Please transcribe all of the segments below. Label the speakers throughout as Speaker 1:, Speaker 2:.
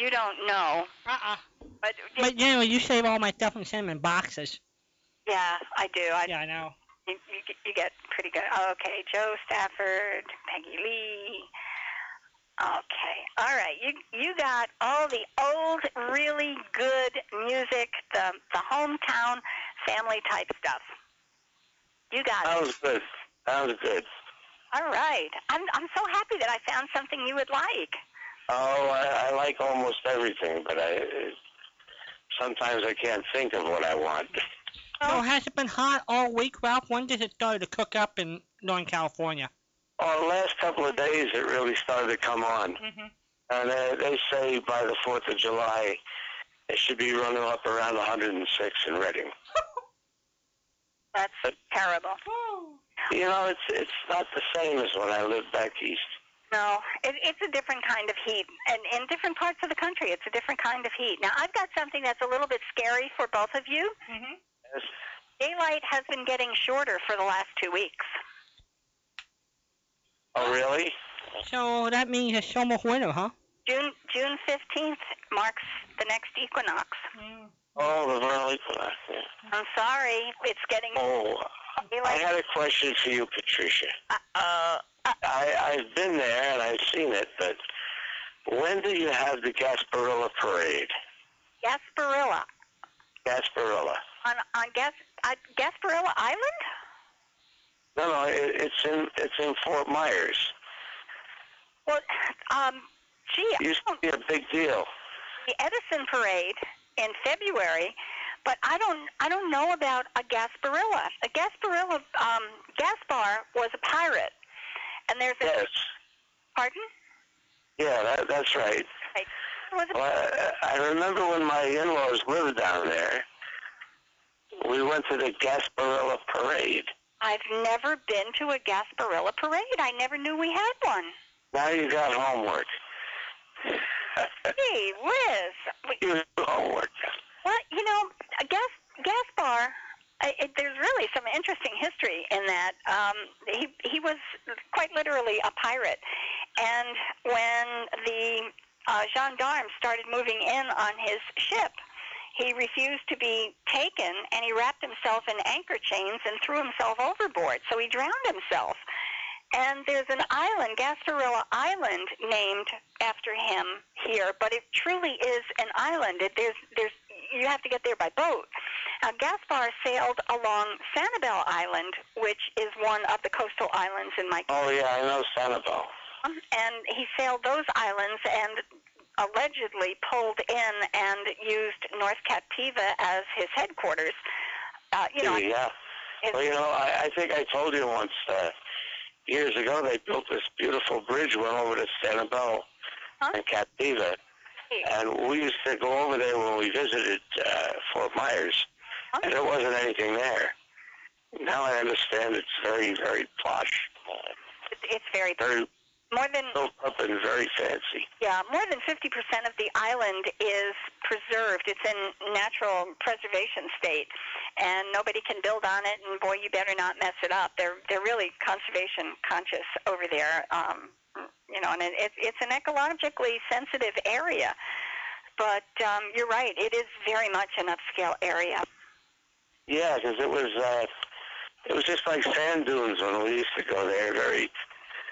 Speaker 1: you don't know.
Speaker 2: Uh-uh.
Speaker 1: But,
Speaker 2: But you know, you save all my stuff and send them in boxes.
Speaker 1: yeah, I do. I,
Speaker 2: Yeah, I know.
Speaker 1: you, you, get- you get pretty good. Okay, Joe Stafford, Peggy Lee. Okay, all right. You you got all the old, really good music, the the hometown family type stuff. You got it.
Speaker 3: Sounds good. Sounds good.
Speaker 1: All right. I'm I'm so happy that I found something you would like.
Speaker 3: Oh, I, I like almost everything, but I sometimes I can't think of what I want.
Speaker 1: Oh.
Speaker 2: So has it been hot all week, Ralph? When did it start to cook up in Northern California?
Speaker 3: Oh, the last couple of days it really started to come on,
Speaker 2: Mm-hmm.
Speaker 3: and uh, they say by the Fourth of July it should be running up around 106 in Reading.
Speaker 1: That's terrible.
Speaker 3: You know, it's it's not the same as when I lived back east.
Speaker 1: No, it, it's a different kind of heat, and in different parts of the country, it's a different kind of heat. Now, I've got something that's a little bit scary for both of you.
Speaker 2: Mm-hmm.
Speaker 1: Daylight has been getting shorter for the last two weeks.
Speaker 3: Oh, really?
Speaker 2: So that means it's almost winter, huh?
Speaker 1: June June fifteenth marks the next equinox.
Speaker 3: Oh, the Valley. Yeah.
Speaker 1: I'm sorry, it's getting
Speaker 3: Oh, I
Speaker 1: daylight.
Speaker 3: had a question for you, Patricia.
Speaker 1: Uh,
Speaker 3: I, I've been there and I've seen it, but when do you have the Gasparilla parade?
Speaker 1: Gasparilla
Speaker 3: Gasparilla.
Speaker 1: on on Gas uh, Gasparilla Island.
Speaker 3: No, no, it, it's in it's in Fort Myers.
Speaker 1: Well, um, gee,
Speaker 3: It
Speaker 1: I
Speaker 3: used to
Speaker 1: don't
Speaker 3: be a big deal.
Speaker 1: the Edison parade in February, but I don't I don't know about a Gasparilla. A Gasparilla um, Gaspar was a pirate, and there's a
Speaker 3: Yes.
Speaker 1: pardon
Speaker 3: Yeah, that, that's right.
Speaker 1: was a,
Speaker 3: Well, I, I remember when my in-laws lived down there. We went to the Gasparilla parade.
Speaker 1: I've never been to a Gasparilla parade. I never knew we had one.
Speaker 3: Now you got homework.
Speaker 1: Gee whiz! We-
Speaker 3: you got homework.
Speaker 1: Well, you know, a Gas Gaspar. I, it, there's really some interesting history in that. Um, he he was quite literally a pirate, and when the uh, gendarmes started moving in on his ship, he refused to be taken, and he wrapped himself in anchor chains and threw himself overboard. So he drowned himself. And there's an island, Gasparilla Island, named after him here, but it truly is an island. It, there's, there's, you have to get there by boat. Now, Gaspar sailed along Sanibel Island, which is one of the coastal islands in my
Speaker 3: Oh yeah, I know Sanibel.
Speaker 1: kingdom, and he sailed those islands and allegedly pulled in and used North Captiva as his headquarters. Uh, you know,
Speaker 3: yeah.
Speaker 1: it's-
Speaker 3: Well, you know, I, I think I told you once uh, years ago they built this beautiful bridge went over to Sanibel
Speaker 1: Huh?
Speaker 3: and Captiva, and we used to go over there when we visited uh, Fort Myers,
Speaker 1: Huh?
Speaker 3: and there wasn't anything there. Now I understand it's very, very posh, uh,
Speaker 1: it's, it's hmm. very
Speaker 3: very
Speaker 1: more than
Speaker 3: built up and very fancy.
Speaker 1: Yeah, more than 50% of the island is preserved. It's in natural preservation state, and nobody can build on it. And boy, you better not mess it up. They're they're really conservation conscious over there. Um, you know, and it, it's it's an ecologically sensitive area. But um, you're right; it is very much an upscale area.
Speaker 3: Yeah, because it was uh, it was just like sand dunes when we used to go there. Very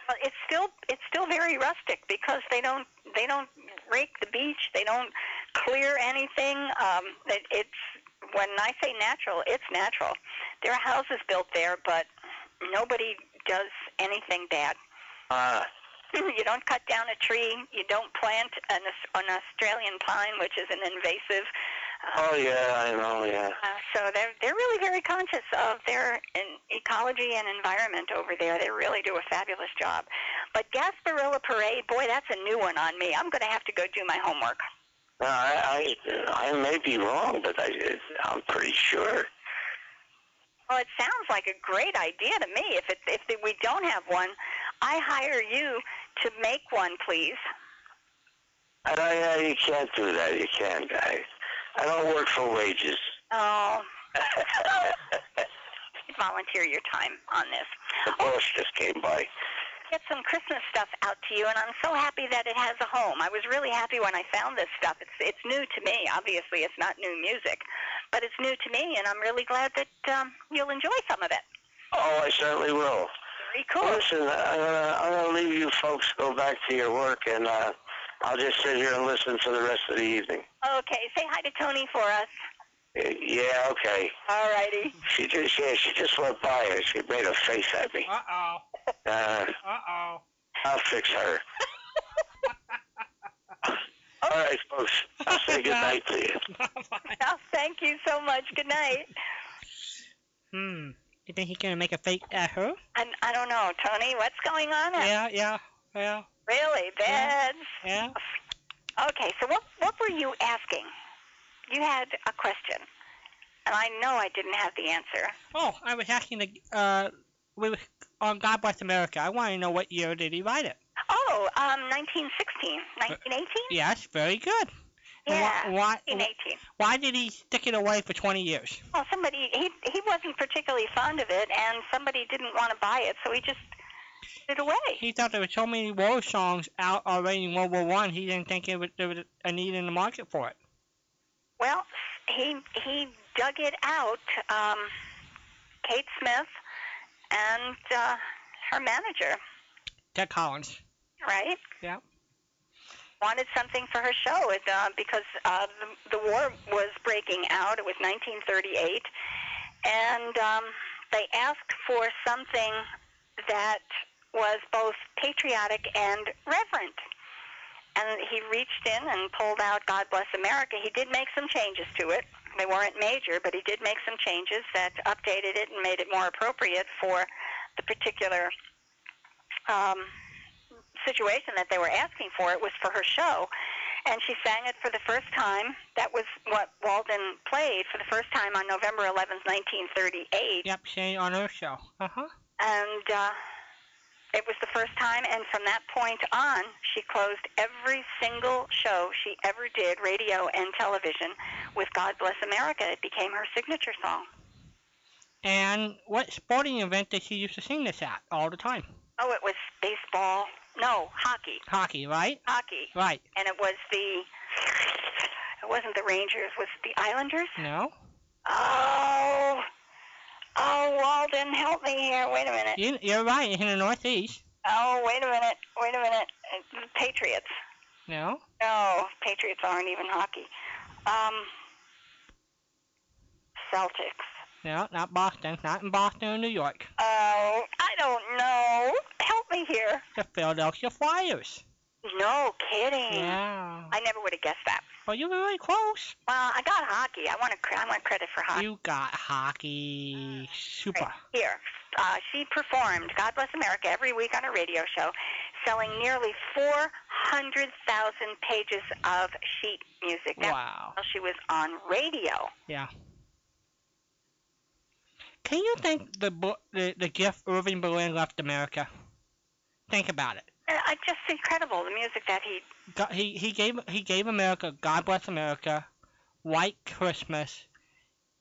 Speaker 1: Well, it's still it's still very rustic because they don't they don't rake the beach. They don't clear anything. Um, it, it's when I say natural, it's natural. There are houses built there, but nobody does anything bad.
Speaker 3: uh,
Speaker 1: you don't cut down a tree. You don't plant an, Aus- an Australian pine, which is an invasive. Uh,
Speaker 3: oh yeah, I know, yeah.
Speaker 1: uh, so they're they're really very conscious of their en- ecology and environment over there. They really do a fabulous job. But Gasparilla Parade, boy, that's a new one on me. I'm going to have to go do my homework.
Speaker 3: No, I, I, I may be wrong, but I, it- I'm pretty sure.
Speaker 1: Well, it sounds like a great idea to me. If it, if we don't have one, I hire you to make one, please.
Speaker 3: And I, I, you can't do that. You can't. I, I don't work for wages.
Speaker 1: Oh, volunteer your time on this.
Speaker 3: the boss just came by.
Speaker 1: get some Christmas stuff out to you, and I'm so happy that it has a home. I was really happy when I found this stuff. It's it's new to me. Obviously, it's not new music, but it's new to me, and I'm really glad that um, you'll enjoy some of it.
Speaker 3: Oh, I certainly will.
Speaker 1: Very cool.
Speaker 3: Listen, I'm gonna, I'm gonna leave you folks go back to your work, and uh, I'll just sit here and listen for the rest of the evening.
Speaker 1: Okay, say hi to Tony for us.
Speaker 3: Uh, Yeah, okay.
Speaker 1: All righty.
Speaker 3: She just yeah, she just went by and she made a face at me.
Speaker 2: Uh oh.
Speaker 3: Uh,
Speaker 2: Uh oh.
Speaker 3: I'll fix her. All right, folks. I'll say good night to you.
Speaker 1: Well, Oh, thank you so much. Good night.
Speaker 2: hmm. You think he's gonna make a fake at her?
Speaker 1: I, I don't know, Tony. What's going on?
Speaker 2: Yeah, yeah, yeah,
Speaker 1: Really,
Speaker 2: Yeah.
Speaker 1: that's
Speaker 2: yeah.
Speaker 1: Okay, so what what were you asking? You had a question, and I know I didn't have the answer.
Speaker 2: Oh, I was asking the uh, we were on God Bless America. I want to know what year did he write it?
Speaker 1: Oh, um, 1916,
Speaker 2: Uh,
Speaker 1: 1918?
Speaker 2: Yes, very good. And
Speaker 1: Yeah,
Speaker 2: Why, why,
Speaker 1: 1918.
Speaker 2: why did he stick it away for 20 years?
Speaker 1: Well, somebody he he wasn't particularly fond of it, and somebody didn't want to buy it, so he just put it away.
Speaker 2: He thought there were so many war songs out already in World War One. He didn't think it was, there was a need in the market for it.
Speaker 1: Well, he he dug it out. Um, Kate Smith and uh, her manager,
Speaker 2: Ted Collins.
Speaker 1: right?
Speaker 2: Yeah.
Speaker 1: Wanted something for her show and, uh, because uh, the, the war was breaking out. It was 1938, and um, they asked for something that was both patriotic and reverent. And he reached in and pulled out "God Bless America." He did make some changes to it. They weren't major, but he did make some changes that updated it and made it more appropriate for the particular um, situation that they were asking for. It was for her show, and she sang it for the first time. That was what Walden played for the first time on November 11th, 1938,
Speaker 2: Yep, saying on her show. Uh huh.
Speaker 1: and uh, it was the first time. And from that point on, she closed every single show she ever did, radio and television, with "God Bless America." It became her signature song.
Speaker 2: And what sporting event did she used to sing this at all the time?
Speaker 1: Oh, it was baseball. No, hockey.
Speaker 2: Hockey, right?
Speaker 1: Hockey.
Speaker 2: Right.
Speaker 1: and it was the it wasn't the Rangers, was it the Islanders?
Speaker 2: No.
Speaker 1: Oh, oh, Walden, help me here. Wait a minute.
Speaker 2: You, you're right. It's in the Northeast.
Speaker 1: Oh, wait a minute. Wait a minute. Uh, the Patriots.
Speaker 2: No.
Speaker 1: No, Patriots aren't even hockey. Um, Celtics.
Speaker 2: No, not Boston. Not in Boston or New York.
Speaker 1: Oh, I don't know. Help me here.
Speaker 2: The Philadelphia Flyers.
Speaker 1: No kidding.
Speaker 2: Yeah.
Speaker 1: I never would have guessed that.
Speaker 2: Well, Oh, you were really close.
Speaker 1: Well, I got hockey. I want to. I want credit for hockey.
Speaker 2: You got hockey. Super.
Speaker 1: Here, uh, she performed "God Bless America" every week on a radio show, selling nearly 400,000 pages of sheet music. That's
Speaker 2: Wow.
Speaker 1: while she was on radio.
Speaker 2: Can you think the bo- the, the gift Irving Berlin left America? Think about it.
Speaker 1: Uh, I just incredible the music that he.
Speaker 2: God, he he gave he gave America God bless America, White Christmas,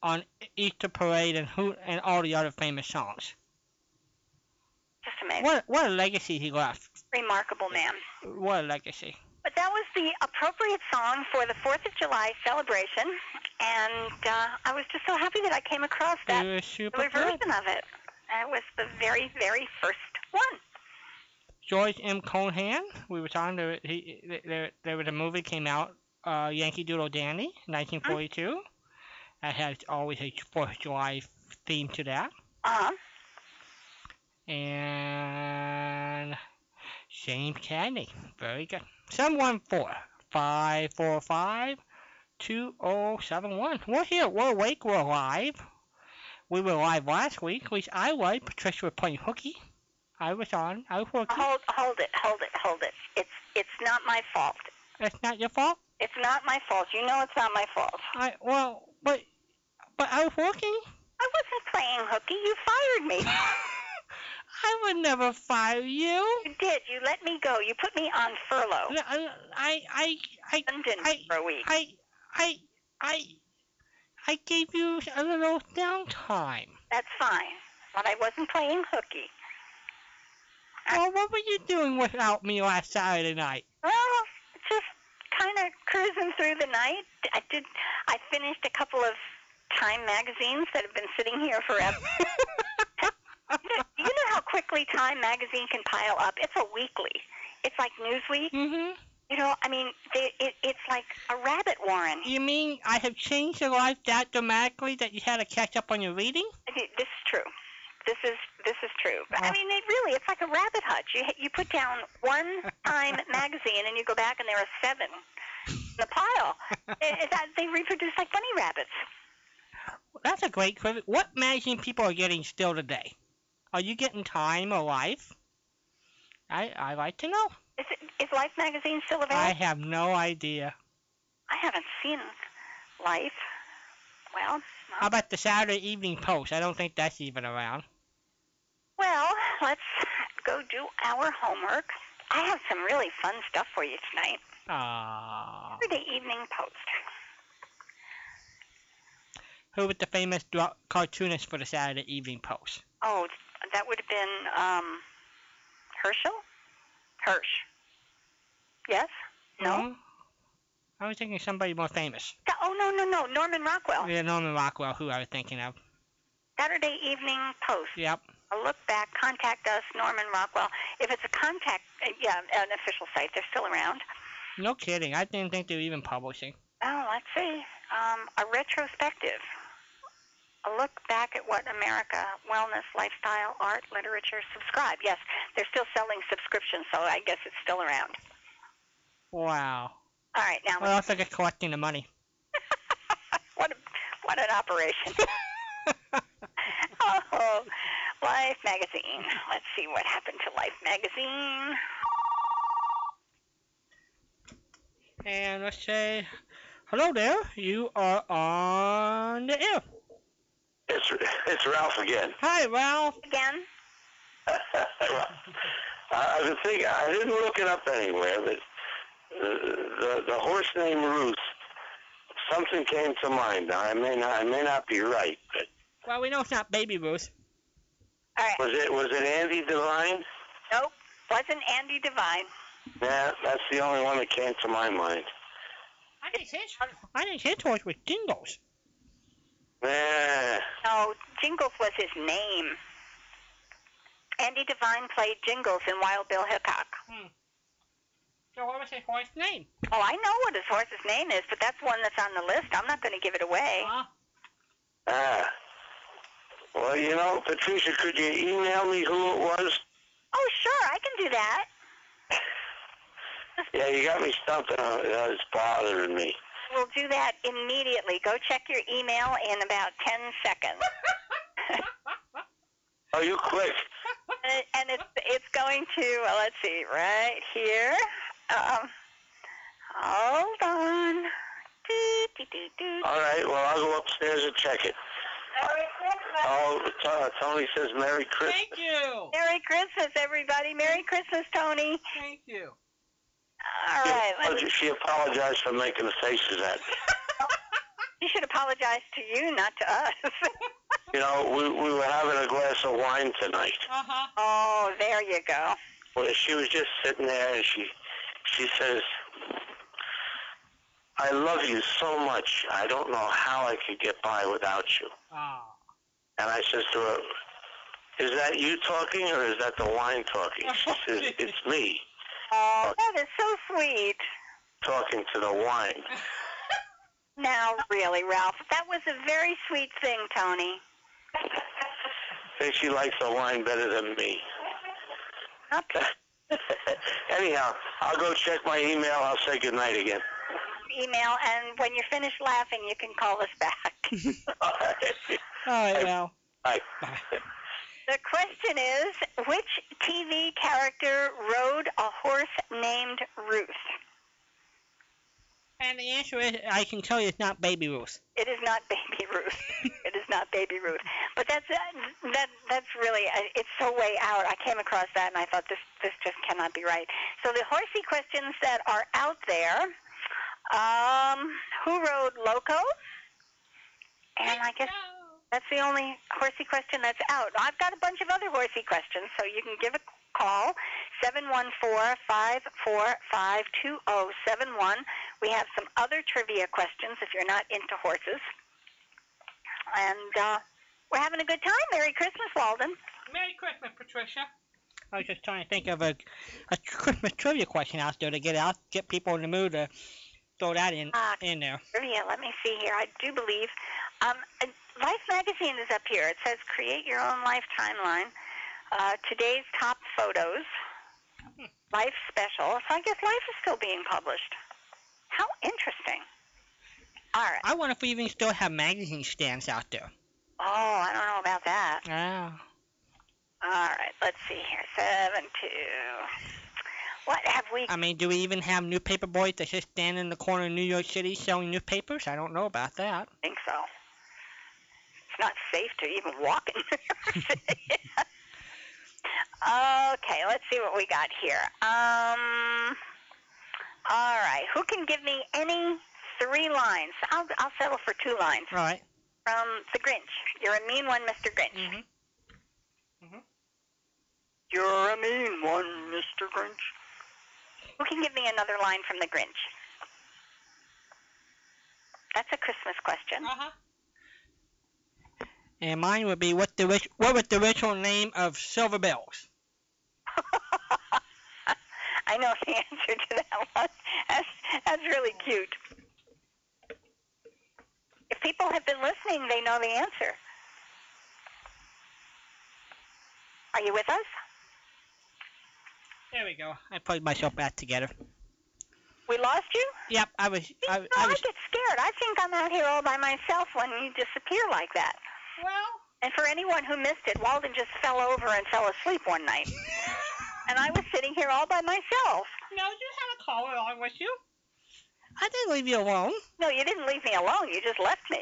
Speaker 2: on Easter Parade and who and all the other famous songs.
Speaker 1: Just amazing,
Speaker 2: What what a legacy he left.
Speaker 1: remarkable man.
Speaker 2: What a legacy.
Speaker 1: But that was the appropriate song for the Fourth of July celebration, and uh, I was just so happy that I came across that
Speaker 2: You were super
Speaker 1: early
Speaker 2: good.
Speaker 1: version of it. That was the very, very first one.
Speaker 2: George M. Cohan. We were talking. There, he, there, there was a movie came out, uh, Yankee Doodle Dandy, 1942. That has always a Fourth of July theme to that.
Speaker 1: Uh huh.
Speaker 2: And James Cagney. Very good. 714 545 2071. We're here. We're awake. We're live. We were live last week. At least I was. Patricia was playing hooky. I was on. I was working.
Speaker 1: Hold, hold it, hold it, hold it. It's, it's not my fault.
Speaker 2: That's not your fault.
Speaker 1: It's not my fault. You know it's not my fault.
Speaker 2: I well, but but I was working.
Speaker 1: I wasn't playing hooky. You fired me.
Speaker 2: I would never fire you.
Speaker 1: You did. You let me go. You put me on furlough.
Speaker 2: I I I I
Speaker 1: London
Speaker 2: I-
Speaker 1: for a week.
Speaker 2: I I I, I gave you a little downtime.
Speaker 1: That's fine. But I wasn't playing hooky.
Speaker 2: Well, what were you doing without me last Saturday night?
Speaker 1: Well, just kind of cruising through the night. I did. I finished a couple of Time magazines that have been sitting here forever. you, know, you know how quickly Time magazine can pile up. It's a weekly. It's like Newsweek.
Speaker 2: hmm
Speaker 1: You know, I mean, they, it, it's like a rabbit warren.
Speaker 2: You mean I have changed your life that dramatically that you had to catch up on your reading?
Speaker 1: I mean, This is true. This is this is true. But, I mean, it really it's like a rabbit hutch. You you put down one Time magazine and you go back and there are seven in the pile. It, it, that, they reproduce like bunny rabbits.
Speaker 2: That's a great question. What magazine people are getting still today? Are you getting Time or Life? I I like to know.
Speaker 1: Is, it, is Life magazine still
Speaker 2: I
Speaker 1: available?
Speaker 2: have no idea.
Speaker 1: I haven't seen Life. Well,
Speaker 2: How about the Saturday Evening Post? I don't think that's even around.
Speaker 1: well, let's go do our homework. I have some really fun stuff for you tonight.
Speaker 2: Ah.
Speaker 1: Saturday Evening Post.
Speaker 2: Who was the famous dra- cartoonist for the Saturday Evening Post?
Speaker 1: Oh, that would have been um, Herschel? Hirsch. Yes? No?
Speaker 2: Hmm? I was thinking somebody more famous.
Speaker 1: Th- Oh, no, no, no. Norman Rockwell.
Speaker 2: Yeah, Norman Rockwell, who I was thinking of.
Speaker 1: Saturday Evening Post.
Speaker 2: Yep.
Speaker 1: A look back. Contact us, Norman Rockwell. If it's a contact, uh, yeah, an official site, they're still around.
Speaker 2: No kidding. I didn't think they were even publishing.
Speaker 1: Oh, let's see. Um, a retrospective. A look back at what America, wellness, lifestyle, art, literature, subscribe. Yes, they're still selling subscriptions, so I guess it's still around.
Speaker 2: Wow.
Speaker 1: All right, now
Speaker 2: Well, also just collecting the money.
Speaker 1: what a, what an operation. oh, Life magazine. Let's see what happened to Life magazine.
Speaker 2: and let's say, hello there. You are on the air.
Speaker 3: It's it's Ralph again.
Speaker 2: Hi, Ralph.
Speaker 1: Again,
Speaker 3: Ralph. I, I've been thinking. I didn't look it up anywhere, but uh, the the, the horse named Ruth. Something came to mind. Now, I may not I may not be right, but
Speaker 2: Well, we know it's not Baby Ruth.
Speaker 1: all right.
Speaker 3: was it was it Andy Devine?
Speaker 1: Nope, wasn't Andy Devine.
Speaker 3: Yeah, that's the only one that came to my mind.
Speaker 2: I think his, I think his horse was Jingles.
Speaker 3: Yeah.
Speaker 1: No, Jingles was his name. Andy Devine played Jingles in Wild Bill Hickok.
Speaker 2: Hmm. So what was his horse's name?
Speaker 1: Oh, I know what his horse's name is, but that's one that's on the list. I'm not going to give it away.
Speaker 2: Ah,
Speaker 3: Ah. Well, you know, Patricia, could you email me who it was?
Speaker 1: Oh, sure, I can do that.
Speaker 3: Yeah, you got me stumped. Uh, it's bothering me.
Speaker 1: We'll do that immediately. Go check your email in about 10 seconds.
Speaker 3: Oh, you quick.
Speaker 1: And it- and it's it's going to well, let's see right here. Um, hold on. Do, do, do, do.
Speaker 3: All right, well, I'll go upstairs and check it. Oh, T- Tony says Merry Christmas.
Speaker 2: thank you.
Speaker 1: Merry Christmas, everybody! Merry Christmas, Tony.
Speaker 2: Thank you.
Speaker 1: All right, let's,
Speaker 3: Well, She apologized for making the faces at me.
Speaker 1: you should apologize to you, not to us.
Speaker 3: You know, we, we were having a glass of wine tonight.
Speaker 2: Uh-huh.
Speaker 1: oh, there you go.
Speaker 3: Well, she was just sitting there, and she she says, "I love you so much. I don't know how I could get by without you."
Speaker 2: Oh.
Speaker 3: And I says to her, "Is that you talking, or is that the wine talking?" She says, "It's me
Speaker 1: Oh, that is so sweet.
Speaker 3: talking to the wine."
Speaker 1: Now, really, Ralph, that was a very sweet thing, Tony.
Speaker 3: Says she likes the wine better than me.
Speaker 1: Okay.
Speaker 3: Anyhow, I'll go check my email. I'll say goodnight again.
Speaker 1: Email, and when you're finished laughing, you can call us back.
Speaker 3: All right.
Speaker 2: All right, Ralph.
Speaker 3: Bye.
Speaker 1: The question is, which TV character rode a horse named Ruth?
Speaker 2: And the answer is, I can tell you it's not Baby Ruth.
Speaker 1: It is not Baby Ruth. it is not Baby Ruth. But that's uh, that that's really uh, it's so way out. I came across that and I thought this this just cannot be right. So the horsey questions that are out there. Um, who rode Loco? And I guess that's the only horsey question that's out. I've got a bunch of other horsey questions, so you can give a call 714-545-2071. oh, We have some other trivia questions if you're not into horses. And uh, we're having a good time. Merry Christmas, Walden.
Speaker 2: Merry Christmas, Patricia. I was just trying to think of a, a Christmas trivia question out there to get out, get people in the mood to throw that in
Speaker 1: Ah.
Speaker 2: in there.
Speaker 1: Trivia, let me see here. I do believe. Um, uh, Life magazine is up here. It says create your own life timeline. Uh, today's top photos. Life special. So I guess life is still being published. How interesting. All right.
Speaker 2: I wonder if we even still have magazine stands out there.
Speaker 1: Oh, I don't know about that.
Speaker 2: Ah.
Speaker 1: All right, let's see here. Seven, two. What have we?
Speaker 2: I mean, do we even have newspaper boys that just stand in the corner of New York City selling newspapers? I don't know about that.
Speaker 1: I think so. It's not safe to even walk in there. okay, let's see what we got here. Um, all right, who can give me any three lines? I'll, I'll settle for two lines.
Speaker 2: All right.
Speaker 1: From The Grinch. You're a mean one, Mr. Grinch.
Speaker 2: Mm-hmm.
Speaker 1: You're a mean one, Mr. Grinch. Who can give me another line from The Grinch? That's a Christmas question.
Speaker 2: Uh-huh. And mine would be what the rich, what was the original name of Silver Bells?
Speaker 1: I know the answer to that one. That's, that's really cute. If people have been listening, they know the answer. Are you with us?
Speaker 2: There we go. I put myself back together.
Speaker 1: We lost you?
Speaker 2: Yep, I was I,
Speaker 1: no,
Speaker 2: I
Speaker 1: I
Speaker 2: was
Speaker 1: get scared. I think I'm out here all by myself when you disappear like that.
Speaker 2: well.
Speaker 1: And for anyone who missed it, Walden just fell over and fell asleep one night. And I was sitting here all by myself.
Speaker 2: No, you had a caller along with you. I didn't leave you alone.
Speaker 1: No, you didn't leave me alone. You just left me.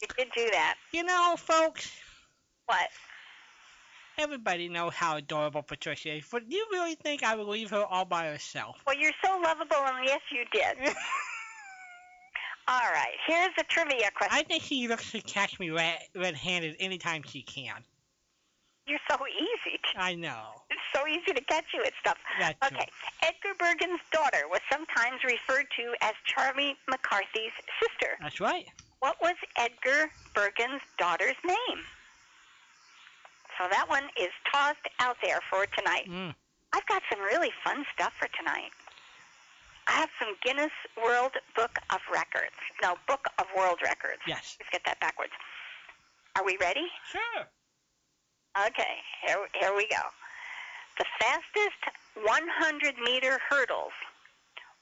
Speaker 1: You did do that.
Speaker 2: You know, folks,
Speaker 1: What?
Speaker 2: everybody knows how adorable Patricia is, but do you really think I would leave her all by herself?
Speaker 1: Well, you're so lovable, and yes, you did. All right, here's a trivia question.
Speaker 2: I think she looks to catch me red- red-handed anytime she can.
Speaker 1: You're so easy. To,
Speaker 2: I know.
Speaker 1: it's so easy to catch you at stuff.
Speaker 2: That's
Speaker 1: Okay. Edgar Bergen's daughter was sometimes referred to as Charlie McCarthy's sister.
Speaker 2: That's right.
Speaker 1: What was Edgar Bergen's daughter's name? So that one is tossed out there for tonight.
Speaker 2: Mm.
Speaker 1: I've got some really fun stuff for tonight. I have some Guinness World Book of Records. No, Book of World Records.
Speaker 2: Yes.
Speaker 1: Let's get that backwards. Are we ready?
Speaker 2: Sure.
Speaker 1: Okay, here, here we go. The fastest 100 meter hurdles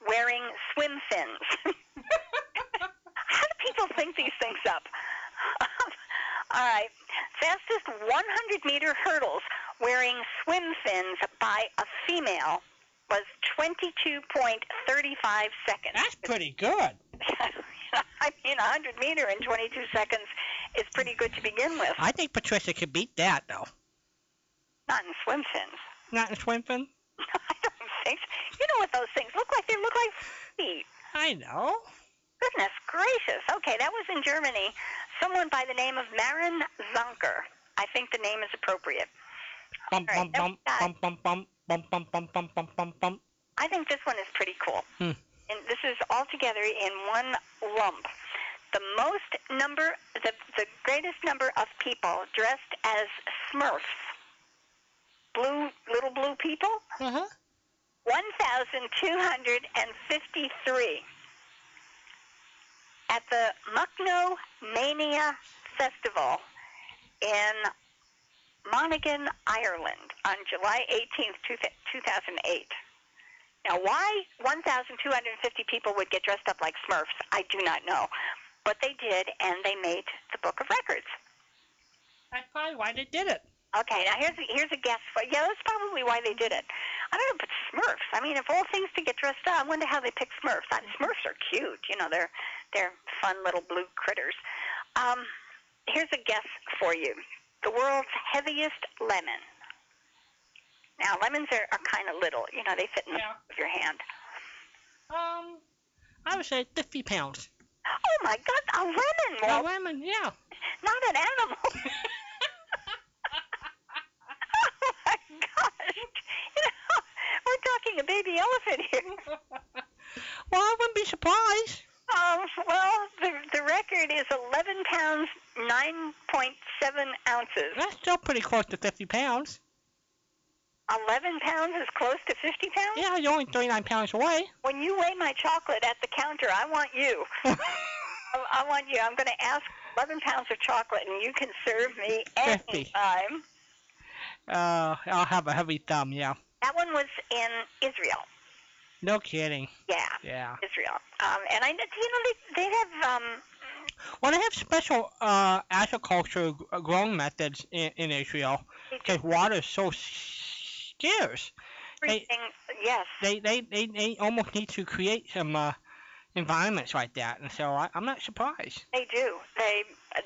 Speaker 1: wearing swim fins. How do people think these things up? All right. Fastest 100 meter hurdles wearing swim fins by a female was 22.35 seconds.
Speaker 2: That's pretty good.
Speaker 1: I mean, 100 meter in 22 seconds is pretty good to begin with.
Speaker 2: I think Patricia could beat that, though.
Speaker 1: Not in swim fins.
Speaker 2: Not in swim fin?
Speaker 1: I don't think so. You know what those things look like? They look like feet.
Speaker 2: I know.
Speaker 1: Goodness gracious. Okay, that was in Germany. Someone by the name of Marin Zunker. I think the name is appropriate.
Speaker 2: Bump,
Speaker 1: All
Speaker 2: bump,
Speaker 1: right,
Speaker 2: bump,
Speaker 1: next
Speaker 2: bump, bump, bump, bump, bump, bump, bump, bump, bump, bump.
Speaker 1: I think this one is pretty cool.
Speaker 2: Hmm.
Speaker 1: And this is all together in one lump. The most number, the, the greatest number of people dressed as Smurfs, blue, little blue people,
Speaker 2: Uh-huh.
Speaker 1: 1,253 at the Muckno Mania Festival in Monaghan, Ireland on July 18th, 2008. Now, why 1,250 people would get dressed up like Smurfs, I do not know. But they did, and they made the Book of Records.
Speaker 2: That's probably why they did it.
Speaker 1: Okay, now here's a, here's a guess for yeah. That's probably why they did it. I don't know, but Smurfs. I mean, of all things to get dressed up, I wonder how they picked Smurfs. I, Smurfs are cute, you know. They're they're fun little blue critters. Um, here's a guess for you: the world's heaviest lemon. Now, lemons are, are kind of little. You know, they fit in the
Speaker 2: Yeah.
Speaker 1: palm of your hand.
Speaker 2: Um, I would say 50 pounds.
Speaker 1: Oh my God, a lemon!
Speaker 2: A
Speaker 1: Well,
Speaker 2: lemon, yeah.
Speaker 1: not an animal. making a baby elephant here.
Speaker 2: Well, I wouldn't be surprised.
Speaker 1: Um, well, the the record is 11 pounds 9.7 ounces.
Speaker 2: That's still pretty close to 50 pounds.
Speaker 1: 11 pounds is close to 50 pounds.
Speaker 2: Yeah, you're only 39 pounds away.
Speaker 1: When you weigh my chocolate at the counter, I want you. I, I want you. I'm going to ask 11 pounds of chocolate, and you can serve me any
Speaker 2: Fifty.
Speaker 1: time.
Speaker 2: Uh, I'll have a heavy thumb, yeah.
Speaker 1: That one was in Israel.
Speaker 2: No kidding,
Speaker 1: Yeah,
Speaker 2: yeah.
Speaker 1: Israel. Um, and I, you know, they they have um,
Speaker 2: Well, they have special uh, agriculture g- uh, growing methods in, in Israel
Speaker 1: they do
Speaker 2: because water is so scarce.
Speaker 1: everything. yes.
Speaker 2: They, they, they, they almost need to create some uh, environments like that, and so I, I'm not surprised.
Speaker 1: They do. They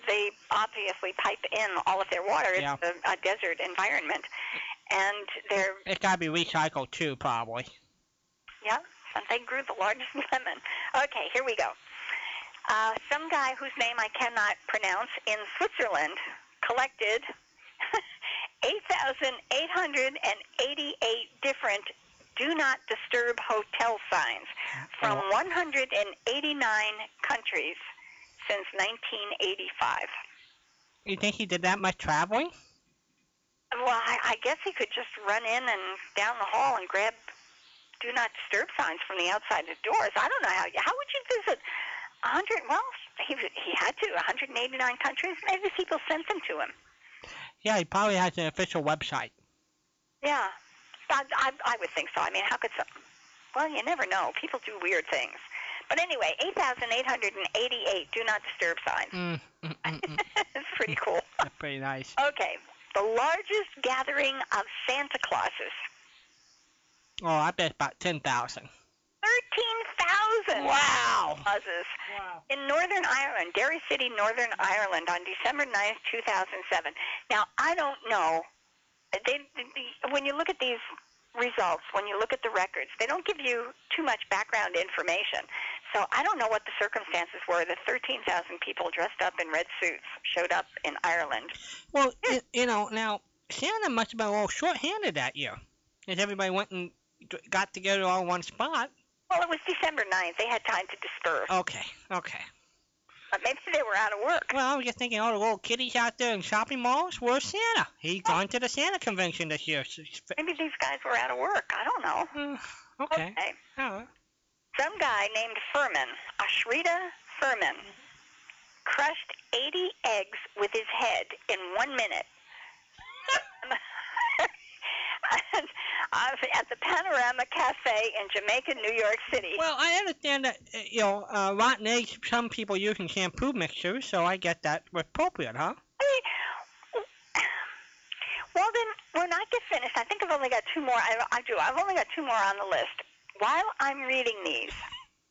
Speaker 1: they obviously pipe in all of their water. It's
Speaker 2: Yeah.
Speaker 1: a, a desert environment, and they're
Speaker 2: It's got to be recycled too, probably.
Speaker 1: yeah. and They grew the largest lemon. Okay, here we go. Uh, some guy whose name I cannot pronounce in Switzerland collected 8,888 different do not disturb hotel signs from
Speaker 2: Oh.
Speaker 1: 189 countries since 1985.
Speaker 2: You think he did that much traveling?
Speaker 1: Well, I, I guess he could just run in and down the hall and grab do not disturb signs from the outside of doors. I don't know how you, how would you visit a 100 well, he he had to 189 countries. Maybe people sent them to him.
Speaker 2: Yeah, he probably has an official website.
Speaker 1: Yeah. I, I, I would think so. I mean, how could some? Well, you never know. People do weird things. But anyway, 8,888 do not disturb signs.
Speaker 2: Mm, mm, mm, mm.
Speaker 1: it's pretty cool.
Speaker 2: That's pretty nice.
Speaker 1: Okay. The largest gathering of Santa Clauses.
Speaker 2: Oh, I bet about 10,000.
Speaker 1: 13,000
Speaker 2: Wow.
Speaker 1: Clauses in Northern Ireland, Derry City, Northern Ireland, on December 9th, 2007. Now, I don't know. They, they, when you look at these results, when you look at the records, they don't give you too much background information. So I don't know what the circumstances were that 13,000 people dressed up in red suits showed up in Ireland.
Speaker 2: Well, you, you know, now Santa must have been a little short-handed that year, because everybody went and d- got together all in one spot.
Speaker 1: Well, it was December 9th. They had time to disperse.
Speaker 2: Okay, okay.
Speaker 1: But maybe they were out of work.
Speaker 2: Well, I was just thinking, all the little kiddies out there in shopping malls, where's Santa? He's gone to the Santa convention this year. so he's fi-
Speaker 1: Maybe these guys were out of work. I don't know.
Speaker 2: Uh, okay.
Speaker 1: okay.
Speaker 2: All right.
Speaker 1: Some guy named Furman, Ashrita Furman, crushed 80 eggs with his head in one minute. And I was at the Panorama Cafe in Jamaica, New York City.
Speaker 2: Well, I understand that uh, you know uh, rotten eggs. Some people use in shampoo mixtures, so I get that appropriate, huh?
Speaker 1: I mean, well, then, when I get finished, I think I've only got two more. I, I do. I've only got two more on the list. While I'm reading these,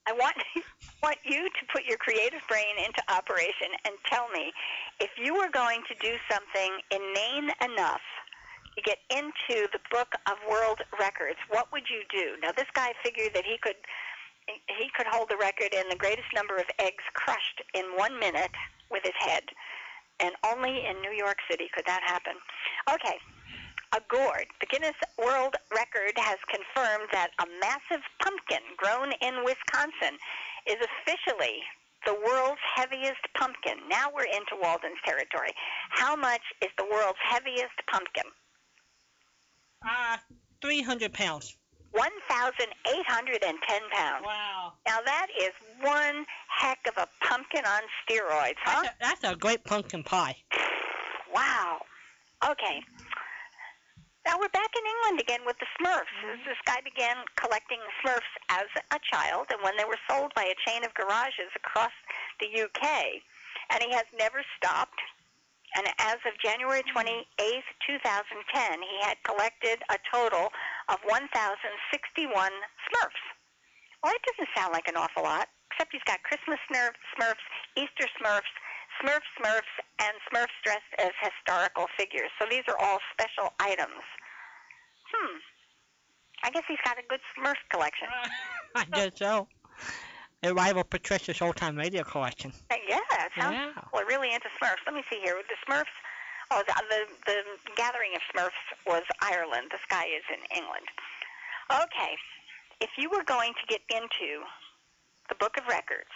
Speaker 1: I want want you to put your creative brain into operation and tell me if you were going to do something inane enough to get into the book of world records, what would you do? Now, this guy figured that he could he could hold the record in the greatest number of eggs crushed in one minute with his head and only in New York City could that happen. Okay, a gourd. The Guinness World Record has confirmed that a massive pumpkin grown in Wisconsin is officially the world's heaviest pumpkin. Now we're into Walden's territory. How much is the world's heaviest pumpkin?
Speaker 2: Uh, 300 pounds.
Speaker 1: 1,810 pounds.
Speaker 2: Wow.
Speaker 1: Now that is one heck of a pumpkin on steroids, huh?
Speaker 2: That's, a, that's a great pumpkin pie.
Speaker 1: Wow. Okay. Now we're back in England again with the Smurfs. This guy began collecting Smurfs as a child, and when they were sold by a chain of garages across the UK, and he has never stopped. And as of January 28th, 2010, he had collected a total of 1,061 Smurfs. Well, it doesn't sound like an awful lot, except he's got Christmas Smurf, Smurfs, Easter Smurfs, Smurf Smurfs, and Smurfs dressed as historical figures. So these are all special items. Hmm. I guess he's got a good Smurf collection.
Speaker 2: I guess so. It rival Patricia's old time radio collection.
Speaker 1: Uh, Yeah, it sounds
Speaker 2: Yeah.
Speaker 1: cool. Really into Smurfs. Let me see here. The Smurfs. Oh, the, the the gathering of Smurfs was Ireland. This guy is in England. Okay. If you were going to get into the book of records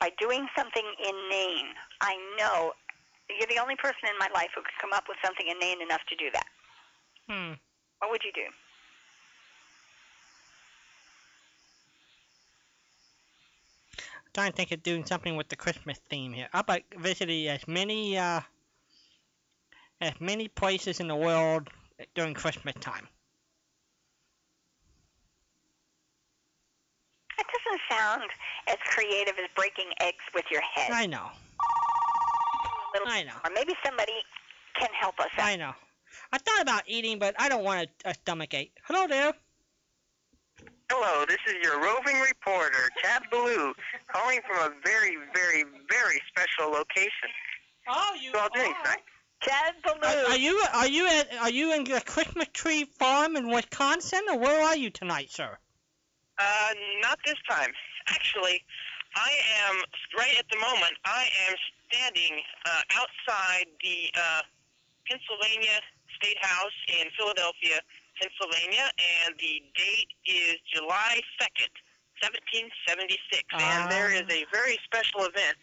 Speaker 1: by doing something inane, I know you're the only person in my life who could come up with something inane enough to do that.
Speaker 2: Hmm.
Speaker 1: What would you do?
Speaker 2: trying to think of doing something with the Christmas theme here. How about visiting as many uh, as many places in the world during Christmas time?
Speaker 1: That doesn't sound as creative as breaking eggs with your head.
Speaker 2: I know,
Speaker 1: A little-
Speaker 2: I know,
Speaker 1: Or maybe somebody can help us out.
Speaker 2: I know. I thought about eating, but I don't want a, a stomach ache. Hello there.
Speaker 4: Hello, this is your roving reporter, Chad Ballou, calling from a very, very, very special location.
Speaker 2: Oh, you.
Speaker 4: So I'll do anything.
Speaker 1: Chad
Speaker 2: Are, are
Speaker 1: Ballou.
Speaker 2: you are you at are you in the Christmas tree farm in Wisconsin or where are you tonight, sir?
Speaker 4: Uh, not this time. Actually, I am, right at the moment, I am standing uh, outside the uh, Pennsylvania State House in Philadelphia, Pennsylvania, and the date is July 2nd, 1776.
Speaker 2: Ah.
Speaker 4: And there is a very special event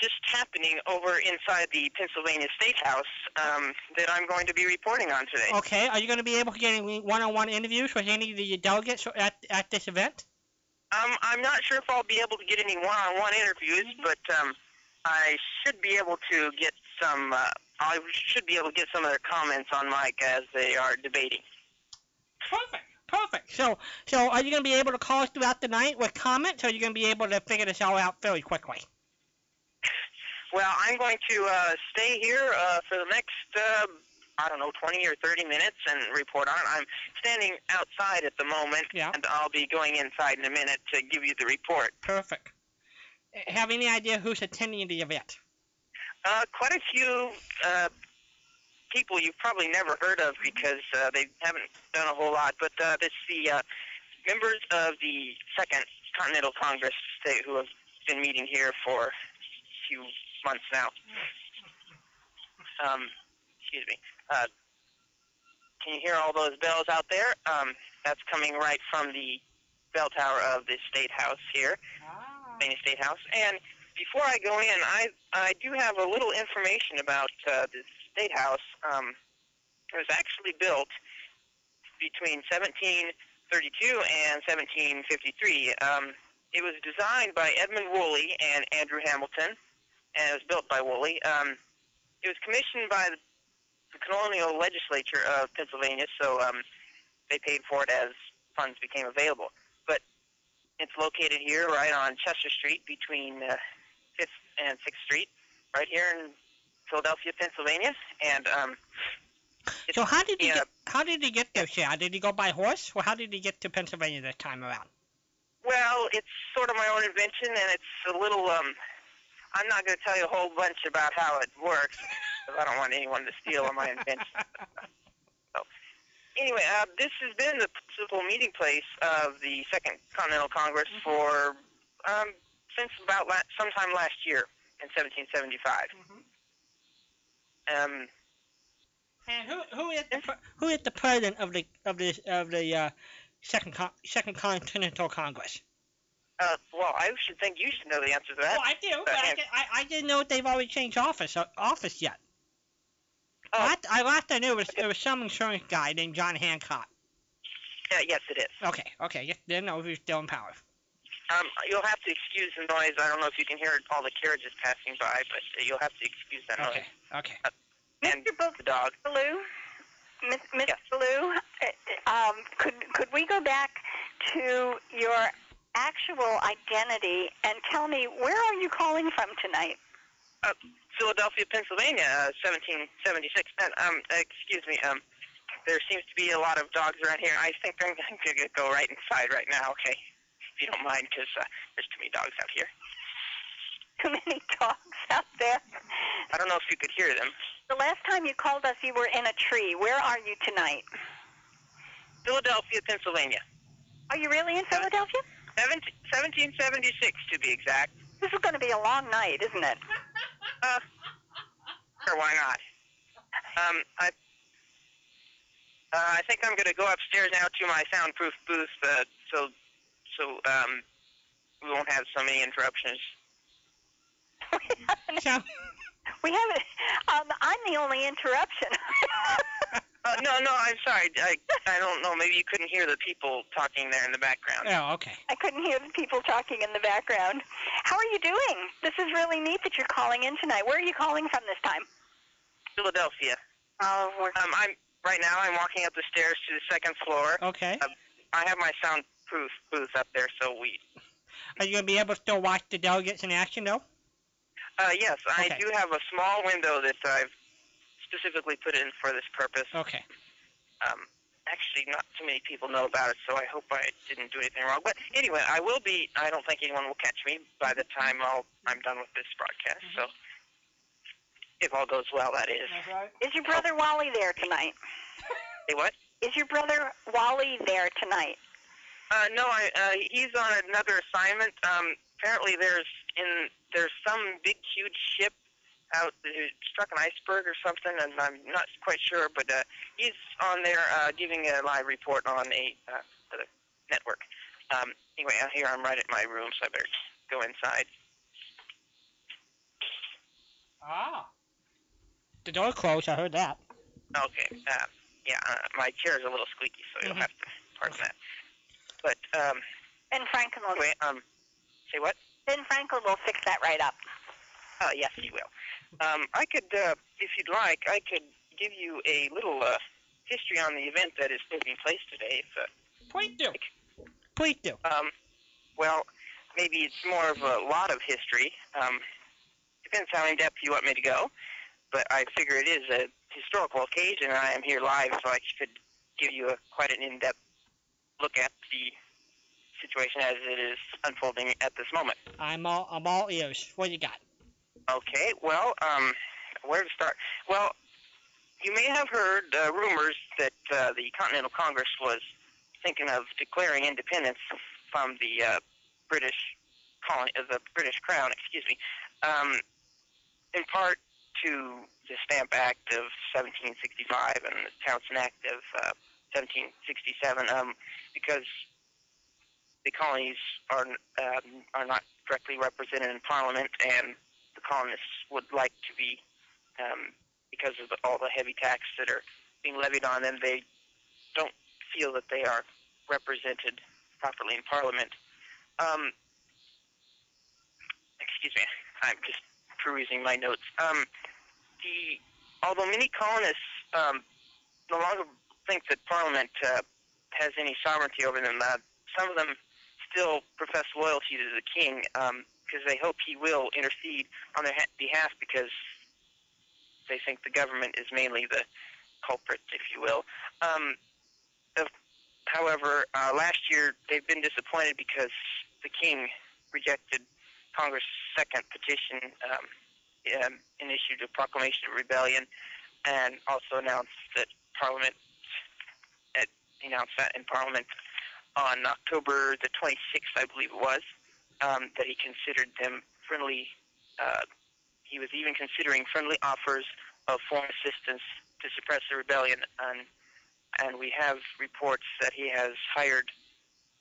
Speaker 4: just happening over inside the Pennsylvania State House um, that I'm going to be reporting on today.
Speaker 2: Okay, are you going to be able to get any one-on-one interviews with any of the delegates at at this event?
Speaker 4: Um, I'm not sure if I'll be able to get any one-on-one interviews, but um, I should be able to get some. Uh, I should be able to get some of their comments on Mike as they are debating.
Speaker 2: Perfect. Perfect. So, so are you going to be able to call us throughout the night with comments, or are you going to be able to figure this all out fairly quickly?
Speaker 4: Well, I'm going to uh, stay here uh, for the next. Uh, I don't know, 20 or 30 minutes and report on it. I'm standing outside at the moment,
Speaker 2: Yeah.
Speaker 4: and I'll be going inside in a minute to give you the report.
Speaker 2: Perfect. Uh, Have any idea who's attending the event?
Speaker 4: Uh, quite a few uh, people you've probably never heard of because uh, they haven't done a whole lot. But uh, it's the uh, members of the Second Continental Congress they, who have been meeting here for a few months now. Um, excuse me. Uh, can you hear all those bells out there? Um, that's coming right from the bell tower of the State House here. Pennsylvania State House. And before I go in, I I do have a little information about uh, the State House. Um, it was actually built between 1732 and 1753. Um, it was designed by Edmund Woolley and Andrew Hamilton, and it was built by Woolley. Um, it was commissioned by the, the colonial legislature of Pennsylvania, so um, they paid for it as funds became available. It's located here, right on Chester Street, between uh, Fifth and Sixth Street, right here in Philadelphia, Pennsylvania. And um, it's,
Speaker 2: So how did he
Speaker 4: yeah,
Speaker 2: get, how did he get there, Sal? Did he go by horse, or how did he get to Pennsylvania this time around?
Speaker 4: well, it's sort of my own invention, and it's a little. Um, I'm not going to tell you a whole bunch about how it works, 'cause I don't want anyone to steal my invention. anyway, uh, this has been the principal meeting place of the Second Continental Congress
Speaker 2: Mm-hmm.
Speaker 4: for um, since about la- sometime last year in 1775.
Speaker 2: Mm-hmm.
Speaker 4: Um,
Speaker 2: And who who is the pre- who is the president of the of the of the uh, second Con- second continental congress?
Speaker 4: uh, well, I should think you should know the answer to that.
Speaker 2: Oh, I do, but I, did, I, I didn't know if they've already changed office uh, office yet.
Speaker 4: Oh.
Speaker 2: Last, I last I knew it was it was some insurance guy named John Hancock.
Speaker 4: Yeah, yes, it is.
Speaker 2: Okay, okay, yeah, didn't know he was still in power.
Speaker 4: Um, you'll have to excuse the noise. I don't know if you can hear all the carriages passing by, but you'll have to excuse that
Speaker 2: Okay,
Speaker 4: noise.
Speaker 2: okay.
Speaker 4: And
Speaker 1: Mr. Bo-
Speaker 4: the dog.
Speaker 1: Baloo, Miss, Miss
Speaker 4: Yes.
Speaker 1: Baloo, uh, um, could could we go back to your actual identity and tell me where are you calling from tonight?
Speaker 4: Uh, Philadelphia, Pennsylvania, uh, 1776. And, um, excuse me, um, there seems to be a lot of dogs around here. I think I'm going to go right inside right now, okay? If you don't mind, because uh, there's too many dogs out here.
Speaker 1: Too many dogs out there.
Speaker 4: I don't know if you could hear them.
Speaker 1: The last time you called us, you were in a tree. Where are you tonight?
Speaker 4: Philadelphia, Pennsylvania.
Speaker 1: Are you really in Philadelphia?
Speaker 4: 17, 1776, to be exact.
Speaker 1: This is going to be a long night, isn't it?
Speaker 4: Uh, sure, why not? Um, I Uh, I think I'm going to go upstairs now to my soundproof booth, uh, so so um, we won't have so many interruptions.
Speaker 2: So,
Speaker 1: we haven't. Um, I'm the only interruption.
Speaker 4: Uh, no, no, I'm sorry. I I don't know. Maybe you couldn't hear the people talking there in the background.
Speaker 2: oh, okay.
Speaker 1: I couldn't hear the people talking in the background. How are you doing? This is really neat that you're calling in tonight. Where are you calling from this time?
Speaker 4: Philadelphia.
Speaker 1: Oh, we're
Speaker 4: Um, I'm right now. I'm walking up the stairs to the second floor.
Speaker 2: Okay.
Speaker 4: I have my soundproof booth up there, so we.
Speaker 2: Are you going to be able to still watch the delegates in action, though?
Speaker 4: Uh, yes, I
Speaker 2: Okay.
Speaker 4: do have a small window that I've specifically put in for this purpose.
Speaker 2: Okay.
Speaker 4: um, actually not too many people know about it, so I hope I didn't do anything wrong. But anyway, I will be. I don't think anyone will catch me by the time I'll, I'm done with this broadcast.
Speaker 2: Mm-hmm.
Speaker 4: So, if all goes well, that is.
Speaker 1: Is your brother Wally there tonight?
Speaker 4: Hey, what?
Speaker 1: Is your brother Wally there tonight?
Speaker 4: Uh, no, I, uh, he's on another assignment. Um, apparently, there's in there's some big huge ship out it struck an iceberg or something, and I'm not quite sure. But uh, he's on there uh, giving a live report on a uh, for the network. Um, anyway, out here I'm right at my room, so I better go inside.
Speaker 2: Ah. The door closed. I heard that.
Speaker 4: Okay. Uh, yeah, uh, my chair is a little squeaky, so you'll
Speaker 2: Mhm.
Speaker 4: have to pardon that. But um,
Speaker 1: Ben Franklin will.
Speaker 4: anyway, um, say what?
Speaker 1: Ben Franklin will fix that right up.
Speaker 4: Oh, yes, you will. Um, I could, uh, if you'd like, I could give you a little uh, history on the event that is taking place today. If,
Speaker 2: Please do. Please do.
Speaker 4: uh, um, well, maybe it's more of a lot of history. Um, depends how in depth you want me to go, but I figure it is a historical occasion, and I am here live, so I could give you a, quite an in depth look at the situation as it is unfolding at this moment.
Speaker 2: I'm all, I'm all ears. What you got?
Speaker 4: Okay, well, um, where to start? Well, you may have heard uh, rumors that uh, the Continental Congress was thinking of declaring independence from the uh, British colony, uh, the British Crown, excuse me, um, in part to the Stamp Act of 1765 and the Townshend Act of uh, 1767, um, because the colonies are um, are not directly represented in Parliament and the colonists would like to be, um, because of the, all the heavy tax that are being levied on them, they don't feel that they are represented properly in Parliament. Um, excuse me, I'm just perusing my notes. Um, the although many colonists um, no longer think that Parliament uh, has any sovereignty over them, uh, some of them still profess loyalty to the king
Speaker 1: Um,
Speaker 4: because they hope he will intercede on their ha- behalf because they think the government is mainly the culprit, if you will. Um, of, however, uh, last year they've been disappointed because the king rejected Congress' second petition um, um, and issued a proclamation of rebellion, and also announced that Parliament at, announced that in Parliament on October the 26th, I believe it was, um, that he considered them friendly. Uh, he was even considering friendly offers of foreign assistance to suppress the rebellion, and and we have reports that he has hired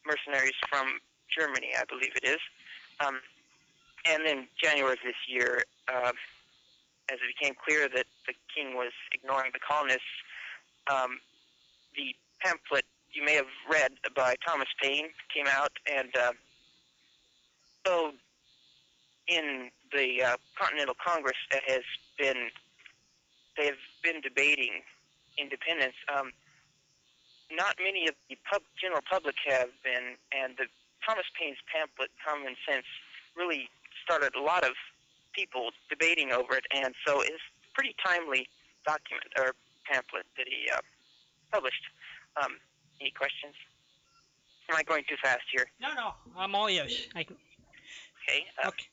Speaker 4: mercenaries from Germany, I believe it is. Um, and in January of this year, uh, as it became clear that the king was ignoring the colonists, um, the pamphlet you may have read by Thomas Paine came out, and uh, so in the uh, Continental Congress that has been they've been debating independence. Um, not many of the pub, general public have been, and the Thomas Paine's pamphlet Common Sense really started a lot of people debating over it, and so it's a pretty timely document or pamphlet that he uh, published. Um, any questions? Am I going too fast here?
Speaker 2: No, no. I'm all ears. I can,
Speaker 4: Okay. Uh,
Speaker 2: okay.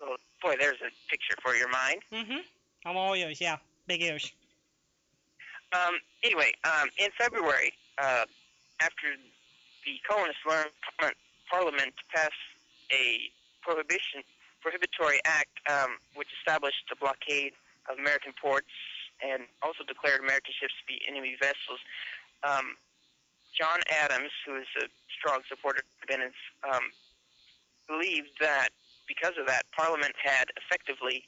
Speaker 4: well, boy, there's a picture for your mind.
Speaker 2: Mm-hmm. I'm all ears. Yeah. Big ears.
Speaker 4: Um, anyway, um, in February, uh, after the colonists learned Parliament- Parliament passed a prohibition prohibitory act, um, which established the blockade of American ports and also declared American ships to be enemy vessels, um, John Adams, who is a strong supporter of independence, um, believed that because of that, Parliament had effectively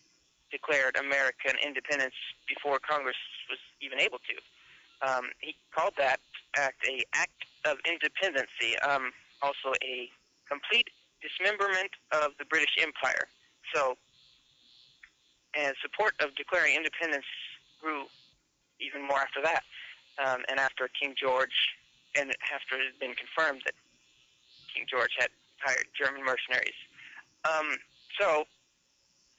Speaker 4: declared American independence before Congress was even able to. Um, he called that act a act of independency, um, also a complete dismemberment of the British Empire. So, and support of declaring independence grew even more after that, um, and after King George, and after it had been confirmed that King George had hired German mercenaries. Um, so,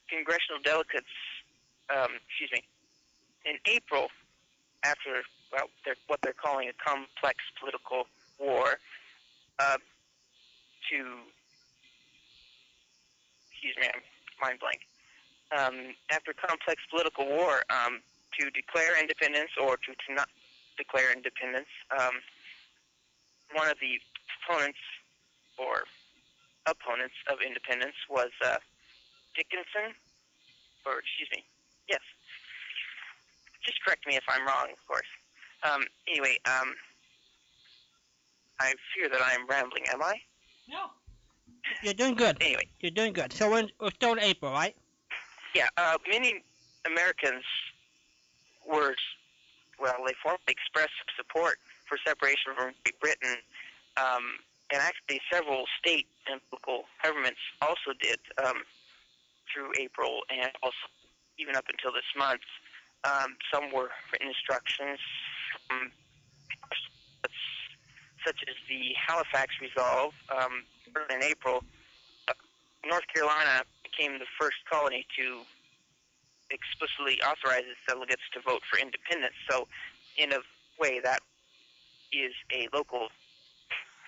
Speaker 4: congressional delegates, um, excuse me, in April, after well, they're, what they're calling a complex political war, uh, to excuse me, I'm mind blank. Um, after complex political war, um, to declare independence or to, to not declare independence, um, one of the proponents or opponents of independence was uh, Dickinson, or excuse me, yes. Just correct me if I'm wrong, of course. Um, anyway, um, I fear that I am rambling, am I?
Speaker 2: No. You're doing good.
Speaker 4: Anyway,
Speaker 2: You're doing good. So we're, we're still in April, right?
Speaker 4: yeah, uh, many Americans were, well, they formally expressed support for separation from Great Britain, um, and actually several state and local governments also did um, through April and also even up until this month. Um, some were written instructions, um, such as the Halifax Resolve um, in April. Uh, North Carolina became the first colony to explicitly authorize its delegates to vote for independence. So, in a way, that is a local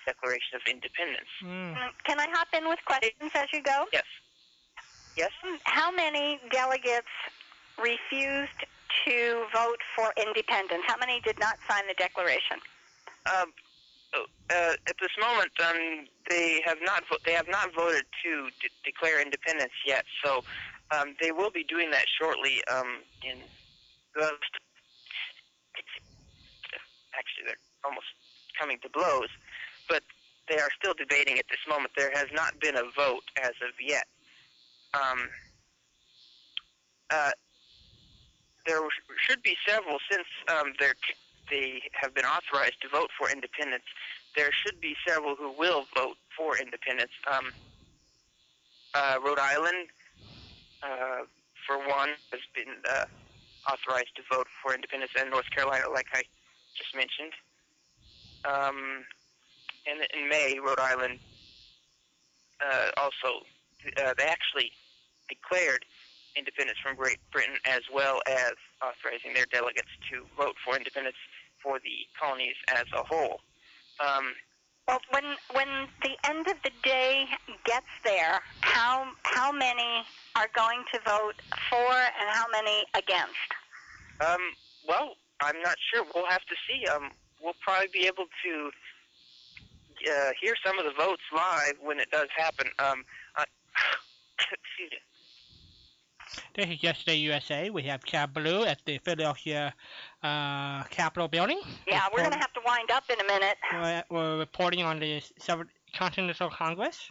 Speaker 4: declaration of independence.
Speaker 2: Mm.
Speaker 1: Um, Can I hop in with questions as you go? Um,
Speaker 4: Yes. Yes.
Speaker 1: How many delegates refused to vote for independence? How many did not sign the declaration?
Speaker 4: Um, uh, at this moment, um, they have not vo- they have not voted to de- declare independence yet. So um, they will be doing that shortly. Um, in the, actually, they're almost coming to blows, but they are still debating at this moment. There has not been a vote as of yet. Um, uh, there should be several since um, they're they have been authorized to vote for independence, there should be several who will vote for independence. Um, uh, Rhode Island, uh, for one, has been uh, authorized to vote for independence, and North Carolina, like I just mentioned. Um, and in May, Rhode Island uh, also uh, they actually declared independence from Great Britain, as well as authorizing their delegates to vote for independence for the colonies as a whole. Um,
Speaker 1: Well, when when the end of the day gets there, how how many are going to vote for and how many against?
Speaker 4: um, well, I'm not sure. We'll have to see. Um, we'll probably be able to uh, hear some of the votes live when it does happen. Um, I, excuse me.
Speaker 2: This is Yesterday USA. We have Chad Blue at the Philadelphia uh, Capitol Building.
Speaker 1: Yeah, we're going to have to wind up in a minute.
Speaker 2: We're, we're reporting on the Sever- Continental Congress.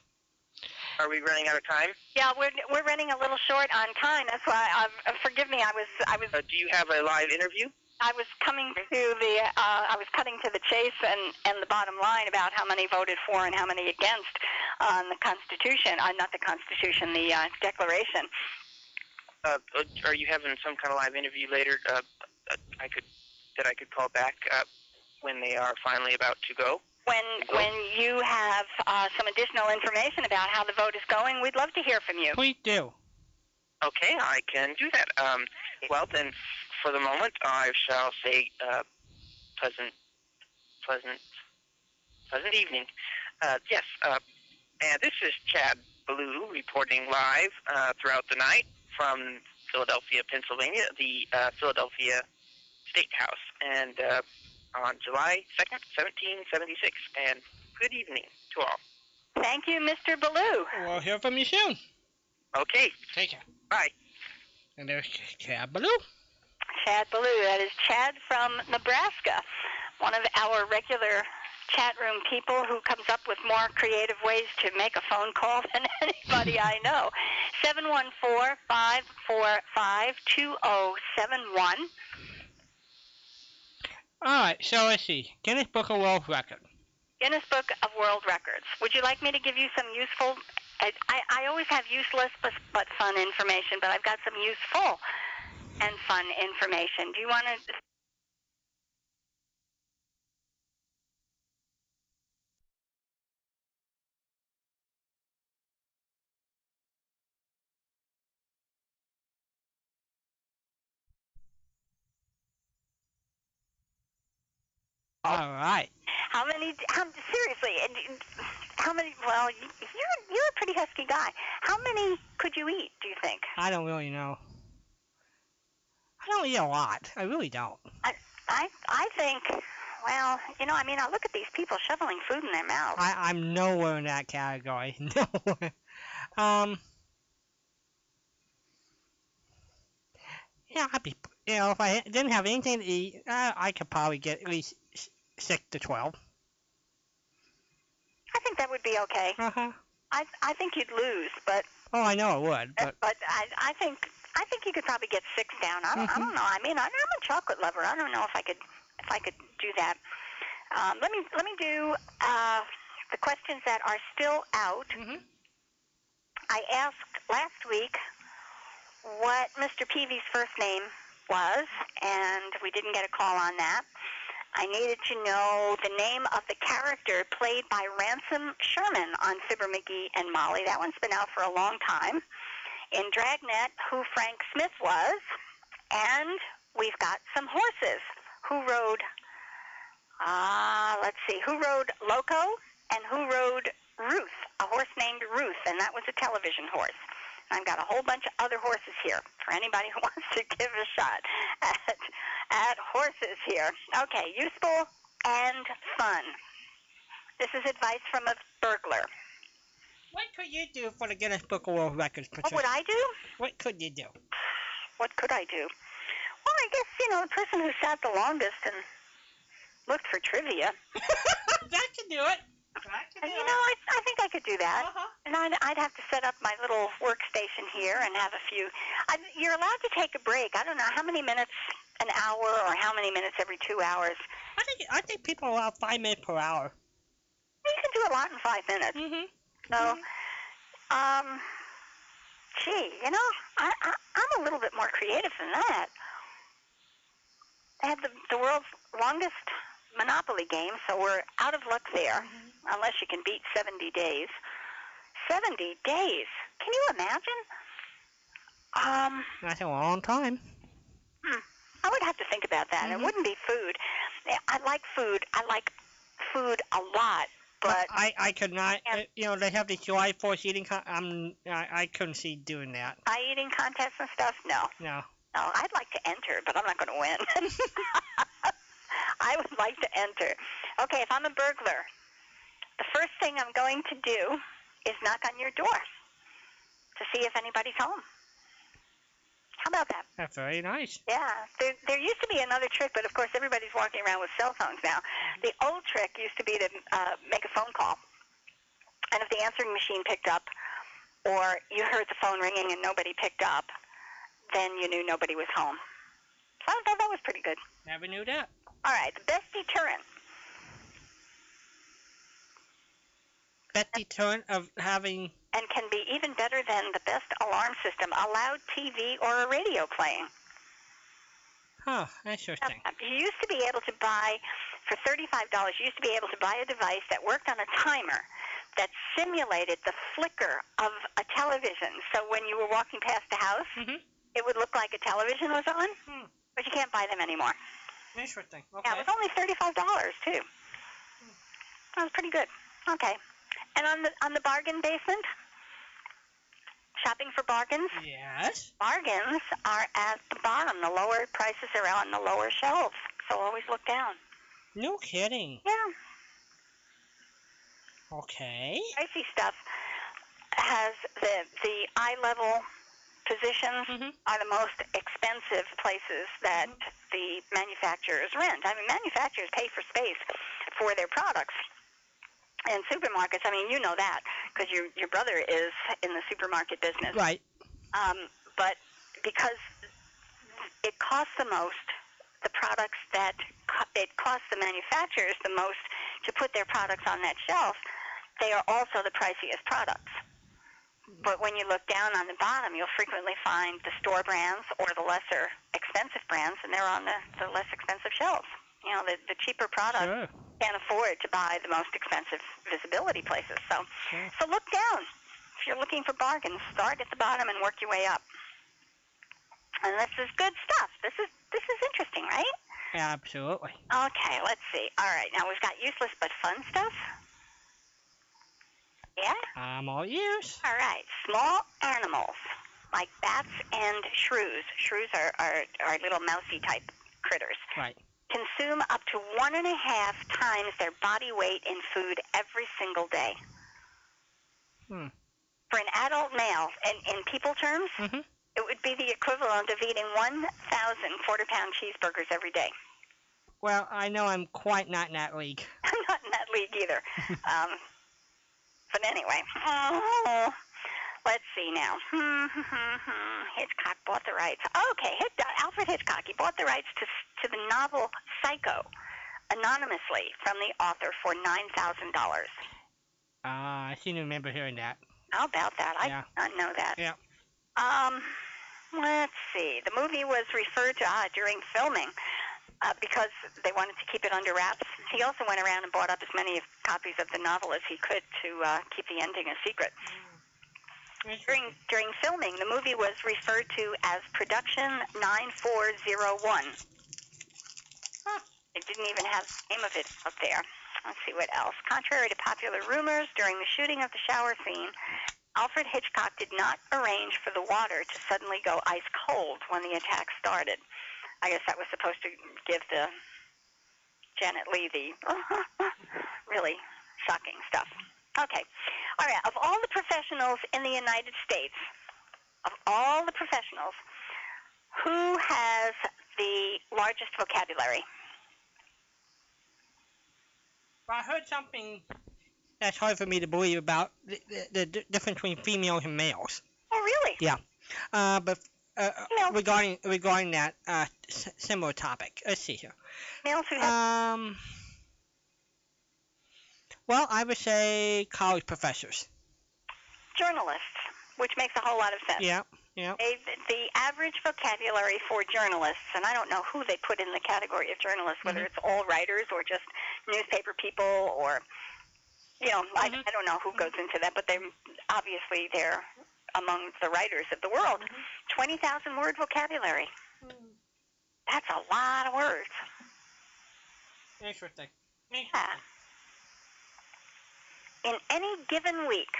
Speaker 4: Are we running out of time?
Speaker 1: Yeah, we're we're running a little short on time. That's why. I, uh, forgive me. I was I was
Speaker 4: Uh, do you have a live interview?
Speaker 1: I was coming to the uh, I was cutting to the chase and and the bottom line about how many voted for and how many against on the Constitution. Uh, not the Constitution, the uh, Declaration.
Speaker 4: Uh, uh, are you having some kind of live interview later? Uh, uh, I could that I could call back uh, when they are finally about to go.
Speaker 1: When when you have uh, some additional information about how the vote is going, we'd love to hear from you.
Speaker 2: Please do.
Speaker 4: Okay, I can do that. Um, well, then, for the moment, I shall say uh, pleasant, pleasant, pleasant evening. Uh, yes, uh, and this is Chad Blue reporting live uh, throughout the night from Philadelphia, Pennsylvania, the uh, Philadelphia State House, and uh, on July 2nd, 1776. And good evening to all.
Speaker 1: Thank you, Mr. Ballou.
Speaker 2: We'll hear from you soon.
Speaker 4: Okay,
Speaker 2: Take care.
Speaker 4: bye.
Speaker 2: And there's Chad Blue.
Speaker 1: Chad Ballou. That is Chad from Nebraska. one of our regular chat room people who comes up with more creative ways to make a phone call than anybody I know. 714-545-2071.
Speaker 2: All right, so let's see. Guinness Book of World Record.
Speaker 1: Guinness Book of World Records. Would you like me to give you some useful I, I, I always have useless but, but fun information, but I've got some useful and fun information. Do you want to Oh.
Speaker 2: All right.
Speaker 1: How many? How, seriously, and how many? Well, you- you're you're a pretty husky guy. How many could you eat? Do you think?
Speaker 2: I don't really know. I don't eat a lot. I really don't.
Speaker 1: I I think. Well, you know, I mean, I look at these people shoveling food in their mouths.
Speaker 2: I, I'm nowhere in that category. Nowhere. Um. Yeah, I'd be. You know, if I didn't have anything to eat, I, I could probably get at least s- six to twelve.
Speaker 1: I think that would be okay.
Speaker 2: Uh huh.
Speaker 1: I I think you'd lose, but
Speaker 2: Oh, I know I would, but
Speaker 1: but I I think I think you could probably get six down. I don't, I don't know. I mean, I, I'm a chocolate lover. I don't know if I could if I could do that. Um, let me let me do uh, the questions that are still out.
Speaker 2: Mhm.
Speaker 1: I asked last week what Mr. Peavy's first name was, and we didn't get a call on that. I needed to know the name of the character played by Ransom Sherman on Fibber McGee and Molly. That one's been out for a long time. In Dragnet, who Frank Smith was, and we've got some horses. Who rode? Ah, let's see. Who rode Loco and who rode Ruth? A horse named Ruth, and that was a television horse. I've got a whole bunch of other horses here for anybody who wants to give a shot at, at horses here. Okay, useful and fun. This is advice from a burglar.
Speaker 2: what could you do for the Guinness Book of World Records,
Speaker 1: What
Speaker 2: Patricia?
Speaker 1: would I do?
Speaker 2: What could you do?
Speaker 1: What could I do? Well, I guess, you know, the person who sat the longest and looked for trivia.
Speaker 2: that could do it. That could
Speaker 1: And,
Speaker 2: do
Speaker 1: you
Speaker 2: it.
Speaker 1: know, I, I think I could do that.
Speaker 2: Uh-huh.
Speaker 1: And I'd, I'd have to set up my little workstation here and have a few. I, you're allowed to take a break. I don't know how many minutes an hour or how many minutes every two hours.
Speaker 2: I think I think people allow five minutes per hour.
Speaker 1: You can do a lot in five minutes.
Speaker 2: Mm-hmm.
Speaker 1: So, um, gee, you know, I, I, I'm a little bit more creative than that. They have the, the world's longest Monopoly game, so we're out of luck there,
Speaker 2: Mm-hmm.
Speaker 1: unless you can beat 70 days. 70 days? Can you imagine? Um,
Speaker 2: That's a long time.
Speaker 1: I would have to think about that.
Speaker 2: Mhm.
Speaker 1: It wouldn't be food. Yeah, I like food. I like food a lot, but
Speaker 2: I, I could not.
Speaker 1: Yeah.
Speaker 2: uh, You know, they have the July Fourth eating. Con- I'm I, I couldn't see doing that.
Speaker 1: pie eating contests and stuff, no.
Speaker 2: No.
Speaker 1: No, I'd like to enter, but I'm not going to win. I would like to enter. Okay, if I'm a burglar, the first thing I'm going to do is knock on your door to see if anybody's home. How about that?
Speaker 2: That's very nice.
Speaker 1: Yeah, there, there used to be another trick, but of course everybody's walking around with cell phones now. The old trick used to be to uh, make a phone call, and if the answering machine picked up, or you heard the phone ringing and nobody picked up, then you knew nobody was home. So I thought that was pretty good.
Speaker 2: Never knew that.
Speaker 1: All right, the best deterrent.
Speaker 2: Best deterrent of having.
Speaker 1: and can be even better than the best alarm system, a loud TV or a radio playing.
Speaker 2: Huh.
Speaker 1: Uh,
Speaker 2: Interesting.
Speaker 1: You used to be able to buy, for $35, you used to be able to buy a device that worked on a timer that simulated the flicker of a television. So when you were walking past the house,
Speaker 2: Mhm.
Speaker 1: it would look like a television was on,
Speaker 2: Hmm.
Speaker 1: but you can't buy them anymore.
Speaker 2: Interesting. Okay.
Speaker 1: Yeah, it was only thirty-five dollars too. That was pretty good. Okay. And on the on the bargain basement, shopping for bargains.
Speaker 2: Yes.
Speaker 1: Bargains are at the bottom. The lower prices are on the lower shelves, so always look down.
Speaker 2: No kidding.
Speaker 1: Yeah,
Speaker 2: Okay.
Speaker 1: pricey stuff has the the eye level positions
Speaker 2: Mhm.
Speaker 1: are the most expensive places that the manufacturers rent. I mean, manufacturers pay for space for their products. And supermarkets, I mean, you know that because your your brother is in the supermarket business.
Speaker 2: Right.
Speaker 1: Um, but because it costs the most, the products that co- it costs the manufacturers the most to put their products on that shelf, they are also the priciest products. But when you look down on the bottom, you'll frequently find the store brands or the lesser expensive brands, and they're on the, the less expensive shelves. You know, the, the cheaper products
Speaker 2: Sure.
Speaker 1: can't afford to buy the most expensive visibility places. So,
Speaker 2: Sure.
Speaker 1: so look down. If you're looking for bargains, start at the bottom and work your way up. And this is good stuff. This is this is interesting, right?
Speaker 2: Absolutely.
Speaker 1: Okay, let's see. All right, now we've got useless but fun stuff. Yeah.
Speaker 2: I'm all ears.
Speaker 1: All right. Small animals like bats and shrews. Shrews are are, are little mousy type critters
Speaker 2: Right.
Speaker 1: consume up to one and a half times their body weight in food every single day.
Speaker 2: Hmm.
Speaker 1: For an adult male, in, in people terms,
Speaker 2: Mhm.
Speaker 1: it would be the equivalent of eating 1,000 quarter pound cheeseburgers every day.
Speaker 2: Well, I know I'm quite not in that league.
Speaker 1: I'm not in that league either. um, but anyway, oh, let's see now. Hmm, hmm, hmm, hmm. Hitchcock bought the rights. Okay, Hitch- Alfred Hitchcock. He bought the rights to to the novel Psycho anonymously from the author for nine thousand dollars.
Speaker 2: Uh, I seem to remember hearing that.
Speaker 1: How about that? I
Speaker 2: Yeah.
Speaker 1: did not know that.
Speaker 2: Yeah.
Speaker 1: Um, let's see. The movie was referred to ah, during filming uh, because they wanted to keep it under wraps. He also went around and bought up as many copies of the novel as he could to uh, keep the ending a secret.
Speaker 2: Mm.
Speaker 1: During during filming, the movie was referred to as Production 9401.
Speaker 2: Huh.
Speaker 1: It didn't even have the name of it up there. Let's see what else. Contrary to popular rumors, during the shooting of the shower scene, Alfred Hitchcock did not arrange for the water to suddenly go ice cold when the attack started. I guess that was supposed to give the Janet Lee the really shocking stuff. Okay. All right. Of all the professionals in the United States, of all the professionals, who has the largest vocabulary?
Speaker 2: Well, I heard something that's hard for me to believe about the, the, the di- difference between females and males.
Speaker 1: Oh, really?
Speaker 2: Uh, but uh, uh,
Speaker 1: No.
Speaker 2: regarding regarding that uh, s- similar topic, let's see here.
Speaker 1: Males who have.
Speaker 2: Um, well, I would say college professors.
Speaker 1: journalists, which makes a whole lot of sense.
Speaker 2: Yeah, yeah.
Speaker 1: They, the average vocabulary for journalists, and I don't know who they put in the category of journalists, whether
Speaker 5: Mm-hmm.
Speaker 2: Mhm.
Speaker 1: it's all writers or just newspaper people or, you know, I,
Speaker 2: Mhm.
Speaker 1: I don't know who goes into that, but they're obviously they're among the writers of the world. 20,000 word vocabulary. That's a lot of words.
Speaker 2: Interesting.
Speaker 1: Yeah. In any given week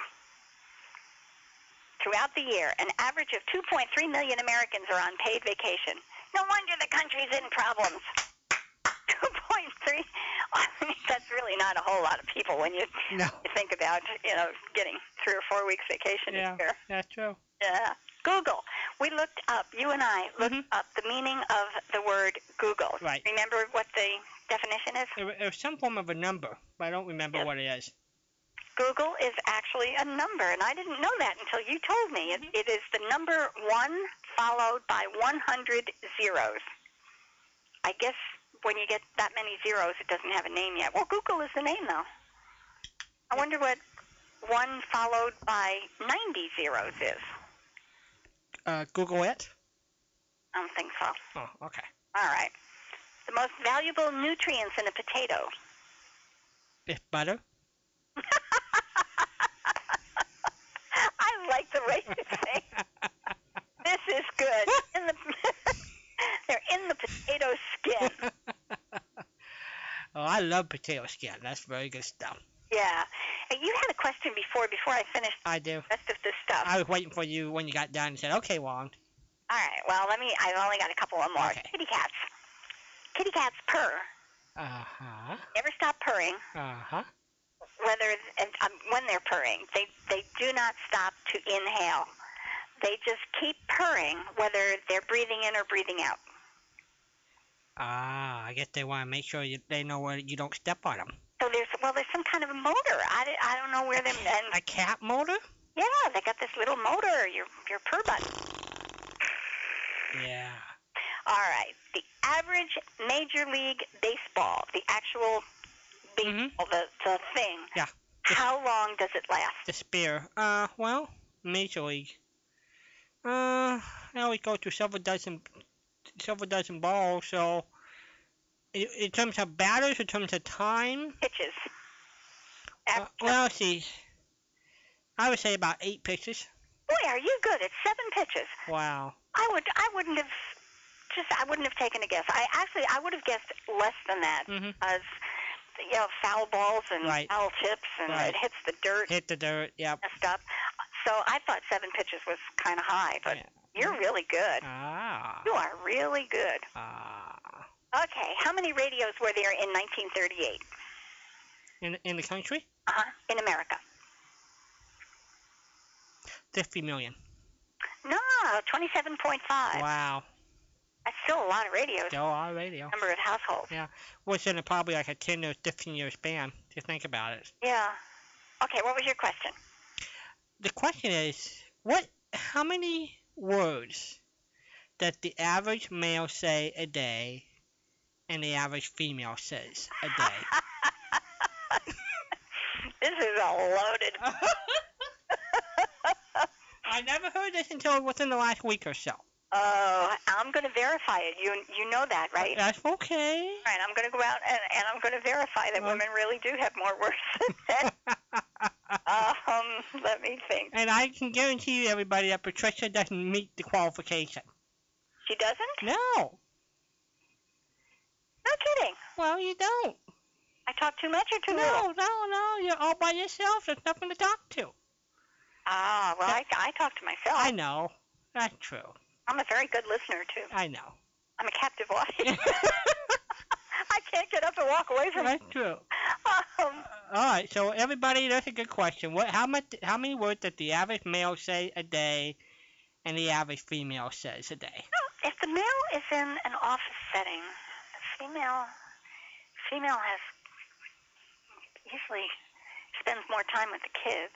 Speaker 1: throughout the year, an average of 2.3 million Americans are on paid vacation. No wonder the country's in problems. 2.3. I mean, that's really not a whole lot of people when you,
Speaker 2: No,
Speaker 1: you think about, you know, getting three or four weeks vacation
Speaker 2: Yeah.
Speaker 1: a year.
Speaker 2: that's true.
Speaker 1: Yeah. Google. We looked up, you and I looked
Speaker 2: Mhm.
Speaker 1: up the meaning of the word Google.
Speaker 2: Right.
Speaker 1: Remember what the definition is?
Speaker 2: It, wa- it was some form of a number, but I don't remember
Speaker 1: Yeah.
Speaker 2: what it is.
Speaker 1: Google is actually a number, and I didn't know that until you told me. It, it is the number one followed by 100 zeros. I guess when you get that many zeros, it doesn't have a name yet. Well, Google is the name, though. I wonder what one followed by 90 zeros is.
Speaker 2: Uh, Google it.
Speaker 1: I don't think so.
Speaker 2: Oh, okay.
Speaker 1: All right. The most valuable nutrients in a potato.
Speaker 2: It's butter.
Speaker 1: I like the way you say This is good. In the, they're in the potato skin.
Speaker 2: oh, I love potato skin. That's very good stuff.
Speaker 1: Yeah. And you had a question before before I finished
Speaker 2: I do.
Speaker 1: the rest of this stuff.
Speaker 2: I was waiting for you when you got done and said, okay, Juan.
Speaker 1: All right. Well, let me. I've only got a couple of more.
Speaker 2: Okay.
Speaker 1: Kitty cats. Kitty cats purr.
Speaker 2: Uh huh.
Speaker 1: Never stop purring.
Speaker 2: Uh huh.
Speaker 1: Whether and um, when they're purring, they they do not stop to inhale. They just keep purring, whether they're breathing in or breathing out.
Speaker 2: Ah, I guess they want to make sure you, they know where you don't step on them.
Speaker 1: So there's well, there's some kind of a motor. I, di- I don't know where them and
Speaker 2: A cat motor?
Speaker 1: yeah, they got this little motor. Your your purr button.
Speaker 2: Yeah.
Speaker 1: All right. The average Major League Baseball, the actual
Speaker 2: Mhm.
Speaker 1: baseball, the, the thing.
Speaker 2: Yeah.
Speaker 1: How long does it last?
Speaker 2: The spear. Uh, well, Major League. Uh, now we go to several dozen, several dozen balls. So, in, in terms of batters, in terms of time,
Speaker 1: Pitches.
Speaker 2: uh,
Speaker 1: Ab-
Speaker 2: well, let's see, I would say about eight pitches.
Speaker 1: Boy, are you good at seven pitches.
Speaker 2: Wow.
Speaker 1: I would. I wouldn't have. Just. I wouldn't have taken a guess. I actually. I would have guessed less than that.
Speaker 2: Mhm.
Speaker 1: As you know, foul balls and
Speaker 2: Right.
Speaker 1: foul tips, and
Speaker 2: Right.
Speaker 1: it hits the dirt,
Speaker 2: Hit the dirt. Yep.
Speaker 1: messed up. So I thought seven pitches was kind of high, but
Speaker 2: Yeah. Mm-hmm.
Speaker 1: you're really good.
Speaker 2: Ah.
Speaker 1: You are really good.
Speaker 2: Ah.
Speaker 1: Okay, how many radios were there in 1938
Speaker 2: In in the country,
Speaker 1: uh-huh. in America?
Speaker 2: fifty million.
Speaker 1: No, 27.5.
Speaker 2: Wow.
Speaker 1: That's still a lot of radios.
Speaker 2: Still our radio.
Speaker 1: Number of households.
Speaker 2: Was in a probably like a ten or fifteen year span. If you think about it.
Speaker 1: Yeah. Okay, what was your question?
Speaker 2: the question is, what? How many words does the average male say a day, and the average female says a day?
Speaker 1: This is a loaded.
Speaker 2: I never heard this until within the last week or so.
Speaker 1: Oh, I'm going to verify it. You you know that, right?
Speaker 2: That's okay.
Speaker 1: All right, I'm going to go out and, and I'm going to verify that
Speaker 2: Well-
Speaker 1: women really do have more words than men. um, let me think.
Speaker 2: and I can guarantee you, everybody, that Patricia doesn't meet the qualification.
Speaker 1: She doesn't?
Speaker 2: No.
Speaker 1: No kidding.
Speaker 2: Well, you don't.
Speaker 1: I talk too much or too little?
Speaker 2: No, no, no. You're all by yourself. There's nothing to talk to.
Speaker 1: Ah, well, I, I talk to myself.
Speaker 2: I know. That's true.
Speaker 1: I'm a very good listener, too.
Speaker 2: I know.
Speaker 1: I'm a captive audience. I can't get up and walk away from
Speaker 2: That's true.
Speaker 1: um,
Speaker 2: All right, so everybody, that's a good question. What, how much, how many words does the average male say a day, and the average female says a day?
Speaker 1: If the male is in an office setting, the female female has usually spends more time with the kids.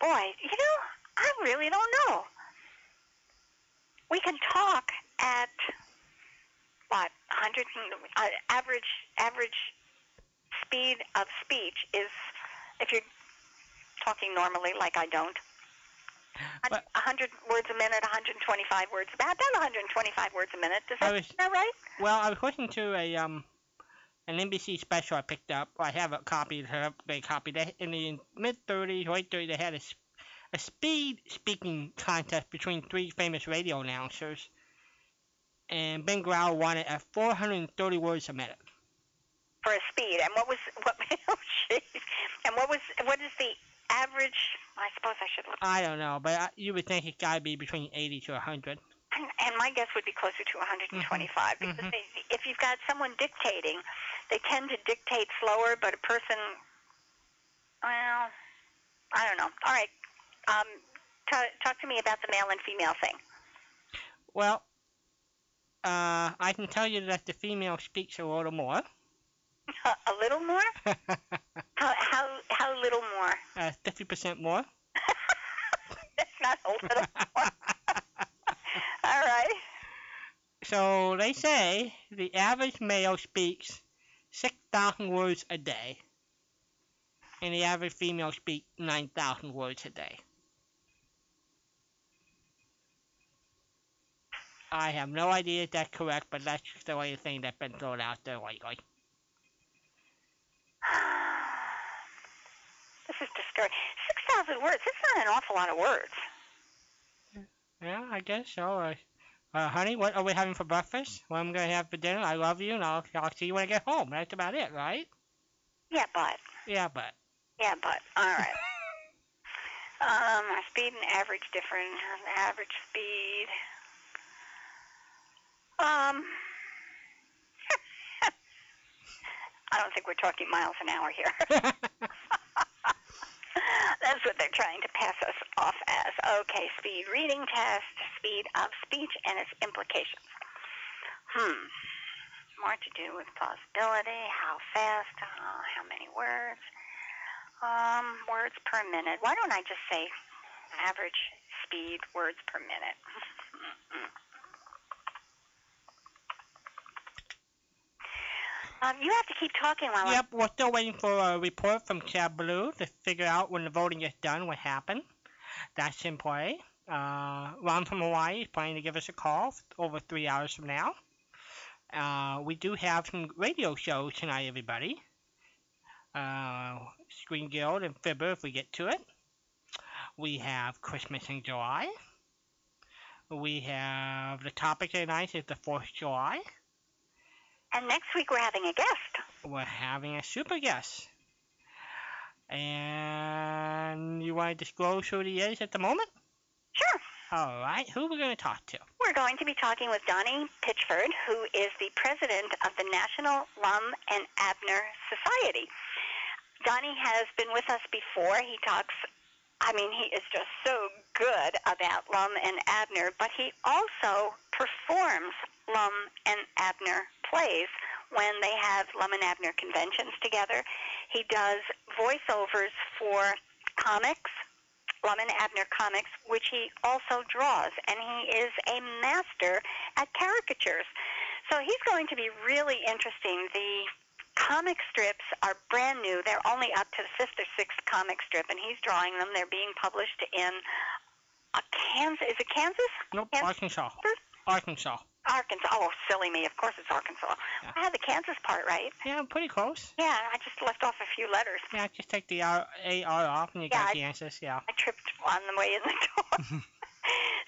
Speaker 1: Boy, you know, I really don't know. We can talk at what 100 and, uh, average average speed of speech is if you're talking normally like I don't
Speaker 2: But-
Speaker 1: 100 words a minute, 125 words about about 125 words a minute. Does
Speaker 2: I
Speaker 1: that
Speaker 2: was-
Speaker 1: sound right?
Speaker 2: Well, I was listening to a um an NBC special I picked up. I have a copy. of her- They copied it in the mid 30s, late 30s. They had a, s- a speed speaking contest between three famous radio announcers, and Ben Grau won it at 430 words a minute.
Speaker 1: For a speed. And what was what? oh, jeez. and what was what is the average? I suppose I should look.
Speaker 2: I don't know, but I, you would think it's got to be between 80 to 100.
Speaker 1: And, and my guess would be closer to 125 because
Speaker 2: mhm.
Speaker 1: they, if you've got someone dictating, they tend to dictate slower. But a person, well, I don't know. All right, um, ta talk to me about the male and female thing.
Speaker 2: Well, uh, I can tell you that the female speaks a little more.
Speaker 1: a little more? How how how little more?
Speaker 2: uh, 50% more.
Speaker 1: That's not a little. All right.
Speaker 2: so they say the average male speaks 6,000 words a day, and the average female speaks 9,000 words a day. I have no idea if that's correct, but that's just the way of thing that's been thrown out there lately.
Speaker 1: This is discouraging. Six thousand words. That's not an awful lot of words.
Speaker 2: Yeah, I guess so. Uh, uh, honey, what are we having for breakfast? What am I gonna have for dinner? I love you, and I'll, I'll see you when I get home. That's about it, right?
Speaker 1: Yeah, but
Speaker 2: Yeah, but
Speaker 1: yeah, but all right. um, our speed and average different. Average speed. Um. I don't think we're talking miles an hour here. That's what they're trying to pass us off as okay, speed reading test, speed of speech, and its implications. Hmm. More to do with plausibility, how fast, uh, how many words, um, words per minute. Why don't I just say average speed words per minute? Um, you have to keep talking while I'm
Speaker 2: Yep, we're still waiting for a report from Tableau to figure out when the voting is done, what happened. That's in play. Uh, Ron from Hawaii is planning to give us a call over three hours from now. Uh, we do have some radio shows tonight, everybody. Uh, Screen Guild and Fibber, if we get to it. We have Christmas in July. We have the topic tonight is the 4th of July.
Speaker 1: And next week we're having a guest.
Speaker 2: we're having a super guest. And you want to disclose who he is at the moment?
Speaker 1: Sure.
Speaker 2: All right, who we going to talk to?
Speaker 1: We're going to be talking with Donnie Pitchford, who is the president of the National Lum and Abner Society. Donnie has been with us before. He talks, I mean, he is just so good about Lum and Abner, but he also performs Lum and Abner plays when they have Lum and Abner conventions together. He does voiceovers for comics, Lum and Abner comics, which he also draws, and he is a master at caricatures. So he's going to be really interesting. The comic strips are brand new. They're only up to the fifth or sixth comic strip, and he's drawing them. They're being published in uh, Kansas. Is it Kansas?
Speaker 2: Nope,
Speaker 1: Yes.
Speaker 2: Arkansas. Arkansas.
Speaker 1: Arkansas. Oh, silly me. Of course it's Arkansas.
Speaker 2: Yeah.
Speaker 1: I had the Kansas part right.
Speaker 2: Yeah, pretty close.
Speaker 1: Yeah, I just left off a few letters.
Speaker 2: Yeah, just take the R- AR off and you
Speaker 1: Yeah,
Speaker 2: got
Speaker 1: I-
Speaker 2: the answers. Yeah.
Speaker 1: I tripped on the way in the door.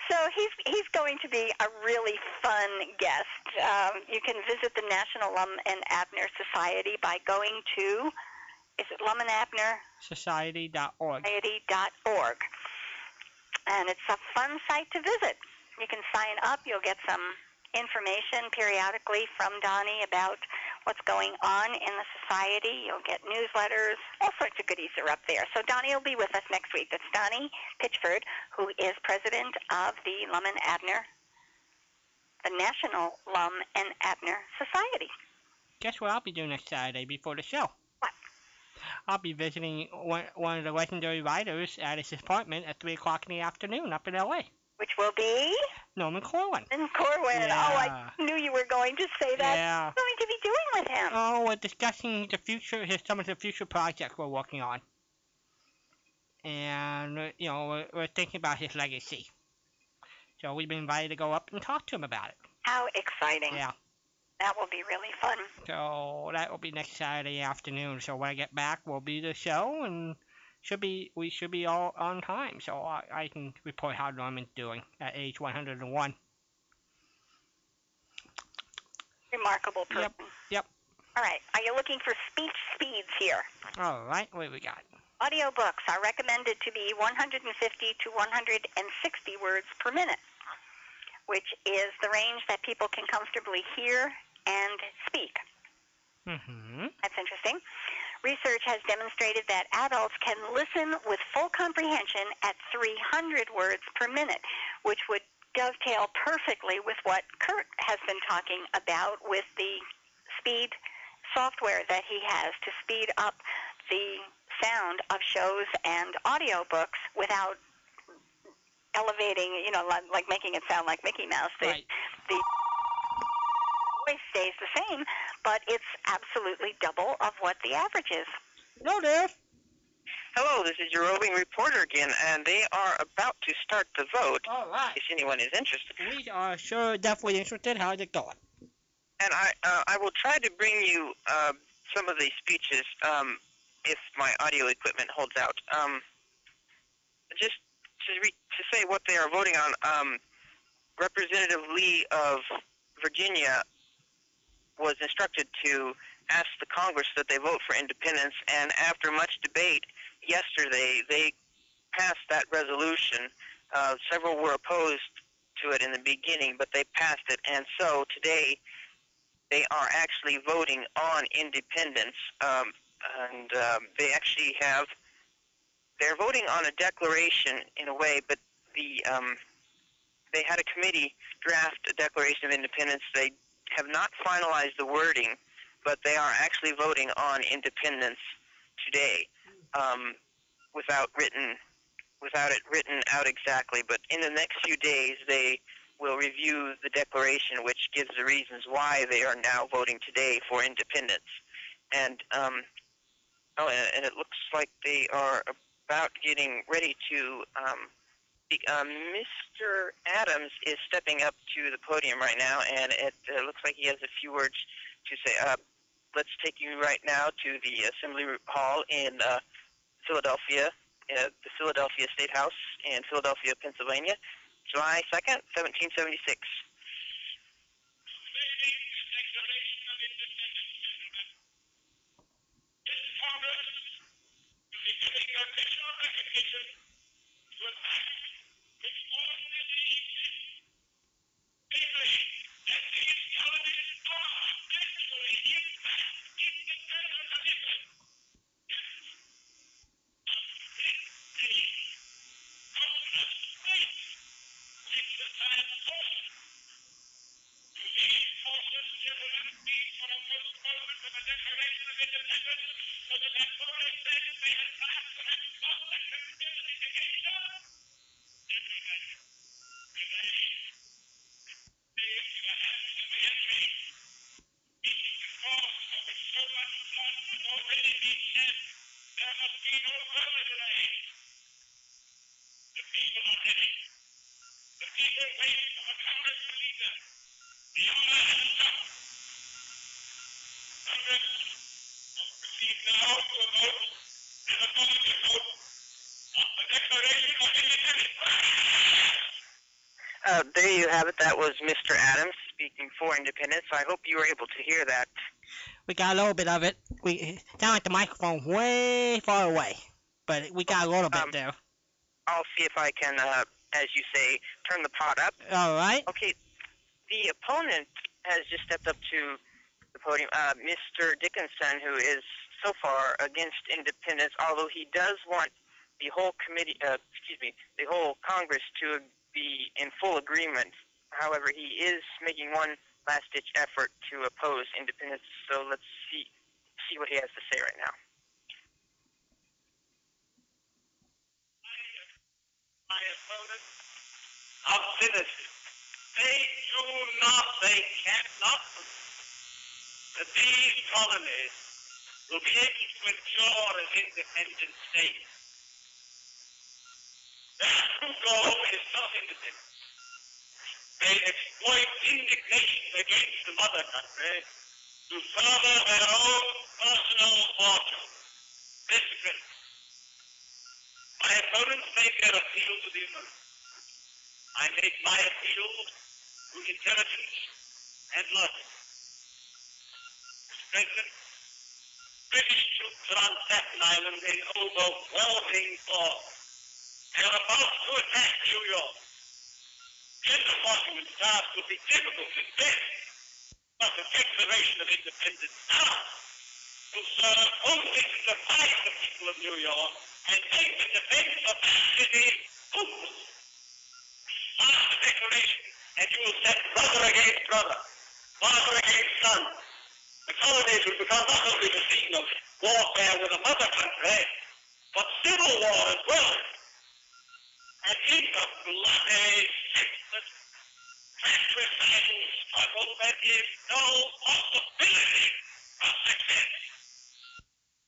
Speaker 1: so he's he's going to be a really fun guest. Um, you can visit the National Lum and Abner Society by going to is it Lum and Abner
Speaker 2: Society.org.
Speaker 1: society.org. And it's a fun site to visit. You can sign up, you'll get some information periodically from Donnie about what's going on in the society. You'll get newsletters, all sorts of goodies are up there. So Donnie will be with us next week. That's Donnie Pitchford, who is president of the Lum and Abner, the National Lum and Abner Society.
Speaker 2: Guess what I'll be doing next Saturday before the show?
Speaker 1: What?
Speaker 2: I'll be visiting one, one of the legendary writers at his apartment at 3 o'clock in the afternoon up in LA,
Speaker 1: Which will be
Speaker 2: Norman Corwin.
Speaker 1: in Corwin.
Speaker 2: Yeah.
Speaker 1: Oh, I knew you were going to say that.
Speaker 2: Yeah.
Speaker 1: What are we going to be doing with him?
Speaker 2: Oh, we're discussing the future, his- some of the future projects we're working on. And, uh, you know, we're, we're thinking about his legacy. So we've been invited to go up and talk to him about it.
Speaker 1: How exciting.
Speaker 2: Yeah.
Speaker 1: That will be really fun.
Speaker 2: So that will be next Saturday afternoon. So when I get back, we'll be the show and should be we should be all on time. So I, I can report how Norman's doing at age 101.
Speaker 1: Remarkable person.
Speaker 2: Yep, yep.
Speaker 1: All right. Are you looking for speech speeds here?
Speaker 2: All right, what do we got?
Speaker 1: Audiobooks are recommended to be 150 to 160 words per minute, which is the range that people can comfortably hear and speak.
Speaker 2: Mm-hmm.
Speaker 1: That's interesting. Research has demonstrated that adults can listen with full comprehension at 300 words per minute, which would dovetail perfectly with what Kurt has been talking about with the speed software that he has to speed up the sound of shows and audiobooks without elevating, you know, like, like making it sound like Mickey Mouse. The-
Speaker 2: Right.
Speaker 1: voice stays the same, but it's absolutely double of what the average is.
Speaker 2: Hello there.
Speaker 4: Hello, this is your roving reporter again, and they are about to start the vote,
Speaker 2: All right.
Speaker 4: if anyone is interested.
Speaker 2: We are sure definitely interested. How's it going?
Speaker 4: And I, uh, I will try to bring you uh, some of these speeches um, if my audio equipment holds out. Um, just to, re- to say what they are voting on, um, Representative Lee of Virginia was instructed to ask the Congress that they vote for independence, and after much debate yesterday, they passed that resolution. Uh, several were opposed to it in the beginning, but they passed it, and so today they are actually voting on independence, um, and um, they actually have they're voting on a declaration in a way, but the um, they had a committee draft a Declaration of Independence. They have not finalized the wording, but they are actually voting on independence today, um, without written without it written out exactly. But in the next few days, they will review the declaration, which gives the reasons why they are now voting today for independence. And um, oh, and, and it looks like they are about getting ready to. Um, be- um, Mr. Adams is stepping up to the podium right now, and it uh, looks like he has a few words to say. Uh, let's take you right now to the Assembly Hall in uh, Philadelphia, uh, the Philadelphia State House in Philadelphia, Pennsylvania, July 2nd, 1776. Uh, there you have it. That was Mr. Adams speaking for independence. I hope you were able to hear that.
Speaker 2: We got a little bit of it. We sound like the microphone way far away, but we got a little bit
Speaker 4: Um,
Speaker 2: there.
Speaker 4: I'll see if I can, uh, as you say, turn the pot up.
Speaker 2: All right.
Speaker 4: Okay, the opponent has just stepped up to the podium. Uh, Mr. Dickinson, who is so far against independence, although he does want the whole committee, uh, excuse me, the whole Congress to be in full agreement. However, he is making one last-ditch effort to oppose independence. So let's see see what he has to say right now.
Speaker 5: my opponents of sinister. They do not, they cannot believe that these colonies will be able to ensure an independent state. Their true goal is not independence. They exploit indignation against the mother country to further their own personal fortune. This is my opponents make their appeal to the Americans. I make my appeal to intelligence and logic. Mr. President, British troops are on Staten Island in overwhelming force. They are about to attack New York. Reinforcement and staff will be difficult to get, but the Declaration of Independence now will serve only to divide the people of New York and take the defense of that city hopeless. Mark the declaration, and you will set brother against brother, father against son. The colonies will become not only the scene of warfare with a mother country, eh? but civil war as well. And in the bloody, senseless, fratricidal struggle, there is no possibility of success.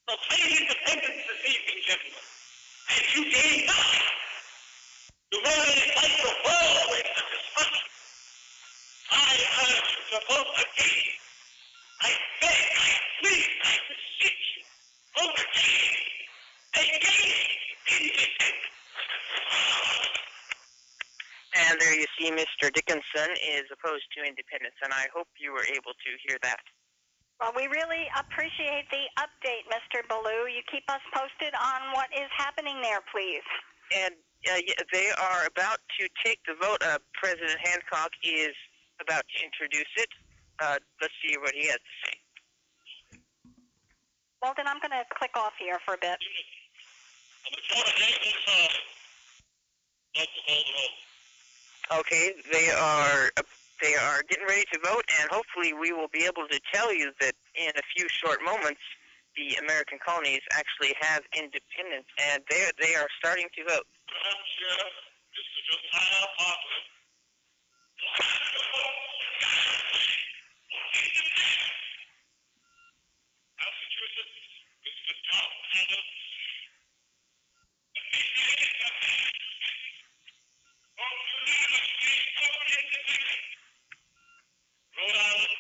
Speaker 5: Proclaim independence this evening, gentlemen, and you gain nothing. You merely fight the world away from this country. I urge you to vote again. I beg, I plead, I beseech you, vote again. Again, independence.
Speaker 4: And there you see, Mr. Dickinson is opposed to independence, and I hope you were able to hear that.
Speaker 1: Well, we really appreciate the update, Mr. Ballou. You keep us posted on what is happening there, please.
Speaker 4: and uh, yeah, they are about to take the vote. Uh, President Hancock is about to introduce it. Uh, let's see what he has to say.
Speaker 1: Well, then I'm going to click off here for a bit.
Speaker 5: I'm sort of nameless, uh, local holder over.
Speaker 4: Okay, they are they are getting ready to vote, and hopefully we will be able to tell you that in a few short moments, the American colonies actually have independence, and they they are starting to vote.
Speaker 5: Perhaps, yeah, this is just high up offer. Massachusetts is the top and the Rhode Island,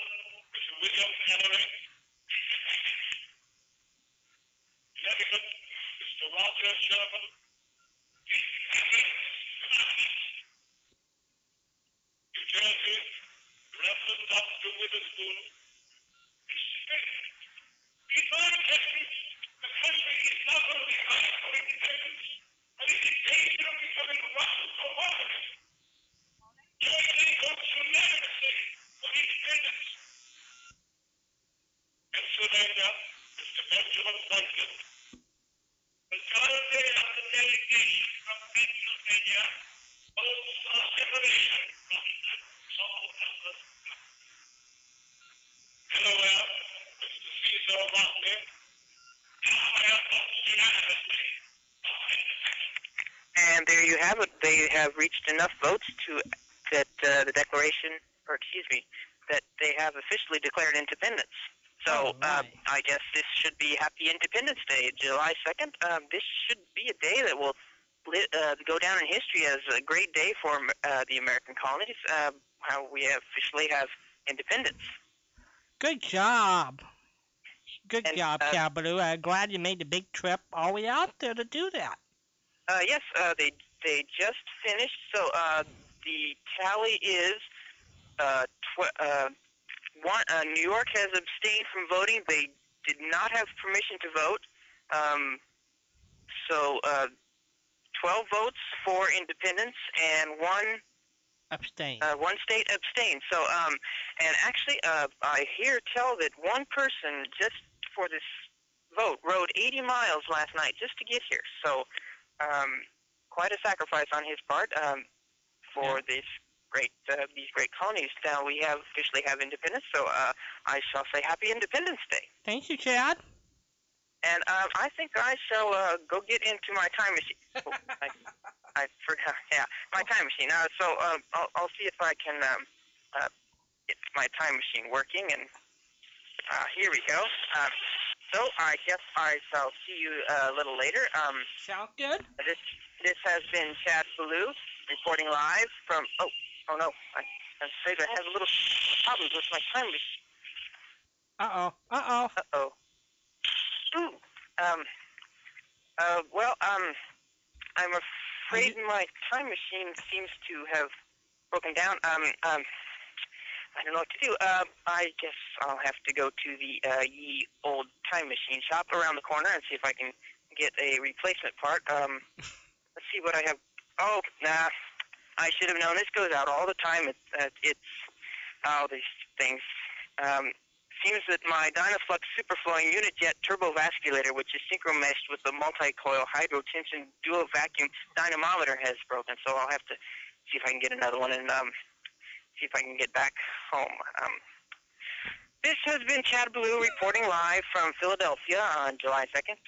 Speaker 5: Mr. William Henry. Connecticut, Mr. Roger Sherman. New Jersey, Reverend Dr. Witherspoon. In my opinion, the country is not only fighting for independence, but is in danger of becoming Russian for Washington. Germany votes unanimously for independence. Pennsylvania, Mr. Benjamin Franklin. Majority of the delegation from Pennsylvania votes for separation from the Soviet Delaware, Mr. Cecil Rodney. Delaware votes unanimously for independence.
Speaker 4: And there you have it. They have reached enough votes to that uh, the declaration, or excuse me, that they have officially declared independence. So
Speaker 2: All right.
Speaker 4: um, I guess this should be Happy Independence Day, July second. Um, this should be a day that will li- uh, go down in history as a great day for um, uh, the American colonies. Um, how we officially have independence.
Speaker 2: Good job. Good
Speaker 4: And,
Speaker 2: job,
Speaker 4: uh,
Speaker 2: Cowbaloo. I'm glad you made the big trip all the way out there to do that.
Speaker 4: Uh, yes, uh, they they just finished. So uh, the tally is uh, tw- uh, one. Uh, New York has abstained from voting. They did not have permission to vote. Um, so uh, twelve votes for independence and one
Speaker 2: Abstain.
Speaker 4: uh, one state abstained. So, um, and actually, uh, I hear tell that one person just for this vote rode 80 miles last night just to get here. So, um, quite a sacrifice on his part um, for this great uh, these great colonies. Now we have officially have independence. So uh, I shall say Happy Independence Day.
Speaker 2: Thank you, Chad.
Speaker 4: And um, I think I shall uh, go get into my time machine. Oh, I, I forgot. Yeah, my time machine. Uh, so um, I'll, I'll see if I can um, uh, get my time machine working. And uh, here we go. Um, so I guess I shall see you uh, a little later. Um,
Speaker 2: Sound good?
Speaker 4: this this has been Chad Ballou reporting live from. Oh, oh no! I, I'm afraid I have a little problems with my time machine.
Speaker 2: Uh oh. Uh
Speaker 4: Uh oh. Ooh. Um. Uh. Well. Um. I'm afraid my time machine seems to have broken down. Um. Um. I don't know what to do. Uh, I guess I'll have to go to the uh, ye old time machine shop around the corner and see if I can get a replacement part. Um, let's see what I have. Oh, nah. I should have known. This goes out all the time. It, uh, it's all these things. Um, seems that my Dynaflux Superflowing Unijet Turbovasculator, which is synchromeshed with the multi-coil hydrotension dual vacuum dynamometer, has broken. So I'll have to see if I can get another one and um, see if I can get back home. Um, this has been Chad Blue reporting live from Philadelphia on July 2nd,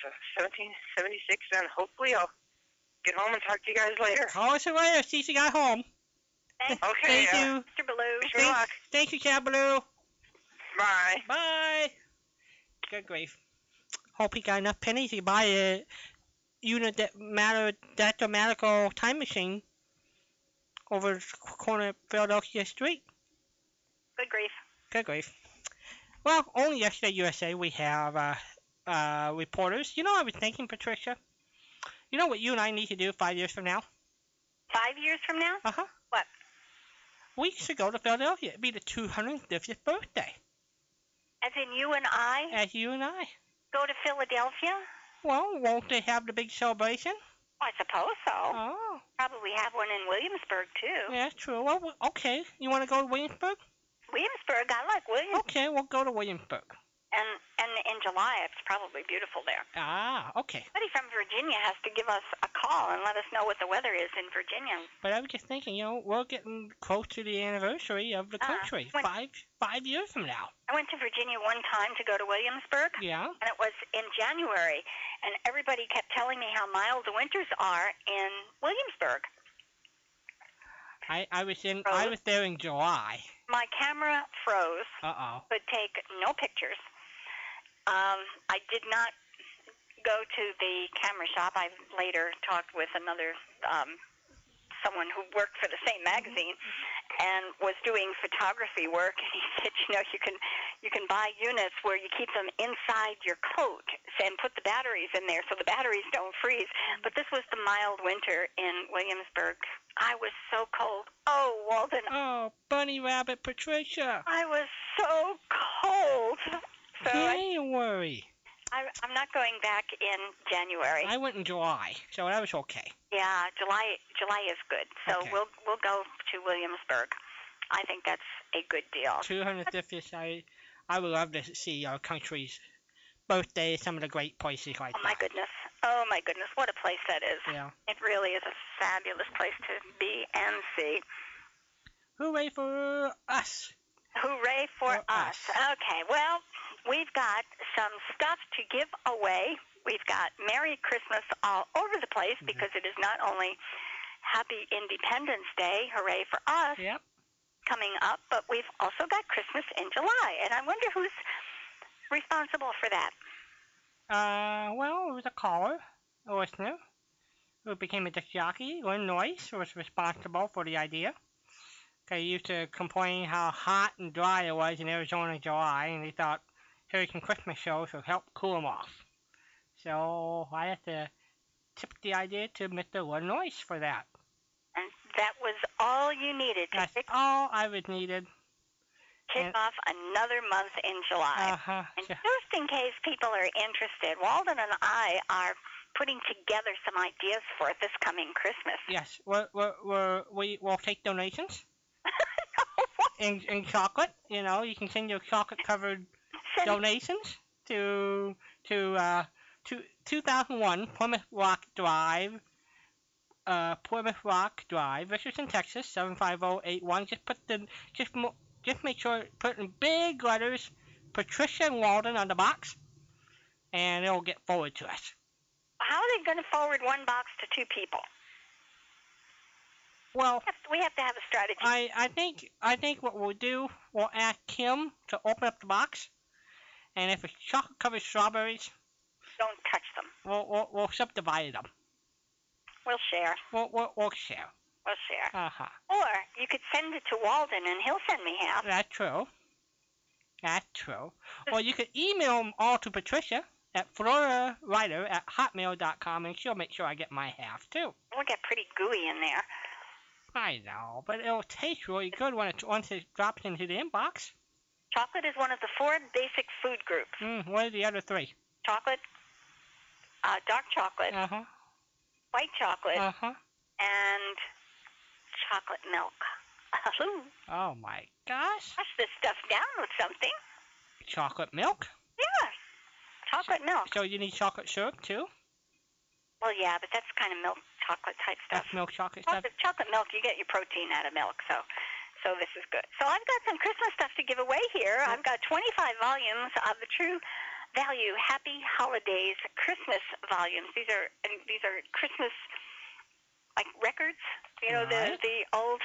Speaker 4: 1776, and hopefully I'll get home and talk to you guys later.
Speaker 2: oh. Call us later. See you got home.
Speaker 1: Thank,
Speaker 4: Okay.
Speaker 2: Thank
Speaker 4: uh,
Speaker 2: you.
Speaker 1: Mr. Ballou.
Speaker 4: Wish me luck.
Speaker 2: Thank you, Cowbaloo.
Speaker 4: Bye.
Speaker 2: Bye. Good grief. Hope he got enough pennies to buy a unit matter mathematical time machine over the corner of Philadelphia Street.
Speaker 1: Good grief.
Speaker 2: Good grief. Well, only yesterday USA we have uh, uh, reporters. You know what I was thinking, Patricia? You know what you and I need to do five years from now?
Speaker 1: Five years from now?
Speaker 2: Uh huh.
Speaker 1: What?
Speaker 2: We should go to Philadelphia. It'd be the 250th birthday,
Speaker 1: As in you and I
Speaker 2: as you and I.
Speaker 1: go to Philadelphia?
Speaker 2: Well, won't they have the big celebration?
Speaker 1: I suppose so.
Speaker 2: Oh,
Speaker 1: Probably have one in Williamsburg, too.
Speaker 2: yeah, that's true. Well, we- okay. You want to go to Williamsburg?
Speaker 1: Williamsburg, I like Williamsburg.
Speaker 2: Okay, we'll go to Williamsburg.
Speaker 1: and and in July it's probably beautiful there.
Speaker 2: Ah, okay.
Speaker 1: Somebody from Virginia has to give us a call and let us know what the weather is in Virginia.
Speaker 2: But I was just thinking, you know, we're getting close to the anniversary of the
Speaker 1: Uh,
Speaker 2: country.
Speaker 1: when-
Speaker 2: five five years from now.
Speaker 1: I went to Virginia one time to go to Williamsburg,
Speaker 2: Yeah.
Speaker 1: and it was in January, and everybody kept telling me how mild the winters are in Williamsburg.
Speaker 2: I, I was in
Speaker 1: Oh.
Speaker 2: I was there in July.
Speaker 1: My camera froze,
Speaker 2: Uh oh.
Speaker 1: could take no pictures. Um, I did not go to the camera shop. I later talked with another um, someone who worked for the same magazine and was doing photography work. And he said, you know, you can you can buy units where you keep them inside your coat and put the batteries in there so the batteries don't freeze. But this was the mild winter in Williamsburg. I was so cold. Oh, Walden,
Speaker 2: Oh, Bunny Rabbit Patricia.
Speaker 1: I was so cold. So I,
Speaker 2: January.
Speaker 1: I, I'm not going back in January.
Speaker 2: I went in July, so that was okay.
Speaker 1: yeah, July July is good. So
Speaker 2: Okay.
Speaker 1: we'll we'll go to Williamsburg. I think that's a good deal.
Speaker 2: 250th, I, I would love to see our country's birthday, some of the great places like
Speaker 1: Oh my
Speaker 2: that.
Speaker 1: goodness. Oh my goodness. What a place that is.
Speaker 2: Yeah.
Speaker 1: It really is a fabulous place to be and see.
Speaker 2: Hooray for us!
Speaker 1: Hooray for
Speaker 2: For
Speaker 1: us.
Speaker 2: us.
Speaker 1: Okay, well, we've got some stuff to give away. We've got Merry Christmas all over the place
Speaker 2: Mm-hmm.
Speaker 1: because it is not only Happy Independence Day, hooray for us,
Speaker 2: Yep.
Speaker 1: coming up, but we've also got Christmas in July. And I wonder who's responsible for that.
Speaker 2: Uh, well, it was a caller, a listener, who became a disc jockey. Lynn Noyce was responsible for the idea. They used to complain how hot and dry it was in Arizona in July, and they thought here some Christmas shows would help cool them off. So I have to tip the idea to Mr. Lynn Noyce for that.
Speaker 1: And that was all you needed to
Speaker 2: That's
Speaker 1: kick,
Speaker 2: all I was needed.
Speaker 1: kick
Speaker 2: and-
Speaker 1: off another month in July.
Speaker 2: Uh huh.
Speaker 1: And just in case people are interested, Walden and I are putting together some ideas for this coming Christmas.
Speaker 2: Yes, we're, we're, we're, we will take donations and, and chocolate. You know, you can send your chocolate covered
Speaker 1: Send-
Speaker 2: donations to to uh to 2001 Plymouth Rock Drive, uh Plymouth Rock Drive, Richardson, Texas 75081. Just put the just mo- just make sure put in big letters Patricia and Walden on the box, and it'll get forward to us.
Speaker 1: How are they going to forward one box to two people?
Speaker 2: Well,
Speaker 1: We have to, we have, to have a strategy.
Speaker 2: I I think I think what we'll do we'll ask Kim to open up the box, and if it's chocolate covered strawberries,
Speaker 1: Don't touch them.
Speaker 2: we'll we'll, we'll subdivide them.
Speaker 1: We'll share.
Speaker 2: We'll we'll, we'll share.
Speaker 1: We'll share.
Speaker 2: Uh huh.
Speaker 1: Or you could send it to Walden and he'll send me half.
Speaker 2: That's true. That's true. Or you could email 'em all to Patricia at florawriter at hotmail.com and she'll make sure I get my half too.
Speaker 1: We'll get pretty gooey in there.
Speaker 2: I know, but it'll taste really good when it once it drops into the inbox.
Speaker 1: Chocolate is one of the four basic food groups.
Speaker 2: Mm, what are the other three?
Speaker 1: Chocolate, uh, dark chocolate,
Speaker 2: Uh huh.
Speaker 1: white chocolate,
Speaker 2: Uh huh.
Speaker 1: and chocolate milk. Hello.
Speaker 2: Oh my gosh.
Speaker 1: Wash this stuff down with something.
Speaker 2: Chocolate milk.
Speaker 1: Yeah. Chocolate milk.
Speaker 2: So you need chocolate syrup too?
Speaker 1: Well, yeah, but that's kind of milk chocolate type stuff.
Speaker 2: That's milk chocolate stuff.
Speaker 1: Chocolate, chocolate milk, you get your protein out of milk, so so this is good. So I've got some Christmas stuff to give away here. I've got 25 volumes of the True Value Happy Holidays Christmas volumes. These are and these are Christmas like records. You know
Speaker 2: Right.
Speaker 1: the the old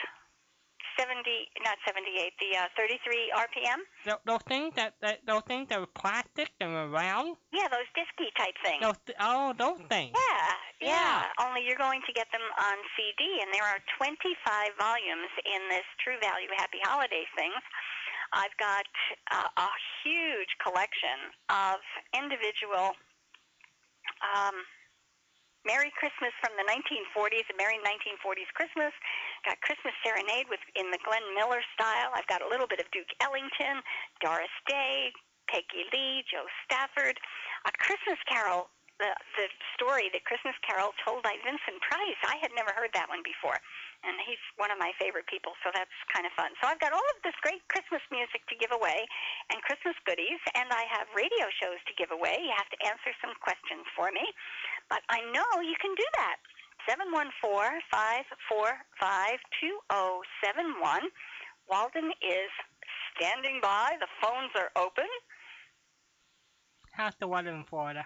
Speaker 1: 70 not 78 the uh, 33 RPM.
Speaker 2: Those, those things that, that those things that were plastic and were round.
Speaker 1: Yeah, those disky type things.
Speaker 2: Those th- oh those things.
Speaker 1: Mm. Yeah, yeah,
Speaker 2: Yeah.
Speaker 1: Only you're going to get them on CD, and there are 25 volumes in this True Value Happy Holidays things. I've got uh, a huge collection of individual um, Merry Christmas from the 1940s, a Merry 1940s Christmas. Got Christmas Serenade with in the Glenn Miller style. I've got a little bit of Duke Ellington, Doris Day, Peggy Lee, Joe Stafford. A Christmas Carol the the story, the Christmas Carol told by Vincent Price. I had never heard that one before. and he's one of my favorite people, so that's kind of fun. So I've got all of this great Christmas music to give away and Christmas goodies, and I have radio shows to give away. You have to answer some questions for me, but I know you can do that. 714-545-2071. oh Walden is standing by. The phones are open.
Speaker 2: How's the weather in Florida?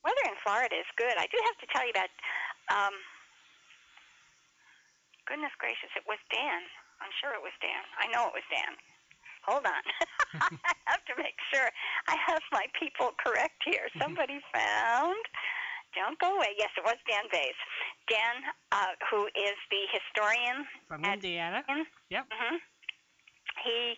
Speaker 1: Weather in Florida is good. I do have to tell you about, um, goodness gracious, it was Dan. I'm sure it was Dan. I know it was Dan. Hold on. I have to make sure I have my people correct here. Somebody found. Don't go away. Yes, it was Dan Bays. Dan, uh, who is the historian
Speaker 2: From
Speaker 1: At-
Speaker 2: Indiana?
Speaker 1: hmm He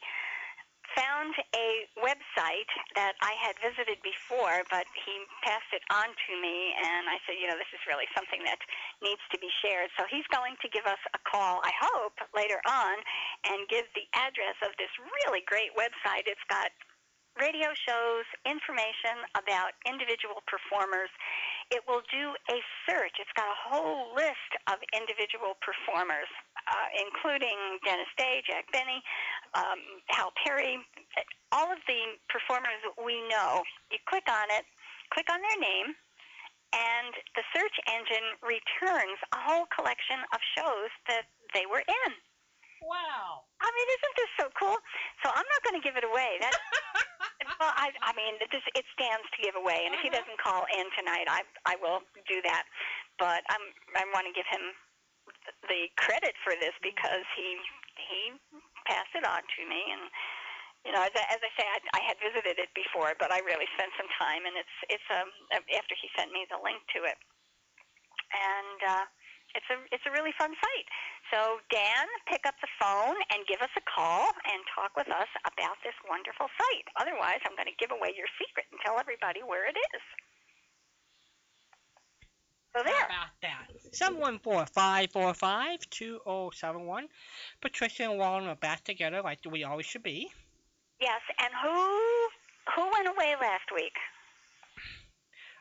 Speaker 1: found a website that I had visited before, but he passed it on to me, and I said, you know, this is really something that needs to be shared. So he's going to give us a call, I hope, later on, and give the address of this really great website. It's got radio shows, information about individual performers. It will do a search. It's got a whole list of individual performers, uh, including Dennis Day, Jack Benny, um, Hal Perry, all of the performers we know. You click on it, click on their name, and the search engine returns a whole collection of shows that they were in.
Speaker 2: Wow.
Speaker 1: I mean, isn't this so cool? So I'm not going to give it away. That well, I, I mean, this, it stands to give away, and if he
Speaker 2: Uh-huh.
Speaker 1: doesn't call in tonight, I I will do that. But I'm I want to give him th- the credit for this because he he passed it on to me, and you know, as I, as I say, I, I had visited it before, but I really spent some time, and it's it's um after he sent me the link to it, and. uh it's a it's a really fun site. So Dan, pick up the phone and give us a call and talk with us about this wonderful site. Otherwise, I'm going to give away your secret and tell everybody where it is. So
Speaker 2: How
Speaker 1: there.
Speaker 2: about that? 714-545-2071. oh, Patricia and Warren are back together like we always should be.
Speaker 1: Yes, and who who went away last week?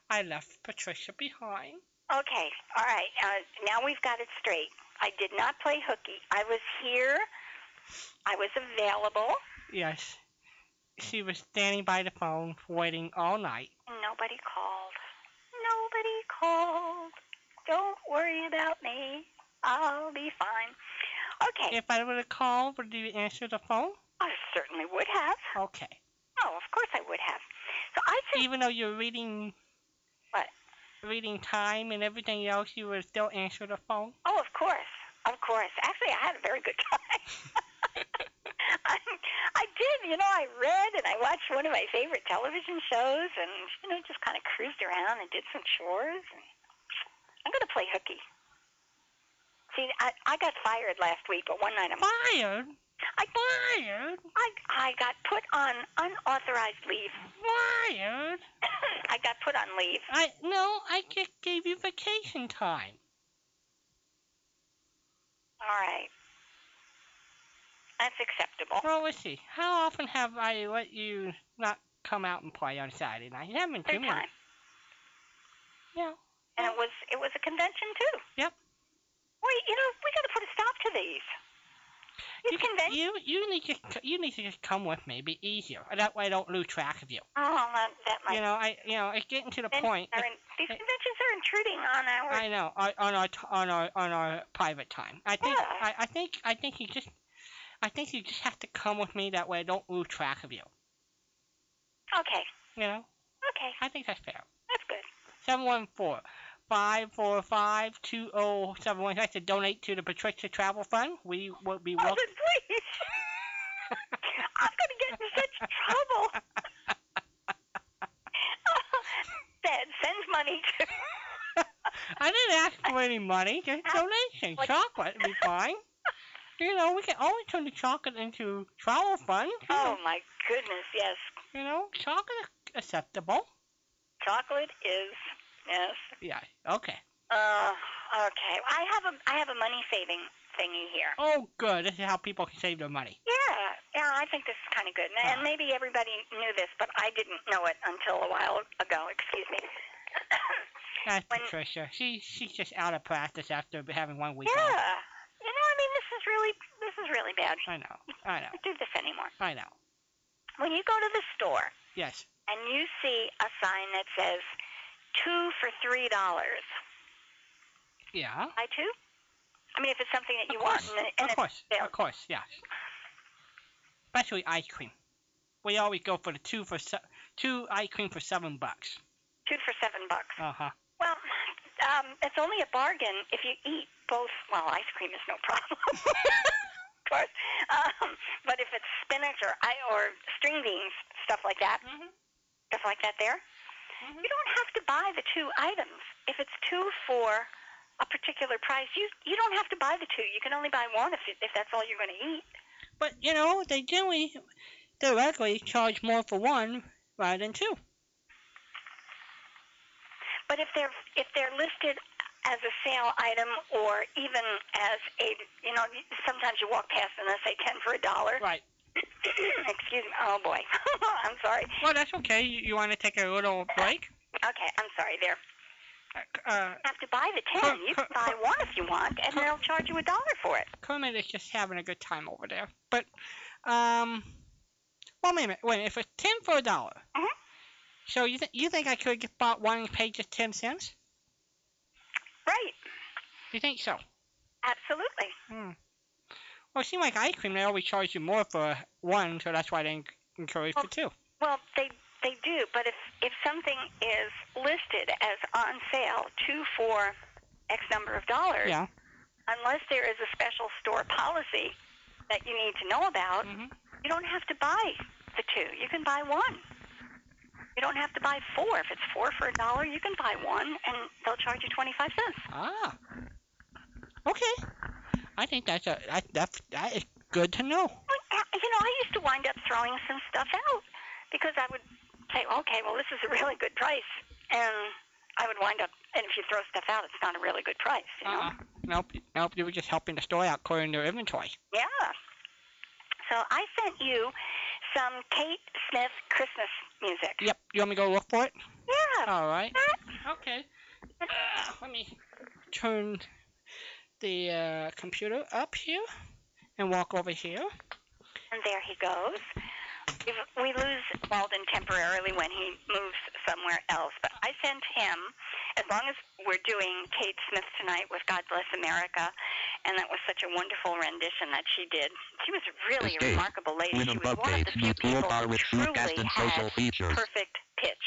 Speaker 2: I left Patricia behind.
Speaker 1: Okay, all right. Uh, now we've got it straight. I did not play hooky. I was here. I was available.
Speaker 2: Yes. She was standing by the phone waiting all night.
Speaker 1: Nobody called. Nobody called. Don't worry about me. I'll be fine. Okay.
Speaker 2: If I would have called, would you answer the phone?
Speaker 1: I certainly would have.
Speaker 2: Okay.
Speaker 1: Oh, of course I would have. So I think
Speaker 2: Even though you're reading
Speaker 1: What?
Speaker 2: reading time and everything else, you would still answer the phone.
Speaker 1: Oh, of course, of course. Actually, I had a very good time. I, I did, you know. I read and I watched one of my favorite television shows, and you know, just kind of cruised around and did some chores. And I'm gonna play hooky. See, I, I got fired last week, but one night I'm
Speaker 2: Fired?
Speaker 1: I,
Speaker 2: Fired?
Speaker 1: I I got put on unauthorized leave.
Speaker 2: Fired?
Speaker 1: I got put on leave.
Speaker 2: I no, I just gave you vacation time.
Speaker 1: All right, that's acceptable.
Speaker 2: Well, let's see. How often have I let you not come out and play on Saturday night? You haven't
Speaker 1: Third
Speaker 2: too
Speaker 1: time.
Speaker 2: much. Yeah.
Speaker 1: And it was it was a convention too.
Speaker 2: Yep.
Speaker 1: Well, you know, we got to put a stop to these. These
Speaker 2: You,
Speaker 1: conventions.
Speaker 2: you you need to c- you need to just come with me. Be easier. That way I don't lose track of you.
Speaker 1: Oh, that, that might.
Speaker 2: You know I you know it's getting to the point.
Speaker 1: Are in, these conventions are intruding on our.
Speaker 2: I know on on our t- on our on our private time. I think
Speaker 1: Yeah.
Speaker 2: I, I think I think you just I think you just have to come with me. That way I don't lose track of you.
Speaker 1: okay.
Speaker 2: You know
Speaker 1: Okay.
Speaker 2: I think that's fair.
Speaker 1: That's good.
Speaker 2: Seven one four five four five two zero seven one. I to donate to the Patricia Travel Fund. We will be
Speaker 1: Oh,
Speaker 2: welcome.
Speaker 1: but please. I'm gonna get in such trouble. That sends money to.
Speaker 2: I didn't ask for any money, just donation.
Speaker 1: Like-
Speaker 2: Chocolate would be fine. You know, we can always turn the chocolate into travel Hmm, fun. too.
Speaker 1: Oh my goodness! Yes,
Speaker 2: You know, chocolate is acceptable.
Speaker 1: chocolate is. Yes.
Speaker 2: Yeah, okay.
Speaker 1: Uh, okay. I have a I have a money saving thingy here.
Speaker 2: Oh, good. This is how people can save their money.
Speaker 1: Yeah, yeah, I think this is kind of good. And, and maybe everybody knew this, but I didn't know it until a while ago. Excuse me.
Speaker 2: That's
Speaker 1: When-
Speaker 2: Patricia. She, she's just out of practice after having one week off.
Speaker 1: yeah, you this is really this is really bad.
Speaker 2: I know. I know.
Speaker 1: Don't do this anymore.
Speaker 2: I know.
Speaker 1: When you go to the store
Speaker 2: Yes.
Speaker 1: and you see a sign that says two for three dollars,
Speaker 2: Yeah.
Speaker 1: buy two. I mean, if it's something that you
Speaker 2: of course.
Speaker 1: want, and, it- and
Speaker 2: of
Speaker 1: it's
Speaker 2: course.
Speaker 1: sale.
Speaker 2: Of course. Yeah. Especially ice cream. We always go for the two for se- two ice cream for seven bucks.
Speaker 1: two for seven bucks.
Speaker 2: Uh huh.
Speaker 1: Well, um, it's only a bargain if you eat both. Well, ice cream is no problem, of course. Um, but if it's spinach or I or string beans, stuff like that,
Speaker 2: Mhm.
Speaker 1: stuff like that, there,
Speaker 2: Mm-hmm.
Speaker 1: you don't have to buy the two items. If it's two for a particular price, you you don't have to buy the two. You can only buy one if if that's all you're going to eat.
Speaker 2: But you know they generally theoretically charge more for one rather than two.
Speaker 1: But if they're if they're listed as a sale item or even as a you know sometimes you walk past and they say ten for a dollar.
Speaker 2: Right.
Speaker 1: Excuse me. Oh boy. I'm sorry.
Speaker 2: Well, that's okay. You, you want to take a little break?
Speaker 1: Okay, I'm sorry. There.
Speaker 2: Uh,
Speaker 1: You have to buy the ten. You can buy one if you want, and they'll charge you a dollar for it.
Speaker 2: Kermit is just having a good time over there. But, um, well, wait a minute. Wait, if it's ten for a dollar,
Speaker 1: Mhm.
Speaker 2: so you th- you think I could get bought one and pay just ten cents?
Speaker 1: Right.
Speaker 2: You think so?
Speaker 1: Absolutely.
Speaker 2: Hmm. Well, it seems like ice cream they always charge you more for one, so that's why they en- encourage for two.
Speaker 1: Well, they they do, but if if something is listed as on sale, two for X number of dollars,
Speaker 2: Yeah.
Speaker 1: unless there is a special store policy that you need to know about,
Speaker 2: Mhm.
Speaker 1: you don't have to buy the two. You can buy one. You don't have to buy four. If it's four for a dollar, you can buy one, and they'll charge you twenty-five cents.
Speaker 2: Ah. Okay. I think that's a that that, that is good to know.
Speaker 1: Well, I- Uh, You know, I used to wind up throwing some stuff out because I would say, okay, well, this is a really good price, and I would wind up. And if you throw stuff out, it's not a really good price. You know?
Speaker 2: Uh-uh. Nope, nope. You were just helping the store out clearing their inventory.
Speaker 1: Yeah. So I sent you some Kate Smith Christmas music.
Speaker 2: Yep. You want me to go look for it?
Speaker 1: Yeah.
Speaker 2: All right.
Speaker 1: that-
Speaker 2: Okay. Uh, let me turn the uh, computer up here and walk over here.
Speaker 1: And there he goes. If we lose Walden temporarily when he moves somewhere else, but I sent him, as long as we're doing Kate Smith tonight with God Bless America, and that was such a wonderful rendition that she did. She was really a
Speaker 6: Escape.
Speaker 1: remarkable lady.
Speaker 6: With
Speaker 1: She was one of the
Speaker 6: updates,
Speaker 1: few
Speaker 6: new
Speaker 1: people
Speaker 6: toolbar
Speaker 1: who
Speaker 6: with
Speaker 1: truly
Speaker 6: newcast and
Speaker 1: had
Speaker 6: social features.
Speaker 1: perfect pitch.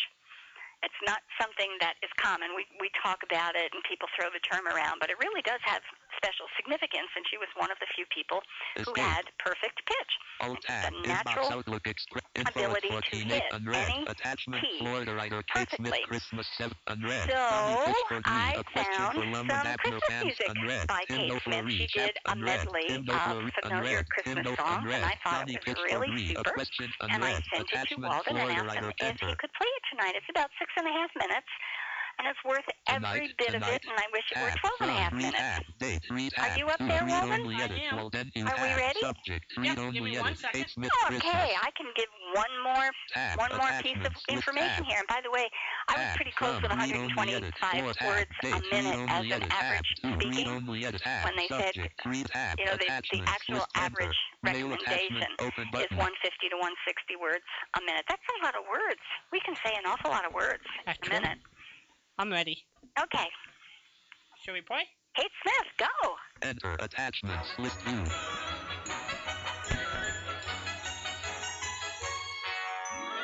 Speaker 1: It's not something that is common. We, we talk about it and people throw the term around, but it really does have special significance, and she was one of the few people who
Speaker 6: Escape.
Speaker 1: had perfect pitch.
Speaker 6: Alt tab.
Speaker 1: the
Speaker 6: Inbox
Speaker 1: natural
Speaker 6: Outlook Express. Info at
Speaker 1: ability to
Speaker 6: 14
Speaker 1: hit
Speaker 6: unread.
Speaker 1: any
Speaker 6: Attachment
Speaker 1: key
Speaker 6: Florida writer Kate Smith
Speaker 1: perfectly.
Speaker 6: Christmas 7 unread.
Speaker 1: So,
Speaker 6: Sunny Pitch for
Speaker 1: I
Speaker 6: Thee, a question
Speaker 1: found
Speaker 6: for Lum
Speaker 1: some
Speaker 6: and Abner
Speaker 1: Christmas
Speaker 6: Vance,
Speaker 1: music
Speaker 6: unread.
Speaker 1: by
Speaker 6: Tim
Speaker 1: Kate
Speaker 6: Noel
Speaker 1: Smith. She
Speaker 6: Reed,
Speaker 1: did
Speaker 6: Chap,
Speaker 1: a
Speaker 6: unread.
Speaker 1: medley
Speaker 6: Tim
Speaker 1: of
Speaker 6: Noel Reed,
Speaker 1: familiar
Speaker 6: unread.
Speaker 1: Christmas
Speaker 6: Tim Noel
Speaker 1: songs, and
Speaker 6: unread.
Speaker 1: I thought it
Speaker 6: Sunny
Speaker 1: was
Speaker 6: Pitch for
Speaker 1: really
Speaker 6: Thee,
Speaker 1: super,
Speaker 6: A question
Speaker 1: and I
Speaker 6: unread.
Speaker 1: sent it to
Speaker 6: Attachment
Speaker 1: Walden and asked
Speaker 6: Florida
Speaker 1: him
Speaker 6: writer
Speaker 1: if he
Speaker 6: enter.
Speaker 1: could play it tonight. It's about six and a half minutes, and it's worth every
Speaker 6: Tonight,
Speaker 1: bit of it,
Speaker 6: tonight,
Speaker 1: and I wish it were
Speaker 6: Tab,
Speaker 1: twelve and a
Speaker 6: from,
Speaker 1: half
Speaker 6: read
Speaker 1: minutes.
Speaker 6: Ad, date, read
Speaker 1: Are
Speaker 6: ad,
Speaker 1: you up
Speaker 6: to
Speaker 1: there,
Speaker 6: read
Speaker 1: Walden?
Speaker 6: only
Speaker 2: I
Speaker 6: edit,
Speaker 2: am.
Speaker 6: Walden, you
Speaker 1: Are we
Speaker 6: ad,
Speaker 1: ready?
Speaker 6: Subject,
Speaker 2: Yep,
Speaker 6: read
Speaker 2: give
Speaker 6: only
Speaker 2: me
Speaker 6: edit,
Speaker 2: one
Speaker 6: Kate
Speaker 2: second.
Speaker 6: Smith Christmas.
Speaker 1: Okay, I can give one more
Speaker 6: Tab,
Speaker 1: one more piece of
Speaker 6: attachments, list
Speaker 1: information
Speaker 6: tab.
Speaker 1: here. And by the way, I was
Speaker 6: App,
Speaker 1: pretty close
Speaker 6: from,
Speaker 1: with
Speaker 6: read only
Speaker 1: 125
Speaker 6: edit, for
Speaker 1: words
Speaker 6: app,
Speaker 1: a
Speaker 6: date,
Speaker 1: minute
Speaker 6: read
Speaker 1: as
Speaker 6: only
Speaker 1: an
Speaker 6: edit,
Speaker 1: average
Speaker 6: app, to,
Speaker 1: speaking.
Speaker 6: Read only edit, app,
Speaker 1: when they said,
Speaker 6: subject, read app,
Speaker 1: you know, the- the
Speaker 6: attachments,
Speaker 1: actual
Speaker 6: list enter,
Speaker 1: average
Speaker 6: mail
Speaker 1: recommendation
Speaker 6: attachment, open
Speaker 1: is
Speaker 6: button.
Speaker 1: 150 to 160 words a minute. That's a lot of words. We can say an awful lot of words in a
Speaker 2: Excellent.
Speaker 1: minute.
Speaker 2: I'm ready.
Speaker 1: Okay.
Speaker 2: Should we play?
Speaker 1: Kate Smith, go.
Speaker 6: Enter attachments, list view.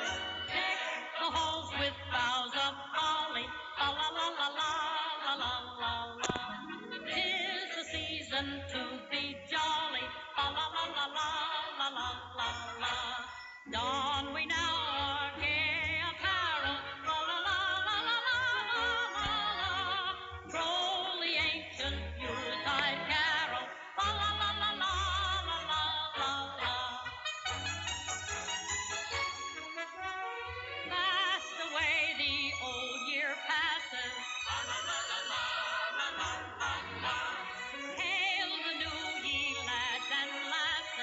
Speaker 7: the halls with boughs of holly. La la la la la la la la la. Tis the season to be jolly. La la la la la la la la la. Don we now our gay apparel. La la la la la la la la la. Roll the ancient Yuletide carol. La la la la la la la la la. Fast away the old year passes. Hail the new ye lads and lasses.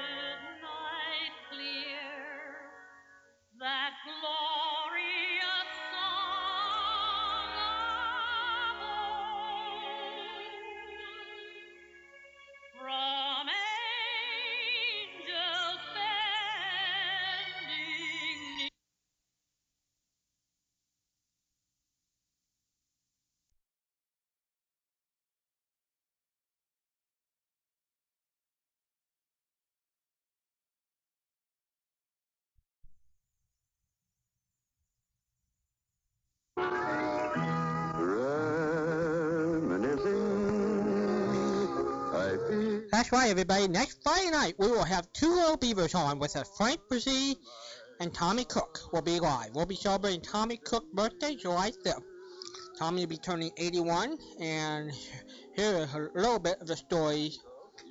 Speaker 7: midnight clear, that glorious song of old. From angels bending near.
Speaker 8: Reminiscing, I feel
Speaker 9: That's right, everybody. Next Friday night, we will have two little beavers on with us. Frank Brzee and Tommy Cook will be live. We'll be celebrating Tommy Cook's birthday, July 5th. Tommy will be turning 81, and here is a little bit of the story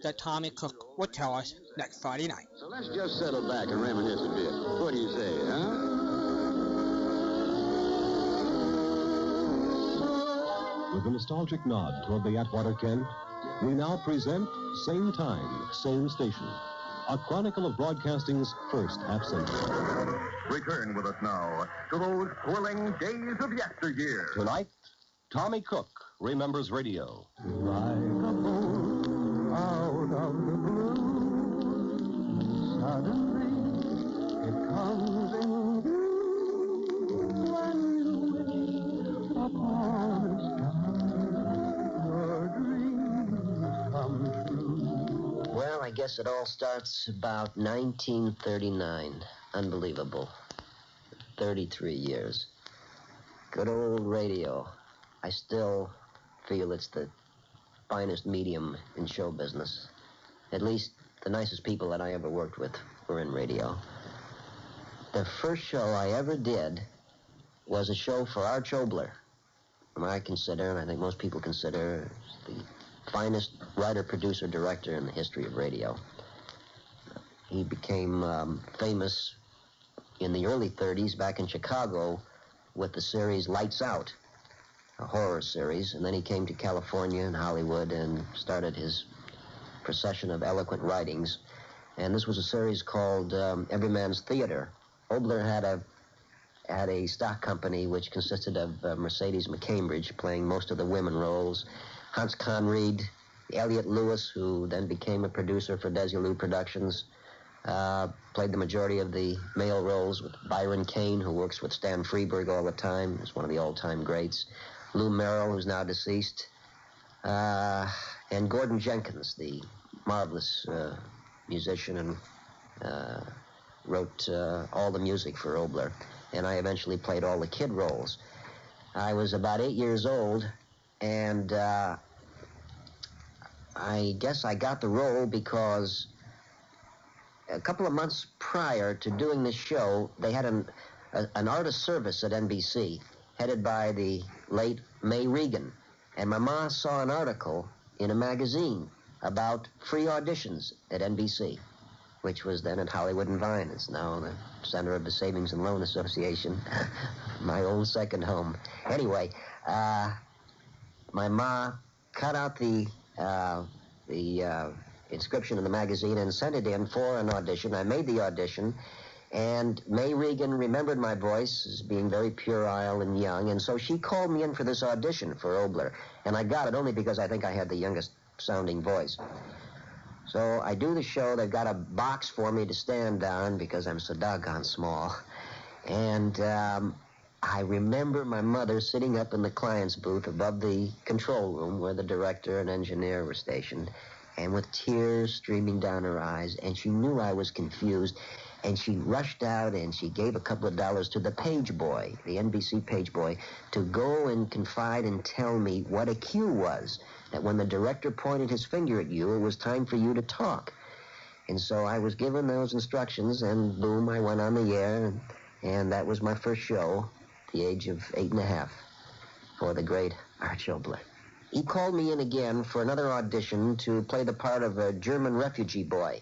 Speaker 9: that Tommy Cook will tell us next Friday night.
Speaker 8: So let's just settle back and reminisce a bit. What do you say, huh? With a nostalgic nod toward the Atwater Kent, we now present Same Time, Same Station, a chronicle of broadcasting's first half century.
Speaker 10: Return with us now to those thrilling days of yesteryear.
Speaker 8: Tonight, Tommy Cook remembers radio. Like a boat out of the blue, suddenly it comes in view, flies away upon a
Speaker 1: Mm-hmm.
Speaker 8: star. Your dreams come true.
Speaker 11: Well, I guess it all starts about 1939. Unbelievable. 33 years. Good old radio. I still feel it's the finest medium in show business. At least the nicest people that I ever worked with were in radio. The first show I ever did was a show for Art Chobler, whom I consider, and I think most people consider, the finest writer, producer, director in the history of radio. He became um, famous in the early 30s back in Chicago with the series Lights Out, a horror series, and then he came to California and Hollywood and started his procession of eloquent writings. And this was a series called um, Every Man's Theater. Obler had a had a stock company which consisted of uh, Mercedes McCambridge playing most of the women roles, Hans Conried, Elliot Lewis, who then became a producer for Desilu Productions, uh, played the majority of the male roles with Byron Kane, who works with Stan Freberg all the time, is one of the all-time greats, Lou Merrill, who's now deceased, uh, and Gordon Jenkins, the marvelous uh, musician and uh, wrote uh, all the music for Obler, and I eventually played all the kid roles. I was about eight years old, and uh, I guess I got the role because a couple of months prior to doing this show, they had an, a, an artist service at NBC headed by the late May Regan. And my ma saw an article in a magazine about free auditions at NBC, which was then at Hollywood and Vine. It's now the Center of the Savings and Loan Association, my old second home. Anyway, uh, my ma cut out the uh, the uh, inscription in the magazine and sent it in for an audition. I made the audition, and May Regan remembered my voice as being very puerile and young, and so she called me in for this audition for Obler, and I got it only because I think I had the youngest sounding voice. So I do the show. They've got a box for me to stand on because I'm so doggone small. And um, I remember my mother sitting up in the client's booth above the control room where the director and engineer were stationed, and with tears streaming down her eyes, and she knew I was confused, and she rushed out and she gave a couple of dollars to the page boy, the NBC page boy, to go and confide and tell me what a cue was. That when the director pointed his finger at you, it was time for you to talk. And so I was given those instructions, and boom, I went on the air, and, and that was my first show the age of eight and a half, for the great Arch Obler. He called me in again for another audition to play the part of a German refugee boy.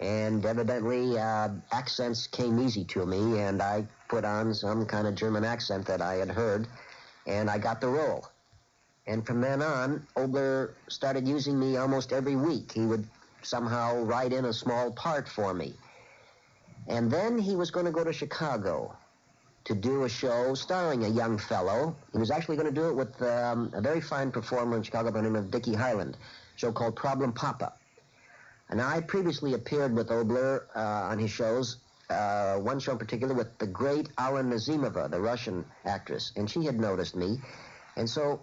Speaker 11: And evidently, uh, accents came easy to me, and I put on some kind of German accent that I had heard, and I got the role. And from then on, Obler started using me almost every week. He would somehow write in a small part for me. And then he was going to go to Chicago to do a show starring a young fellow. He was actually going to do it with um, a very fine performer in Chicago by the name of Dickie Highland, a show called Problem Papa. And I previously appeared with Obler uh, on his shows, uh, one show in particular with the great Alan Nazimova, the Russian actress, and she had noticed me. And so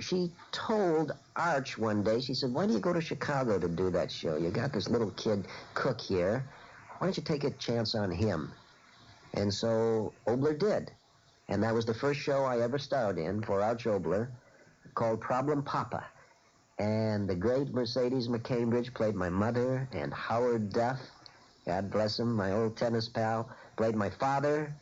Speaker 11: she told Arch one day, she said, Why do you go to Chicago to do that show? You got this little kid, Cook, here. Why don't you take a chance on him? And so Obler did. And that was the first show I ever starred in for Arch Obler called Problem Papa. And the great Mercedes McCambridge played my mother, and Howard Duff, God bless him, my old tennis pal, played my father,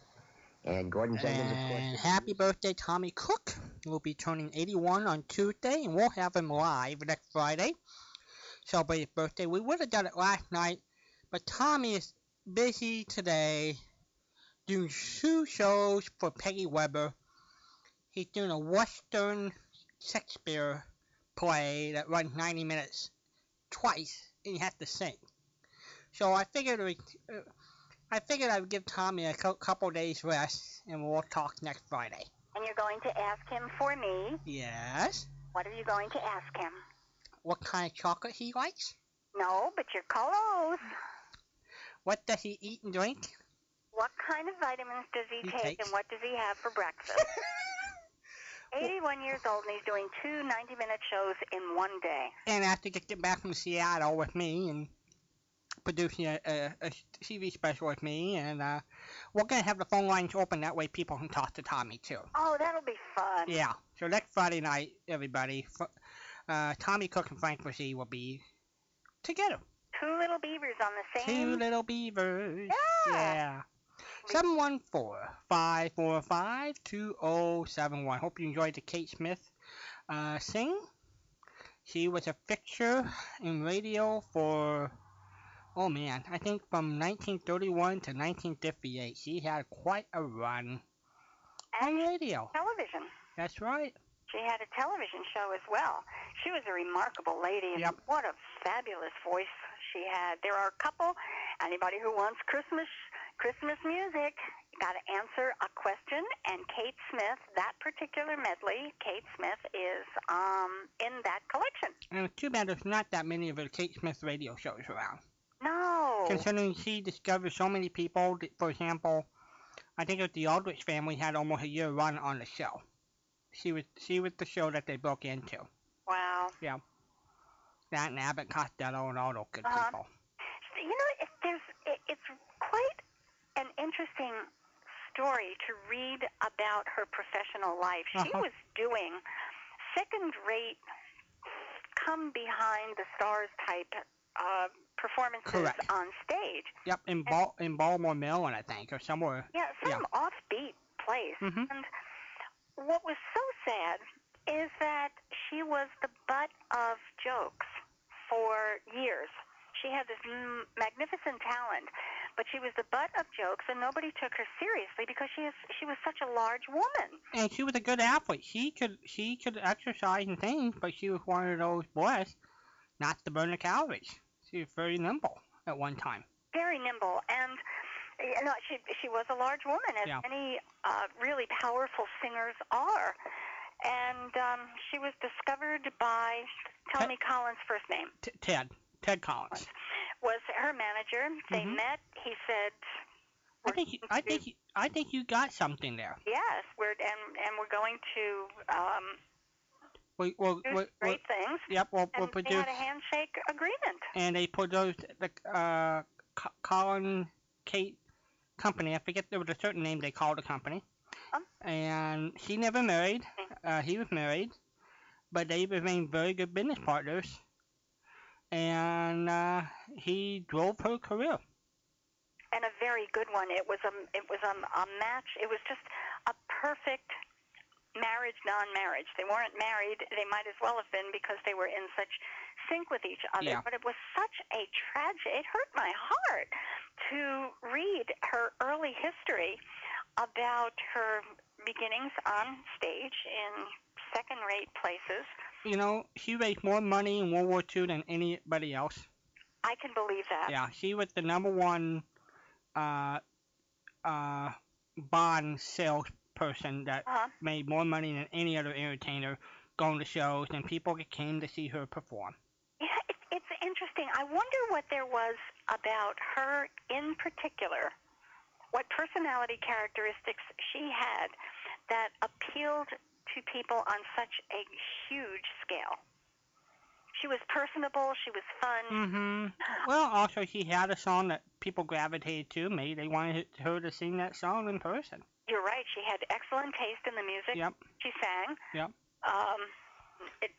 Speaker 11: and Gordon Jenkins, of course.
Speaker 2: And happy birthday, Tommy Cook. He'll be turning 81 on Tuesday, and we'll have him live next Friday. Celebrate his birthday. We would have done it last night, but Tommy is busy today doing two shows for Peggy Weber. He's doing a Western Shakespeare play that runs 90 minutes twice, and he has to sing. So I figured we, uh,
Speaker 1: Mm.
Speaker 2: I figured I would give Tommy a cou- couple days rest, and we'll talk next Friday.
Speaker 1: And you're going to ask him for me.
Speaker 2: Yes.
Speaker 1: What are you going to ask him?
Speaker 2: What kind of chocolate he likes?
Speaker 1: No, but you're close.
Speaker 2: What does he eat and drink?
Speaker 1: What kind of vitamins does he,
Speaker 2: He
Speaker 1: take
Speaker 2: takes-
Speaker 1: and what does he have for breakfast? 81 years old and he's doing two 90 minute shows in one day.
Speaker 2: And after just get back from Seattle with me and producing a, a, a TV special with me, and uh, we're gonna have the phone lines open that way people can talk to Tommy too.
Speaker 1: Oh, that'll be fun.
Speaker 2: Yeah. So next Friday night, everybody, fr- uh, Tommy Cook and Frank Brissy will be together.
Speaker 1: Two little beavers on the same.
Speaker 2: Two little beavers.
Speaker 1: Yeah.
Speaker 2: Yeah. Seven one four five four five two zero seven one. Hope you enjoyed the Kate Smith uh, sing. She was a fixture in radio for oh man, I think from 1931 to 1958. She had quite a run on radio.
Speaker 1: television.
Speaker 2: That's right.
Speaker 1: She had a television show as well. She was a remarkable lady, and
Speaker 2: Yep.
Speaker 1: what a fabulous voice she had. There are a couple. Anybody who wants Christmas Christmas music, you got to answer a question. And Kate Smith, that particular medley, Kate Smith is um, in that collection.
Speaker 2: And it's too bad there's not that many of the Kate Smith radio shows around.
Speaker 1: No.
Speaker 2: Considering she discovered so many people, th- for example, I think it was the Aldrich family had almost a year run on the show. She was she was the show that they broke into.
Speaker 1: Wow.
Speaker 2: Yeah. That and Abbott Costello and all those good
Speaker 1: Uh-huh.
Speaker 2: people.
Speaker 1: You know, it, there's it, it's quite an interesting story to read about her professional life. She
Speaker 2: Uh-huh.
Speaker 1: was doing second-rate, come behind the stars type uh, performances
Speaker 2: Correct.
Speaker 1: on stage.
Speaker 2: Yep, in Bal- in Baltimore, Maryland, I think, or somewhere.
Speaker 1: Yeah, some offbeat place.
Speaker 2: Mhm.
Speaker 1: And what was so sad is that she was the butt of jokes for years. She had this m- magnificent talent, but she was the butt of jokes, and nobody took her seriously because she is she was such a large woman.
Speaker 2: And she was a good athlete. She could she could exercise and things, but she was one of those blessed not to burn the calories. She was very nimble at one time.
Speaker 1: very nimble and you know she she was a large woman as
Speaker 2: Yeah.
Speaker 1: many uh, really powerful singers are and um, she was discovered by tell me Collins first name
Speaker 2: T- Ted, Ted Collins.
Speaker 1: was her manager they
Speaker 2: Mhm.
Speaker 1: met he said
Speaker 2: I think you, I think you, I think you got something there.
Speaker 1: yes we're and and we're going to um,
Speaker 2: We, we'll,
Speaker 1: do
Speaker 2: we'll, we'll,
Speaker 1: great things
Speaker 2: yep, we'll,
Speaker 1: and
Speaker 2: we'll
Speaker 1: they
Speaker 2: produce,
Speaker 1: had a handshake agreement
Speaker 2: and they produced the uh, Co- Colin Kate company. I forget there was a certain name they called the company. And she never married. Uh, he was married, but they remained very good business partners. And uh, he drove her career.
Speaker 1: and a very good one. It was a it was a, a match. It was just a perfect marriage, non-marriage. They weren't married. They might as well have been because they were in such sync with each other.
Speaker 2: Yeah.
Speaker 1: But it was such a tragedy. It hurt my heart to read her early history about her beginnings on stage in second-rate places
Speaker 2: you know, she raised more money in World War II than anybody else.
Speaker 1: I can believe that.
Speaker 2: Yeah, she was the number one uh, uh, bond salesperson that
Speaker 1: Uh-huh.
Speaker 2: made more money than any other entertainer going to shows, and people came to see her perform.
Speaker 1: Yeah, it, it's interesting. I wonder what there was about her in particular, what personality characteristics she had that appealed to people on such a huge scale. She was personable. She was fun.
Speaker 2: hmm Well, also, she had a song that people gravitated to. Maybe they wanted her to sing that song in person.
Speaker 1: You're right. She had excellent taste in the music.
Speaker 2: Yep.
Speaker 1: She sang.
Speaker 2: Yep.
Speaker 1: Um, it,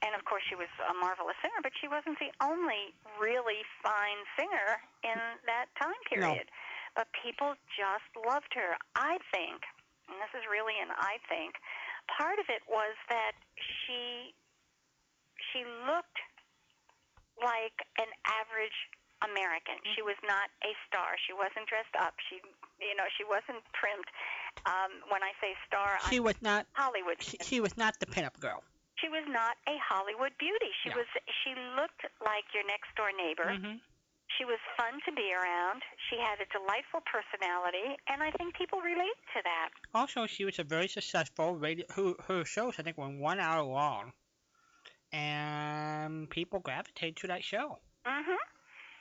Speaker 1: and of course, she was a marvelous singer, but she wasn't the only really fine singer in that time period. But people just loved her. I think, and this is really an I think, part of it was that she she looked like an average American. She was not a star. She wasn't dressed up. She, you know, she wasn't primed. Um, when I say star,
Speaker 2: She
Speaker 1: I'm
Speaker 2: was not.
Speaker 1: Hollywood.
Speaker 2: She, she was not the pinup girl.
Speaker 1: She was not a Hollywood beauty. She was she looked like your next door neighbor.
Speaker 2: Mhm.
Speaker 1: She was fun to be around. She had a delightful personality, and I think people relate to that.
Speaker 2: Also, she was a very successful radio. Who her shows I think were one hour long, and people gravitated to that show.
Speaker 1: Mhm.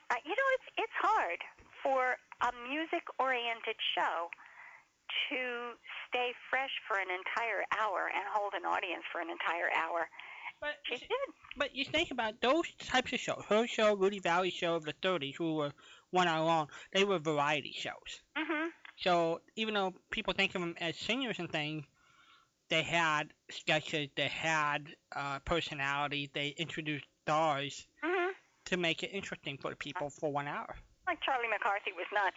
Speaker 1: Uh, you know, it's it's hard for a music-oriented show to stay fresh for an entire hour and hold an audience for an entire hour.
Speaker 2: But
Speaker 1: she did.
Speaker 2: But you think about those types of shows. Her show, Rudy Valley show of the 30s, who were one hour long. They were variety shows.
Speaker 1: Mhm.
Speaker 2: So even though people think of them as singers and things, they had sketches, they had uh, personality, they introduced stars
Speaker 1: Mhm.
Speaker 2: to make it interesting for the people for one hour.
Speaker 1: Like Charlie McCarthy was not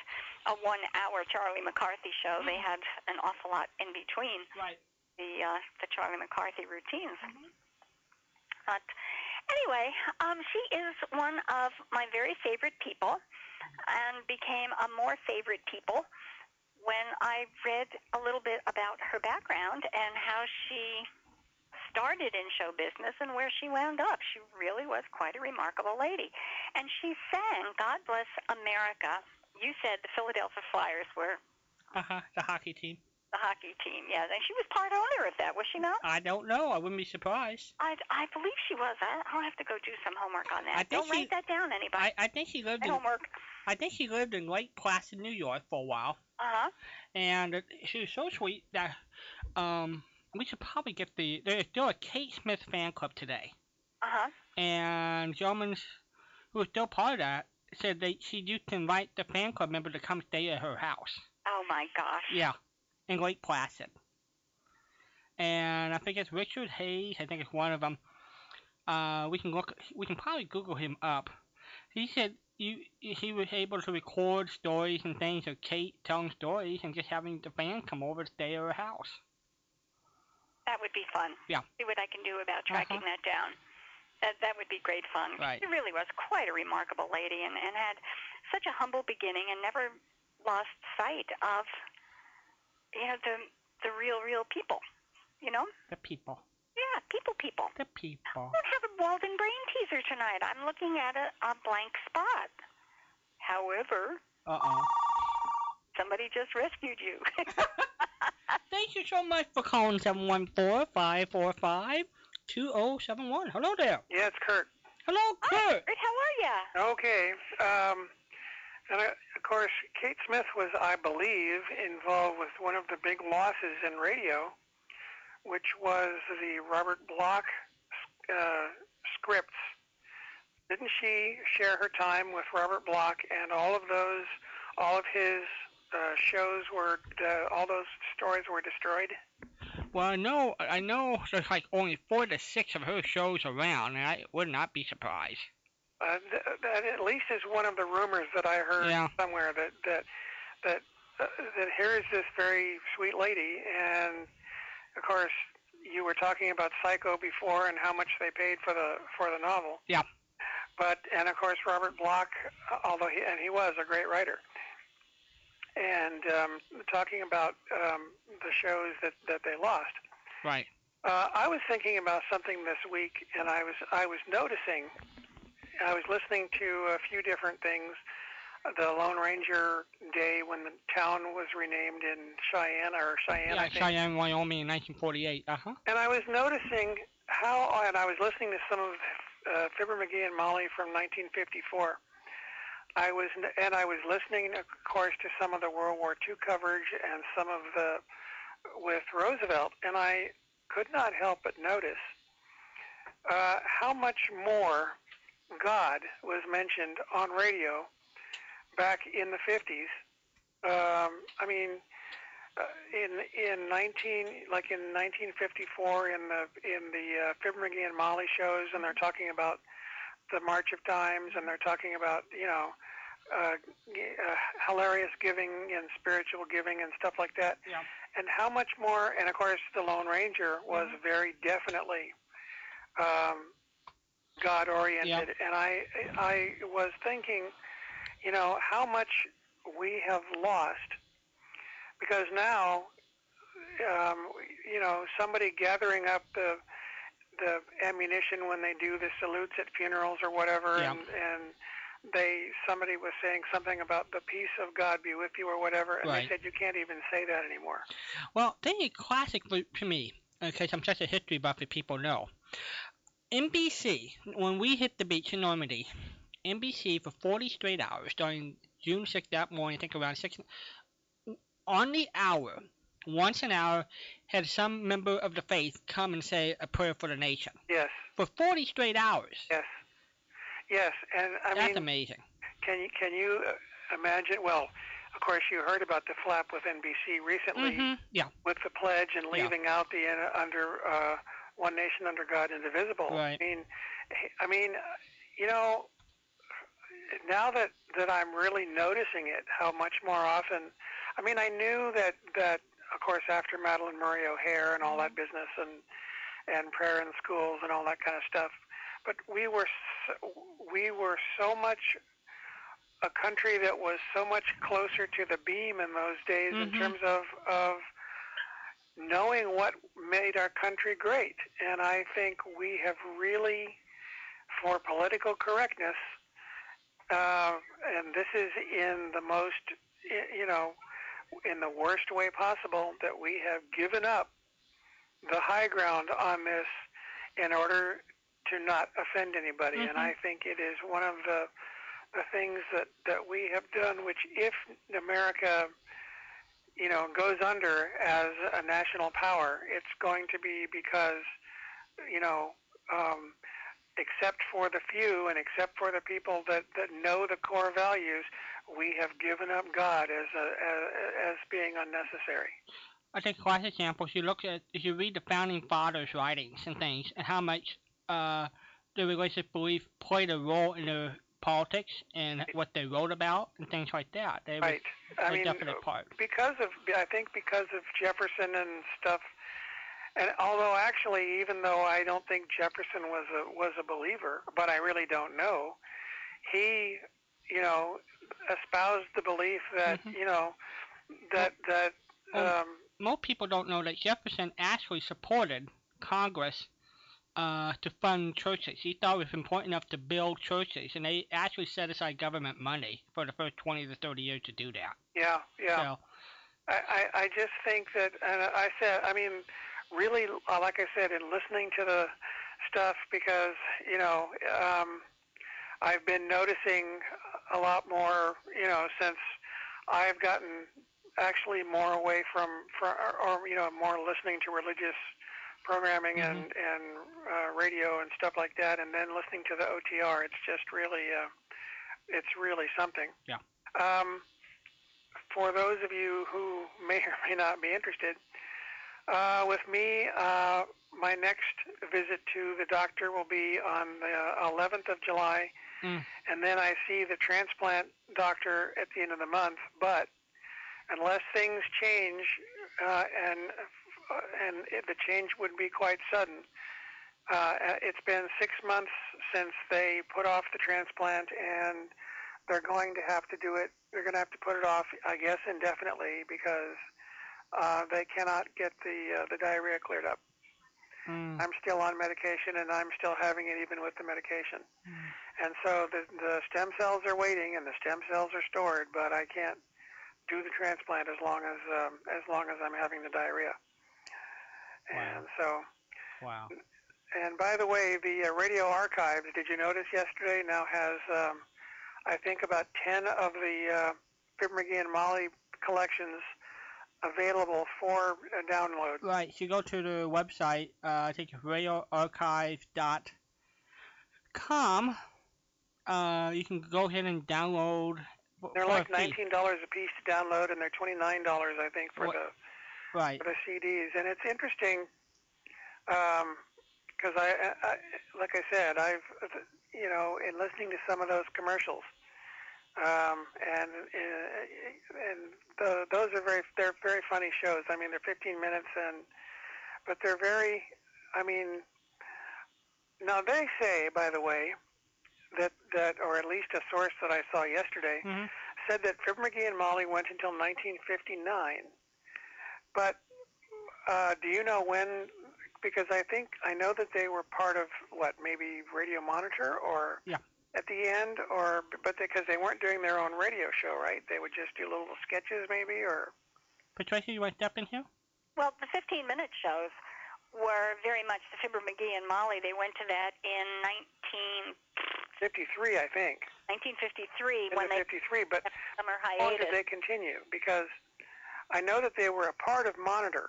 Speaker 1: a one-hour Charlie McCarthy show. They had an awful lot in between
Speaker 2: right.
Speaker 1: the uh, the Charlie McCarthy routines. But anyway, um, she is one of my very favorite people, and became a more favorite people when I read a little bit about her background and how she started in show business and where she wound up. She really was quite a remarkable lady. And she sang God Bless America. You said the Philadelphia Flyers were
Speaker 2: Uh huh. The hockey team.
Speaker 1: the hockey team, yeah. And she was part owner of that, was she not?
Speaker 2: I don't know. I wouldn't be surprised.
Speaker 1: I, I believe she was. I, I'll have to go do some homework on that.
Speaker 2: I think
Speaker 1: Don't write
Speaker 2: she-
Speaker 1: that down, anybody.
Speaker 2: I, I think she lived in
Speaker 1: homework.
Speaker 2: I think she lived in Lake Placid, New York, for a while.
Speaker 1: Uh huh.
Speaker 2: And it- she was so sweet that um we should probably get the there's still a Kate Smith fan club today.
Speaker 1: Uh huh.
Speaker 2: And Germans who was still part of that said they she used to invite the fan club member to come stay at her house.
Speaker 1: Oh my gosh.
Speaker 2: Yeah. In Lake Placid. And I think it's Richard Hayes. I think it's one of them. Uh, we can look. We can probably Google him up. He said you he was able to record stories and things of Kate telling stories and just having the fan come over to stay at her house.
Speaker 1: That would be fun.
Speaker 2: Yeah.
Speaker 1: See what I can do about tracking
Speaker 2: Uh-huh.
Speaker 1: that down. That that would be great fun.
Speaker 2: Right.
Speaker 1: She really was quite a remarkable lady and, and had such a humble beginning and never lost sight of you know, the the real, real people. You know?
Speaker 2: The people.
Speaker 1: Yeah, people people.
Speaker 2: The people.
Speaker 1: I don't have a Walden brain teaser tonight. I'm looking at a, a blank spot. However,
Speaker 2: Uh oh.
Speaker 1: somebody just rescued you.
Speaker 2: Thank you so much for calling 714-545-2071. oh Hello there.
Speaker 12: Yeah, it's Kurt.
Speaker 2: Hello, Kurt.
Speaker 1: Oh, Kurt, how are ya?
Speaker 12: Okay. Um, and uh, of course, Kate Smith was, I believe, involved with one of the big losses in radio, which was the Robert Block uh, scripts. Didn't she share her time with Robert Block and all of those, all of his uh, shows were, uh, all those stories were destroyed?
Speaker 2: Well, I know, I know there's like only four to six of her shows around, and I would not be surprised.
Speaker 12: Uh, th- that at least is one of the rumors that I heard
Speaker 2: Yeah.
Speaker 12: somewhere that that that uh, that here is this very sweet lady, and of course you were talking about Psycho before and how much they paid for the for the novel.
Speaker 2: Yeah.
Speaker 12: But and of course Robert Block, uh, although he and he was a great writer. And um, talking about um, the shows that that they lost
Speaker 2: Right.
Speaker 12: Uh, I was thinking about something this week, and I was I was noticing, I was listening to a few different things. The Lone Ranger Day when the town was renamed in Cheyenne or Cheyenne, I
Speaker 2: yeah,
Speaker 12: think.
Speaker 2: Cheyenne, Wyoming, in 1948. Uh huh.
Speaker 12: And I was noticing how, and I was listening to some of uh, Fibber McGee and Molly from 1954. I was, and I was listening, of course, to some of the World War II coverage and some of the with Roosevelt, and I could not help but notice uh, how much more God was mentioned on radio back in the 50s. Um, I mean, uh, in in 19 like in 1954 in the in the uh, Fibber McGee and Molly shows, and they're talking about the March of Dimes, and they're talking about you know uh, g- uh, hilarious giving and spiritual giving and stuff like that.
Speaker 2: Yeah.
Speaker 12: And how much more? And of course, the Lone Ranger was
Speaker 2: Mm-hmm.
Speaker 12: very definitely um, God oriented, and I I was thinking, you know, how much we have lost because now, um, you know, somebody gathering up the the ammunition when they do the salutes at funerals or whatever,
Speaker 2: Yeah.
Speaker 12: and, and they somebody was saying something about the peace of God be with you or whatever, and they
Speaker 2: Right.
Speaker 12: said you can't even say that anymore.
Speaker 2: Well, they a classic for, to me, because I'm such a history buff that people know. NBC, when we hit the beach in Normandy, NBC for 40 straight hours, starting June 6th that morning, I think around 6, on the hour, once an hour, had some member of the faith come and say a prayer for the nation.
Speaker 12: Yes.
Speaker 2: For 40 straight hours.
Speaker 12: Yes. Yes, and I
Speaker 2: That's
Speaker 12: mean,
Speaker 2: amazing.
Speaker 12: Can you can you uh, imagine? Well, of course, you heard about the flap with NBC recently
Speaker 2: Mhm, Yeah,
Speaker 12: with the pledge and
Speaker 2: Yeah.
Speaker 12: leaving out the in, under uh, one nation under God indivisible.
Speaker 2: Right.
Speaker 12: I mean, I mean, you know, now that that I'm really noticing it, how much more often. I mean, I knew that that of course after Madeline Murray O'Hare and all that
Speaker 2: Mm-hmm.
Speaker 12: business and and prayer in schools and all that kind of stuff, but we were so, we were so much a country that was so much closer to the beam in those days in
Speaker 2: Mhm.
Speaker 12: terms of of knowing what made our country great. And I think we have really, for political correctness, uh, and this is in the most, y- you know, in the worst way possible, that we have given up the high ground on this in order to not offend anybody. And
Speaker 7: Mhm.
Speaker 12: I think it is one of the the things that, that we have done, which if America you know, goes under as a national power, it's going to be because, you know, um, except for the few and except for the people that, that know the core values, we have given up God as a, as, as being unnecessary.
Speaker 2: I think classic examples. You look at if you read the founding fathers' writings and things, and how much uh, the religious belief played a role in their politics and what they wrote about and things like that. They
Speaker 12: Right.
Speaker 2: were
Speaker 12: I
Speaker 2: a
Speaker 12: mean, uh,
Speaker 2: definite part.
Speaker 12: because of I think because of Jefferson and stuff. And although actually, even though I don't think Jefferson was a was a believer, but I really don't know, he, you know, espoused the belief that
Speaker 2: Mm-hmm.
Speaker 12: you know that that um,
Speaker 2: Most people don't know that Jefferson actually supported Congress uh, to fund churches. He thought it was important enough to build churches, and they actually set aside government money for the first 20 to 30 years to do that.
Speaker 12: yeah yeah.
Speaker 2: So,
Speaker 12: I, I, I just think that, and I said, I mean, really, uh, like I said, in listening to the stuff, because, you know, um, I've been noticing a lot more, you know, since I've gotten actually more away from, from or, or, you know, more listening to religious programming and, and uh, radio and stuff like that, and then listening to the OTR. It's just really, uh, it's really something.
Speaker 2: Yeah.
Speaker 12: Um, for those of you who may or may not be interested, uh, with me, uh, my next visit to the doctor will be on the 11th of July,
Speaker 2: Mm.
Speaker 12: and then I see the transplant doctor at the end of the month. But unless things change, uh, and uh, and it, the change would be quite sudden. Uh, it's been six months since they put off the transplant, and they're going to have to do it. They're going to have to put it off, I guess, indefinitely because uh, they cannot get the uh, the diarrhea cleared up. I'm still on medication and I'm still having it even with the medication. And so the, the stem cells are waiting and the stem cells are stored, but I can't do the transplant as long as um, as long as I'm having the diarrhea. And so
Speaker 2: Wow.
Speaker 12: and by the way, the uh, radio archives, did you notice yesterday, now has, um, I think, about 10 of the uh, Pip McGee and Molly collections available for uh, download.
Speaker 2: Right, so you go to the website, uh, I think it's radioarchive.com. Uh, you can go ahead and download.
Speaker 12: They're
Speaker 2: for
Speaker 12: like
Speaker 2: a fee.
Speaker 12: $19 a piece to download, and they're $29, I think, for
Speaker 2: What-
Speaker 12: the
Speaker 2: Right.
Speaker 12: for the CDs. And it's interesting because I, I, like I said, I've, you know, in listening to some of those commercials, um, and uh, and the, those are very they're very funny shows. I mean, they're 15 minutes, and but they're very, I mean, now they say, by the way, that that or at least a source that I saw yesterday
Speaker 2: Mm-hmm.
Speaker 7: Mhm.
Speaker 12: said that Fibber McGee and Molly went until 1959. But uh, do you know when? Because I think I know that they were part of what maybe Radio Monitor or
Speaker 2: Yeah.
Speaker 12: at the end or but because they weren't doing their own radio show, right? They would just do little sketches maybe or
Speaker 2: Patricia, you want to step in here?
Speaker 1: Well, the 15 minute shows were very much the Fibber McGee and Molly. They went to that in 19,
Speaker 12: 53, I think.
Speaker 1: 1953
Speaker 12: In
Speaker 1: when
Speaker 12: the
Speaker 1: they
Speaker 12: 53, but
Speaker 1: summer
Speaker 12: how long did
Speaker 1: hiatus.
Speaker 12: they continue? Because I know that they were a part of Monitor,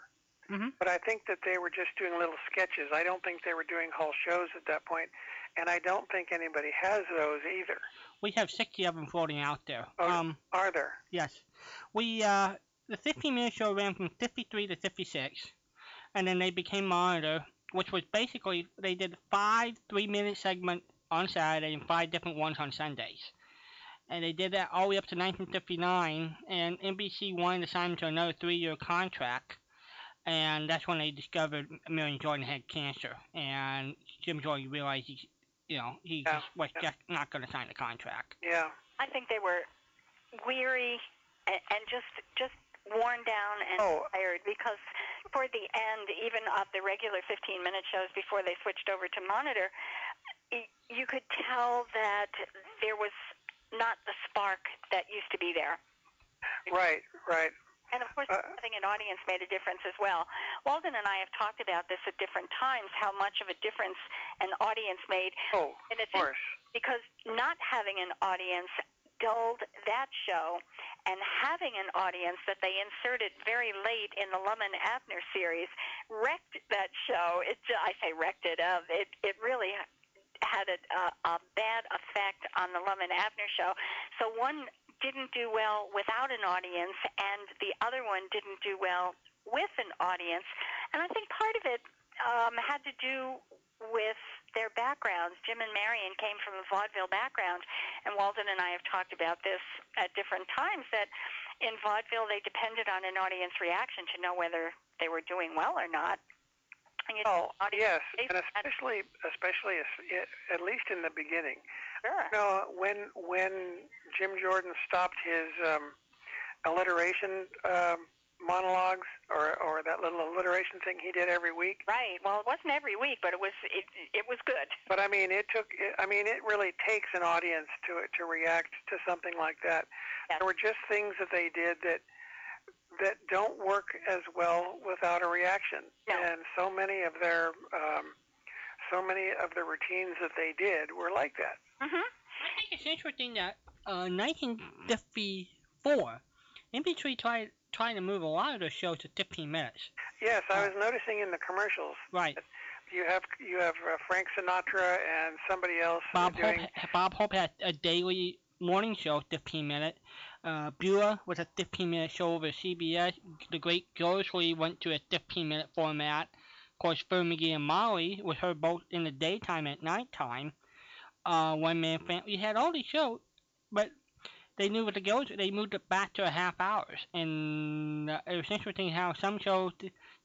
Speaker 2: Mhm.
Speaker 12: but I think that they were just doing little sketches. I don't think they were doing whole shows at that point, and I don't think anybody has those either.
Speaker 2: We have 60 of them floating out there.
Speaker 12: Oh,
Speaker 2: Um,
Speaker 12: Are there?
Speaker 2: yes. We, uh, the 15 minute show ran from 53 to 56, and then they became Monitor, which was basically they did five three minute segments on Saturday and five different ones on Sundays. And they did that all the way up to 1959, and NBC wanted to sign them to another three year contract. And that's when they discovered Marion Jordan had cancer, and Jim Jordan realized he, you know, he just was just not going to sign the contract.
Speaker 12: Yeah.
Speaker 1: I think they were weary and, and just just worn down and
Speaker 12: Oh.
Speaker 1: tired because toward the end, even of the regular 15 minute shows before they switched over to monitor, y- you could tell that there was not the spark that used to be there.
Speaker 12: Right, right.
Speaker 1: And of
Speaker 12: Uh.
Speaker 1: course, having an audience made a difference as well. Walden and I have talked about this at different times, how much of a difference an audience made.
Speaker 12: Oh,
Speaker 1: and it's
Speaker 12: course.
Speaker 1: Because not having an audience dulled that show, and having an audience that they inserted very late in the Lumen Abner series wrecked that show. It, ju- I say wrecked it up. It, it really had a, a, a bad effect on the Lumen Abner show. So one didn't do well without an audience, and the other one didn't do well with an audience. And I think part of it um, had to do with their backgrounds. Jim and Marion came from a vaudeville background, and Walden and I have talked about this at different times that in vaudeville they depended on an audience reaction to know whether they were doing well or not. And you
Speaker 12: Oh, yes,
Speaker 1: they
Speaker 12: and especially, especially as- at least in the beginning.
Speaker 1: Sure.
Speaker 12: No, when when Jim Jordan stopped his um, alliteration um, monologues, or or that little alliteration thing he did every week.
Speaker 1: Right. Well, it wasn't every week, but it was it, it was good.
Speaker 12: But I mean, it took. I mean, it really takes an audience to to react to something like that. There were just things that they did that that don't work as well without a reaction. And so many of their um, so many of the routines that they did were like that.
Speaker 1: Mm-hmm.
Speaker 2: I think it's interesting that uh, 1954, NBC tried trying to move a lot of their shows to 15 minutes.
Speaker 12: Yes, I was noticing in the commercials.
Speaker 2: Right.
Speaker 12: that You have you have uh, Frank Sinatra and somebody else
Speaker 2: Bob Hope,
Speaker 12: doing.
Speaker 2: Bob Hope had a daily morning show, 15 minute. Uh, Bueller was a 15 minute show over CBS. The Great Ghostly went to a 15 minute format. Of course, Fur McGee and Molly with her both in the daytime and nighttime. Uh, One Man Family had all these shows, but they knew what the goes. They moved it back to a half hours, and uh, it was interesting how some shows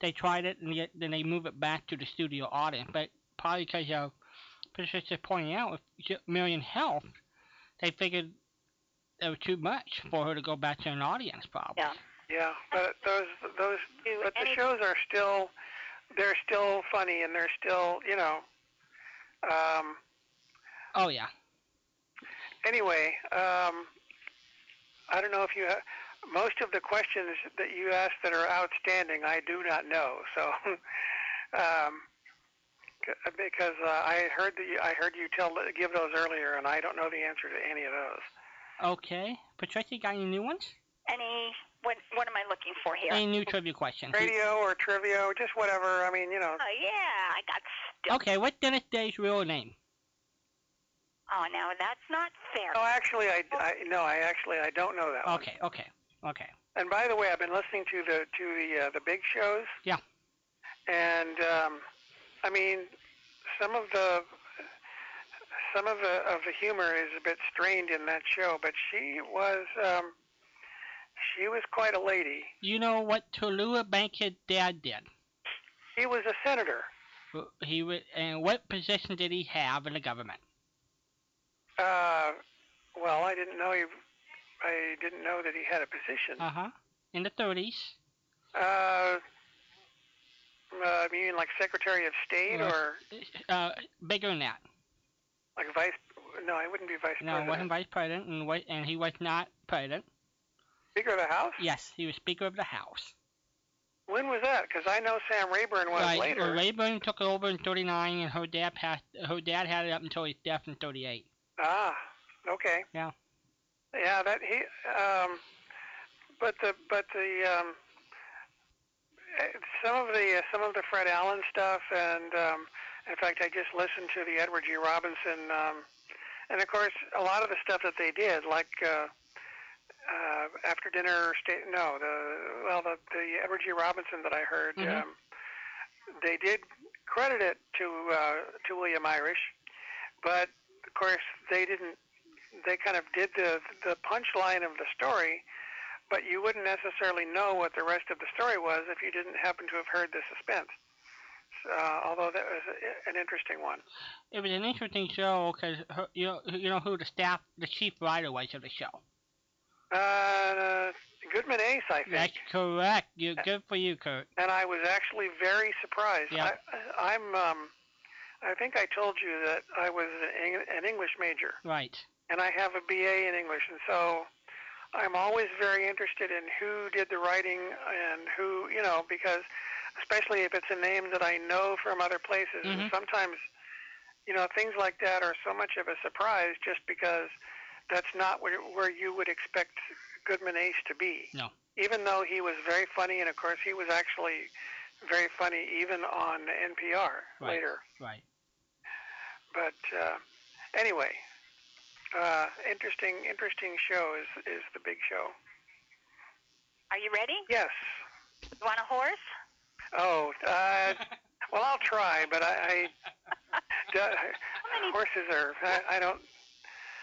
Speaker 2: they tried it and yet, then they move it back to the studio audience. But probably because of Patricia's pointing out with J- Million Health, they figured it was too much for her to go back to an audience. Probably.
Speaker 1: Yeah.
Speaker 12: Yeah, but those those but the shows are still they're still funny and they're still, you know. Um,
Speaker 2: Oh yeah.
Speaker 12: anyway, um, I don't know if you ha most of the questions that you asked that are outstanding, I do not know. So, um, c- because uh, I heard that you, I heard you tell give those earlier, and I don't know the answer to any of those.
Speaker 2: Okay. Patricia, got any new ones?
Speaker 1: Any what what am I looking for here?
Speaker 2: Any new trivia questions?
Speaker 12: Radio or trivia, or just whatever. I mean, you know.
Speaker 1: Oh yeah, I got.
Speaker 2: Okay, what's Dennis Day's real name?
Speaker 1: Oh no, that's not fair.
Speaker 12: No, Oh, actually, I, I no, I actually I don't know that one.
Speaker 2: Okay, okay, okay.
Speaker 12: And by the way, I've been listening to the to the uh, the big shows.
Speaker 2: Yeah.
Speaker 12: And um, I mean, some of the some of the of the humor is a bit strained in that show, but she was um, she was quite a lady.
Speaker 2: You know what Tulua Bankhead's dad did?
Speaker 12: He was a senator.
Speaker 2: He wa and what position did he have in the government?
Speaker 12: Uh, well, I didn't know he I didn't know that he had a position.
Speaker 2: Uh huh. In the 30s.
Speaker 12: Uh, uh, you mean like Secretary of State
Speaker 2: Yes.
Speaker 12: or
Speaker 2: Uh, bigger than that.
Speaker 12: like Vice? No, I wouldn't be Vice
Speaker 2: No,
Speaker 12: President.
Speaker 2: wasn't vice president, and wa and he was not president.
Speaker 12: Speaker of the House?
Speaker 2: Yes, he was Speaker of the House.
Speaker 12: When was that? Because I know Sam Rayburn was
Speaker 2: right.
Speaker 12: later.
Speaker 2: Well, Rayburn took over in 39, and her dad passed. Her dad had it up until his death in 38.
Speaker 12: Ah, okay.
Speaker 2: Yeah.
Speaker 12: Yeah, that he. Um, but the but the um, eh, some of the some of the Fred Allen stuff, and um, in fact, I just listened to the Edward G. Robinson, um, and of course, a lot of the stuff that they did, like. Uh, uh, after dinner, state no the well the the Edward G. Robinson that I heard,
Speaker 7: Mhm.
Speaker 12: um, they did credit it to uh, to William Irish, but of course they didn't they kind of did the the punchline of the story, but you wouldn't necessarily know what the rest of the story was if you didn't happen to have heard the suspense. Uh, although that was a, an interesting one.
Speaker 2: It was an interesting show because you know, you know who the staff, the chief writer was of the show.
Speaker 12: Uh, Goodman Ace, I think.
Speaker 2: That's correct. You good for you, Kurt.
Speaker 12: and I was actually very surprised.
Speaker 2: Yeah.
Speaker 12: I, I'm, um, I think I told you that I was an, Eng- an English major,
Speaker 2: Right.
Speaker 12: and I have a BA in English, and so I'm always very interested in who did the writing and who, you know, because especially if it's a name that I know from other places, and
Speaker 7: Mhm.
Speaker 12: sometimes, you know, things like that are so much of a surprise just because that's not where, where you would expect Goodman Ace to be
Speaker 2: No.
Speaker 12: even though he was very funny, and of course he was actually very funny even on NPR
Speaker 2: Right.
Speaker 12: later.
Speaker 2: Right.
Speaker 12: But uh, anyway, uh, interesting, interesting show is is the big show.
Speaker 1: Are you ready?
Speaker 12: Yes.
Speaker 1: You want a horse?
Speaker 12: Oh, uh, well, I'll try, but I, I duh, horses are I, I don't.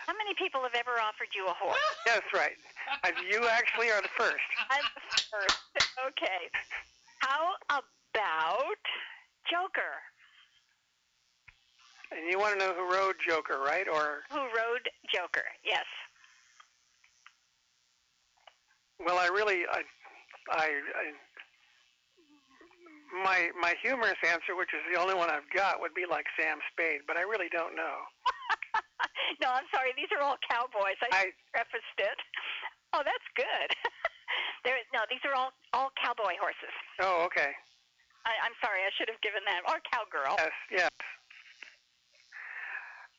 Speaker 1: How many people have ever offered you a horse?
Speaker 12: Yes, right. I, you actually are the first.
Speaker 1: I'm the first. Okay. How about Joker?
Speaker 12: And you want to know who rode Joker, right? Or
Speaker 1: Who rode Joker? Yes.
Speaker 12: Well, I really, I, I, I my my humorous answer, which is the only one I've got, would be like Sam Spade, but I really don't know.
Speaker 1: No, I'm sorry. These are all cowboys. I, prefaced it. Oh, that's good. there, no, these are all all cowboy horses.
Speaker 12: Oh, okay.
Speaker 1: I, I'm sorry. I should have given that. Or cowgirl.
Speaker 12: Yes, yes.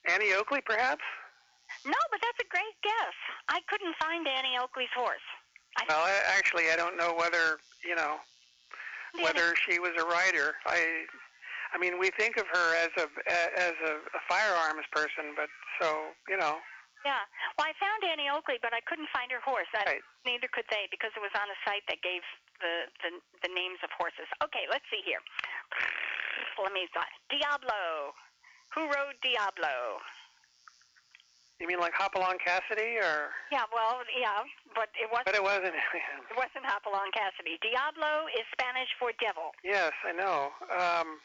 Speaker 12: Uh, Annie Oakley, perhaps.
Speaker 1: No, but that's a great guess. I couldn't find Annie Oakley's horse.
Speaker 12: Well, I, actually, I don't know whether you know whether she was a writer. I, I mean, we think of her as a as a, a firearms person, but so you know,
Speaker 1: Yeah. Well, I found Annie Oakley, but I couldn't find her horse. I, Neither could they because it was on a site that gave the, the the names of horses. Okay, let's see here. Let me thought. Diablo. Who rode Diablo?
Speaker 12: you mean like Hopalong Cassidy, or
Speaker 1: Yeah, well, yeah, but it wasn't.
Speaker 12: but it wasn't.
Speaker 1: It wasn't Hopalong Cassidy. Diablo is Spanish for devil.
Speaker 12: Yes, I know. Um,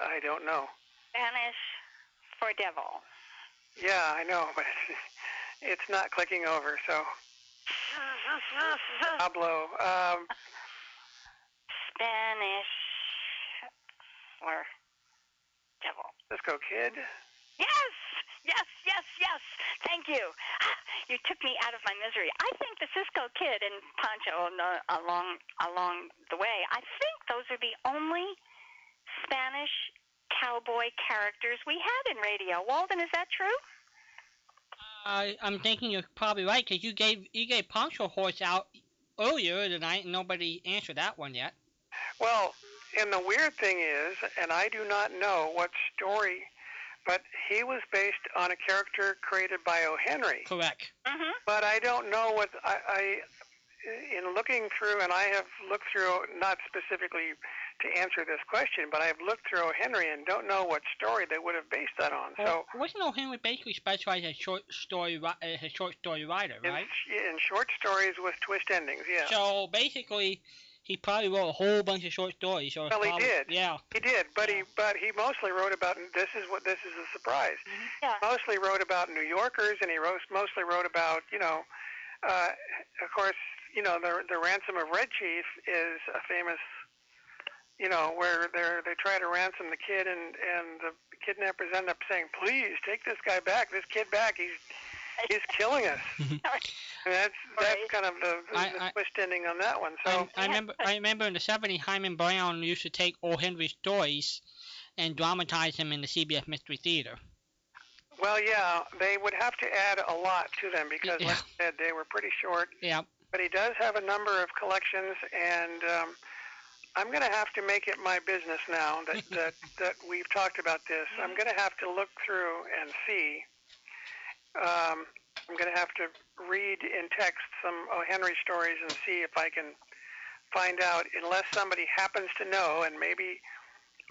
Speaker 12: I don't know.
Speaker 1: Spanish for devil.
Speaker 12: Yeah, I know, but it's, it's not clicking over. So Pablo, um,
Speaker 1: Spanish or devil.
Speaker 12: Cisco Kid.
Speaker 1: Yes, yes, yes, yes. Thank you. Ah, You took me out of my misery. I think the Cisco Kid and Pancho no- along along the way. I think those are the only Spanish cowboy characters we had in radio. Walden, is that true?
Speaker 2: I, I'm thinking you're probably right because you gave you gave Poncho Horse out earlier tonight and nobody answered that one yet.
Speaker 12: Well, and the weird thing is, and I do not know what story, but he was based on a character created by O. Henry.
Speaker 2: Correct.
Speaker 1: Mm-hmm.
Speaker 12: But I don't know what I, I in looking through, and I have looked through not specifically to answer this question, but I've looked through O. Henry and don't know what story they would have based that on. So
Speaker 2: Wasn't O'Henry basically specialized as short story ri- as a short story writer, right?
Speaker 12: in short stories with twist endings, yeah.
Speaker 2: So basically, he probably wrote a whole bunch of short stories. So it's
Speaker 12: Well, he
Speaker 2: probably-
Speaker 12: did.
Speaker 2: Yeah.
Speaker 12: He did, but he but he mostly wrote about this is what this is a surprise.
Speaker 2: Mm-hmm.
Speaker 1: Yeah.
Speaker 12: Mostly wrote about New Yorkers, and he wrote mostly wrote about you know, uh, of course you know the the ransom of Red Chief is a famous, you know where they are they try to ransom the kid and and the kidnappers end up saying please take this guy back this kid back he's he's killing us. and that's that's kind of the, the,
Speaker 2: I- I-
Speaker 12: the twist ending on that one. So
Speaker 2: I remember I remember in the 70s, Hyman Brown used to take O. Henry's stories and dramatize them in the CBS Mystery Theater.
Speaker 12: Well, yeah, they would have to add a lot to them because, like I said, they were pretty short.
Speaker 2: Yeah.
Speaker 12: But he does have a number of collections, and um, I'm going to have to make it my business now that that, that we've talked about this. I'm going to have to look through and see. Um, I'm going to have to read in text some O. Henry stories and see if I can find out, unless somebody happens to know, and maybe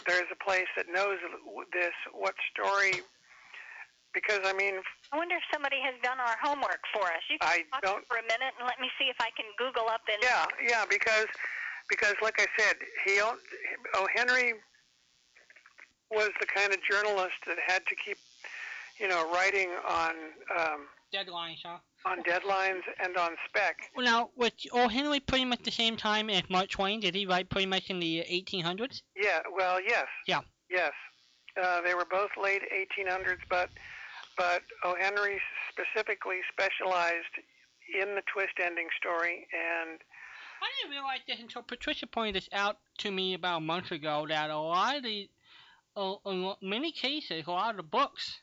Speaker 12: there's a place that knows this, what story because I mean,
Speaker 1: I wonder if somebody has done our homework for us. You can
Speaker 12: I
Speaker 1: talk
Speaker 12: don't-
Speaker 1: for a minute and let me see if I can Google up and
Speaker 12: yeah, yeah, because because like I said, he owned, O. Henry was the kind of journalist that had to keep, you know, writing on um,
Speaker 2: deadlines, huh?
Speaker 12: on deadlines and on spec.
Speaker 2: Well, now, was O. Henry pretty much the same time as Mark Twain? Did he write pretty much in the 1800s?
Speaker 12: Yeah, well, yes,
Speaker 2: Yeah.
Speaker 12: yes, uh, they were both late 1800s, but but O. Henry specifically specialized in the twist ending story and
Speaker 2: I didn't realize this until Patricia pointed this out to me about a month ago that a lot of the, uh, in many cases, a lot of the books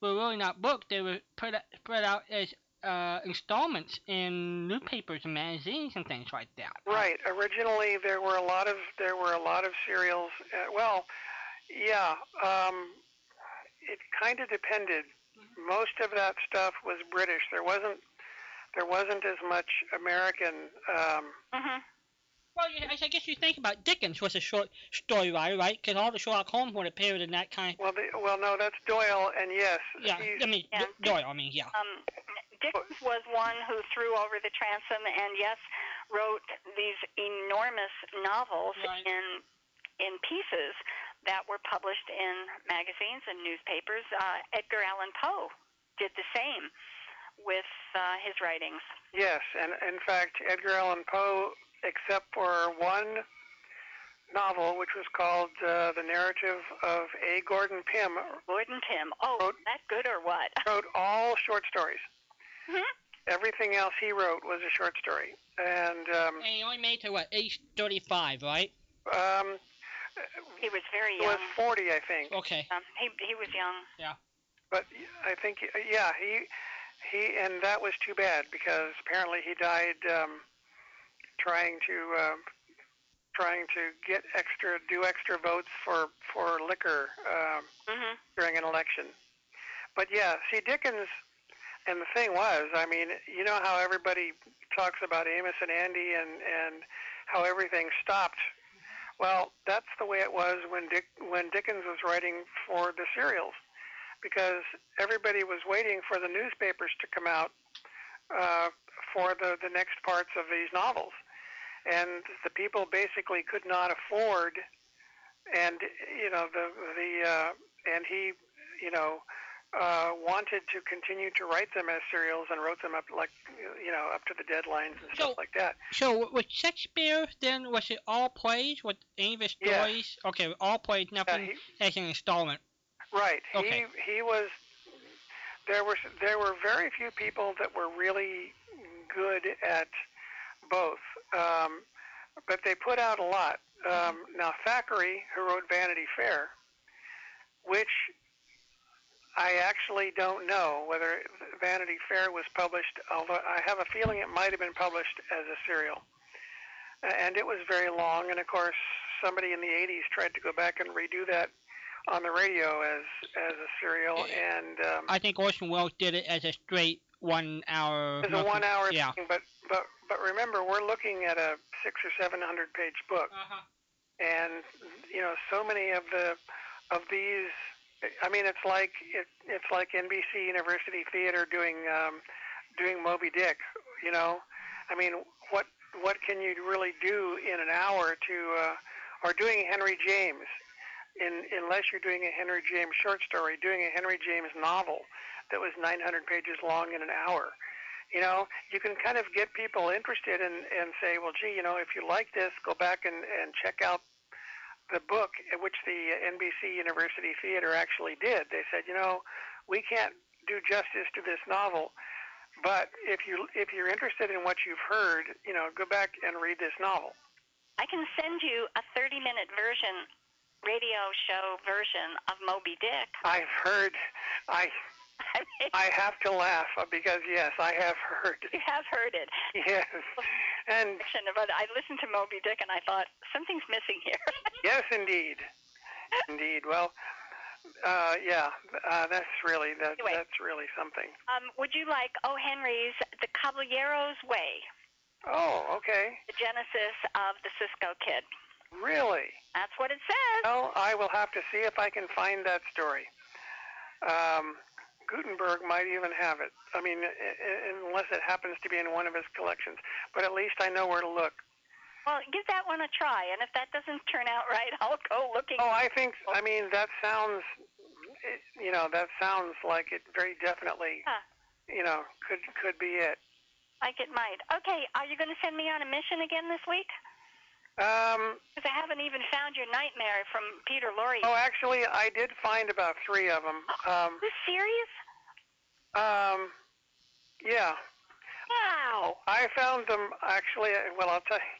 Speaker 2: were really not books. They were put, spread out as uh, installments in newspapers and magazines and things like that.
Speaker 12: Right. Originally, there were a lot of there were a lot of serials. Uh, well, yeah. Um, it kind of depended.
Speaker 2: Mm-hmm.
Speaker 12: Most of that stuff was British. There wasn't there wasn't as much American. Um,
Speaker 2: Well, you, I guess you think about Dickens was a short story writer, right? Because all the Sherlock Holmes would appear in that kind.
Speaker 12: Well, the, well, no, that's Doyle, and yes.
Speaker 2: Yeah, I mean
Speaker 1: Yeah.
Speaker 2: D- Doyle. I mean, yeah.
Speaker 1: Um, Dickens was one who threw over the transom and, yes, wrote these enormous novels in in pieces that were published in magazines and newspapers. Uh, Edgar Allan Poe did the same with uh, his writings.
Speaker 12: Yes, and in fact, Edgar Allan Poe, except for one novel, which was called uh, The Narrative of A. Gordon Pym,
Speaker 1: Gordon Pym. Oh,
Speaker 12: wrote,
Speaker 1: that good or what?
Speaker 12: wrote all short stories.
Speaker 1: Mhm.
Speaker 12: Everything else he wrote was a short story, and um,
Speaker 2: And he only made to what age 35, right?
Speaker 12: um,
Speaker 1: He was very
Speaker 12: he was
Speaker 1: young.
Speaker 12: 40, I think.
Speaker 2: Okay.
Speaker 1: Um, he he was young.
Speaker 2: Yeah.
Speaker 12: But I think, yeah, he he, and that was too bad because apparently he died um, trying to um, trying to get extra do extra votes for for liquor um,
Speaker 1: hmm
Speaker 12: during an election. But yeah, see Dickens, and the thing was, I mean, you know how everybody talks about Amos and Andy and and how everything stopped. Well, that's the way it was when Dick when Dickens was writing for the serials, because everybody was waiting for the newspapers to come out uh, for the the next parts of these novels, and the people basically could not afford, and you know the the uh, and he, you know, uh, wanted to continue to write them as serials and wrote them up like you know up to the deadlines and stuff like that.
Speaker 2: So w- was Shakespeare then? Was it all plays? with any of his
Speaker 12: Yeah.
Speaker 2: stories? Okay, all plays, nothing as an installment.
Speaker 12: Right.
Speaker 2: Okay.
Speaker 12: He he was. There were there were very few people that were really good at both, um, but they put out a lot. Um, now Thackeray, who wrote Vanity Fair, which I actually don't know whether Vanity Fair was published, although I have a feeling it might have been published as a serial. And it was very long, and of course, somebody in the 80s tried to go back and redo that on the radio as as a serial, and um,
Speaker 2: I think Orson Welles did it as a straight one hour.
Speaker 12: it's a one hour
Speaker 2: Uh, Yeah.
Speaker 12: thing, but but but remember, we're looking at a six or seven hundred page book, and you know so many of the of these. I mean, it's like it, it's like NBC University Theater doing um, doing Moby Dick. You know, I mean, what what can you really do in an hour to uh, or doing Henry James? In, unless you're doing a Henry James short story, doing a Henry James novel that was 900 pages long in an hour you know, you can kind of get people interested and and say, well, gee, you know, if you like this, go back and, and check out the book, eh, which the uh, NBC University Theater actually did. They said, you know, we can't do justice to this novel, but if you if you're interested in what you've heard, you know, go back and read this novel.
Speaker 1: I can send you a 30 minute version, radio show version of Moby Dick.
Speaker 12: I've heard, I I have to laugh uh, because yes, I have heard.
Speaker 1: You have heard it.
Speaker 12: Yes, and
Speaker 1: but I listened to Moby Dick and I thought something's missing here.
Speaker 12: Yes, indeed. Indeed. Well, uh, yeah, uh, that's really that, that's really something.
Speaker 1: um, would you like O. Henry's The Caballero's Way?
Speaker 12: Oh, okay.
Speaker 1: The genesis of the Cisco Kid.
Speaker 12: Really?
Speaker 1: That's what it says.
Speaker 12: Well, I will have to see if I can find that story. Um, Gutenberg might even have it. I mean, i- i- unless it happens to be in one of his collections. But at least I know where to look.
Speaker 1: Well, give that one a try, and if that doesn't turn out right, I'll go looking.
Speaker 12: Oh, I think. I mean, that sounds. it- You know, that sounds like it very definitely.
Speaker 1: Huh.
Speaker 12: You know, could could be it.
Speaker 1: like it might. Okay, are you going to send me on a mission again this week?
Speaker 12: Um,
Speaker 1: Because I haven't even found your nightmare from Peter Lorre.
Speaker 12: Oh, actually, I did find about three of them. Um,
Speaker 1: you serious?
Speaker 12: Um, yeah.
Speaker 1: Wow.
Speaker 12: I found them actually. Well, I'll tell you.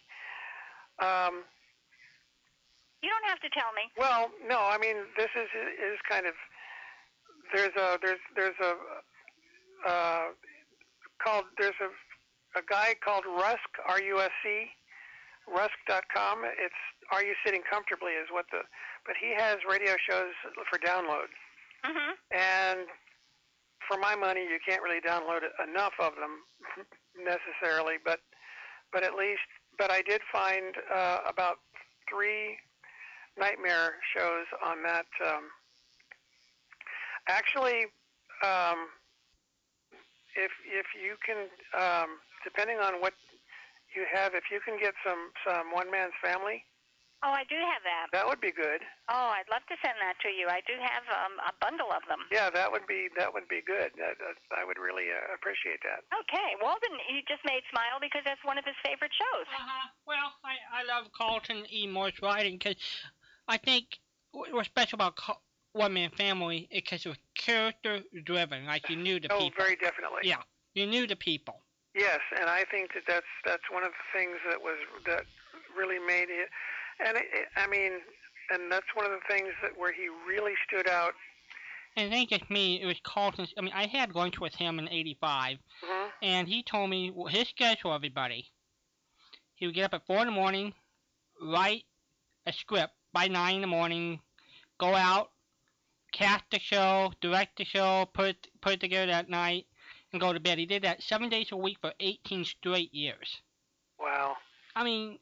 Speaker 12: Um,
Speaker 1: you don't have to tell me.
Speaker 12: Well, no, I mean this is is kind of there's a there's there's a uh, called there's a a guy called Rusk R U S C Rusk.com. It's Are You Sitting Comfortably is what the but he has radio shows for download.
Speaker 1: Mm-hmm.
Speaker 12: And for my money, you can't really download enough of them necessarily, but but at least but I did find uh, about three nightmare shows on that. Um, actually, um, if if you can, um, depending on what you have, if you can get some some one man's family,
Speaker 1: Oh, I do have that.
Speaker 12: that would be good.
Speaker 1: Oh, I'd love to send that to you. I do have um, a bundle of them.
Speaker 12: Yeah, that would be that would be good. That, that, I would really uh, appreciate that.
Speaker 1: Okay, Walden, you just made Smile because that's one of his favorite shows.
Speaker 2: Uh-huh. Well, I, I love Carlton E. Moore's writing because I think what was special about Car- One Man Family is because it was character driven. Like you knew the
Speaker 12: oh,
Speaker 2: people.
Speaker 12: very definitely.
Speaker 2: Yeah, you knew the people.
Speaker 12: Yes, and I think that that's that's one of the things that was that really made it, and it, it, I mean, and that's one of the things that where he really stood out.
Speaker 2: And it ain't just me, it was Carlton. I mean, I had lunch with him in 85,
Speaker 12: Mhm.
Speaker 2: and he told me wh- his schedule, everybody. He would get up at 4 in the morning, write a script by 9 in the morning, go out, cast the show, direct the show, put it, put it together that night, and go to bed. He did that seven days a week for 18 straight years.
Speaker 12: Wow.
Speaker 2: I mean,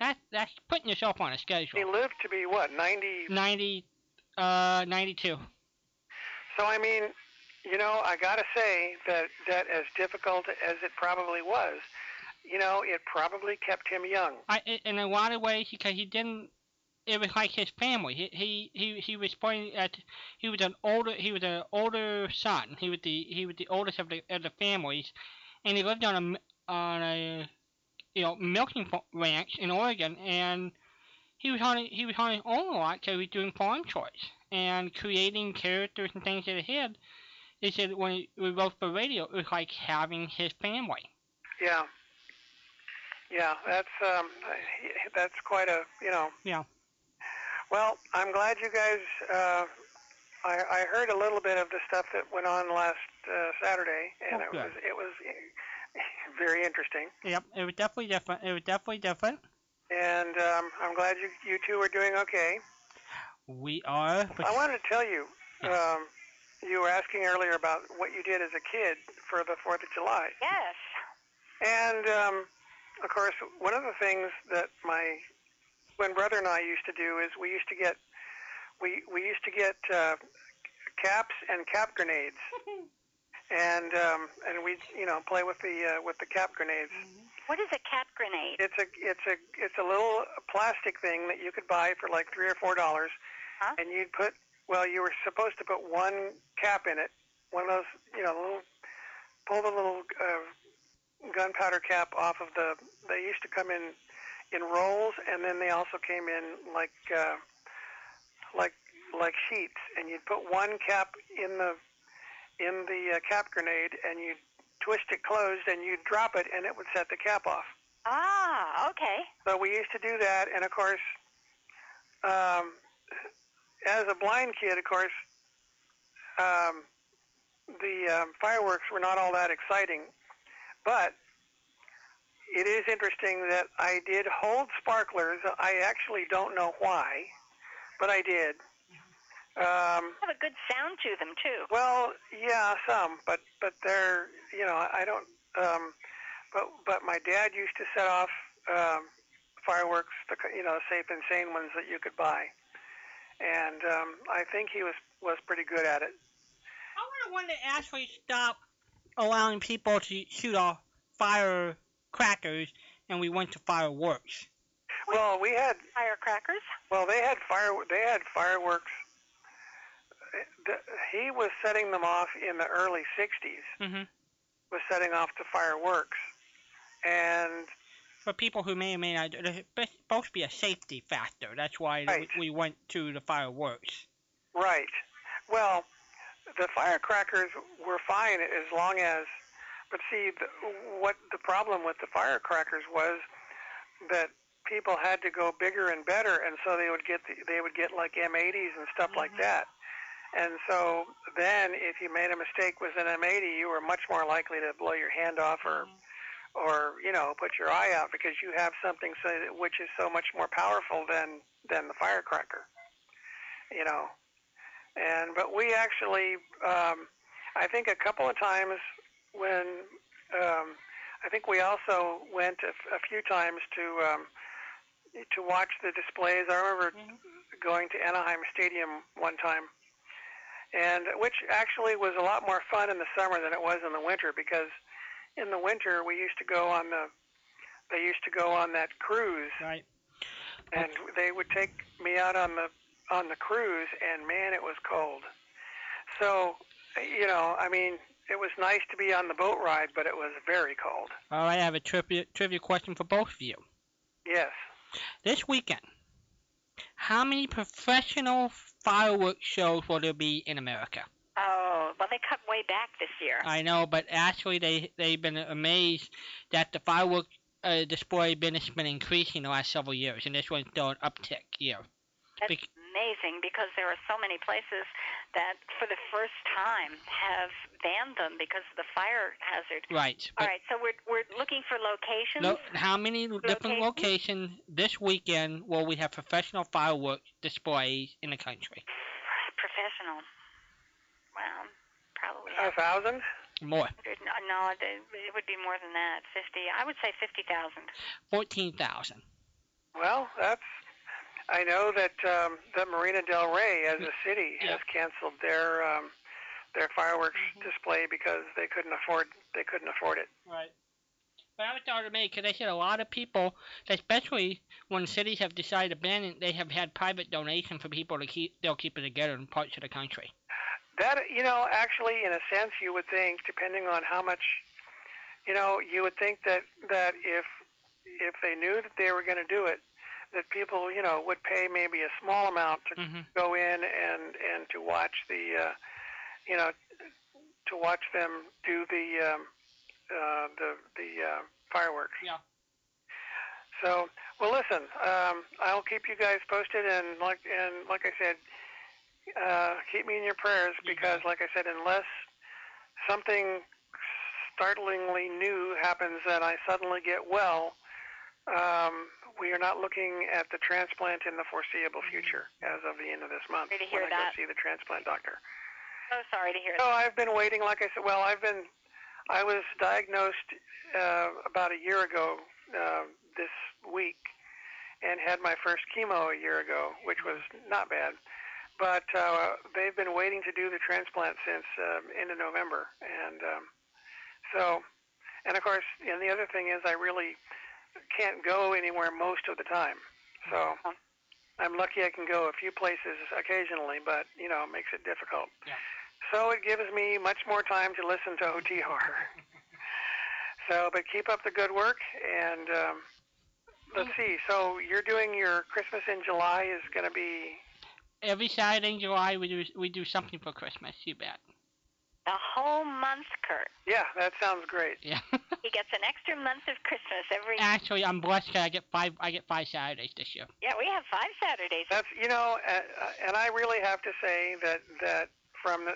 Speaker 2: that, that's putting yourself on a schedule.
Speaker 12: He lived to be what ninety.
Speaker 2: Mm. 90, uh, 92.
Speaker 12: So I mean, you know, I gotta say that that as difficult as it probably was, you know, it probably kept him young.
Speaker 2: I, i- in a lot of ways, because he didn't it was like his family. He he he, he was playing at he was an older he was an older son. He was the he was the oldest of the of the families, and he lived on a m- on a you know milking fa- ranch in Oregon, and he was on he was on his own lot, so he was doing farm chores and creating characters and things that he had. He said when he- we wrote for radio, it was like having his family.
Speaker 12: Yeah. Yeah, that's um, that's quite a you know.
Speaker 2: Yeah.
Speaker 12: Well, I'm glad you guys. Uh, I, I heard a little bit of the stuff that went on last uh, Saturday, and
Speaker 2: Oh,
Speaker 12: it
Speaker 2: good.
Speaker 12: was it was very interesting.
Speaker 2: Yep, it was definitely different. It was definitely different.
Speaker 12: And um, I'm glad you you two are doing okay.
Speaker 2: We are. but-
Speaker 12: I wanted to tell you. Um, you were asking earlier about what you did as a kid for the Fourth of July.
Speaker 1: Yes.
Speaker 12: And um, of course, one of the things that my twin brother and I used to do is we used to get we we used to get uh, caps and cap grenades, and um, and we you know play with the uh, with the cap grenades.
Speaker 1: What is a cap grenade?
Speaker 12: It's a it's a it's a little plastic thing that you could buy for like three or four dollars, and you'd put well you were supposed to put one cap in it, one of those you know little pull the little uh, gunpowder cap off of the they used to come in in rolls and then they also came in like uh, like like sheets and you'd put one cap in the in the uh, cap grenade and you'd twist it closed and you'd drop it and it would set the cap off.
Speaker 1: Ah, okay.
Speaker 12: So we used to do that, and of course, um, as a blind kid, of course, um, the um, fireworks were not all that exciting. But it is interesting that I did hold sparklers. I actually don't know why, but I did. Um,
Speaker 1: have a good sound to them too.
Speaker 12: Well, yeah, some, but but they're you know I don't. Um, but but my dad used to set off um, fireworks, the ki- you know safe and sane ones that you could buy, and um, I think he was was pretty good at it.
Speaker 2: I want to actually stop allowing people to shoot off firecrackers, and we went to fireworks.
Speaker 12: Well, we had
Speaker 1: firecrackers.
Speaker 12: Well, they had fire. They had fireworks. The, he was setting them off in the early '60s.
Speaker 2: Mm-hmm.
Speaker 12: Was setting off the fireworks, and
Speaker 2: For people who may or may not, there's supposed to be a safety factor. That's why we, we went to the fireworks.
Speaker 12: Right. Well, the firecrackers were fine as long as, but see, the, what the problem with the firecrackers was that people had to go bigger and better, and so they would get the, they would get like M80s and stuff like that. And so then, if you made a mistake with an M80, you were much more likely to blow your hand off or, or you know, put your eye out because you have something so that, which is so much more powerful than than the firecracker, you know. And but we actually, um, I think a couple of times when, um, I think we also went a, f- a few times to um, to watch the displays. I remember going to Anaheim Stadium one time, and which actually was a lot more fun in the summer than it was in the winter because in the winter we used to go on the they used to go on that cruise.
Speaker 2: Right.
Speaker 12: And they would take me out on the on the cruise, and man, it was cold. So, you know, I mean, it was nice to be on the boat ride, but it was very cold.
Speaker 2: All right, I have a trivia, trivia question for both of you.
Speaker 12: Yes.
Speaker 2: This weekend, how many professional fireworks shows will there be in America?
Speaker 1: Oh, well, they cut way back this year.
Speaker 2: I know, but actually they they've been amazed that the firework uh, display business has been increasing the last several years, and this one's still an uptick year.
Speaker 1: That's
Speaker 2: Bec-
Speaker 1: amazing because there are so many places that, for the first time, have banned them because of the fire hazard.
Speaker 2: right.
Speaker 1: All
Speaker 2: but-
Speaker 1: right, so we're we're looking for locations.
Speaker 2: No, how many different locations this weekend will we have professional fireworks displays in the country?
Speaker 1: Professional. Wow, probably.
Speaker 12: A thousand?
Speaker 2: More,
Speaker 1: 100. No, no, it it would be more than that. 50. I would say 50,000.
Speaker 2: fourteen thousand.
Speaker 12: Well, that's. I know that um, that Marina Del Rey, as a city, has canceled their um, their fireworks display because they couldn't afford they couldn't afford it.
Speaker 2: Right. But I would thought it made because I said a lot of people, especially when cities have decided to ban it, they have had private donation for people to keep. They'll keep it together in parts of the country.
Speaker 12: That you know, actually, in a sense, you would think, depending on how much, you know, you would think that that if if they knew that they were going to do it, that people, you know, would pay maybe a small amount to
Speaker 1: Mm-hmm.
Speaker 12: go in and and to watch the, uh, you know, to watch them do the um, uh, the the uh, fireworks.
Speaker 2: Yeah.
Speaker 12: So, well, listen, um, I'll keep you guys posted, and like and like I said, uh, keep me in your prayers because, like I said, unless something startlingly new happens and I suddenly get well, um, we are not looking at the transplant in the foreseeable future as of the end of this month
Speaker 1: Mm-hmm. Sorry to
Speaker 12: when
Speaker 1: hear
Speaker 12: I
Speaker 1: that.
Speaker 12: go see the transplant doctor.
Speaker 1: So sorry to hear
Speaker 12: No,
Speaker 1: that.
Speaker 12: I've been waiting. Like I said, well, I've been, I was diagnosed uh, about a year ago uh, this week, and had my first chemo a year ago, which was not bad. But uh, they've been waiting to do the transplant since um, end of November, and um, so, and of course, and the other thing is, I really can't go anywhere most of the time. So I'm lucky I can go a few places occasionally, but you know, it makes it difficult.
Speaker 2: Yeah.
Speaker 12: So it gives me much more time to listen to OTR. so, but keep up the good work, and um, let's see. So you're doing your Christmas in July is going to be
Speaker 2: Every Saturday in July, we do we do something for Christmas. You bet.
Speaker 1: A whole month, Kurt.
Speaker 12: Yeah, that sounds great.
Speaker 2: Yeah.
Speaker 1: He gets an extra month of Christmas every.
Speaker 2: Actually, I'm blessed 'cause I get five. I get five Saturdays this year.
Speaker 1: Yeah, we have five Saturdays.
Speaker 12: That's you know, uh, and I really have to say that that from the,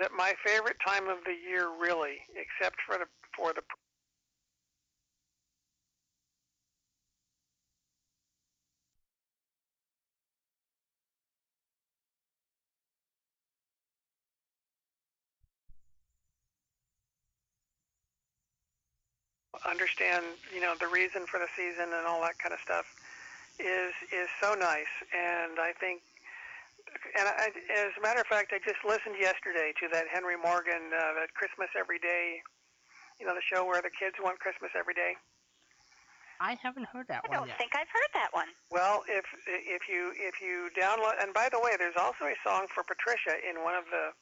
Speaker 12: that my favorite time of the year, really, except for the for the understand you know the reason for the season and all that kind of stuff is is so nice and I think and I, as a matter of fact I just listened yesterday to that Henry Morgan uh, that Christmas every day you know the show where the kids want Christmas every day
Speaker 2: I haven't heard that
Speaker 1: I
Speaker 2: one
Speaker 1: don't
Speaker 2: yet.
Speaker 1: think I've heard that one.
Speaker 12: well if if you if you download and by the way there's also a song for Patricia in one of the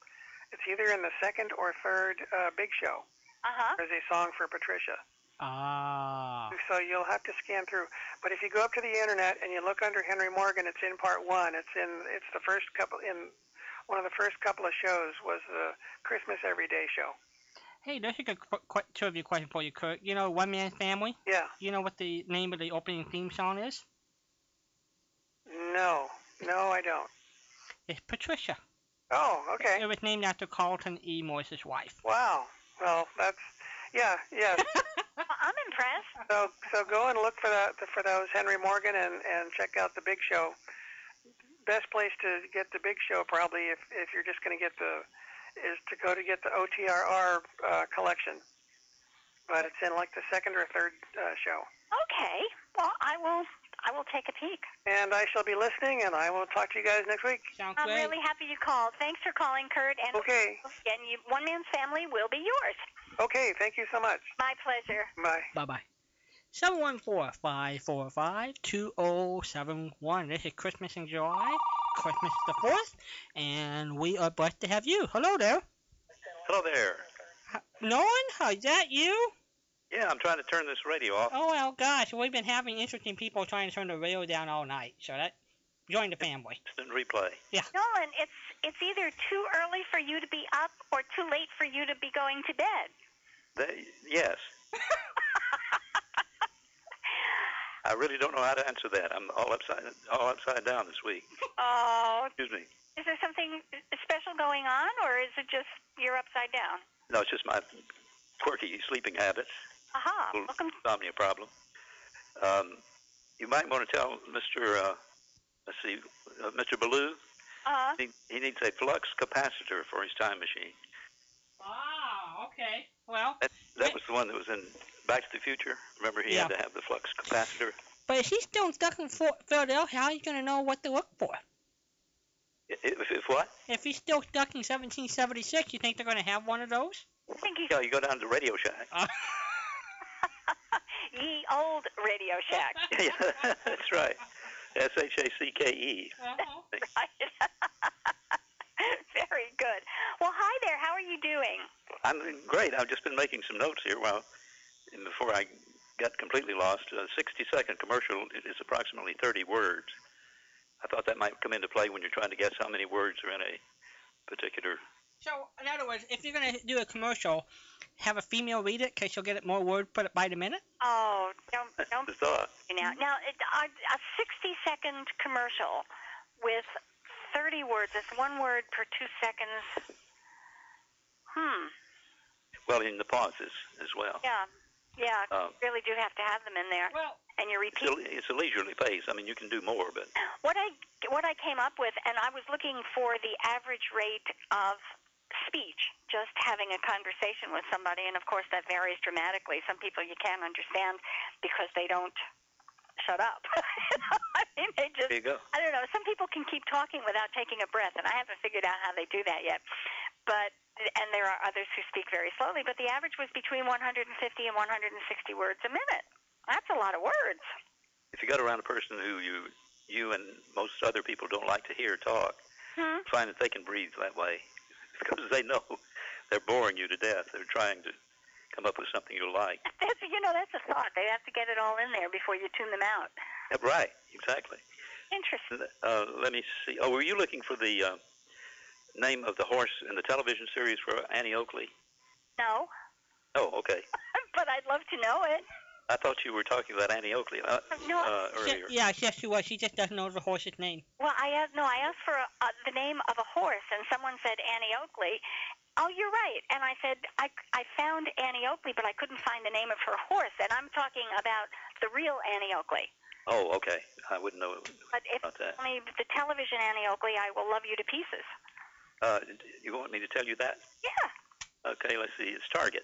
Speaker 12: it's either in the second or third uh, Big Show
Speaker 1: uh-huh.
Speaker 12: there's a song for Patricia
Speaker 2: Ah.
Speaker 12: So you'll have to scan through. But if you go up to the internet and you look under Henry Morgan, it's in part one. It's in it's the first couple in one of the first couple of shows was the Christmas Everyday show.
Speaker 2: Hey, there's a good qu- qu- trivia question for you, Kurt. You know, One Man Family.
Speaker 12: Yeah.
Speaker 2: You know what the name of the opening theme song is?
Speaker 12: No, no, I don't.
Speaker 2: It's Patricia.
Speaker 12: Oh, okay.
Speaker 2: It was named after Carlton E. Morse's wife.
Speaker 12: Wow. Well, that's yeah, yeah.
Speaker 1: I'm impressed.
Speaker 12: So so go and look for that for those Henry Morgan and and check out the Big Show. Best place to get the Big Show probably if if you're just going to get the is to go to get the OTRR uh, collection. But it's in like the second or third uh, show.
Speaker 1: Okay. Well, I will. I will take a peek.
Speaker 12: And I shall be listening, and I will talk to you guys next week.
Speaker 2: Sounds
Speaker 1: I'm really happy you called. Thanks for calling, Kurt. And
Speaker 12: Okay.
Speaker 1: And you, one man's family will be yours.
Speaker 12: Okay. Thank you so much.
Speaker 1: My pleasure.
Speaker 12: Bye.
Speaker 2: Bye bye. 714-545-2071. This is Christmas in July, Christmas the 4th, and we are blessed to have you. Hello there.
Speaker 13: Hello there.
Speaker 2: Nolan, oh, is that you?
Speaker 13: Yeah, I'm trying to turn this radio off.
Speaker 2: Oh, well, gosh, we've been having interesting people trying to turn the radio down all night, so that, join the family.
Speaker 13: Instant replay.
Speaker 1: Nolan, it's it's either too early for you to be up or too late for you to be going to bed.
Speaker 13: That, yes. I really don't know how to answer that. I'm all upside all upside down this week.
Speaker 1: Oh,
Speaker 13: Excuse me.
Speaker 1: is there something special going on, or is it just you're upside down?
Speaker 13: No, it's just my quirky sleeping habits.
Speaker 1: Aha.
Speaker 13: Little
Speaker 1: Welcome.
Speaker 13: insomnia problem. Um, you might want to tell Mr. Uh, let's see, uh, Mr. Ballou.
Speaker 1: Uh,
Speaker 13: He, he needs a flux capacitor for his time machine.
Speaker 2: Ah, okay. Well,
Speaker 13: That, that was the one that was in Back to the Future. Remember, he had to have the flux capacitor.
Speaker 2: but if he's still stuck in Fort Philadelphia, how are you going to know what to look for?
Speaker 13: I- If, if what?
Speaker 2: If he's still stuck in 1776, you think they're going to have one of those?
Speaker 1: I think he's
Speaker 13: Yeah, you go down to Radio Shack.
Speaker 1: Ye old Radio Shack.
Speaker 13: yeah, that's right. S H A C K E.
Speaker 1: Very good. Well, hi there. How are you doing?
Speaker 13: I'm great. I've just been making some notes here while and before I got completely lost. A 60 second commercial is approximately 30 words. I thought that might come into play when you're trying to guess how many words are in a particular.
Speaker 2: So, in other words, if you're going to do a commercial, have a female read it because she'll get it more word put it by the minute.
Speaker 1: Oh, don't don't
Speaker 13: Just thought.
Speaker 1: you now. Now, it, a, a 60 second commercial with 30 words. It's one word per two seconds. Hmm.
Speaker 13: Well, in the pauses as well.
Speaker 1: Yeah. Yeah.
Speaker 13: Um,
Speaker 1: you really do have to have them in there.
Speaker 2: Well.
Speaker 1: And you
Speaker 13: It's
Speaker 1: repeat.
Speaker 13: a, it's a leisurely pace. I mean, you can do more, but
Speaker 1: What I what I came up with, and I was looking for the average rate of speech, just having a conversation with somebody, and of course that varies dramatically. Some people you can't understand because they don't shut up. I mean, they just
Speaker 13: there you go.
Speaker 1: I don't know. Some people can keep talking without taking a breath, and I haven't figured out how they do that yet. But and there are others who speak very slowly, but the average was between 150 and 160 words a minute. That's a lot of words.
Speaker 13: If you got around a person who you you and most other people don't like to hear talk,
Speaker 1: Hmm.
Speaker 13: find that they can breathe that way because they know they're boring you to death. They're trying to come up with something you like.
Speaker 1: That's you know that's a thought. They have to get it all in there before you tune them out.
Speaker 13: Yeah, Right, exactly.
Speaker 1: Interesting.
Speaker 13: Uh, let me see. Oh, were you looking for the uh, name of the horse in the television series for Annie Oakley?
Speaker 1: No,
Speaker 13: Oh, okay.
Speaker 1: but I'd love to know it.
Speaker 13: I thought you were talking about Annie Oakley uh,
Speaker 1: No.
Speaker 13: uh,
Speaker 2: She,
Speaker 13: earlier.
Speaker 2: yeah, yes, she was. She just doesn't know the horse's name.
Speaker 1: Well, I asked no, I asked for a, uh, the name of a horse, and someone said Annie Oakley. Oh, you're right. And I said I I found Annie Oakley, but I couldn't find the name of her horse. And I'm talking about the real Annie Oakley.
Speaker 13: Oh, okay. I wouldn't know
Speaker 1: But if
Speaker 13: about that.
Speaker 1: you tell me the television Annie Oakley, I will love you to pieces.
Speaker 13: Uh, d- you want me to tell you that?
Speaker 1: Yeah.
Speaker 13: Okay, let's see. It's Target.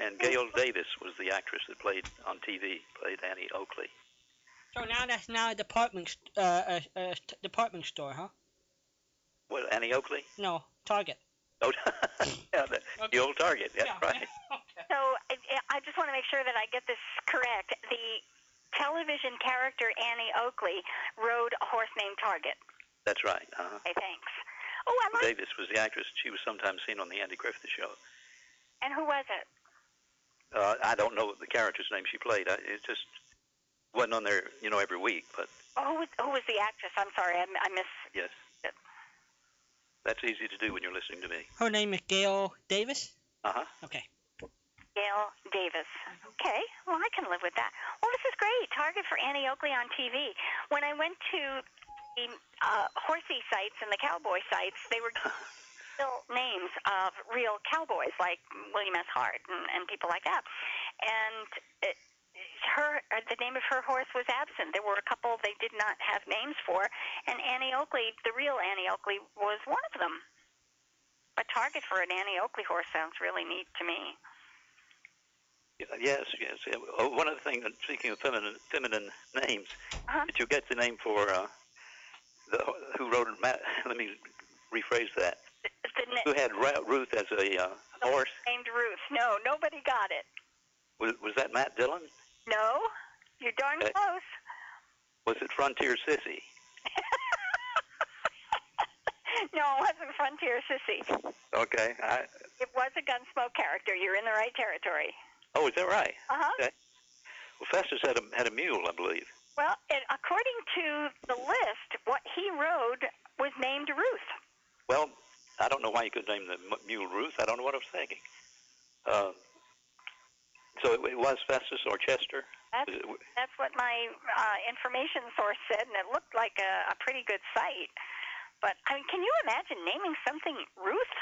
Speaker 13: And Gail Davis was the actress that played on TV, played Annie Oakley.
Speaker 2: So now that's now a department st- uh, uh, uh, st- department store, huh?
Speaker 13: Well, Annie Oakley?
Speaker 2: No, Target.
Speaker 13: Oh, yeah, the, the old Target. Yeah, right.
Speaker 1: So I, I just want to make sure that I get this correct. The television character Annie Oakley rode a horse named Target.
Speaker 13: That's right. Uh-huh.
Speaker 1: Okay, thanks. Oh, I like.
Speaker 13: Davis was the actress. She was sometimes seen on the Andy Griffith Show.
Speaker 1: And who was it?
Speaker 13: Uh, I don't know the character's name she played. I, it just wasn't on there, you know, every week. But
Speaker 1: Oh, who was, who was the actress? I'm sorry, I, I miss.
Speaker 13: yes, that's easy to do when you're listening to me.
Speaker 2: Her name is Gail Davis.
Speaker 13: Uh huh.
Speaker 2: Okay.
Speaker 1: Gail Davis. Okay, well, I can live with that. Well, this is great. Target for Annie Oakley on TV. When I went to the uh, horsey sites and the cowboy sites, they were still names of real cowboys like William S. Hart and, and people like that. And it, her, uh, the name of her horse was absent. There were a couple they did not have names for, and Annie Oakley, the real Annie Oakley, was one of them. A target for an Annie Oakley horse sounds really neat to me.
Speaker 13: Yes, yes. yeah. Oh, One other thing, speaking of feminine feminine names,
Speaker 1: Uh-huh.
Speaker 13: did you get the name for uh, the who wrote Matt? Let me rephrase that.
Speaker 1: The na-
Speaker 13: Who had Ra- Ruth as a uh, horse?
Speaker 1: named Ruth. No, nobody got it.
Speaker 13: Was, was that Matt Dillon?
Speaker 1: No, you're darn
Speaker 13: Okay.
Speaker 1: close.
Speaker 13: Was it Frontier Sissy?
Speaker 1: No, it wasn't Frontier Sissy.
Speaker 13: Okay. I,
Speaker 1: It was a Gunsmoke character. You're in the right territory.
Speaker 13: oh, is that right?
Speaker 1: Uh huh.
Speaker 13: Okay. Well, Festus had a had a mule, I believe.
Speaker 1: Well, it, according to the list, what he rode was named Ruth.
Speaker 13: Well, I don't know why you could name the m- mule Ruth. I don't know what I was thinking. Uh, so it, it was Festus or Chester.
Speaker 1: That's
Speaker 13: Was it-
Speaker 1: that's what my uh, information source said, and it looked like a, a pretty good site. But I mean, can you imagine naming something Ruth?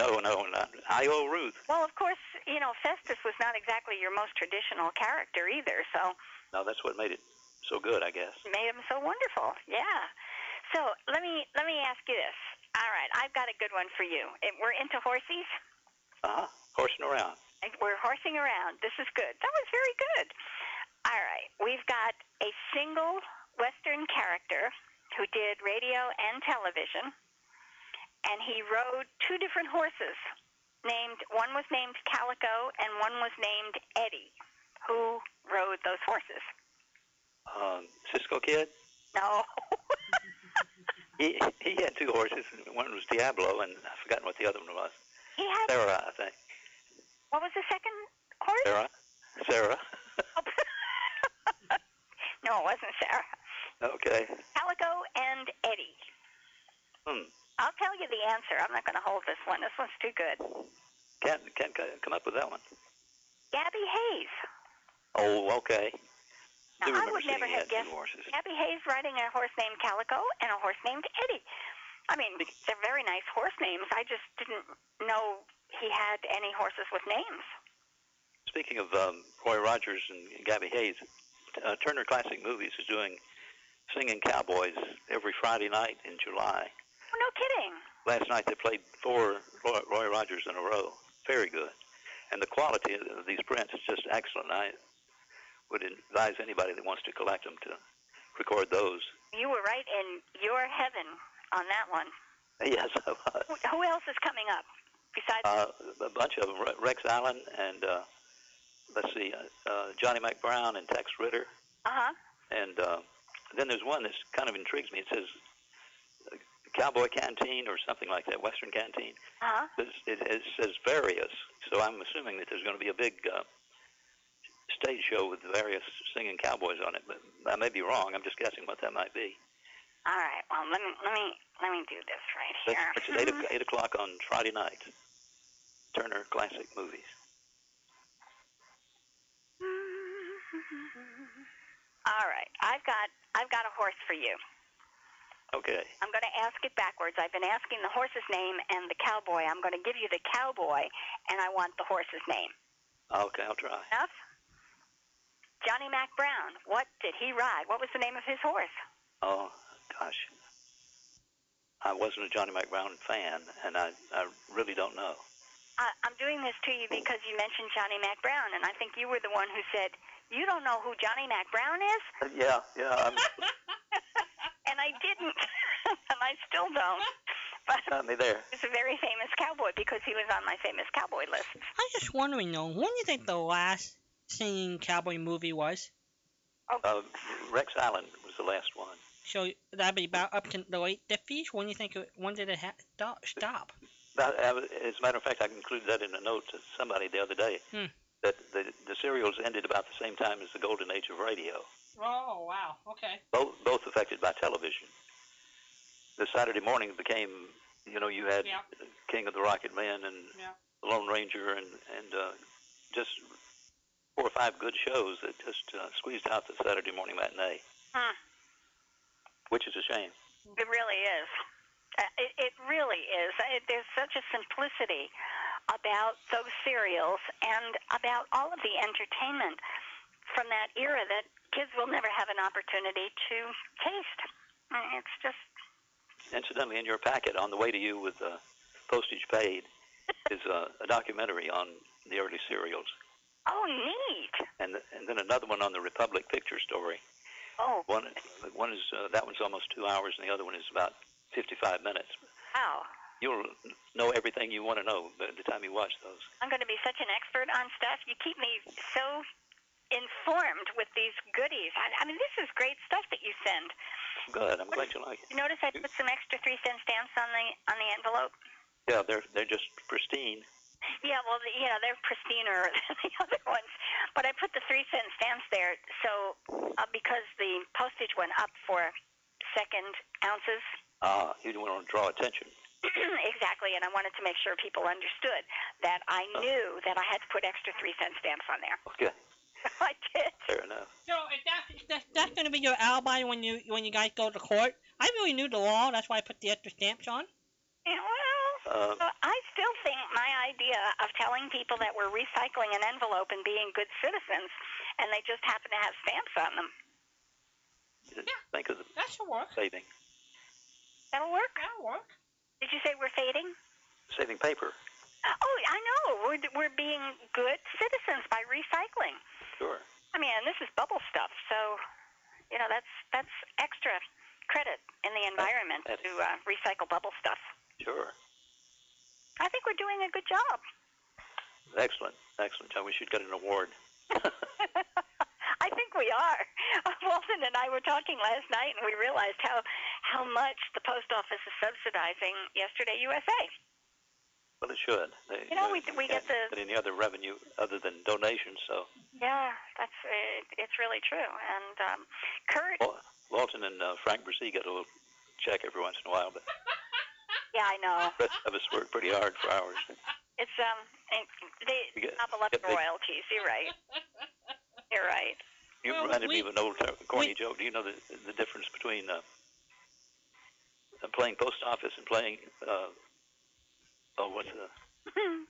Speaker 13: No, no, not I O Ruth.
Speaker 1: Well, of course, you know Festus was not exactly your most traditional character either, so.
Speaker 13: No, that's what made it so good, I guess.
Speaker 1: made them so wonderful. Yeah. So let me let me ask you this. All right, I've got a good one for you. And we're into horses.
Speaker 13: Uh huh. Horsing around.
Speaker 1: And we're horsing around. This is good. That was very good. All right, we've got a single Western character who did radio and television, and he rode two different horses. named one was named Calico and one was named Eddie, who rode those horses.
Speaker 13: Um, Cisco Kid,
Speaker 1: No,
Speaker 13: he, he had two horses. One was Diablo, and I've forgotten what the other one was.
Speaker 1: he had.
Speaker 13: Sarah, I think.
Speaker 1: What was the second horse?
Speaker 13: Sarah? Sarah.
Speaker 1: No, it wasn't Sarah.
Speaker 13: Okay.
Speaker 1: Calico and Eddie.
Speaker 13: Hmm.
Speaker 1: I'll tell you the answer. I'm not going to hold this one. This one's too good.
Speaker 13: Can't, can't c- come up with that one.
Speaker 1: Gabby Hayes.
Speaker 13: Oh, okay. Do
Speaker 1: Now, I
Speaker 13: remember
Speaker 1: would
Speaker 13: seeing
Speaker 1: never
Speaker 13: he had
Speaker 1: have
Speaker 13: two
Speaker 1: guessed
Speaker 13: horses.
Speaker 1: Gabby Hayes riding a horse named Calico and a horse named Eddie. I mean, they're very nice horse names. I just didn't know he had any horses with names.
Speaker 13: Speaking of um, Roy Rogers and Gabby Hayes, uh, Turner Classic Movies is doing Singing Cowboys every Friday night in July.
Speaker 1: Oh, no kidding.
Speaker 13: Last night they played four Roy, Roy Rogers in a row. Very good. And the quality of these prints is just excellent. I would advise anybody that wants to collect them to record those.
Speaker 1: You were right in your heaven on that one.
Speaker 13: Yes, I was.
Speaker 1: Who, who else is coming up besides?
Speaker 13: Uh, a bunch of them. Re- Rex Allen and uh, let's see, uh, uh, Johnny McBrown and Tex Ritter,
Speaker 1: Uh huh.
Speaker 13: and uh, then there's one that's kind of intrigues me. It says uh, Cowboy Canteen or something like that, Western Canteen.
Speaker 1: Uh huh.
Speaker 13: It, it, it says various, so I'm assuming that there's going to be a big uh, stage show with various singing cowboys on it. But I may be wrong. I'm just guessing what that might be.
Speaker 1: All right. Well, let me let me let me do this right
Speaker 13: That's,
Speaker 1: here.
Speaker 13: that's at eight, o- eight o'clock on Friday night. Turner Classic Movies.
Speaker 1: All right. I've got I've got a horse for you.
Speaker 13: Okay.
Speaker 1: I'm going to ask it backwards. I've been asking the horse's name and the cowboy. I'm going to give you the cowboy, and I want the horse's name.
Speaker 13: Okay, I'll try.
Speaker 1: Enough? Johnny Mac Brown. What did he ride? What was the name of his horse?
Speaker 13: Oh gosh, I wasn't a Johnny McBrown fan, and I I really don't know.
Speaker 1: I, I'm doing this to you because you mentioned Johnny Mac Brown, and I think you were the one who said you don't know who Johnny Mac Brown is,
Speaker 13: Yeah, yeah. I'm,
Speaker 1: and I didn't, and I still don't.
Speaker 13: got me there.
Speaker 1: He's a very famous cowboy because he was on my famous cowboy list.
Speaker 2: I'm just wondering though, when do you think the last singing cowboy movie was? Oh.
Speaker 13: Uh, Rex Allen was the last one.
Speaker 2: So that'd be about up to the late fifties. When do you think? It, when did it ha- stop? Stop.
Speaker 13: That, uh, as a matter of fact, I included that in a note to somebody the other day
Speaker 2: Hmm.
Speaker 13: that the the serials ended about the same time as the golden age of radio.
Speaker 2: Oh wow. Okay.
Speaker 13: Both both affected by television. The Saturday morning became, you know, you had
Speaker 2: Yeah.
Speaker 13: King of the Rocket Man and
Speaker 2: Yeah.
Speaker 13: The Lone Ranger and and uh, just four or five good shows that just uh, squeezed out the Saturday morning matinee,
Speaker 1: Hmm.
Speaker 13: which is a shame.
Speaker 1: It really is. Uh, It, it really is. Uh, It, there's such a simplicity about those serials and about all of the entertainment from that era that kids will never have an opportunity to taste. Uh, It's just
Speaker 13: Incidentally, in your packet on the way to you with uh, postage paid is uh, a documentary on the early serials,
Speaker 1: oh neat.
Speaker 13: and and then another one on the Republic Picture Story.
Speaker 1: Oh
Speaker 13: One one is uh, that one's almost two hours, and the other one is about 55 minutes.
Speaker 1: wow!
Speaker 13: You'll know everything you want to know by the time you watch those.
Speaker 1: I'm going to be such an expert on stuff. You keep me so informed with these goodies. I, I mean, this is great stuff that you send.
Speaker 13: Good. I'm glad you like it.
Speaker 1: You notice I put some extra three cent stamps on the on the envelope.
Speaker 13: Yeah, they're they're just pristine.
Speaker 1: Yeah, well, the, yeah, they're pristiner than the other ones, but I put the three cent stamps there. So uh, because the postage went up for second ounces
Speaker 13: Ah, you don't want to draw attention.
Speaker 1: exactly, and I wanted to make sure people understood that I knew that I had to put extra three cent stamps on there.
Speaker 13: Okay,
Speaker 1: I did.
Speaker 13: fair enough.
Speaker 2: So if that, that that's gonna be your alibi when you when you guys go to court. I really knew the law. That's why I put the extra stamps on.
Speaker 1: Yeah, Well,
Speaker 13: Uh,
Speaker 1: so I still think my idea of telling people that we're recycling an envelope and being good citizens, and they just happen to have stamps on them,
Speaker 13: Think of the
Speaker 2: That should work.
Speaker 13: saving
Speaker 1: that'll work.
Speaker 2: That'll work.
Speaker 1: Did you say we're fading?
Speaker 13: saving paper.
Speaker 1: Oh, I know. We're we're being good citizens by recycling.
Speaker 13: Sure.
Speaker 1: I mean, and this is bubble stuff, so you know that's that's extra credit in the environment to uh, recycle bubble stuff.
Speaker 13: Sure.
Speaker 1: I think we're doing a good job.
Speaker 13: Excellent, excellent. I wish you'd got an award.
Speaker 1: I think we are. Walton and I were talking last night, and we realized how how much the post office is subsidizing Yesterday USA.
Speaker 13: Well, it should. They,
Speaker 1: You know, we we
Speaker 13: can't
Speaker 1: get the
Speaker 13: get any other revenue other than donations. So
Speaker 1: yeah. That's it, it's really true. And um, Kurt,
Speaker 13: Walton and uh, Frank Brissy get a little check every once in a while, but
Speaker 1: yeah, I know.
Speaker 13: the rest of us work pretty hard for ours.
Speaker 1: It's um, it- they
Speaker 13: We get-
Speaker 1: top eleven
Speaker 13: get big-
Speaker 1: royalties. You're right. You're right.
Speaker 13: You
Speaker 1: Well,
Speaker 13: reminded me
Speaker 1: we-
Speaker 13: of an old ter- corny joke. Do you know the the difference between uh, uh, playing post office and playing? Uh, oh, what's the?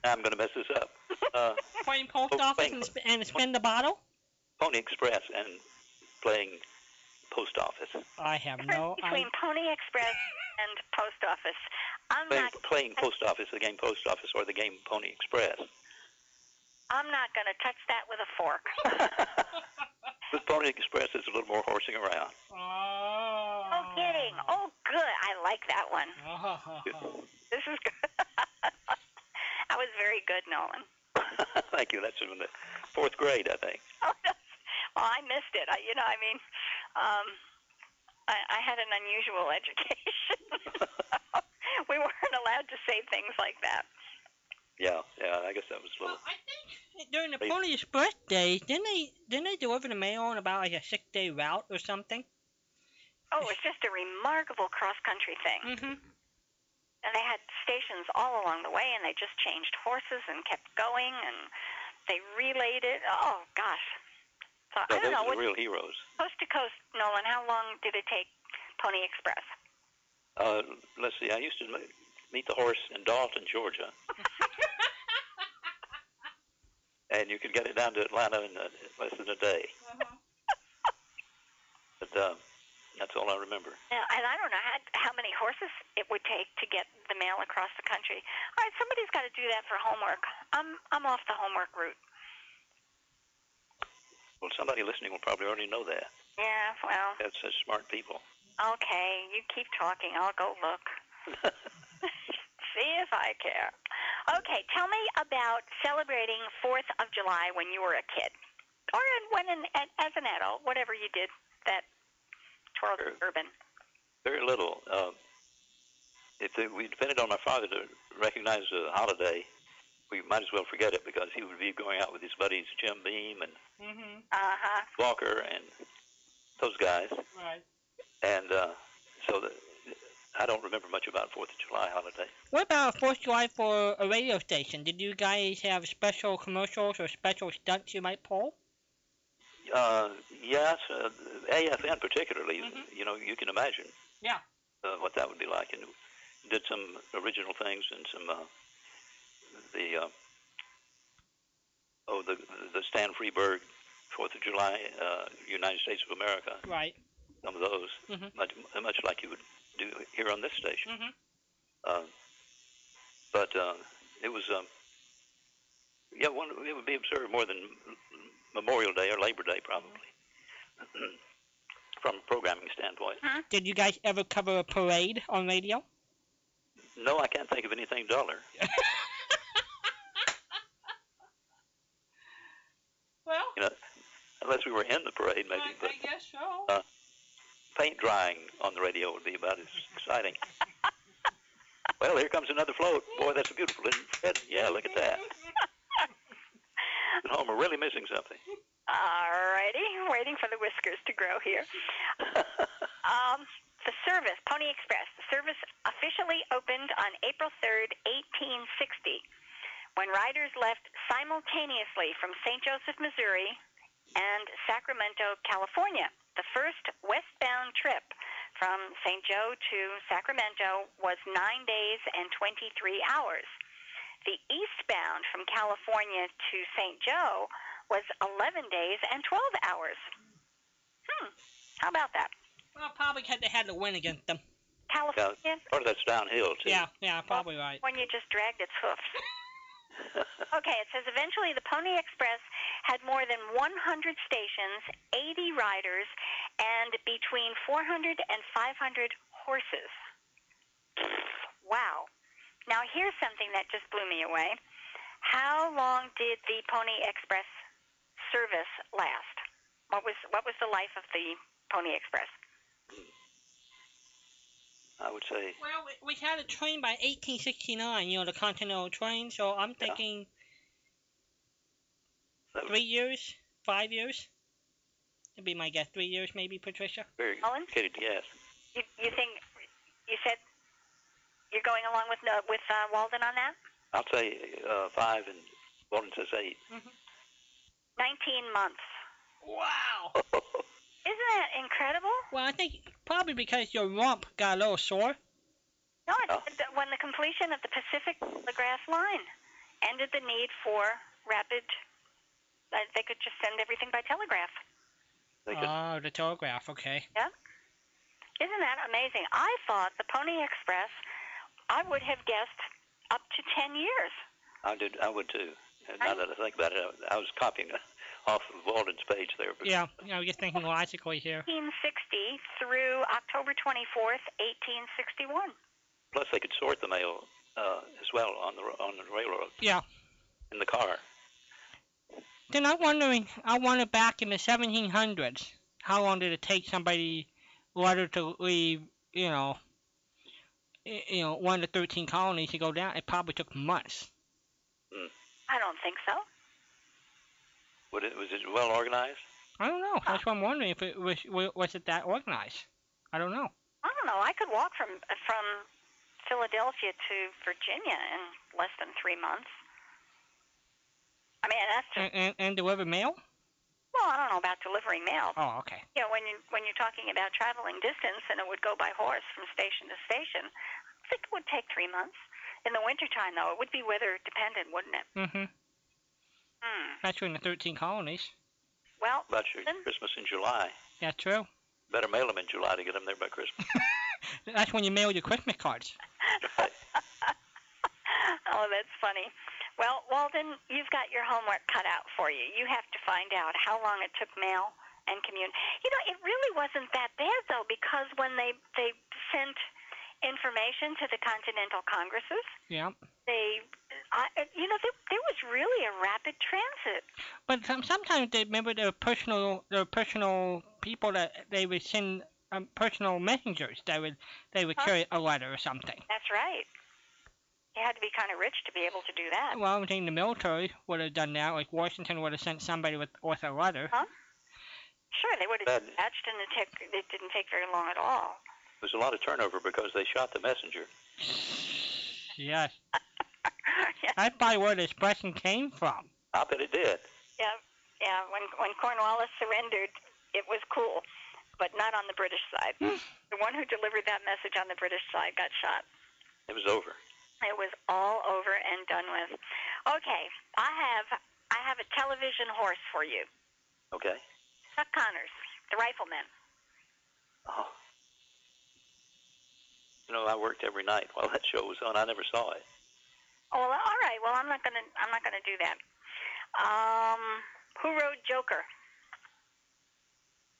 Speaker 13: I'm going to mess this up. Uh,
Speaker 2: Playing post
Speaker 13: Oh,
Speaker 2: office
Speaker 13: thank
Speaker 2: and, sp- and spin the bottle?
Speaker 13: Pony Express and playing post office.
Speaker 2: I have no
Speaker 1: Between Pony Express and post office, I'm
Speaker 13: Playing,
Speaker 1: not
Speaker 13: playing post office, the game post office, or the game Pony Express.
Speaker 1: I'm not going to touch that with a fork.
Speaker 13: With Pony Express, it's a little more horsing around.
Speaker 1: No kidding. Oh, good. I like that one. This is good. I was very good, Nolan.
Speaker 13: Thank you. That's in the fourth grade, I think.
Speaker 1: Oh, that's, well, I missed it. I, you know, I mean, um, I, I had an unusual education. we weren't allowed to say things like that.
Speaker 13: Yeah, yeah. I guess that was a little.
Speaker 2: During the
Speaker 13: They-
Speaker 2: Pony Express days, didn't they didn't they deliver the mail on about like a six day route or something?
Speaker 1: Oh, it's just a remarkable cross country thing.
Speaker 2: Mm-hmm.
Speaker 1: And they had stations all along the way, and they just changed horses and kept going, and they relayed it. Oh, gosh. So
Speaker 13: No,
Speaker 1: I don't
Speaker 13: those
Speaker 1: know.
Speaker 13: are
Speaker 1: What,
Speaker 13: real heroes.
Speaker 1: coast to coast, Nolan, how long did it take Pony Express?
Speaker 13: Uh, let's see. I used to m- meet the horse in Dalton, Georgia, and you could get it down to Atlanta in uh, less than a day. But uh, that's all I remember.
Speaker 1: Yeah, and I don't know how, how many horses it would take to get the mail across the country. All right, somebody's got to do that for homework. I'm I'm off the homework route.
Speaker 13: Well, somebody listening will probably already know that.
Speaker 1: Yeah, well,
Speaker 13: That's such smart people.
Speaker 1: okay. You keep talking. I'll go look. See if I care. Okay, tell me about celebrating Fourth of July when you were a kid, or when an, as an adult, whatever you did that twirled urban.
Speaker 13: Very little. Um, if it, we depended on my father to recognize the holiday, we might as well forget it because he would be going out with his buddies Jim Beam and
Speaker 2: Mm-hmm.
Speaker 1: Uh huh.
Speaker 13: Walker and those guys.
Speaker 2: Right.
Speaker 13: And uh, so the, I don't remember much about Fourth of July holiday.
Speaker 2: What about Fourth of July for a radio station? Did you guys have special commercials or special stunts you might pull?
Speaker 13: Uh, yes, uh, AFN particularly. You know, you can imagine.
Speaker 2: Yeah.
Speaker 13: Uh, what that would be like, and did some original things and some uh, the uh, oh the the Stan Freeberg Fourth of July uh, United States of America.
Speaker 2: Right.
Speaker 13: Some of those,
Speaker 2: Mhm.
Speaker 13: much much like you would do here on this station.
Speaker 2: Mhm.
Speaker 13: Uh, but uh, it was, um, yeah, one, it would be observed more than Memorial Day or Labor Day, probably, from a programming standpoint.
Speaker 2: Did you guys ever cover a parade on radio?
Speaker 13: No, I can't think of anything duller.
Speaker 2: Well,
Speaker 13: You know, unless we were in the parade, maybe. but
Speaker 2: guess so.
Speaker 13: uh, paint drying on the radio would be about as exciting. well, here comes another float. Boy, that's beautiful, isn't it? Yeah, look at that. At home, we're really missing something.
Speaker 1: Alrighty, waiting for the whiskers to grow here. um, the service, Pony Express, the service officially opened on April 3rd, 1860, when riders left simultaneously from St. Joseph, Missouri, and Sacramento, California. The first westbound trip from St. Joe to Sacramento was nine days and 23 hours. The eastbound from California to St. Joe was 11 days and 12 hours. Hmm. How about that?
Speaker 2: Well, probably had they had to win against them.
Speaker 1: California,
Speaker 13: Yeah, part of that's downhill too.
Speaker 2: Yeah, yeah, probably right.
Speaker 1: California just dragged its hoofs. okay, it says eventually the Pony Express had more than 100 stations, 80 riders, and between 400 and 500 horses. Wow. Now, here's something that just blew me away. How long did the Pony Express service last? What was what was the life of the Pony Express?
Speaker 13: I would say.
Speaker 2: Well, we, we had a train by 1869, you know, the Continental train. So I'm thinking three years, five years. That'd be my guess. Three years, maybe, Patricia.
Speaker 13: Very
Speaker 1: Owen?
Speaker 13: complicated guess.
Speaker 1: You, you think you said you're going along with uh, with uh, Walden on that?
Speaker 13: I'll say uh, five, and Walden says eight.
Speaker 1: 19 months.
Speaker 2: Wow.
Speaker 1: Isn't that incredible?
Speaker 2: Well, I think probably because your rump got a little sore.
Speaker 1: No, it said that when the completion of the Pacific Telegraph line ended the need for rapid, uh, they could just send everything by telegraph.
Speaker 2: Oh, the telegraph. Okay.
Speaker 1: Yeah. Isn't that amazing? I thought the Pony Express, I would have guessed up to 10 years.
Speaker 13: I did. I would too. And Now that I think about it, I, I was copying off of Walden's page there. But
Speaker 2: Yeah, you know, just thinking logically here.
Speaker 1: 1860 through October 24th, 1861.
Speaker 13: Plus, they could sort the mail uh, as well on the on the railroad
Speaker 2: Yeah.
Speaker 13: in the car.
Speaker 2: Then I'm wondering, I wonder back in the 1700s, how long did it take somebody letter to leave, you know, y- you know, one of the 13 colonies to go down? It probably took months.
Speaker 1: I don't think so.
Speaker 13: Hmm. Would it, was it well organized?
Speaker 2: I don't know. That's
Speaker 1: Oh.
Speaker 2: what I'm wondering if it was wa- was it that organized. I don't know.
Speaker 1: I don't know. I could walk from from Philadelphia to Virginia in less than three months. I mean, that's
Speaker 2: And, and, and deliver mail?
Speaker 1: well, I don't know about delivering mail.
Speaker 2: Oh, okay.
Speaker 1: You know, when you when you're talking about traveling distance, and it would go by horse from station to station, I think it would take three months. In the wintertime, though, it would be weather dependent, wouldn't it?
Speaker 2: hmm
Speaker 1: Hmm.
Speaker 2: That's when the 13 colonies.
Speaker 1: Well,
Speaker 13: About your Christmas in July.
Speaker 2: That's true.
Speaker 13: Better mail them in July to get them there by Christmas.
Speaker 2: That's when you mail your Christmas cards.
Speaker 1: oh, that's funny. Well, Walden, you've got your homework cut out for you. You have to find out how long it took mail and commune. You know, it really wasn't that bad though, because when they they sent information to the Continental Congresses,
Speaker 2: Yeah.
Speaker 1: they, I, you know, there, there was really a rapid transit.
Speaker 2: But some, sometimes they remember their personal, their personal people that they would send um, personal messengers. They would, they would
Speaker 1: Huh?
Speaker 2: carry a letter or something.
Speaker 1: That's right. You had to be kind of rich to be able to do that.
Speaker 2: Well, I would think the military would have done that. Like Washington would have sent somebody with with a letter.
Speaker 1: Huh? Sure, they would have
Speaker 13: That-
Speaker 1: dispatched, and it, took, it didn't take very long at all.
Speaker 13: There's a lot of turnover because they shot the messenger.
Speaker 2: Yes. That's probably where the expression came from.
Speaker 13: I bet it did.
Speaker 1: Yeah, yeah. When when Cornwallis surrendered, it was cool, but not on the British side. the one who delivered that message on the British side got shot.
Speaker 13: It was over.
Speaker 1: It was all over and done with. Okay, I have I have a television horse for you,
Speaker 13: Okay.
Speaker 1: Chuck Connors, the Rifleman.
Speaker 13: Oh. You know, I worked every night while that show was on. I never saw it.
Speaker 1: Oh, well, all right. Well, I'm not gonna I'm not gonna do that. Um, who rode Joker?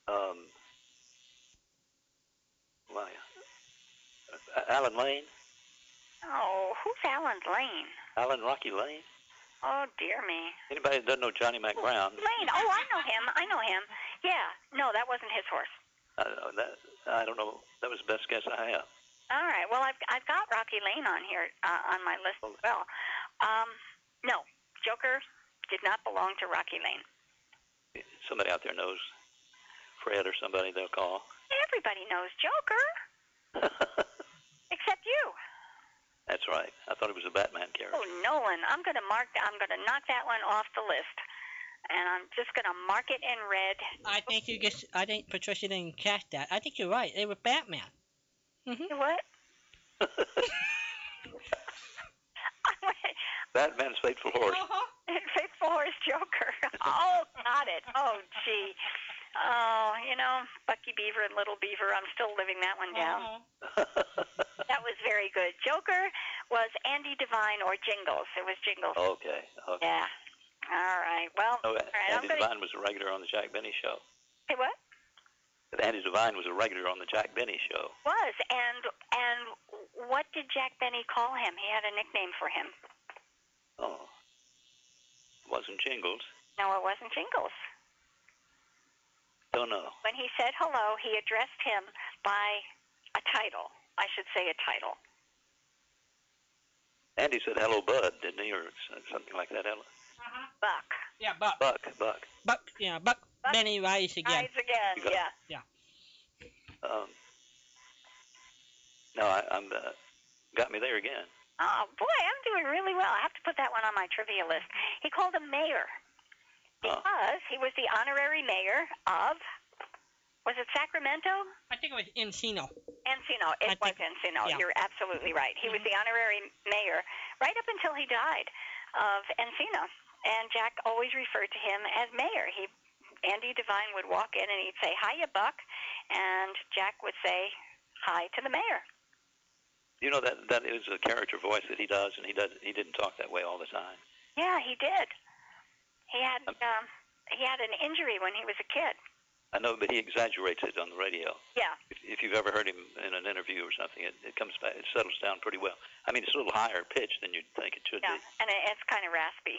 Speaker 13: Um, why? Uh, Alan Lane?
Speaker 1: Oh, who's Alan Lane?
Speaker 13: Alan Rocky Lane?
Speaker 1: Oh dear me.
Speaker 13: Anybody that doesn't know Johnny Mac Brown,
Speaker 1: Lane. Oh, I know him. I know him. Yeah. No, that wasn't his horse.
Speaker 13: I don't know. That, I don't know. That was the best guess I have.
Speaker 1: All right. Well, I've I've got Rocky Lane on here uh, on my list as well. Um, no, Joker did not belong to Rocky Lane.
Speaker 13: Somebody out there knows. Fred or somebody they'll call.
Speaker 1: Everybody knows Joker, except you.
Speaker 13: That's right. I thought it was a Batman character.
Speaker 1: Oh, Nolan. I'm gonna mark. I'm gonna knock that one off the list, and I'm just gonna mark it in red.
Speaker 2: I think you just, I think Patricia didn't catch that. I think you're right. They were Batman.
Speaker 1: You What?
Speaker 13: Batman's Faithful Horse.
Speaker 1: Uh-huh. Faithful Horse Joker. Oh, got it. Oh, gee. Oh, you know, Bucky Beaver and Little Beaver. I'm still living that one down. That was very good. Joker was Andy Devine or Jingles. It was Jingles.
Speaker 13: Okay. okay.
Speaker 1: Yeah. All right. Well,
Speaker 13: No,
Speaker 1: all right.
Speaker 13: Oh, Andy
Speaker 1: I'm going to
Speaker 13: Devine was a regular on the Jack Benny show.
Speaker 1: say what
Speaker 13: But Andy Devine was a regular on the Jack Benny show.
Speaker 1: was and and what did Jack Benny call him? He had a nickname for him.
Speaker 13: Oh. Wasn't Jingles.
Speaker 1: No, it wasn't Jingles.
Speaker 13: Don't know.
Speaker 1: When he said hello, he addressed him by a title. I should say a title.
Speaker 13: Andy said, "Hello, Bud," didn't he, or s- something like that? Hello,
Speaker 1: Buck.
Speaker 2: Yeah, Buck.
Speaker 13: Buck, Buck.
Speaker 2: Buck, yeah, Buck, Benny Rice again.
Speaker 1: Eyes again,
Speaker 13: You got it.
Speaker 1: yeah.
Speaker 13: Um, no, I, I'm uh, got me there again.
Speaker 1: Oh boy, I'm doing really well. I have to put that one on my trivia list. He called him mayor
Speaker 13: Uh.
Speaker 1: because he was the honorary mayor of was it Sacramento?
Speaker 2: I think it was Encino.
Speaker 1: Encino. It was Encino.
Speaker 2: yeah.
Speaker 1: You're absolutely right. He
Speaker 13: Mm-hmm.
Speaker 1: was the honorary mayor right up until he died of Encino. And Jack always referred to him as mayor. He Andy Devine would walk in and he'd say, Hiya Buck and Jack would say hi to the mayor.
Speaker 13: You know that that is a character voice that he does, and he does he didn't talk that way all the time.
Speaker 1: Yeah, he did. He had um, he had an injury when he was a kid.
Speaker 13: I know, but he exaggerates it on the radio.
Speaker 1: Yeah.
Speaker 13: If, if you've ever heard him in an interview or something, it, it comes back, it settles down pretty well. I mean, it's a little higher pitched than you'd think it should
Speaker 1: Yeah, and it, it's kind of
Speaker 13: be.
Speaker 1: raspy.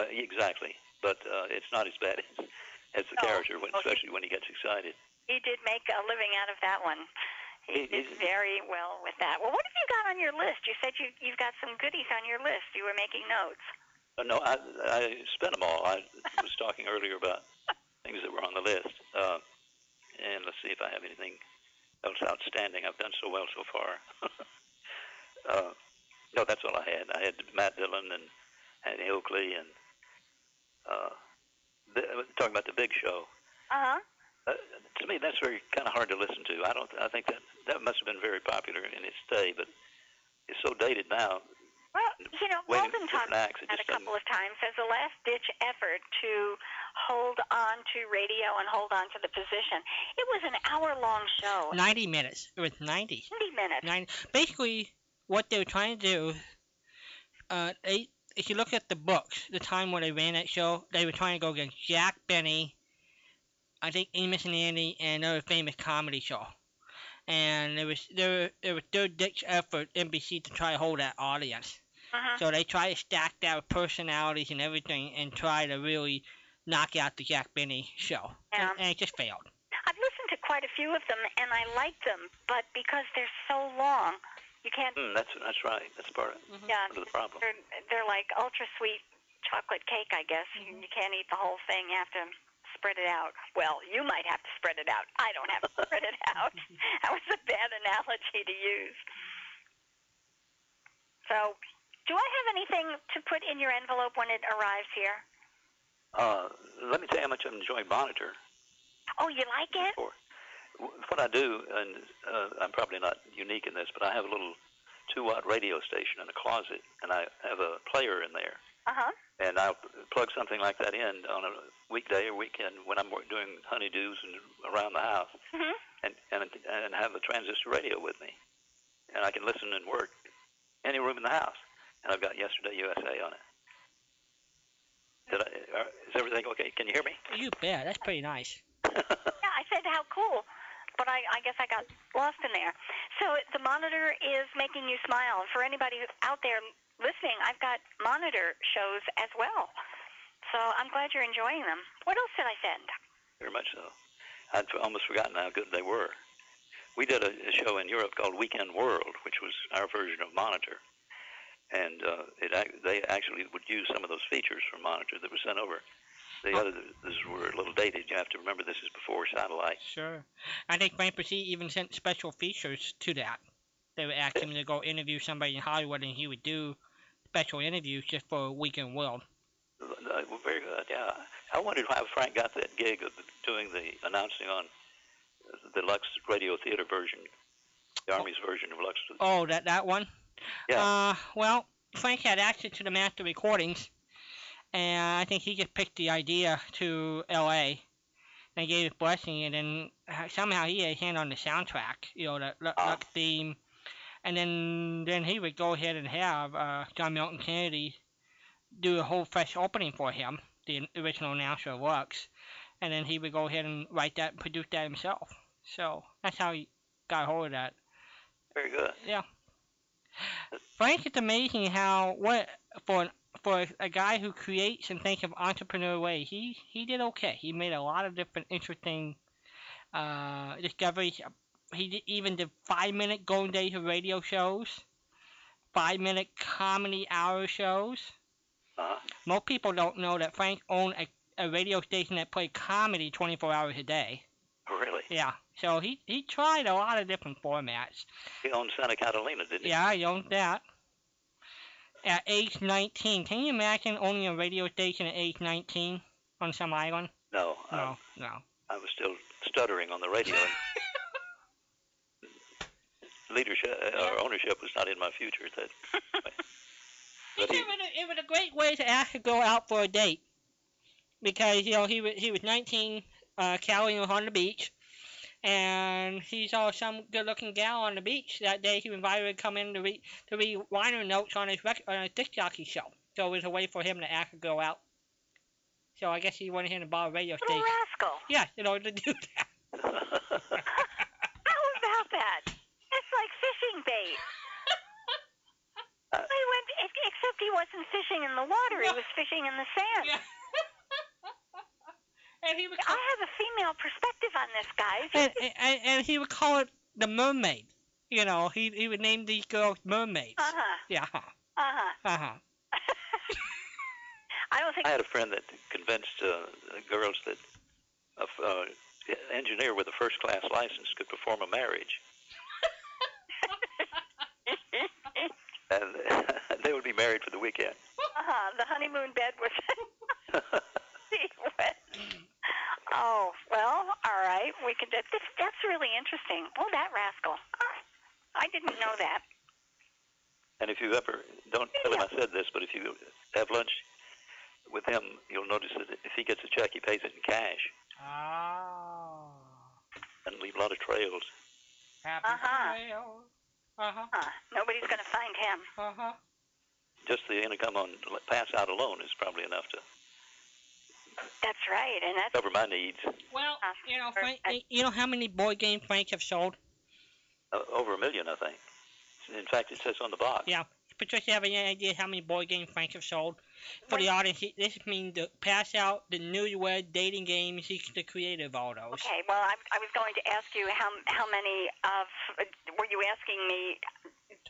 Speaker 13: Uh, exactly, but uh, it's not as bad as, as the character, when, especially when he gets excited.
Speaker 1: He did make a living out of that one. He
Speaker 13: He-
Speaker 1: did very well with that. Well, what have you got on your list? You said you you've got some goodies on your list. You were making notes.
Speaker 13: Uh, No, I, I spent them all. I was talking earlier about things that were on the list. Uh, and let's see if I have anything else outstanding. I've done so well so far. uh, no, that's all I had. I had Matt Dillon and Annie Oakley and uh, the, talking about the Big Show.
Speaker 1: Uh huh.
Speaker 13: Uh, to me, that's very kind of hard to listen to. I don't. I think that that must have been very popular in its day, but it's so dated now.
Speaker 1: Well, you know,
Speaker 13: Wait a
Speaker 1: Walden
Speaker 13: minute,
Speaker 1: talked about
Speaker 13: relax, it
Speaker 1: that a
Speaker 13: just doesn't-
Speaker 1: couple of times as a last ditch effort to hold on to radio and hold on to the position. It was an hour long show.
Speaker 2: 90 minutes. It was 90.
Speaker 1: 90 minutes.
Speaker 2: Nine, basically, what they were trying to do, uh, they, if you look at the books, the time where they ran that show, they were trying to go against Jack Benny, I think Amos and Andy, and another famous comedy show. And there was there there was third ditch effort NBC to try to hold that audience.
Speaker 1: Uh-huh.
Speaker 2: So they try to stack that with personalities and everything and try to really knock out the Jack Benny show.
Speaker 1: Yeah.
Speaker 2: And, and it just failed.
Speaker 1: I've listened to quite a few of them and I like them, but because they're so long, you can't.
Speaker 13: Mm, that's that's right. That's part of,
Speaker 1: Yeah,
Speaker 13: part of the problem.
Speaker 1: they're, they're like ultra sweet chocolate cake, I guess. You, you can't eat the whole thing. You have to spread it out. Well, you might have to spread it out. I don't have to spread it out. That was a bad analogy to use. So, do I have anything to put in your envelope when it arrives here?
Speaker 13: Uh, let me tell you how much I enjoy Monitor.
Speaker 1: Oh, you like it?
Speaker 13: What I do, and uh, I'm probably not unique in this, but I have a little two-watt radio station in a closet, and I have a player in there.
Speaker 1: Uh huh.
Speaker 13: And I'll plug something like that in on a weekday or weekend when I'm work- doing honeydews and around the house,
Speaker 1: Mhm.
Speaker 13: and, and and have a transistor radio with me, and I can listen and work any room in the house. And I've got Yesterday USA on it. Did I, are- is everything okay? Can you hear me?
Speaker 2: You bet. That's pretty nice.
Speaker 1: Yeah, I said how cool, but I, I guess I got lost in there. So the monitor is making you smile. For anybody who's out there listening, I've got monitor shows as well. So I'm glad you're enjoying them. What else did I send?
Speaker 13: Very much so. I'd f- almost forgotten how good they were. We did a, a show in Europe called Weekend World, which was our version of Monitor, and uh, it ac- they actually would use some of those features from Monitor that were sent over. The other others were a little dated. You have to remember this is before satellite.
Speaker 2: Sure. I think Frank Percy even sent special features to that. They would ask him to go interview somebody in Hollywood, and he would do special interviews just for Weekend World.
Speaker 13: Uh, well, very good. Yeah, I wondered how Frank got that gig of doing the announcing on the Lux Radio Theater version, the Army's version of Lux.
Speaker 2: Oh, that that one.
Speaker 13: Yeah.
Speaker 2: Uh, well, Frank had access to the master recordings, and I think he just picked the idea to L.A. They gave his blessing, and then uh, somehow he had a hand on the soundtrack, you know, the Lu- Lux theme. And then then he would go ahead and have uh, John Milton Kennedy do a whole fresh opening for him, the original announcer of Lux. And then he would go ahead and write that and produce that himself. So that's how he got hold of that.
Speaker 13: Very good.
Speaker 2: Yeah. Frank, it's amazing how what for an, for a guy who creates and thinks of entrepreneur ways, he he did okay. He made a lot of different interesting uh, discoveries. He did, even did five minute golden days of radio shows, five minute comedy hour shows. Most people don't know that Frank owned a, a radio station that played comedy 24 hours a day.
Speaker 13: Really?
Speaker 2: Yeah, so he he tried a lot of different formats.
Speaker 13: He owned Santa Catalina, didn't he?
Speaker 2: Yeah, I owned that. At age 19, can you imagine owning a radio station at age 19 on some island?
Speaker 13: No.
Speaker 2: No,
Speaker 13: I,
Speaker 2: no.
Speaker 13: I was still stuttering on the radio. Leadership uh, or ownership was not in my future at that
Speaker 2: It was, a, it was a great way to ask a girl out for a date because you know he was he was 19, uh, Cali was on the beach, and he saw some good-looking gal on the beach that day. He invited her to come in to read to read liner notes on his rec- on his disc jockey show. So it was a way for him to ask a girl out. So I guess he wanted him to buy a radio station.
Speaker 1: rascal.
Speaker 2: Yeah, in order to do that.
Speaker 1: How about that? It's like fishing bait. he went, ex- except he wasn't fishing in the water. He was fishing in the sand.
Speaker 2: and he was
Speaker 1: I have a female perspective on this, guys.
Speaker 2: and, and and he would call it the mermaid. You know, he he would name these girls mermaids.
Speaker 1: Uh huh.
Speaker 2: Yeah.
Speaker 1: Uh huh.
Speaker 2: Uh-huh.
Speaker 1: I don't think.
Speaker 13: I had a friend that convinced uh, girls that a f- uh, engineer with a first class license could perform a marriage. and they would be married for the weekend.
Speaker 1: Uh-huh. The honeymoon bed was. He went, oh well, all right. We could. That, that's that's really interesting. Oh, that rascal. Oh, I didn't know that.
Speaker 13: And if you ever, don't tell him I said this, but if you have lunch with him, you'll notice that if he gets a check, he pays it in cash
Speaker 2: Oh.
Speaker 13: and leave a lot of trails.
Speaker 2: Happy trail. Uh-huh.
Speaker 1: Nobody's gonna find him.
Speaker 2: Uh-huh.
Speaker 13: Just the income on pass out alone is probably enough to
Speaker 1: That's right, and that's
Speaker 13: cover my needs.
Speaker 2: Well,
Speaker 1: Uh,
Speaker 2: you know, Frank, you know how many board games Frank have sold?
Speaker 13: Uh, over a million, I think. In fact, it says on the box.
Speaker 2: Yeah. Patricia, you have any idea how many board games Frank have sold? For the audience, he- this means the pass out, the newlywed dating games, he's the creator of all those.
Speaker 1: Okay, well, I, I was going to ask you how how many of uh, were you asking me?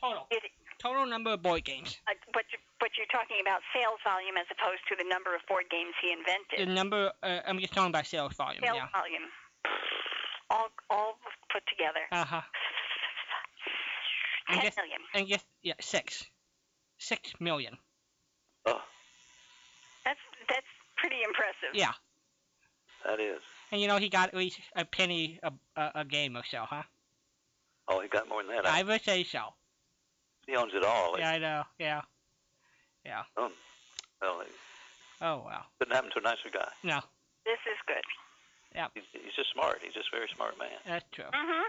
Speaker 2: Total.
Speaker 1: Did,
Speaker 2: Total number of board games.
Speaker 1: uh, but you, but you're talking about sales volume as opposed to the number of board games he
Speaker 2: The
Speaker 1: invented.
Speaker 2: number, uh, I'm just talking about sales volume,
Speaker 1: sales
Speaker 2: yeah.
Speaker 1: volume, all all put together,
Speaker 2: Uh-huh.
Speaker 1: ten
Speaker 2: And guess,
Speaker 1: million.
Speaker 2: and guess, yeah, six. Six million.
Speaker 1: That's that's pretty impressive.
Speaker 2: Yeah.
Speaker 13: That is.
Speaker 2: And you know, he got at least a penny a, a, a game or so, huh?
Speaker 13: Oh, he got more than that.
Speaker 2: I would say so.
Speaker 13: He owns it all.
Speaker 2: Yeah, I know. Yeah. Yeah.
Speaker 13: Um, well, it
Speaker 2: Oh, wow.
Speaker 13: couldn't happen to a nicer guy.
Speaker 2: No,
Speaker 1: This is good.
Speaker 13: He's, he's just smart. He's just a very smart man.
Speaker 2: that's true.
Speaker 1: Mhm.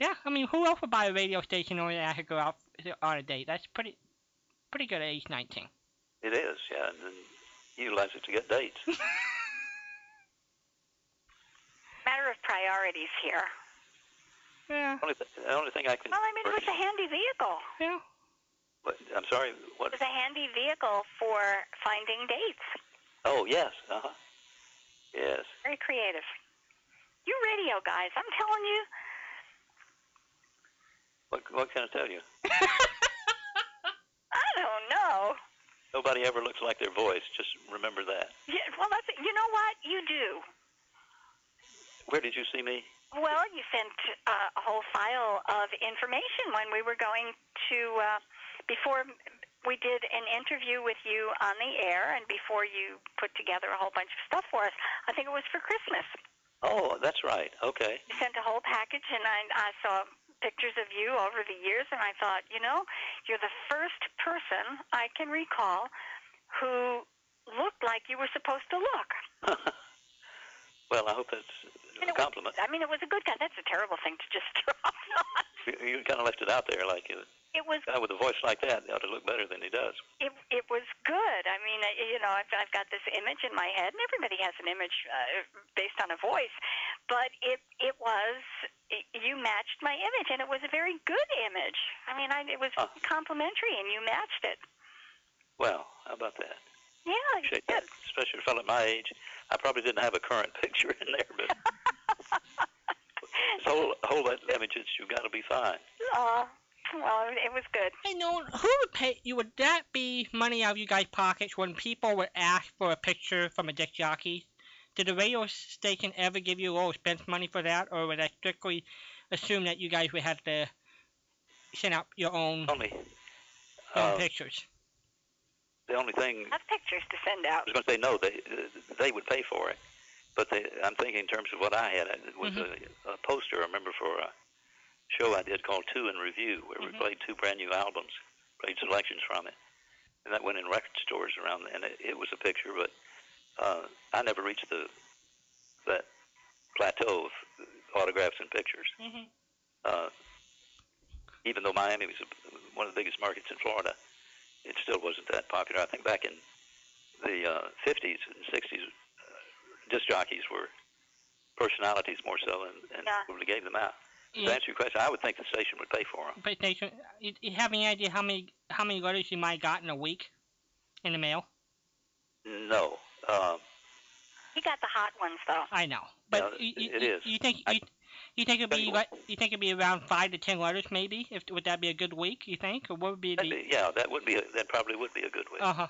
Speaker 2: Yeah, I mean, who else would buy a radio station only that could go out on a date? That's pretty, pretty good at age 19.
Speaker 13: It is, yeah. And then utilize it to get dates.
Speaker 1: Matter of priorities here.
Speaker 2: Yeah.
Speaker 13: only th- the only thing I can.
Speaker 1: Well, I mean, it was a handy vehicle.
Speaker 2: Yeah.
Speaker 13: What, I'm sorry. What?
Speaker 1: It was a handy vehicle for finding dates.
Speaker 13: Oh, yes. Uh huh. Yes.
Speaker 1: Very creative. You radio guys, I'm telling you.
Speaker 13: What, what can I tell you?
Speaker 1: I don't know.
Speaker 13: Nobody ever looks like their voice. Just remember that.
Speaker 1: Yeah, well, that's you know what you do.
Speaker 13: Where did you see me?
Speaker 1: Well, you sent uh, a whole file of information when we were going to uh, before we did an interview with you on the air, and before you put together a whole bunch of stuff for us. I think it was for Christmas.
Speaker 13: Oh, that's right. Okay.
Speaker 1: You sent a whole package, and I, I saw pictures of you over the years, and I thought, you know, you're the first person I can recall who looked like you were supposed to look.
Speaker 13: Well, I hope that's a compliment.
Speaker 1: I mean, it was a good guy. That's a terrible thing to just throw.
Speaker 13: You, you kind of left it out there like it,
Speaker 1: it was
Speaker 13: guy with a voice like that ought to look better than he does.
Speaker 1: it it was good. I mean, I- you know, I've I've got this image in my head, and everybody has an image uh, based on a voice, but it it was y- you matched my image, and it was a very good image. I mean, I it was complimentary, and you matched it.
Speaker 13: Well, how about that?
Speaker 1: Yeah, you
Speaker 13: Appreciate that, especially a fellow at my age. I probably didn't have a current picture in there, but just hold, hold that image. It's, you've got to be fine.
Speaker 1: Uh, well, it was good.
Speaker 2: Hey, no, who would pay? You would that be money out of you guys' pockets when people would ask for a picture from a disc jockey? Did the radio station ever give you a little expense money for that, or would I strictly assume that you guys would have to send out your own
Speaker 13: Only uh,
Speaker 2: own pictures?
Speaker 13: the only thing
Speaker 1: I have pictures to send
Speaker 13: I
Speaker 1: out.
Speaker 13: was going to say no, they they would pay for it, but they, I'm thinking in terms of what I had. It was a, a poster I remember for a show I did called Two in Review, where we played two brand new albums, played selections from it, and that went in record stores around. And it, it was a picture, but uh, I never reached the that plateau of autographs and pictures.
Speaker 1: Mm-hmm.
Speaker 2: Mhm.
Speaker 13: Uh, even though Miami was a, one of the biggest markets in Florida, it still wasn't that popular. I think back in the uh, 50s and 60s, uh, disc jockeys were personalities more so, and, and
Speaker 2: Yeah.
Speaker 13: probably gave them out.
Speaker 2: Yeah.
Speaker 13: To answer your question, I would think the station would pay for them.
Speaker 2: PlayStation. You, you have any idea how many how many letters you might have got in a week in the mail?
Speaker 13: No, uh,
Speaker 1: He got the hot ones though.
Speaker 2: I know, but
Speaker 13: No,
Speaker 2: you, you,
Speaker 13: it
Speaker 2: you-
Speaker 13: is.
Speaker 2: you think you, you think it'd be like you think it'd be around five to ten letters maybe? If would that be a good week? You think, or what would be
Speaker 13: that'd
Speaker 2: the?
Speaker 13: be, yeah, that would be a, that probably would be a good way.
Speaker 2: Uh huh.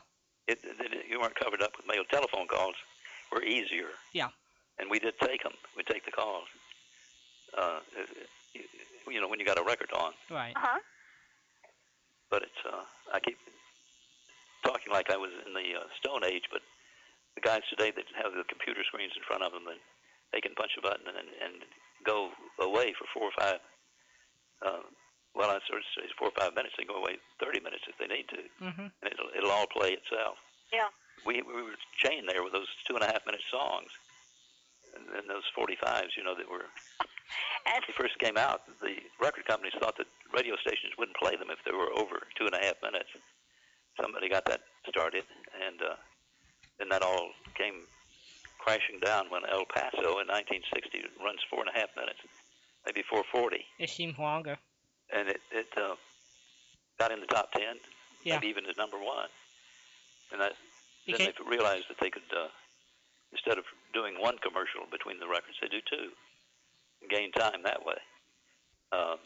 Speaker 13: It, it, you weren't covered up with mail. Telephone calls were easier,
Speaker 2: Yeah.
Speaker 13: and we did take them. We take the calls. Uh, you- you know, when you got a record on,
Speaker 2: Right.
Speaker 1: Uh-huh.
Speaker 13: but it's uh, I keep talking like I was in the uh, Stone Age, but the guys today that have the computer screens in front of them and they can punch a button and, and go away for four or five. Uh, well, I sort of say four or five minutes. They go away 30 minutes if they need to,
Speaker 2: Mhm.
Speaker 13: and it'll, it'll all play itself.
Speaker 1: Yeah.
Speaker 13: We we were chained there with those two and a half minute songs, and then those 45s, you know, that were.
Speaker 1: When
Speaker 13: they first came out, the record companies thought that radio stations wouldn't play them if they were over two and a half minutes. Somebody got that started, and uh, then that all came crashing down when El Paso in 1960 runs four and a half minutes, maybe 440,
Speaker 2: It seems longer.
Speaker 13: and it it uh, got in the top ten,
Speaker 2: Yeah.
Speaker 13: maybe even to number one. And that, then
Speaker 2: Okay.
Speaker 13: they realized that they could, uh, instead of doing one commercial between the records, they do two, and gain time that way. Uh,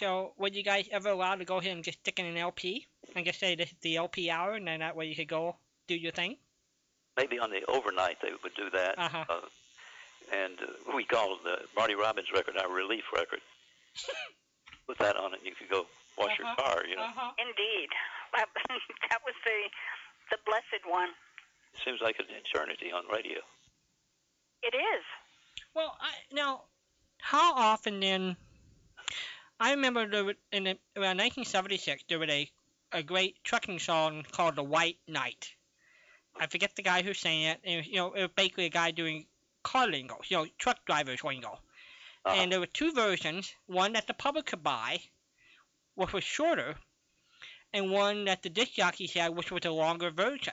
Speaker 2: So, would you guys ever allowed to go ahead and just stick in an LP and just say this is the LP hour, and then that way you could go do your thing?
Speaker 13: maybe on the overnight they would do that.
Speaker 2: Uh-huh.
Speaker 13: Uh, and uh, we called the Marty Robbins record our relief record. Put that on it, and you could go wash your
Speaker 2: Uh-huh.
Speaker 13: car. You know,
Speaker 1: Indeed, that that was the the blessed one.
Speaker 13: it seems like an eternity on radio.
Speaker 1: It is.
Speaker 2: Well, I, now, how often then? I remember there was, in the, around 1976 there was a, a great trucking song called "The White Knight." I forget the guy who sang it. And, you know, it was basically a guy doing car lingo, you know, truck driver's lingo. And there were two versions: one that the public could buy, which was shorter, and one that the disc jockeys had, which was a longer version.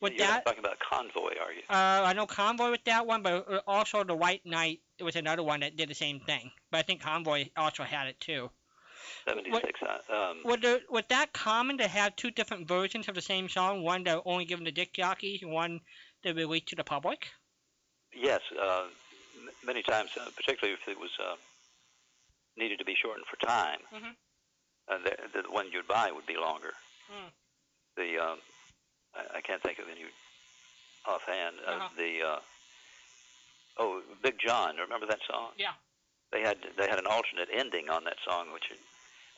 Speaker 2: Would
Speaker 13: You're not
Speaker 2: that
Speaker 13: talking about convoy, are you?
Speaker 2: uh, I know Convoy with that one, but uh, also the White Knight was another one that did the same thing. But I think Convoy also had it too.
Speaker 13: Seventy-six. uh, Um,
Speaker 2: Was, there, was that common to have two different versions of the same song, one that only given to disc jockeys, and one that released to the public?
Speaker 13: Yes, uh, m- many times, uh, particularly if it was uh, needed to be shortened for time.
Speaker 2: Mhm.
Speaker 13: Uh, the, the one you'd buy would be longer.
Speaker 2: Mm.
Speaker 13: The um, I, I can't think of any offhand. Uh,
Speaker 2: Uh-huh.
Speaker 13: The uh, oh, Big John. Remember that song?
Speaker 2: Yeah.
Speaker 13: They had they had an alternate ending on that song, which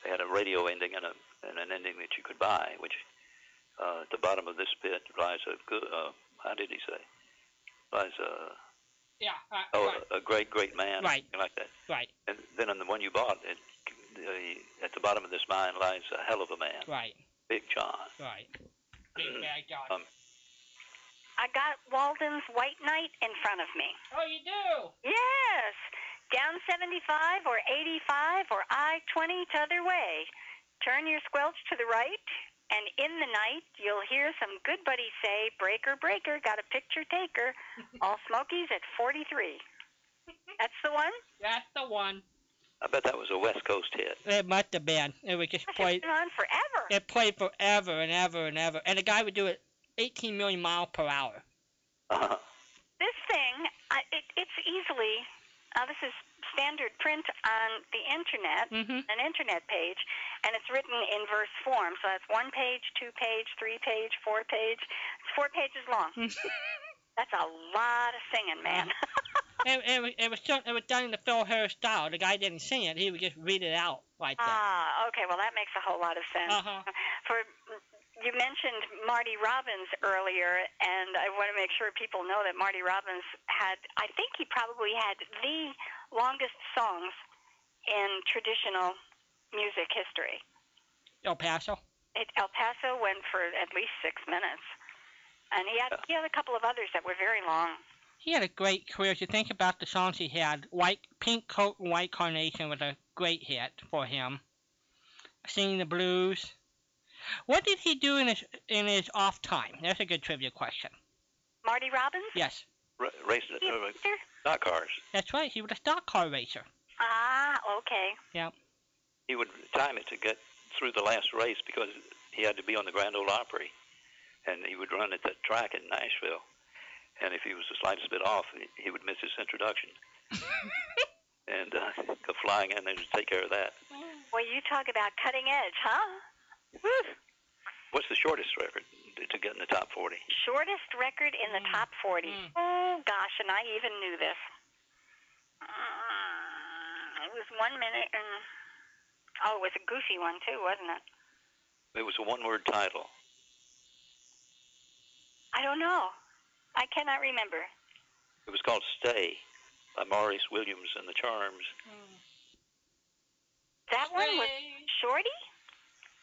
Speaker 13: they had a radio ending and a and an ending that you could buy. Which uh, at the bottom of this pit lies a good. Uh, how did he say? Lies a
Speaker 2: Yeah.
Speaker 13: Oh, a a great, great man.
Speaker 2: Right.
Speaker 13: something like that.
Speaker 2: Right.
Speaker 13: And then on the one you bought, it, the, at the bottom of this mine lies a hell of a man,
Speaker 2: Right.
Speaker 13: Big John.
Speaker 2: Right.
Speaker 13: Um,
Speaker 1: I got Walden's White Knight in front of me.
Speaker 2: Oh, you do?
Speaker 1: Yes. Down 75 or 85 or I 20 t'other way. Turn your squelch to the right, and in the night you'll hear some good buddy say, Breaker, breaker, got a picture taker. All Smokies at 43. That's the one?
Speaker 2: That's the one.
Speaker 13: I bet that was a West Coast hit.
Speaker 2: It must have been. It was just played.
Speaker 1: Been on forever.
Speaker 2: It played forever and ever and ever. And the guy would do it 18 million mile per hour.
Speaker 13: Uh-huh.
Speaker 1: This thing, I, it, it's easily, uh, this is standard print on the internet, an internet page, and it's written in verse form. So that's one page, two page, three page, four page. It's four pages long.
Speaker 2: Mm.
Speaker 1: that's a lot of singing, man.
Speaker 2: It, it, was- it was still, it was done in the Phil Harris style. The guy didn't sing it. He would just read it out like that.
Speaker 1: Ah, okay. Well, that makes a whole lot of sense.
Speaker 2: Uh-huh.
Speaker 1: For you mentioned Marty Robbins earlier, and I want to make sure people know that Marty Robbins had, I think he probably had the longest songs in traditional music history.
Speaker 2: El Paso.
Speaker 1: It, El Paso went for at least six minutes, and he had he had a couple of others that were very long.
Speaker 2: He had a great career. If you think about the songs he had, White Pink Coat and White Carnation was a great hit for him. Singing the blues. What did he do in his in his off time? That's a good trivia question.
Speaker 1: Marty Robbins.
Speaker 2: Yes,
Speaker 13: R- raced uh, uh, stock cars.
Speaker 2: that's right. He was a stock car racer.
Speaker 1: Ah, okay.
Speaker 2: Yeah.
Speaker 13: He would time it to get through the last race because he had to be on the Grand Ole Opry, and he would run at that track in Nashville. And if he was the slightest bit off, he- he would miss his introduction, and uh, go flying in there to take care of that.
Speaker 2: Mm.
Speaker 1: Well, you talk about cutting edge, huh? Whew.
Speaker 13: What's the shortest record to- to get in the top 40?
Speaker 1: shortest record in the top 40. Oh gosh, and I even knew this. Mm, It was one minute and oh, it was a goofy one too, wasn't it?
Speaker 13: It was a one-word title.
Speaker 1: I don't know. I cannot remember.
Speaker 13: It was called "Stay" by Maurice Williams and the Charms.
Speaker 1: That one was Shorty.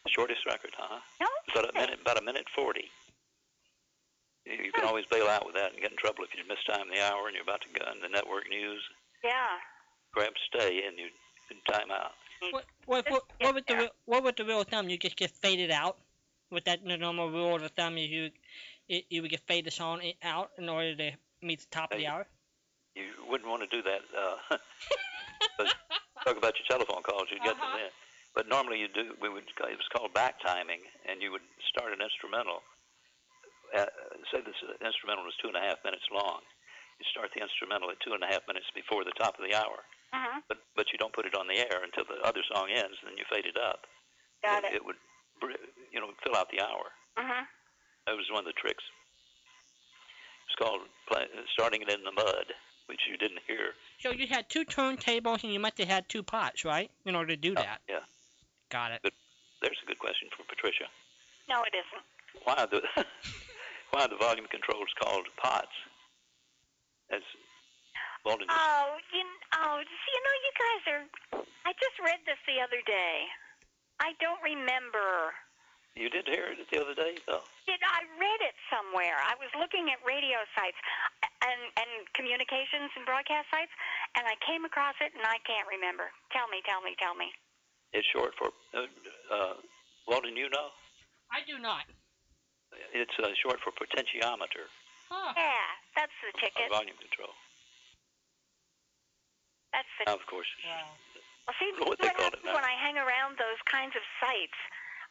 Speaker 13: Shortest record, huh?
Speaker 1: No
Speaker 13: About a minute, about a minute forty. You you can always bail out with that and get in trouble if you miss time the hour and you're about to go on the network news.
Speaker 1: Yeah.
Speaker 13: Grab stay and you you time out.
Speaker 2: What what what, what was the rule- what was the rule of thumb? You just get faded out. With that the normal rule of thumb, is you it, you would get fade the song i- out in order to meet the top of the hour.
Speaker 13: You wouldn't want to do that. Uh, but talk about your telephone calls. You'd get them then. But normally you do. We would. It was called back timing, and you would start an instrumental. At, say this instrumental was two and a half minutes long. You start the instrumental at two and a half minutes before the top of the hour.
Speaker 1: Uh-huh.
Speaker 13: But but you don't put it on the air until the other song ends, and then you fade it up.
Speaker 1: Got
Speaker 13: it.
Speaker 1: it.
Speaker 13: It would, br- you know, fill out the hour.
Speaker 1: Uh-huh.
Speaker 13: That was one of the tricks. It's called play, starting it in the mud, which you didn't hear.
Speaker 2: So you had two turntables and you must have had two pots, right? In order to do that.
Speaker 13: Yeah.
Speaker 2: Got it.
Speaker 13: Good. There's a good question for Patricia.
Speaker 1: No, it isn't.
Speaker 13: Why are the why are the volume controls called pots? That's Walden.
Speaker 1: Oh, you oh, you know you guys are I just read this the other day. I don't remember.
Speaker 13: You did hear it the other day, though.
Speaker 1: Did I read it somewhere? I was looking at radio sites and and communications and broadcast sites, and I came across it, and I can't remember. Tell me, tell me, tell me.
Speaker 13: It's short for uh, uh, Walden. You know,
Speaker 2: I do not.
Speaker 13: it's uh, short for potentiometer,
Speaker 1: Yeah, that's the
Speaker 13: or
Speaker 1: ticket.
Speaker 13: volume control.
Speaker 1: That's the.
Speaker 13: Now, of course,
Speaker 1: Well, see,
Speaker 13: what they
Speaker 1: what
Speaker 13: called it
Speaker 1: happens
Speaker 13: now.
Speaker 1: when I hang around those kinds of sites.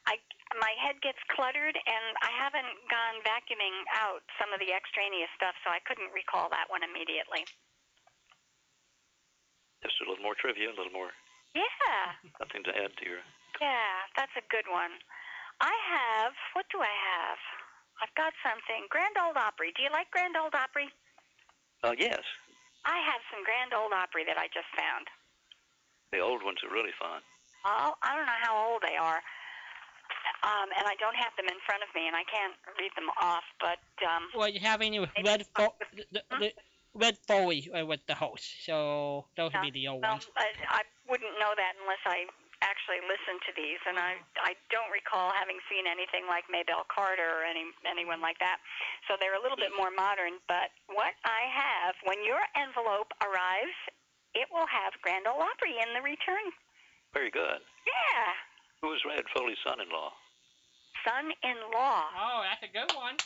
Speaker 1: I my head gets cluttered, and I haven't gone vacuuming out some of the extraneous stuff, so I couldn't recall that one immediately.
Speaker 13: just a little more trivia, a little more
Speaker 1: Yeah.
Speaker 13: nothing to add to your.
Speaker 1: Yeah, that's a good one. I have, what do I have? I've got something. Grand Old Opry. Do you like Grand Old Opry?
Speaker 13: Uh, yes,
Speaker 1: I have some Grand Old Opry that I just found.
Speaker 13: the old ones are really fun.
Speaker 1: Oh, I don't know how old they are. Um, and I don't have them in front of me, and I can't read them off, but um,
Speaker 2: Well, you have any with red fo- the, the, the red foley uh, with the host, so those would be the old
Speaker 1: well,
Speaker 2: ones.
Speaker 1: I, I wouldn't know that unless I actually listened to these, and I I don't recall having seen anything like Maybelle Carter or any anyone like that. So they're a little bit more modern. But what I have, when your envelope arrives, it will have Grand Ole Opry in the return.
Speaker 13: Very good.
Speaker 1: Yeah,
Speaker 13: Who was Rad Foley's son-in-law?
Speaker 1: Son-in-law.
Speaker 2: Oh, that's a good one.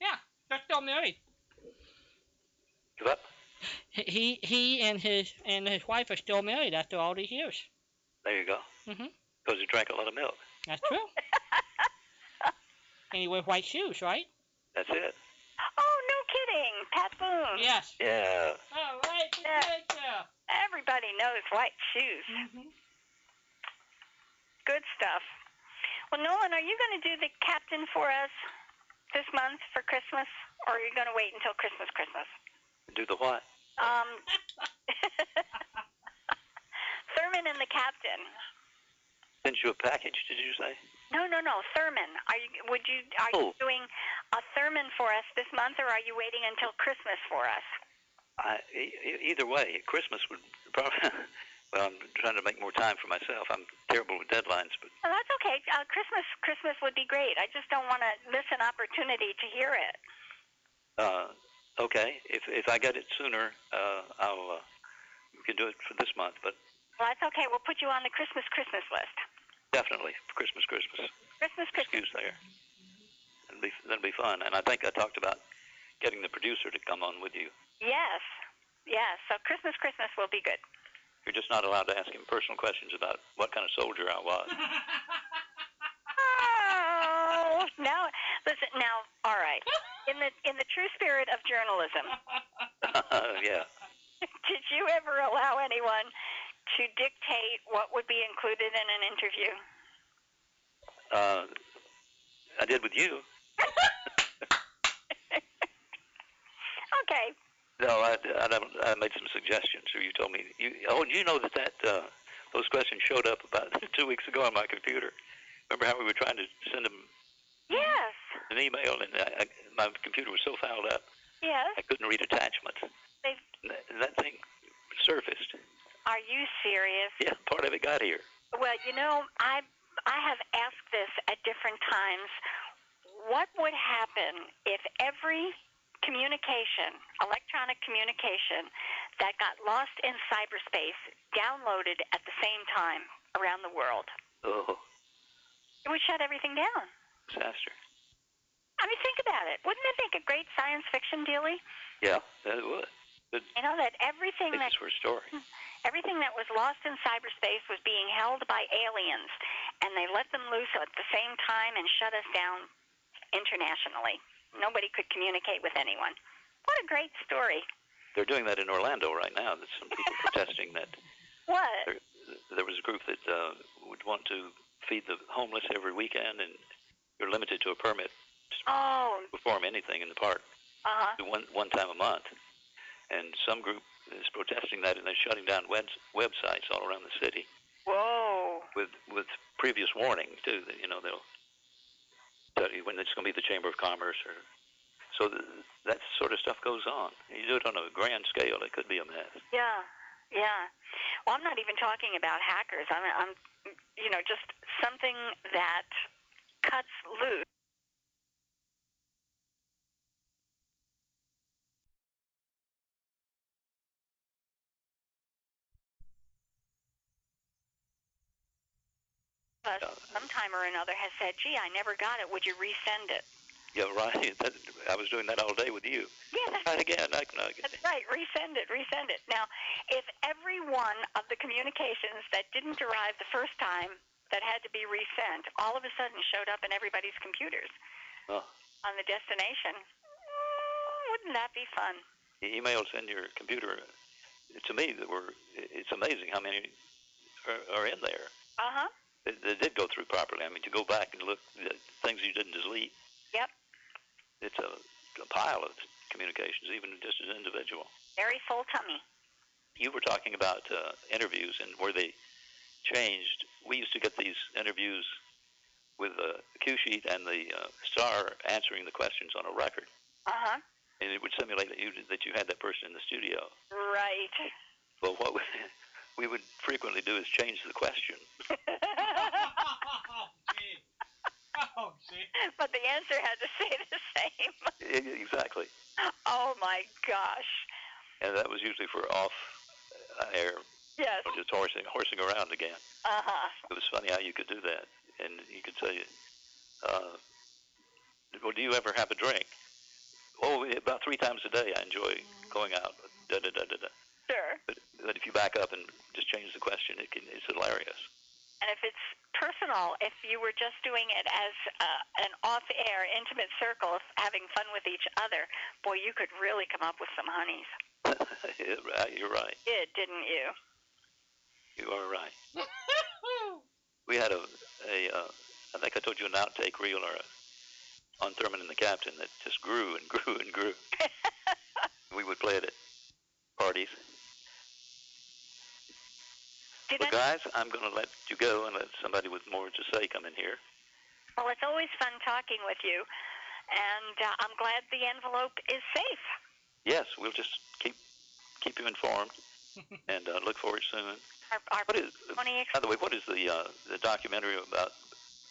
Speaker 2: Yeah, they're still married.
Speaker 13: What?
Speaker 2: He he and his and his wife are still married after all these years.
Speaker 13: There you go.
Speaker 2: Mhm.
Speaker 13: Because he drank a lot of milk.
Speaker 2: That's true. and he wears white shoes, right?
Speaker 13: That's it.
Speaker 1: Oh, no kidding. Pat Boone.
Speaker 2: Yes.
Speaker 13: Yeah.
Speaker 2: All right.
Speaker 1: Everybody knows white shoes. Good stuff. Well, Nolan, are you going to do the captain for us this month for Christmas, or are you going to wait until Christmas? Christmas.
Speaker 13: Do the what?
Speaker 1: Um, Thurman and the captain.
Speaker 13: Sent you a package, did you say?
Speaker 1: No, no, no. Thurman. Are you? Would you? Are you
Speaker 13: Oh.
Speaker 1: doing a Thurman for us this month, or are you waiting until Christmas for us?
Speaker 13: I, e- e- either way, Christmas would probably. well, I'm trying to make more time for myself. I'm terrible with deadlines, but
Speaker 1: Well, that's okay. Uh, Christmas, Christmas would be great. I just don't want to miss an opportunity to hear it.
Speaker 13: uh, okay. If if I get it sooner, uh, I'll uh, we can do it for this month. But
Speaker 1: Well, that's okay. We'll put you on the Christmas Christmas list.
Speaker 13: definitely Christmas, Christmas.
Speaker 1: Christmas Christmas.
Speaker 13: Excuse there. That'll be that'll be fun. And I think I talked about getting the producer to come on with you.
Speaker 1: Yes, yes. So Christmas Christmas will be good.
Speaker 13: You're just not allowed to ask him personal questions about what kind of soldier I was.
Speaker 1: Oh, now listen. Now, all right. In the in the true spirit of journalism,
Speaker 13: yeah.
Speaker 1: did you ever allow anyone to dictate what would be included in an interview?
Speaker 13: Uh, I did with you.
Speaker 1: Okay.
Speaker 13: No, I, I, don't- I made some suggestions. Or you told me. You, oh, you know that that uh, those questions showed up about two weeks ago on my computer. Remember how we were trying to send them
Speaker 1: Yes.
Speaker 13: an email, and I, I, my computer was so fouled up
Speaker 1: Yes.
Speaker 13: I couldn't read attachments.
Speaker 1: They-
Speaker 13: And that- and that thing surfaced.
Speaker 1: Are you serious?
Speaker 13: Yeah, part of it got here.
Speaker 1: Well, you know, I I have asked this at different times. What would happen if every communication, electronic communication that got lost in cyberspace downloaded at the same time around the world?
Speaker 13: Oh,
Speaker 1: It would shut everything down.
Speaker 13: disaster.
Speaker 1: I mean, think about it. Wouldn't it make a great science fiction dealy?
Speaker 13: Yeah, that it would. Good
Speaker 1: You know that everything that
Speaker 13: basis for a story.
Speaker 1: everything that was lost in cyberspace was being held by aliens, and they let them loose at the same time and shut us down internationally. Nobody could communicate with anyone. What a great story.
Speaker 13: They're doing that in Orlando right now. There's some people protesting that
Speaker 1: What?
Speaker 13: there, there was a group that uh, would want to feed the homeless every weekend, and you're limited to a permit
Speaker 1: Oh,
Speaker 13: to perform anything in the park
Speaker 1: uh huh.
Speaker 13: one one time a month. And some group is protesting that, and they're shutting down web, websites all around the city
Speaker 1: Whoa.
Speaker 13: with with previous warning too. That, you know they'll tell you when it's going to be the Chamber of Commerce or. So th- that sort of stuff goes on. You do it on a grand scale, it could be a mess.
Speaker 1: Yeah, yeah. Well, I'm not even talking about hackers. I'm, I'm, you know, just something that cuts loose. Us sometime or another has said, "Gee, I never got it. Would you resend it?"
Speaker 13: Yeah, right. That, I was doing that all day with you.
Speaker 1: Yeah,
Speaker 13: Try it again. I, can- I, can-
Speaker 1: That's right. Resend it. Resend it. Now, if every one of the communications that didn't arrive the first time that had to be resent all of a sudden showed up in everybody's computers
Speaker 13: oh.
Speaker 1: on the destination, mm, wouldn't that be fun?
Speaker 13: e- emails in your computer to me that were it's amazing how many are, are in there
Speaker 1: Uh huh.
Speaker 13: that, that did go through properly i mean to go back and look at things you didn't delete
Speaker 1: Yep.
Speaker 13: it's a, a pile of communications even just as individual
Speaker 1: Very full tummy.
Speaker 13: you were talking about uh, interviews and where they changed we used to get these interviews with the cue sheet and the uh, star answering the questions on a record
Speaker 1: Uh huh.
Speaker 13: and it would simulate that you, that you had that person in the studio
Speaker 1: Right.
Speaker 13: Well, what we, we would frequently do is change the question.
Speaker 2: Oh, gee.
Speaker 1: but the answer had to stay the same.
Speaker 13: E- Exactly.
Speaker 1: oh my gosh.
Speaker 13: And that was usually for off uh, air
Speaker 1: Yes.
Speaker 13: or just horsing, horsing around again.
Speaker 1: Uh huh.
Speaker 13: It was funny how you could do that, and you could say, uh, "Well, do you ever have a drink?" Oh, about three times a day. I enjoy going out. Da da da da da.
Speaker 1: Sure.
Speaker 13: But, but if you back up and just change the question, it can, it's hilarious.
Speaker 1: And if it's personal, if you were just doing it as uh, an off air, intimate circle, having fun with each other, boy, you could really come up with some honeys.
Speaker 13: Yeah, right, uh, You're right.
Speaker 1: Did, didn't you?
Speaker 13: You are right. We had a, a uh, I think I told you an outtake reel or a, on Thurman and the Captain that just grew and grew and grew. we would play it at parties.
Speaker 1: Did
Speaker 13: Well, guys, I'm going to let you go and let somebody with more to say come in here.
Speaker 1: Well, it's always fun talking with you, and uh, I'm glad the envelope is safe.
Speaker 13: Yes, we'll just keep keep you informed and uh, look for it soon.
Speaker 1: Our, our
Speaker 13: What is,
Speaker 1: Tony
Speaker 13: by the way, what is the uh, the documentary about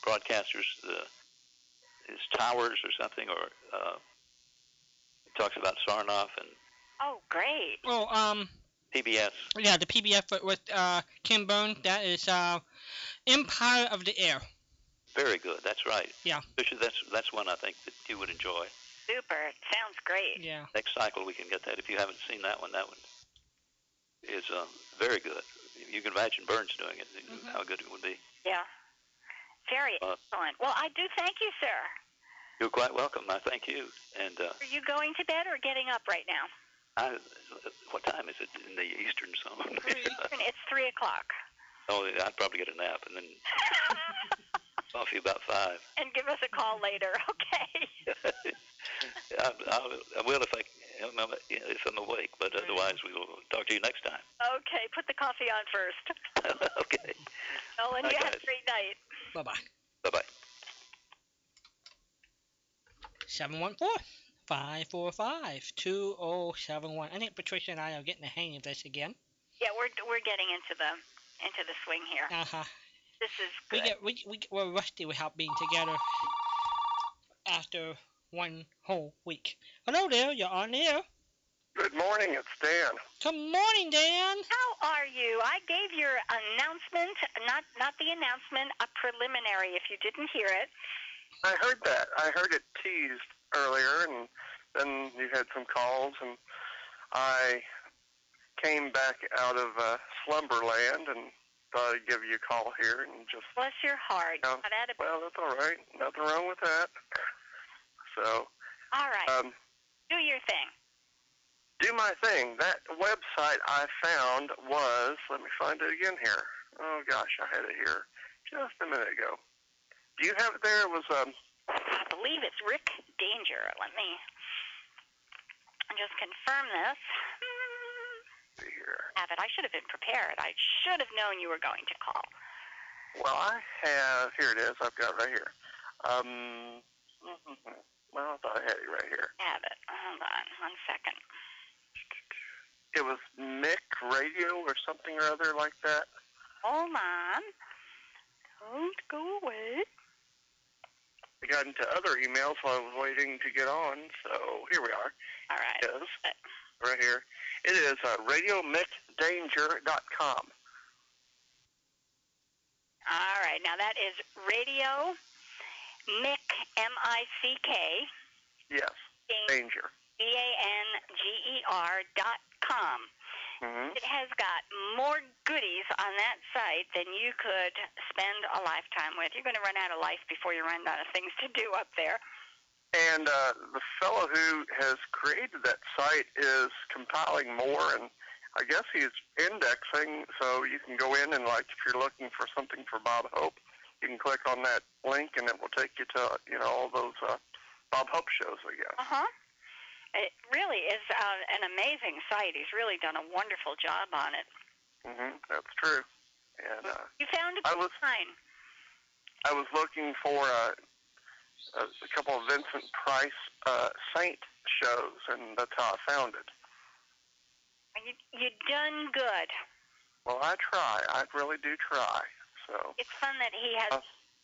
Speaker 13: broadcasters? The is towers or something, or uh, it talks about Sarnoff and
Speaker 1: Oh, great.
Speaker 2: Oh, um,
Speaker 13: PBS.
Speaker 2: yeah, the PBF with uh, Kim Bone. That is uh, Empire of the Air.
Speaker 13: Very good. That's right.
Speaker 2: Yeah.
Speaker 13: Fisher, that's that's one I think that you would enjoy.
Speaker 1: Super. Sounds great.
Speaker 2: Yeah.
Speaker 13: Next cycle we can get that. If you haven't seen that one, that one is uh, very good. You can imagine Burns doing it. How good it would be.
Speaker 1: Yeah. Very
Speaker 13: Uh,
Speaker 1: excellent. Well, I do thank you, sir.
Speaker 13: You're quite welcome. I thank you. And uh,
Speaker 1: Are you going to bed or getting up right now?
Speaker 13: I, what time is it in the Eastern Zone?
Speaker 1: It's three o'clock.
Speaker 13: oh, I'd probably get a nap and then coffee about five.
Speaker 1: And give us a call
Speaker 2: Mm-hmm.
Speaker 1: later, okay?
Speaker 13: I, I, I will if I if I'm- if I'm awake, but otherwise we will talk to you next time.
Speaker 1: Okay. Put the coffee on first.
Speaker 13: okay.
Speaker 1: Nolan, you
Speaker 13: Bye,
Speaker 1: have a
Speaker 13: guys.
Speaker 1: great night.
Speaker 2: Bye bye.
Speaker 13: Bye bye.
Speaker 2: 714-545-2071. oh, I think Patricia and I are getting the hang of this again.
Speaker 1: Yeah, we're we're getting into the into the swing here.
Speaker 2: Uh-huh.
Speaker 1: This is
Speaker 2: We
Speaker 1: good.
Speaker 2: get we we get- we're rusty without being together after one whole week. Hello there, you're on the air.
Speaker 14: Good morning, it's Dan.
Speaker 2: Good morning, Dan.
Speaker 1: How are you? I gave your announcement, not not the announcement, a preliminary. If you didn't hear it,
Speaker 14: I heard that. I heard it teased earlier, and then you had some calls, and I came back out of uh, slumberland and thought I'd give you a call here and just.
Speaker 1: bless your heart.
Speaker 14: No.
Speaker 1: Got out of-
Speaker 14: Well, that's all right. Nothing wrong with that. So,
Speaker 1: All right,
Speaker 14: um,
Speaker 1: do your thing.
Speaker 14: do my thing. That website I found was. Let me find it again here. Oh gosh, I had it here just a minute ago. Do you have it there? It was um.
Speaker 1: I believe it's Rick Danger. Let me just confirm this. Have it. I should have been prepared. I should have known you were going to call.
Speaker 14: Well, I have. Here it is. I've got it right here. Um, well, I thought I had it right here.
Speaker 1: Have it. Hold on, one second.
Speaker 14: It was Mick Radio or something or other like that.
Speaker 1: Hold on. Don't go away.
Speaker 14: I got into other emails while I was waiting to get on, so here we are.
Speaker 1: All right.
Speaker 14: Yes. Right here. It is uh, radiomickdanger.com.
Speaker 1: All right, now that is Radio Mick M I C K
Speaker 14: Yes. Danger.
Speaker 1: D A N G E R dot com.
Speaker 14: Mm-hmm.
Speaker 1: It has got more goodies on that site than you could spend a lifetime with. You're going to run out of life before you run out of things to do up there.
Speaker 14: And uh, the fellow who has created that site is compiling more, and I guess he's indexing. So you can go in and, like, if you're looking for something for Bob Hope, you can click on that link, and it will take you to, you know, all those uh, Bob Hope shows, I guess.
Speaker 1: Uh huh. It really is uh, an amazing site. He's really done a wonderful job on it.
Speaker 14: hmm That's true. And uh,
Speaker 1: You found a
Speaker 14: I was
Speaker 1: sign.
Speaker 14: I was looking for a, a, a couple of Vincent Price uh, Saint shows, and that's how I found it.
Speaker 1: You, you done good.
Speaker 14: Well, I try. I really do try. So.
Speaker 1: It's fun that he has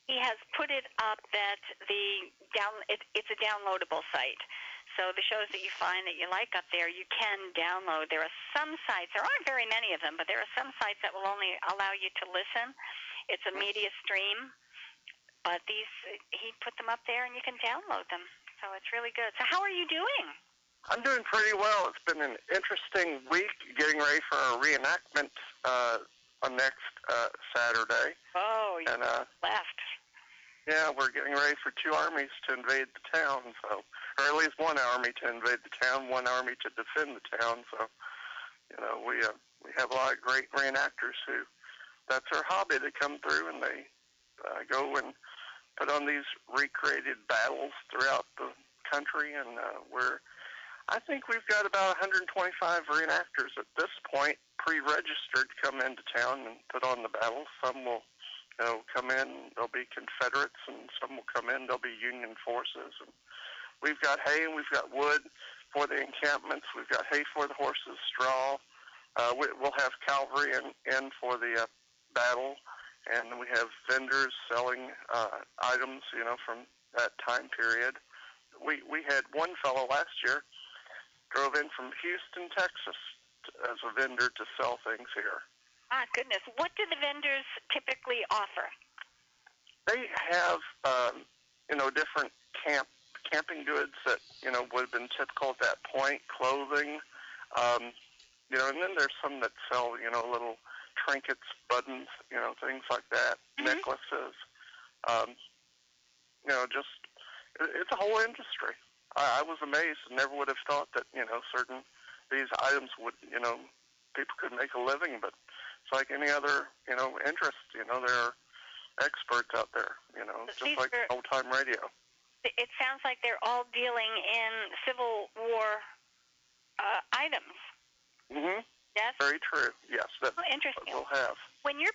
Speaker 1: he has put it up that the down it, it's a downloadable site, So the shows that you find that you like up there, you can download. There are some sites, there aren't very many of them, but there are some sites that will only allow you to listen. It's a media stream, but these he put them up there and you can download them. So it's really good. So how are you doing?
Speaker 14: I'm doing pretty well. It's been an interesting week getting ready for a reenactment uh, on next uh, Saturday.
Speaker 1: Oh,
Speaker 14: you and, uh,
Speaker 1: left.
Speaker 14: Yeah, we're getting ready for two armies to invade the town, so or at least one army to invade the town, one army to defend the town. So, you know, we uh, we have a lot of great reenactors who that's their hobby. They come through and they uh, go and put on these recreated battles throughout the country, and uh, we're I think we've got about 125 reenactors at this point pre-registered to come into town and put on the battle. Some will, you know, come in, they'll be Confederates, and some will come in, they'll be Union forces. And we've got hay and we've got wood for the encampments. We've got hay for the horses, straw. Uh, we, we'll have cavalry in, in for the uh, battle, and we have vendors selling uh, items, you know, from that time period. We we had one fellow last year drove in from Houston, Texas, t- as a vendor to sell things here.
Speaker 1: Ah, goodness. What do the vendors typically offer?
Speaker 14: They have, um, you know, different camp camping goods that you know would have been typical at that point, clothing, um, you know, and then there's some that sell, you know, little trinkets, buttons, you know, things like that,
Speaker 1: Mm-hmm.
Speaker 14: necklaces, um, you know, just it- it's a whole industry. I, I was amazed and never would have thought that you know certain these items would you know people could make a living, but it's like any other you know interest. You know there are experts out there. You know
Speaker 1: These
Speaker 14: just like
Speaker 1: are-
Speaker 14: old time radio.
Speaker 1: It it sounds like they're all dealing in Civil War uh, items.
Speaker 14: Mm-hmm.
Speaker 1: Yes.
Speaker 14: Very true. Yes, that
Speaker 1: Oh, interesting.
Speaker 14: we'll have.
Speaker 1: When you're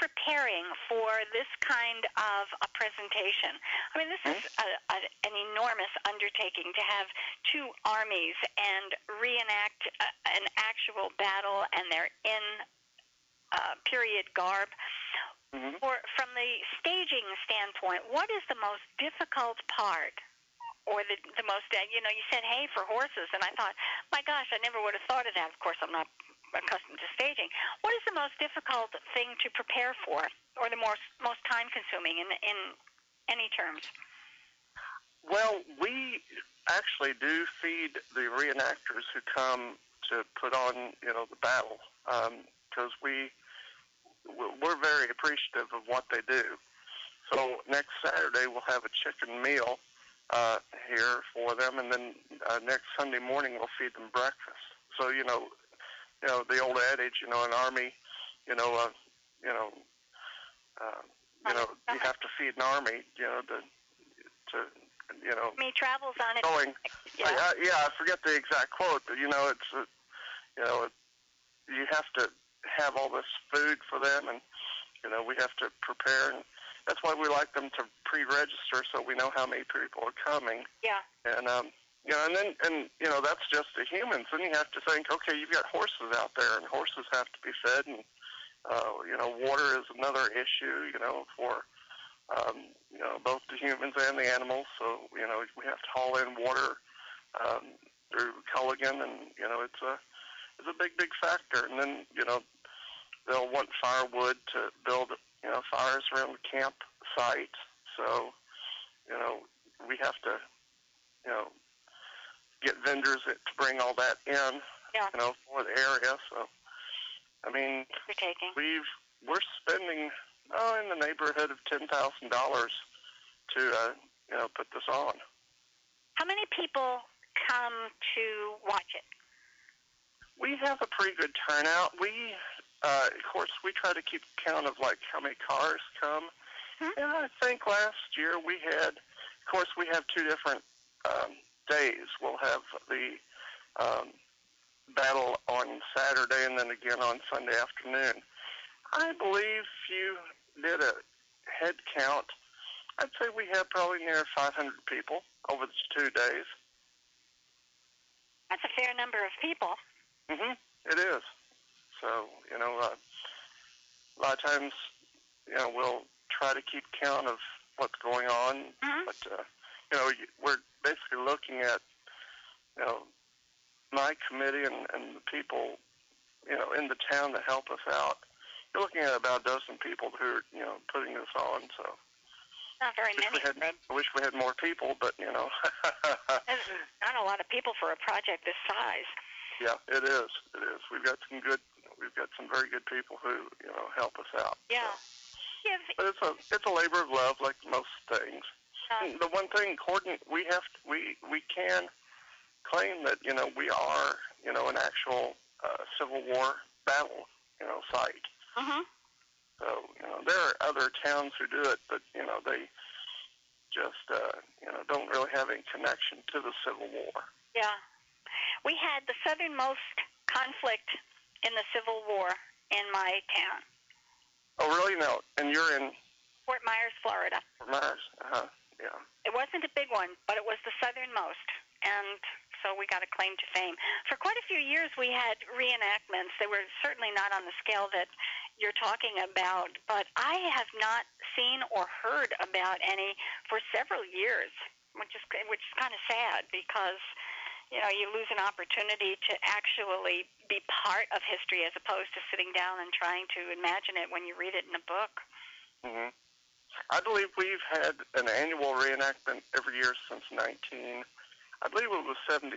Speaker 1: preparing for this kind of a presentation, I mean, this is a, a, an enormous undertaking to have two armies and reenact a, an actual battle, and they're in uh, period garb. Or from the staging standpoint, what is the most difficult part? Or the, the most, uh, you know, you said hay for horses, and I thought, my gosh, I never would have thought of that. Of course, I'm not accustomed to staging. What is the most difficult thing to prepare for, or the most most time consuming in in any terms?
Speaker 14: Well, we actually do feed the reenactors who come to put on, you know, the battle, because we we- we're very appreciative of what they do. So next Saturday we'll have a chicken meal uh, here for them, and then uh, next Sunday morning we'll feed them breakfast. So you know, you know the old adage, you know, an army, you know, uh, you know, uh, you know, you have to feed an army, you know, to to you know
Speaker 1: Me travels on it.
Speaker 14: going.
Speaker 1: Yeah.
Speaker 14: I, I, yeah, I forget the exact quote, but you know, it's uh you know, it, you have to have all this food for them, and you know, we have to prepare. And that's why we like them to pre-register so we know how many people are coming.
Speaker 1: Yeah.
Speaker 14: And um, you know, and then and you know, that's just the humans. Then you have to think, okay, you've got horses out there, and horses have to be fed, and uh, you know, water is another issue. You know, for um, you know both the humans and the animals. So you know, we have to haul in water um, through Culligan, and you know, it's a it's a big big factor. And then you know, they'll want firewood to build you know fires around the campsite. So you know, we have to you know get vendors that, to bring all that in.
Speaker 1: Yeah.
Speaker 14: You know, for the area. So I mean,
Speaker 1: You're taking.
Speaker 14: we've we're spending oh in the neighborhood of ten thousand dollars to uh, you know put this on.
Speaker 1: How many people come to watch it?
Speaker 14: We have a pretty good turnout. We, uh, of course, we try to keep count of like how many cars come. And I think last year we had, of course, we have two different um, days. We'll have the um, battle on Saturday and then again on Sunday afternoon. I believe if you did a head count, I'd say we had probably near 500 people over the two days.
Speaker 1: That's a fair number of people.
Speaker 14: Mhm. It is. So you know, uh, a lot of times, you know, we'll try to keep
Speaker 1: Mm-hmm.
Speaker 14: count of what's going on, but uh, you know, you- we're basically looking at you know, my committee and, and the people, you know, in the town that help us out. You're looking at about a dozen people who are, you know, putting this on. So
Speaker 1: Not very
Speaker 14: wish we
Speaker 1: many.
Speaker 14: had, I wish we had more people, but you know,
Speaker 1: That's not a lot of people for a project this size.
Speaker 14: yeah, it is, it is. We've got some good, we've got some very good people who, you know, help us out.
Speaker 1: Yeah. Yeah,
Speaker 14: But it's a, it's a labor of love, like most things.
Speaker 1: uh,
Speaker 14: And the one thing, Gordon, we have to, we we can claim that you know we are you know an actual uh, Civil War battle you know site.
Speaker 1: Mhm.
Speaker 14: So you know there are other towns who do it, but you know they just uh, you know don't really have any connection to the Civil War.
Speaker 1: Yeah. We had the southernmost conflict in the Civil War in my town,
Speaker 14: Oh really? No. And you're in
Speaker 1: Fort Myers, Florida.
Speaker 14: Fort Myers? Uh-huh. Yeah.
Speaker 1: It wasn't a big one, but it was the southernmost. And so we got a claim to fame. For quite a few years, we had reenactments. They were certainly not on the scale that you're talking about, but I have not seen or heard about any for several years, which is which is kind of sad because you know you lose an opportunity to actually be part of history as opposed to sitting down and trying to imagine it when you read it in a book.
Speaker 14: hmm I believe we've had an annual reenactment every year since 19. I believe it was 77.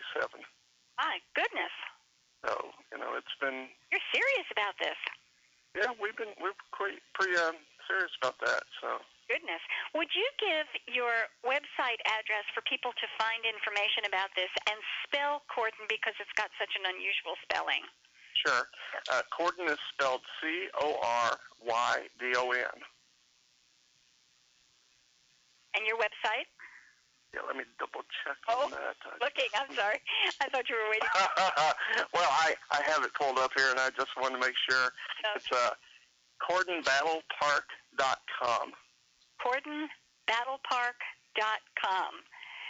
Speaker 1: My goodness,
Speaker 14: So you know it's been
Speaker 1: you're serious about this.
Speaker 14: Yeah, we've been we're quite pretty um, serious about that. So
Speaker 1: Goodness. Would you give your website address for people to find information about this and spell Corden because it's got such an unusual spelling?
Speaker 14: sure, uh, Corden is spelled C O R Y D O N.
Speaker 1: And your website?
Speaker 14: Yeah, let me double check on that.
Speaker 1: Looking, I'm sorry. I thought you were waiting.
Speaker 14: well, I I have it pulled up here, and I just wanted to make sure it's uh, CordenBattlePark.com.
Speaker 1: CordenBattlepark.com.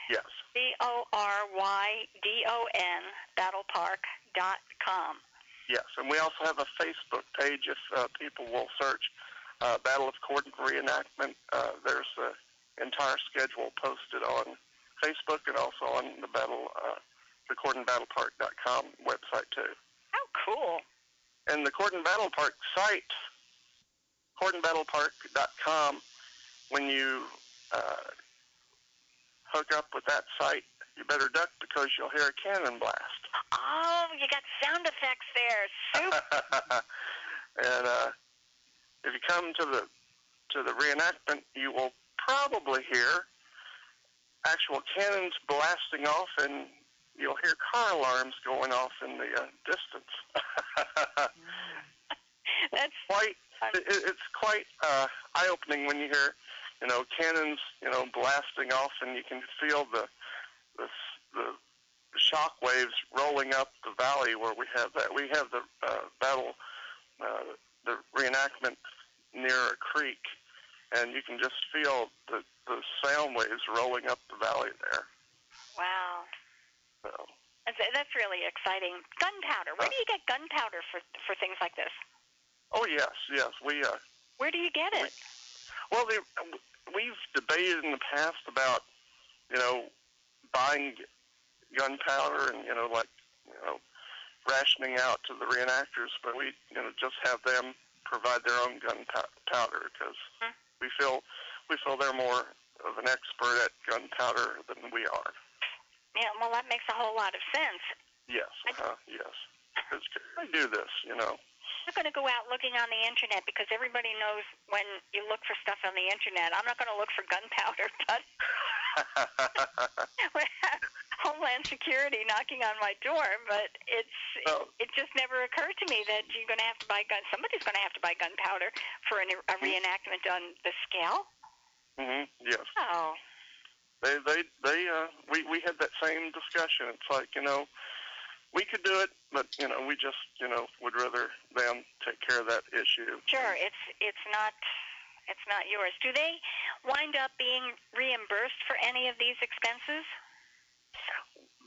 Speaker 14: Yes.
Speaker 1: C O R Y D O N battlepark.com.
Speaker 14: Yes, and we also have a Facebook page if uh, people will search uh, Battle of Corden reenactment. Uh, there's the entire schedule posted on Facebook and also on the Battle uh, the CordenBattlePark.com website too.
Speaker 1: How cool!
Speaker 14: And the Corden Battle Park site, CordenBattlePark.com. When you uh, hook up with that site, you better duck because you'll hear a cannon blast.
Speaker 1: Oh, you got sound effects there. Super.
Speaker 14: and uh, if you come to the to the reenactment, you will probably hear actual cannons blasting off, and you'll hear car alarms going off in the uh, distance.
Speaker 1: That's
Speaker 14: quite. It, it- it's quite uh, eye-opening when you hear, you know, cannons, you know, blasting off, and you can feel the the, s- the shock waves rolling up the valley where we have that. We have the uh, battle, uh, the reenactment near a creek, and you can just feel the, the sound waves rolling up the valley there.
Speaker 1: Wow.
Speaker 14: So.
Speaker 1: That's, that's really exciting. Gunpowder. Where do you get gunpowder for for things like this?
Speaker 14: Oh yes, yes, we. Uh,
Speaker 1: Where do you get it?
Speaker 14: Well, they, we've debated in the past about, you know, buying gunpowder and, you know, like, you know, rationing out to the reenactors, but we, you know, just have them provide their own gunpowder because we feel we feel they're more of an expert at gunpowder than we are.
Speaker 1: Yeah, well, that makes a whole lot of sense.
Speaker 14: Yes, uh, yes. 'Cause They do this, you know.
Speaker 1: I'm not going to go out looking on the internet because everybody knows when you look for stuff on the internet. I'm not going to look for gunpowder, but we have Homeland Security knocking on my door. But it's it, it just never occurred to me that you're going to have to buy gun. Somebody's going to have to buy gunpowder for an, a reenactment on the scale.
Speaker 14: hmm Yes.
Speaker 1: Oh,
Speaker 14: they they they uh we we had that same discussion it's like you know we could do it but you know we just you know would rather them take care of that issue
Speaker 1: Sure, it's it's not it's not yours. Do they wind up being reimbursed for any of these expenses?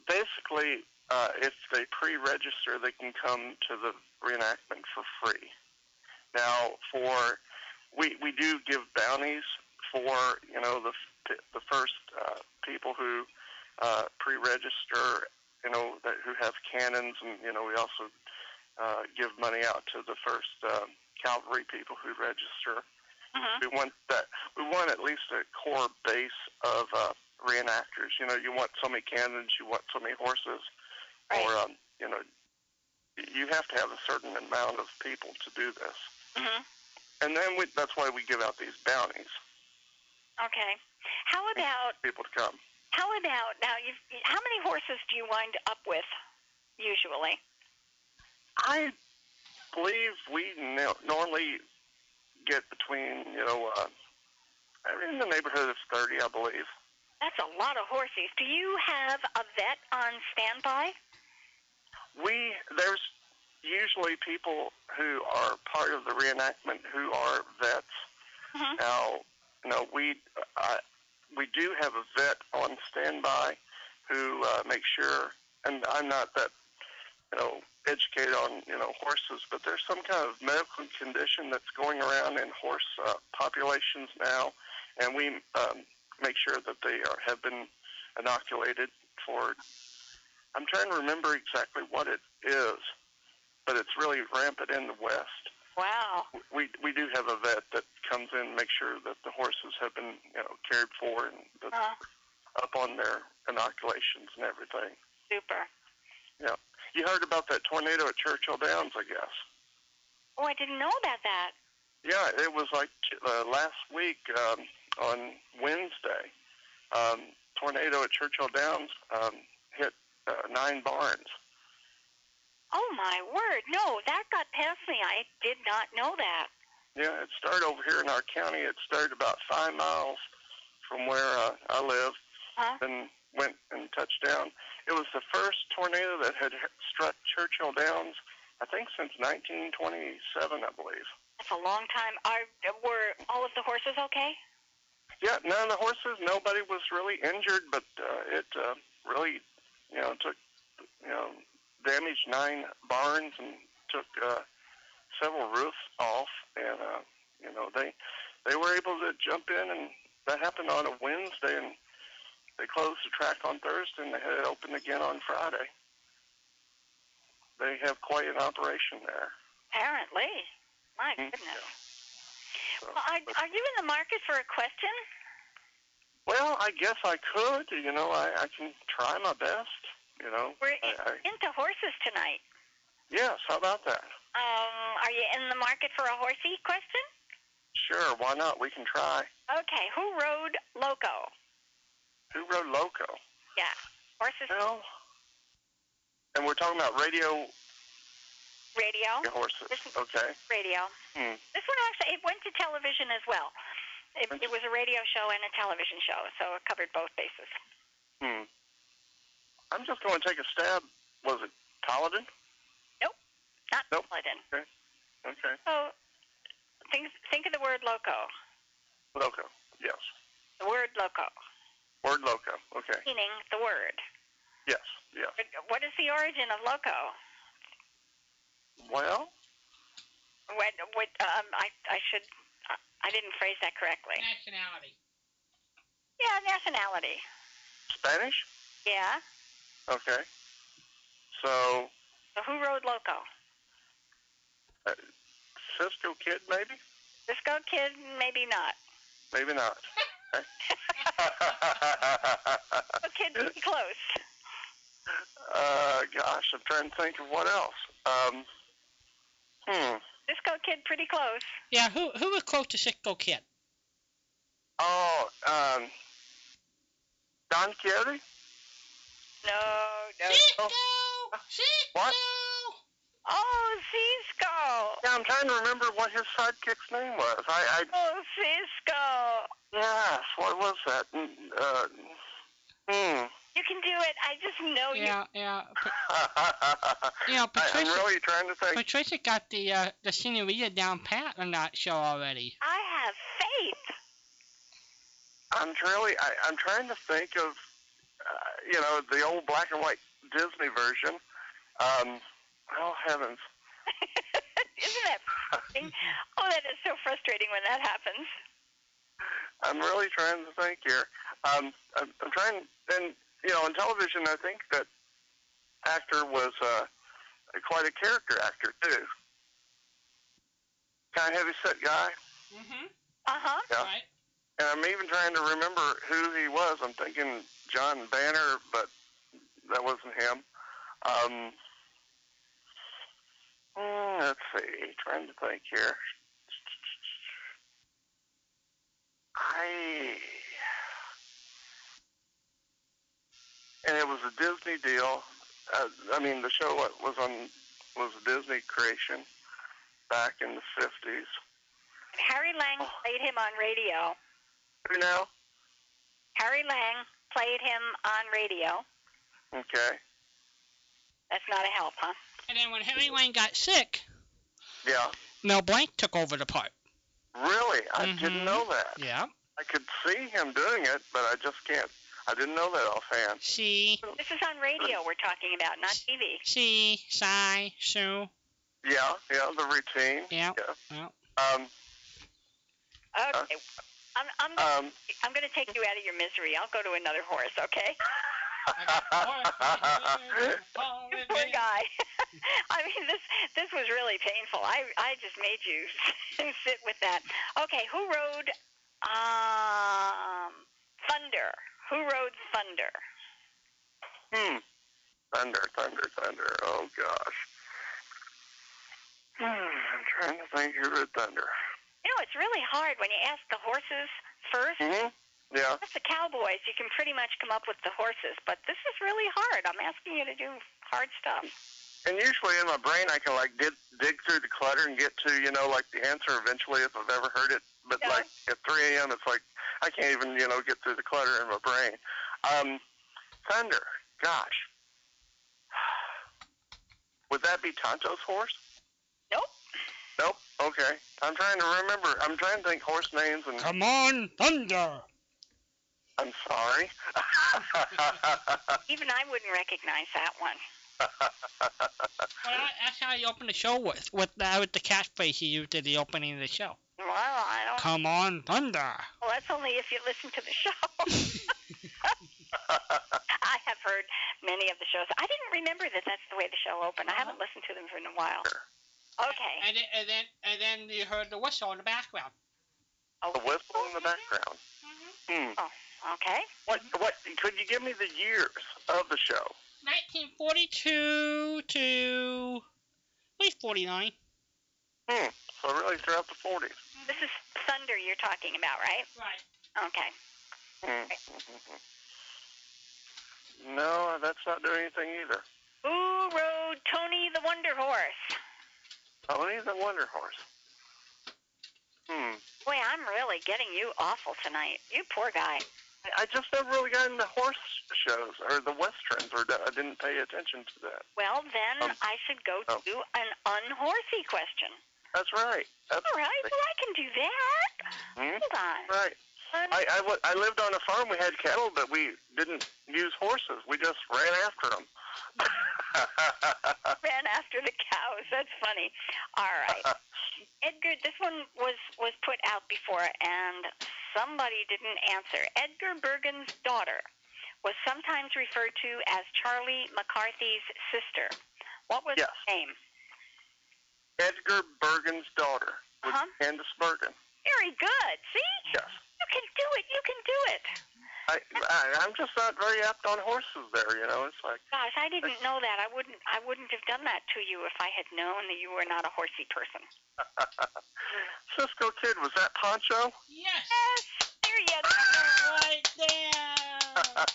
Speaker 14: basically uh if they pre-register they can come to the reenactment for free now for we we do give bounties for you know the f- the first uh people who uh pre-register you know, that, who have cannons, and you know, we also uh, give money out to the first uh, cavalry people who register.
Speaker 1: Mhm.
Speaker 14: We want that. We want at least a core base of uh, reenactors. You know, you want so many cannons, you want so many horses, or um, you know, you have to have a certain amount of people to do this.
Speaker 1: Mhm.
Speaker 14: And then we, that's why we give out these bounties
Speaker 1: Okay. How about
Speaker 14: for people to come.
Speaker 1: how about now? You how many horses do you wind up with usually?
Speaker 14: I believe we no- normally get between, you know, uh, in the neighborhood of 30, I believe.
Speaker 1: That's a lot of horses. Do you have a vet on standby?
Speaker 14: We, there's usually people who are part of the reenactment who are vets. Now, you know, we, I, we do have a vet on standby who uh, makes sure, and I'm not that, you know, educated on, you know, horses, but there's some kind of medical condition that's going around in horse uh, populations now, and we um, make sure that they are, have been inoculated for, I'm trying to remember exactly what it is, but it's really rampant in the West
Speaker 1: Wow.
Speaker 14: we we do have a vet that comes in, and makes sure that the horses have been you know cared for and that
Speaker 1: Uh,
Speaker 14: up on their inoculations and everything.
Speaker 1: super.
Speaker 14: Yeah, you heard about that tornado at Churchill Downs, I guess.
Speaker 1: Oh, I didn't know about that.
Speaker 14: Yeah, it was like uh, last week um, on Wednesday. Um, tornado at Churchill Downs um, hit uh, nine barns.
Speaker 1: Oh my word! No, that got past me. I did not know that.
Speaker 14: Yeah, it started over here in our county. It started about five miles from where uh, I live, and went and touched down. It was the first tornado that had struck Churchill Downs, I think, since 1927, I believe.
Speaker 1: That's a long time. Are were all of the horses okay?
Speaker 14: Yeah, none of the horses, nobody was really injured, but uh, it uh, really, you know, took, you know, damaged nine barns and took uh, several roofs off, and uh, you know they they were able to jump in, and that happened on a Wednesday, and they closed the track on Thursday, and they had it open again on Friday. They have quite an operation there.
Speaker 1: Apparently. My
Speaker 14: Mm-hmm.
Speaker 1: goodness. Well, are, are you in the market for a question?
Speaker 14: Well, I guess I could, you know, I, I can try my best, you know.
Speaker 1: We're
Speaker 14: I, I,
Speaker 1: into horses tonight.
Speaker 14: Yes, how about that?
Speaker 1: Um, are you in the market for a horsey question?
Speaker 14: Sure, why not? We can try.
Speaker 1: Okay. Who rode Loco?
Speaker 14: Who rode Loco?
Speaker 1: Yeah. Horses.
Speaker 14: No. And we're talking about radio
Speaker 1: Radio.
Speaker 14: horses. Okay.
Speaker 1: Radio.
Speaker 14: Hmm.
Speaker 1: This one actually it went to television as well. It, it was a radio show and a television show, so it covered both bases.
Speaker 14: Hmm. I'm just going to take a stab. Was it Paladin?
Speaker 1: Not Paladin.
Speaker 14: Okay. Okay.
Speaker 1: So think think of the word loco.
Speaker 14: Loco. Yes.
Speaker 1: The word loco,
Speaker 14: Word Loco. Okay.
Speaker 1: meaning the word.
Speaker 14: Yes. Yes.
Speaker 1: What is the origin of loco?
Speaker 14: Well,
Speaker 1: What, what, um, I, I should, I- I didn't phrase that correctly.
Speaker 9: Nationality.
Speaker 1: Yeah, nationality.
Speaker 14: Spanish?
Speaker 1: Yeah.
Speaker 14: Okay. So,
Speaker 1: So who rode loco?
Speaker 14: uh, Cisco Kid, maybe?
Speaker 1: Cisco Kid, maybe not.
Speaker 14: Maybe not. Uh, Okay.
Speaker 1: Cisco Kid, pretty close.
Speaker 14: uh, gosh, I'm trying to think of what else. Um, hmm.
Speaker 1: Cisco Kid, pretty close.
Speaker 2: Yeah, who who was close to Cisco Kid?
Speaker 14: Oh, um, Don Quixote?
Speaker 1: No, no.
Speaker 14: Cisco! What?
Speaker 1: Oh, Cisco!
Speaker 14: Yeah, I'm trying to remember what his sidekick's name was. I, I
Speaker 1: Oh, Cisco!
Speaker 14: yes, what was that? Mm, Uh, hmm.
Speaker 1: You can do it. I just know
Speaker 2: Yeah, yeah. Pa-
Speaker 14: yeah, I, I'm
Speaker 2: Patricia-
Speaker 14: really trying to think.
Speaker 2: Patricia got the uh, the Senorita down pat on that show already.
Speaker 1: you. I have faith.
Speaker 14: I'm really, I, I'm trying to think of, uh, you know, the old black and white Disney version. Um, oh heavens.
Speaker 1: Isn't that frustrating? Oh, that is so frustrating when that happens.
Speaker 14: I'm really trying to think here. Um, I'm, I'm trying, and you know, on television, I think that actor was uh, quite a character actor too. Kind of heavy set guy.
Speaker 7: Mm-hmm.
Speaker 1: Uh-huh.
Speaker 14: Yeah. And I'm even trying to remember who he was. I'm thinking John Banner, but that wasn't him. Um, mm, let's see. Trying to think here. I. And it was a Disney deal. Uh, I mean, the show wa- was on was a Disney creation back in the fifties.
Speaker 1: Harry Lang
Speaker 14: Oh.
Speaker 1: played him on radio.
Speaker 14: Who now?
Speaker 1: Harry Lang played him on radio.
Speaker 14: Okay.
Speaker 1: That's not a help, huh?
Speaker 2: And then when Harry Wayne got sick,
Speaker 14: Yeah.
Speaker 2: Mel Blanc took over the part.
Speaker 14: Really? I didn't know that.
Speaker 2: Mm-hmm. Yeah.
Speaker 14: I could see him doing it, but I just can't. I didn't know that offhand.
Speaker 2: She,
Speaker 1: This is on radio we're talking about, not TV.
Speaker 2: she, Cy, Sue.
Speaker 14: Yeah, yeah, the routine.
Speaker 2: Yeah.
Speaker 14: yeah. Um,
Speaker 1: Okay. I'm, I'm, gonna, I'm going to take you out of your misery. I'll go to another horse, okay? You Poor guy. I mean, this this was really painful. I I just made you sit with that. Okay, who rode um, Thunder? Who rode Thunder?
Speaker 14: hmm. Thunder, thunder, thunder. Oh, gosh. Hmm, I'm trying to think who did Thunder.
Speaker 1: You know, it's really hard when you ask the horses 1st
Speaker 14: Mm-hmm. Yeah.
Speaker 1: That's the cowboys. You can pretty much come up with the horses, but this is really hard. I'm asking you to do hard stuff.
Speaker 14: And usually in my brain, I can like dig, dig through the clutter and get to you know like the answer eventually if I've ever heard it. But like at 3 a.m., it's like I can't even you know get through the clutter in my brain. Um, thunder, gosh, would that be Tonto's horse?
Speaker 1: Nope.
Speaker 14: Nope. Okay, I'm trying to remember. I'm trying to think horse names and.
Speaker 2: Come on, Thunder.
Speaker 14: I'm sorry.
Speaker 1: Even I wouldn't recognize that one.
Speaker 2: Well, that- that's how he opened the show with with that with the catchphrase he used at the opening of the show.
Speaker 1: Well, I don't.
Speaker 2: Come on, Thunder.
Speaker 1: Well, that's only if you listen to the show. I have heard many of the shows. I didn't remember that that's the way the show opened. I haven't listened to them for a while. Okay.
Speaker 2: And, then- and then and then you heard the whistle in the background.
Speaker 14: The whistle in the background. Hmm.
Speaker 1: Oh, okay.
Speaker 14: What? What? Could you give me the years of the show?
Speaker 2: 1942 to at least 49.
Speaker 14: Hmm. So really throughout the 40s.
Speaker 1: This is Thunder you're talking about, right?
Speaker 2: Right.
Speaker 1: Okay.
Speaker 14: Hmm. No, that's not doing anything either.
Speaker 1: Who rode Tony the Wonder Horse?
Speaker 14: Tony the Wonder Horse. Hmm.
Speaker 1: Boy, I'm really getting you awful tonight. You poor guy.
Speaker 14: I- I just never really got into horse shows or the westerns, or I didn't pay attention to that.
Speaker 1: Well, then
Speaker 14: Um,
Speaker 1: I should go
Speaker 14: oh.
Speaker 1: to an unhorsey question.
Speaker 14: That's right. That's
Speaker 1: All right. Well, I can do that.
Speaker 14: Hmm?
Speaker 1: Hold on.
Speaker 14: Right. I, I, wa- I lived on a farm. We had cattle, but we didn't use horses. We just ran after them. uh,
Speaker 1: ran after the cows. That's funny. All right.
Speaker 14: Uh,
Speaker 1: Edgar, this one was was put out before and somebody didn't answer. Edgar Bergen's daughter was sometimes referred to as Charlie McCarthy's sister. What was
Speaker 14: Yes.
Speaker 1: her name?
Speaker 14: Edgar Bergen's daughter was
Speaker 1: Huh?
Speaker 14: Candace Bergen.
Speaker 1: Uh-huh. Very good. See?
Speaker 14: Yes.
Speaker 1: You can do it. You can do it.
Speaker 14: I, I, I'm just not very apt on horses there, you know. It's like,
Speaker 1: Gosh, I didn't know that. I wouldn't I wouldn't have done that to you if I had known that you were not a horsey person.
Speaker 14: Cisco Kid, was that Poncho?
Speaker 2: Yes.
Speaker 1: Yes. There you go.
Speaker 2: Right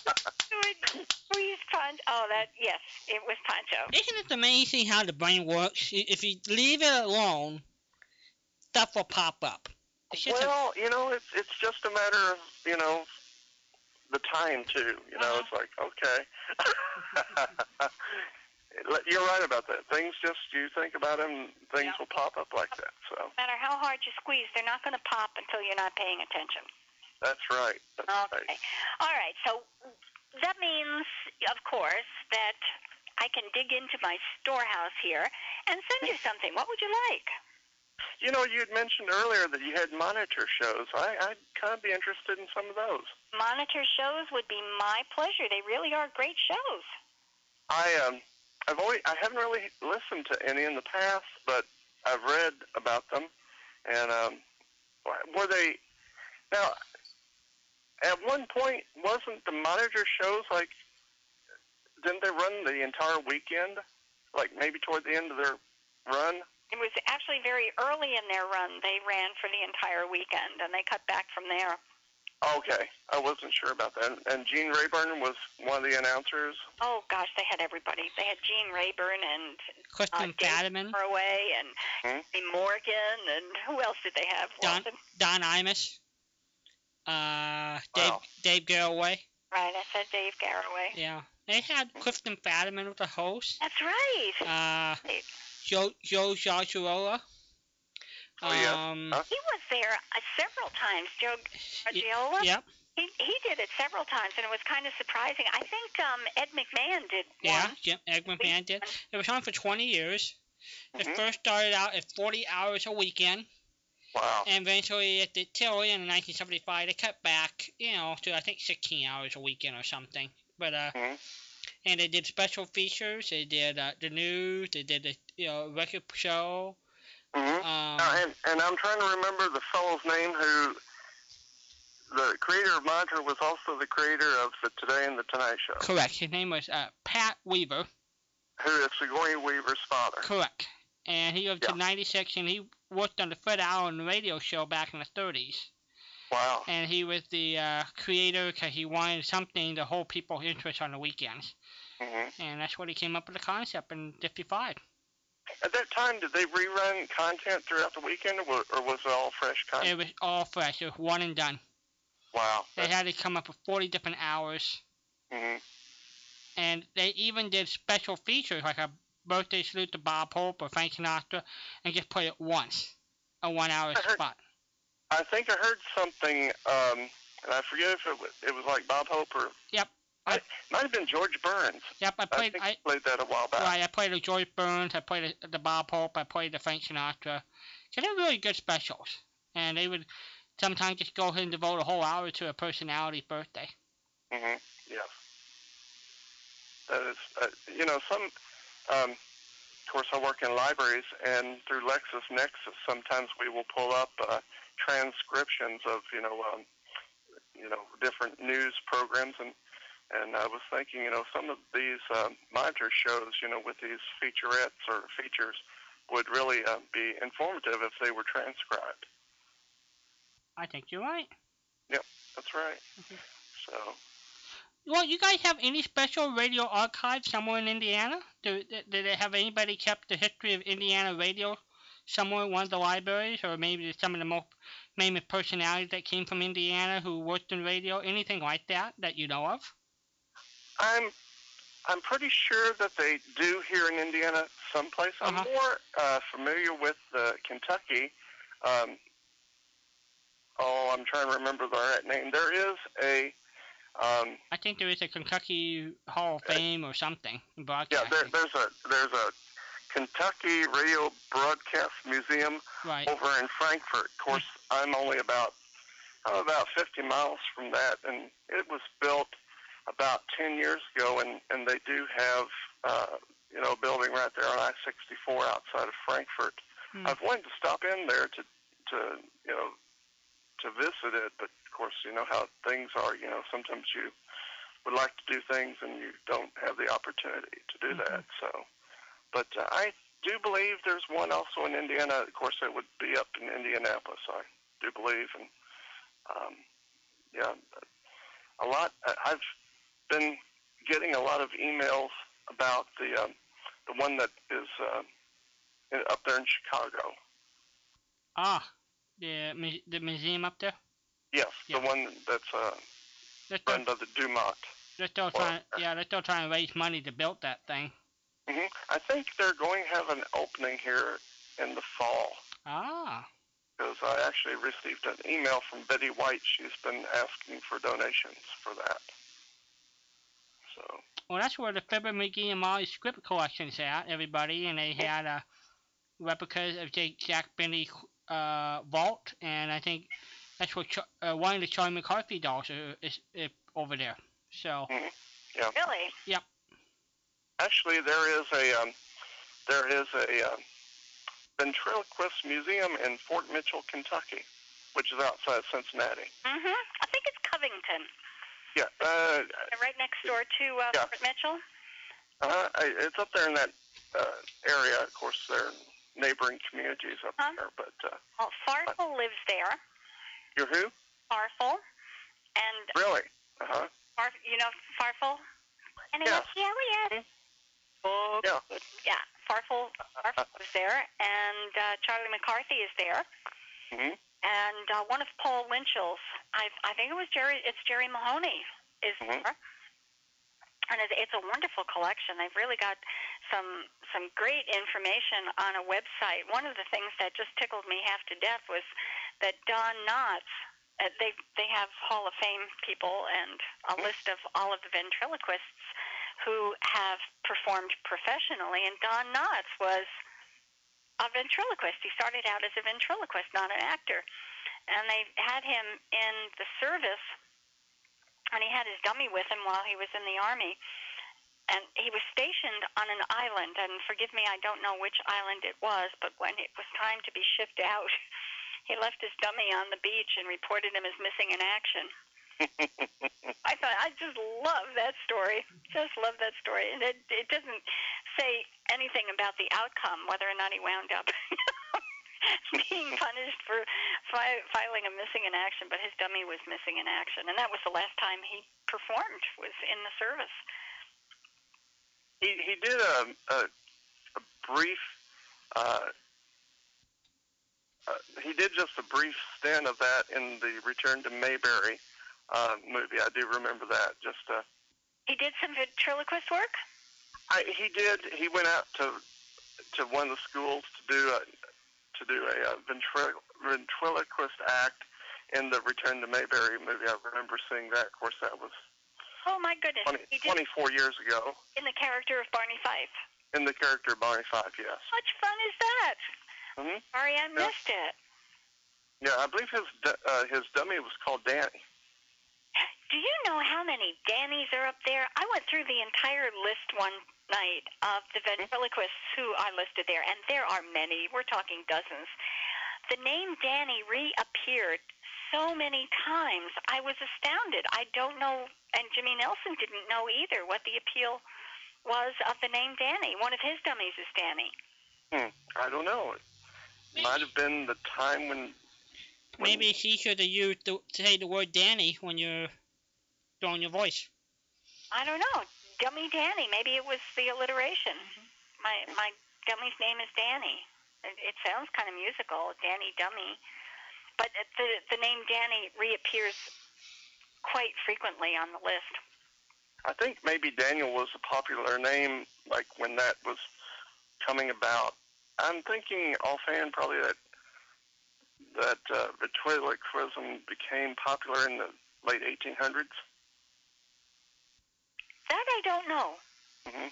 Speaker 2: there.
Speaker 1: Please, Poncho. Oh, that yes, it was Poncho.
Speaker 2: Isn't it amazing how the brain works? Y- If you leave it alone, stuff will pop up. It's just a-
Speaker 14: well, you know, it's it's just a matter of you know the time too. You
Speaker 1: Uh-huh.
Speaker 14: know, it's like okay, you're right about that. Things just you think about them, things will pop up like that. So
Speaker 1: No matter how hard you squeeze, they're not going to pop until you're not paying attention.
Speaker 14: that's right. That's
Speaker 1: Okay. All right. So that means, of course, that I can dig into my storehouse here and send you something. What would you like?
Speaker 14: You know, you had mentioned earlier that you had monitor shows. I, I'd kind of be interested in some of those.
Speaker 1: Monitor shows would be my pleasure. They really are great shows.
Speaker 14: I um I've only I haven't really listened to any in the past, but I've read about them, and um, were they now? At one point, wasn't the monitor shows like? Didn't they run the entire weekend? Like maybe toward the end of their run.
Speaker 1: It was actually very early in their run. They ran for the entire weekend, and they cut back from there.
Speaker 14: Okay, I wasn't sure about that. And Gene Rayburn was one of the announcers.
Speaker 1: Oh gosh, they had everybody. They had Gene Rayburn and
Speaker 2: Kristen
Speaker 1: uh, Dave
Speaker 2: Fadiman.
Speaker 1: Haraway and Lee Morgan, and who else did they have?
Speaker 2: Don
Speaker 1: Walton?
Speaker 2: Don Imus. Uh, Dave Dave Garraway.
Speaker 1: Right, I said Dave Garraway.
Speaker 2: Yeah, they had Clifton Fadiman with the host.
Speaker 1: That's right.
Speaker 2: Uh, Joe Joe Joshua.
Speaker 1: Oh, yeah.
Speaker 2: Um,
Speaker 1: He was there uh, several times, Joe Gargiola.
Speaker 2: yep.
Speaker 1: He, he did it several times, and it was kind of surprising. I think um, Ed McMahon did
Speaker 2: Yeah,
Speaker 1: one.
Speaker 2: Jim Eggman Band did. It was on for 20 years.
Speaker 1: Mm-hmm.
Speaker 2: It first started out at 40 hours a weekend.
Speaker 14: Wow.
Speaker 2: And eventually, at the tail end in 1975, they cut back, you know, to I think 16 hours a weekend or something. But uh,
Speaker 1: Mm-hmm.
Speaker 2: and they did special features. They did uh, the news. They did the you know record show.
Speaker 14: Mm-hmm.
Speaker 2: Um,
Speaker 14: Uh, and, and I'm trying to remember the fellow's name who, the creator of Monitor was also the creator of the Today and the Tonight Show.
Speaker 2: Correct. His name was uh, Pat Weaver.
Speaker 14: Who is Sigourney Weaver's father.
Speaker 2: Correct. And he lived to 96, and he worked on the Fred Allen radio show back in the 30s.
Speaker 14: Wow.
Speaker 2: And he was the uh, creator because he wanted something to hold people's interest on the weekends.
Speaker 14: Mm-hmm.
Speaker 2: And that's what he came up with the concept in 55.
Speaker 14: At that time, did they rerun content throughout the weekend, or, wa- or was it all fresh content?
Speaker 2: It was all fresh. It was one and done.
Speaker 14: Wow.
Speaker 2: They had to come up with 40 different hours.
Speaker 14: Mm-hmm.
Speaker 2: And they even did special features like a birthday salute to Bob Hope or Frank Sinatra and just play it once, a one hour spot.
Speaker 14: I think I heard something, um, and I forget if it was, it was like Bob Hope or.
Speaker 2: Yep.
Speaker 14: I, might have been George Burns.
Speaker 2: Yep, I played.
Speaker 14: I, played that a while back.
Speaker 2: Right, I played the George Burns, I played the, the Bob Hope, I played the Frank Sinatra. So they're really good specials. And they would sometimes just go ahead and devote a whole hour to a personality's birthday.
Speaker 14: Mm-hmm. Yes. That is, uh, you know, some. Um, of course, I work in libraries, and through LexisNexis, sometimes we will pull up uh, transcriptions of, you know, um, you know, different news programs, and and I was thinking, you know, some of these uh, monitor shows, you know, with these featurettes or features, would really uh, be informative if they were transcribed.
Speaker 2: I think you're right.
Speaker 14: Yep, that's right. So.
Speaker 2: Well, you guys have any special radio archive somewhere in Indiana? Do, do they have anybody kept the history of Indiana radio somewhere in one of the libraries, or maybe some of the most famous personalities that came from Indiana who worked in radio, anything like that that you know of?
Speaker 14: I'm I'm pretty sure that they do here in Indiana someplace. I'm more uh, familiar with uh, Kentucky. Um, oh, I'm trying to remember the right name. There is a um,
Speaker 2: I think there is a Kentucky Hall of Fame or something. Broadcast.
Speaker 14: yeah. There, there's a there's a Kentucky Radio Broadcast Museum
Speaker 2: Right.
Speaker 14: over in Frankfurt. Of course, I'm only about I'm about 50 miles from that, and it was built about 10 years ago, and and they do have uh, you know a building right there on I-64 outside of Frankfurt.
Speaker 2: Hmm.
Speaker 14: I've wanted to stop in there to to you know to visit it, but of course you know how things are. You know sometimes you would like to do things and you don't have the opportunity to do that. So, but uh, I do believe there's one also in Indiana. Of course, it would be up in Indianapolis. I do believe, and um, yeah, a lot. I- I've been getting a lot of emails about the um, the one that is uh, in- up there in Chicago.
Speaker 2: Ah, the mu- the museum up there.
Speaker 14: Yes, the one that's uh, run by the Dumont.
Speaker 2: They're still trying. Yeah, they're still trying to raise money to build that thing.
Speaker 14: hmm I think they're going to have an opening here in the fall.
Speaker 2: Ah,
Speaker 14: because I actually received an email from Betty White. She's been asking for donations for that. So,
Speaker 2: well, that's where the Fibber McGee and Molly script collection's at, everybody, and they had uh, replicas of Jake Jack Benny uh, vault, and I think that's what Char- uh, one of the Charlie McCarthy dolls is, is, is over there. So.
Speaker 14: yeah.
Speaker 1: Really?
Speaker 2: Yep.
Speaker 14: I actually there is a um, there is a uh, ventriloquist museum in Fort Mitchell, Kentucky, which is outside Cincinnati.
Speaker 1: Mm-hmm. I think it's Covington,
Speaker 14: Yeah, uh,
Speaker 1: They're right next door to uh,
Speaker 14: Yeah.
Speaker 1: Fort Mitchell.
Speaker 14: uh, I- it's up there in that uh, area. Of course, there are neighboring communities up there. But uh,
Speaker 1: Well, Farfel lives there.
Speaker 14: you're who?
Speaker 1: Farfel, and
Speaker 14: Really? Uh huh.
Speaker 1: Farf, you know Farfel. And he goes, yeah, we had. Oh,
Speaker 14: yeah.
Speaker 1: Yeah, Farfel, Farfel was there, and uh, Charlie McCarthy is there,
Speaker 14: Mm-hmm.
Speaker 1: and uh, one of Paul Winchell's. I I think it was Jerry. It's Jerry Mahoney is
Speaker 14: Mhm.
Speaker 1: there, and it's, it's a wonderful collection. They've really got some some great information on a website. One of the things that just tickled me half to death was that Don Knotts. Uh, they they have Hall of Fame people and a list of all of the ventriloquists who have performed professionally. And Don Knotts was a ventriloquist. He started out as a ventriloquist, not an actor. And they had him in the service, and he had his dummy with him while he was in the army. And he was stationed on an island, and forgive me, I don't know which island it was, but when it was time to be shipped out, he left his dummy on the beach and reported him as missing in action. Mm-hmm. I thought I just love that story. Just love that story, and it it doesn't say anything about the outcome, whether or not he wound up being punished for fi- filing a missing in action. But his dummy was missing in action, and that was the last time he performed was in the service.
Speaker 14: He he did a a, a brief. Uh, uh, he did just a brief stint of that in the Return to Mayberry uh, movie. I do remember that. Just uh,
Speaker 1: He did some ventriloquist work.
Speaker 14: I, he did. He went out to to one of the schools to do a, to do a, uh ventrilo- ventriloquist act in the Return to Mayberry movie. I remember seeing that. Of course, that was
Speaker 1: Oh my goodness!
Speaker 14: 20,
Speaker 1: He did
Speaker 14: 24 years ago
Speaker 1: in the character of Barney Fife.
Speaker 14: in the character of Barney Fife. Yes.
Speaker 1: How much fun is that?
Speaker 14: hmm
Speaker 1: Sorry, I
Speaker 14: Yeah.
Speaker 1: missed it.
Speaker 14: Yeah, I believe his du- uh, his dummy was called Danny.
Speaker 1: Do you know how many Dannies are up there? I went through the entire list one night of the ventriloquists who are listed there, and there are many. We're talking dozens. The name Danny reappeared so many times. I was astounded. I don't know, and Jimmy Nelson didn't know either what the appeal was of the name Danny. One of his dummies is Danny.
Speaker 14: Hmm. I don't know. It might have been the time when Mm-hmm.
Speaker 2: Maybe she should have used the, say the word Danny when you're doing your voice.
Speaker 1: I don't know. Dummy Danny. Maybe it was the alliteration. My my dummy's name is Danny. It, it sounds kind of musical, Danny Dummy. But it- the the name Danny reappears quite frequently on the list.
Speaker 14: I think maybe Daniel was a popular name, like when that was coming about. I'm thinking offhand probably that that uh, ventriloquism became popular in the late 1800s.
Speaker 1: That I don't know.
Speaker 14: hmm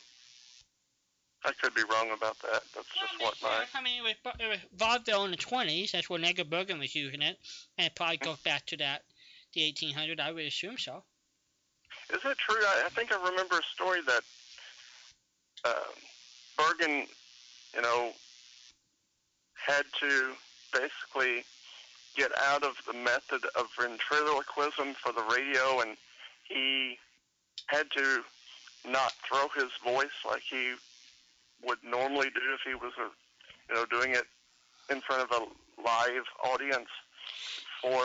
Speaker 14: I could be wrong about that. That's just what my
Speaker 2: I mean, it was, bu- it was vaudeville in the 20s. That's when Edgar Bergen was using it, and it probably goes back to that the 1800. I would assume so.
Speaker 14: Is it true? I, I think I remember a story that um Bergen, you know, had to basically get out of the method of ventriloquism for the radio, and he had to not throw his voice like he would normally do if he was, a, you know, doing it in front of a live audience for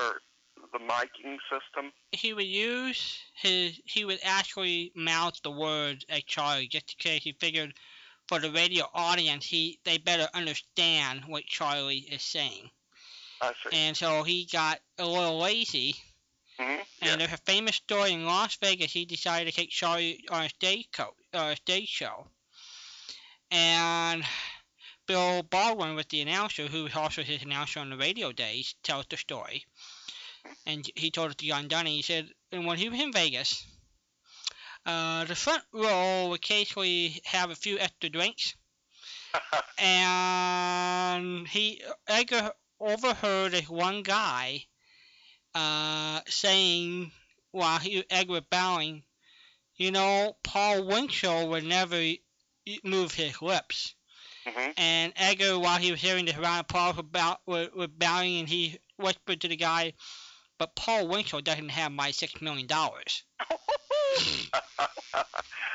Speaker 14: the miking system.
Speaker 2: He would use his. He would actually mouth the words at Charlie just in case he figured for the radio audience he they better understand what Charlie is saying.
Speaker 14: I see.
Speaker 2: And so he got a little lazy
Speaker 14: hmm
Speaker 2: And there's a famous story in Las Vegas. He decided to take Charlie on a stage, co- uh, stage show. And Bill Baldwin, was the announcer, who was also his announcer on the radio days, tells the story. And he told it to John Dunne. He said, and when he was in Vegas, uh, the front row would occasionally have a few extra drinks. and he, Edgar overheard this one guy uh, saying while he, Edward bowing, you know, Paul Winchell would never move his lips.
Speaker 14: Mhm.
Speaker 2: And Edgar, while he was hearing the round of applause, was, bow, was, was bowing, and he whispered to the guy, "But Paul Winkle doesn't have my six million dollars."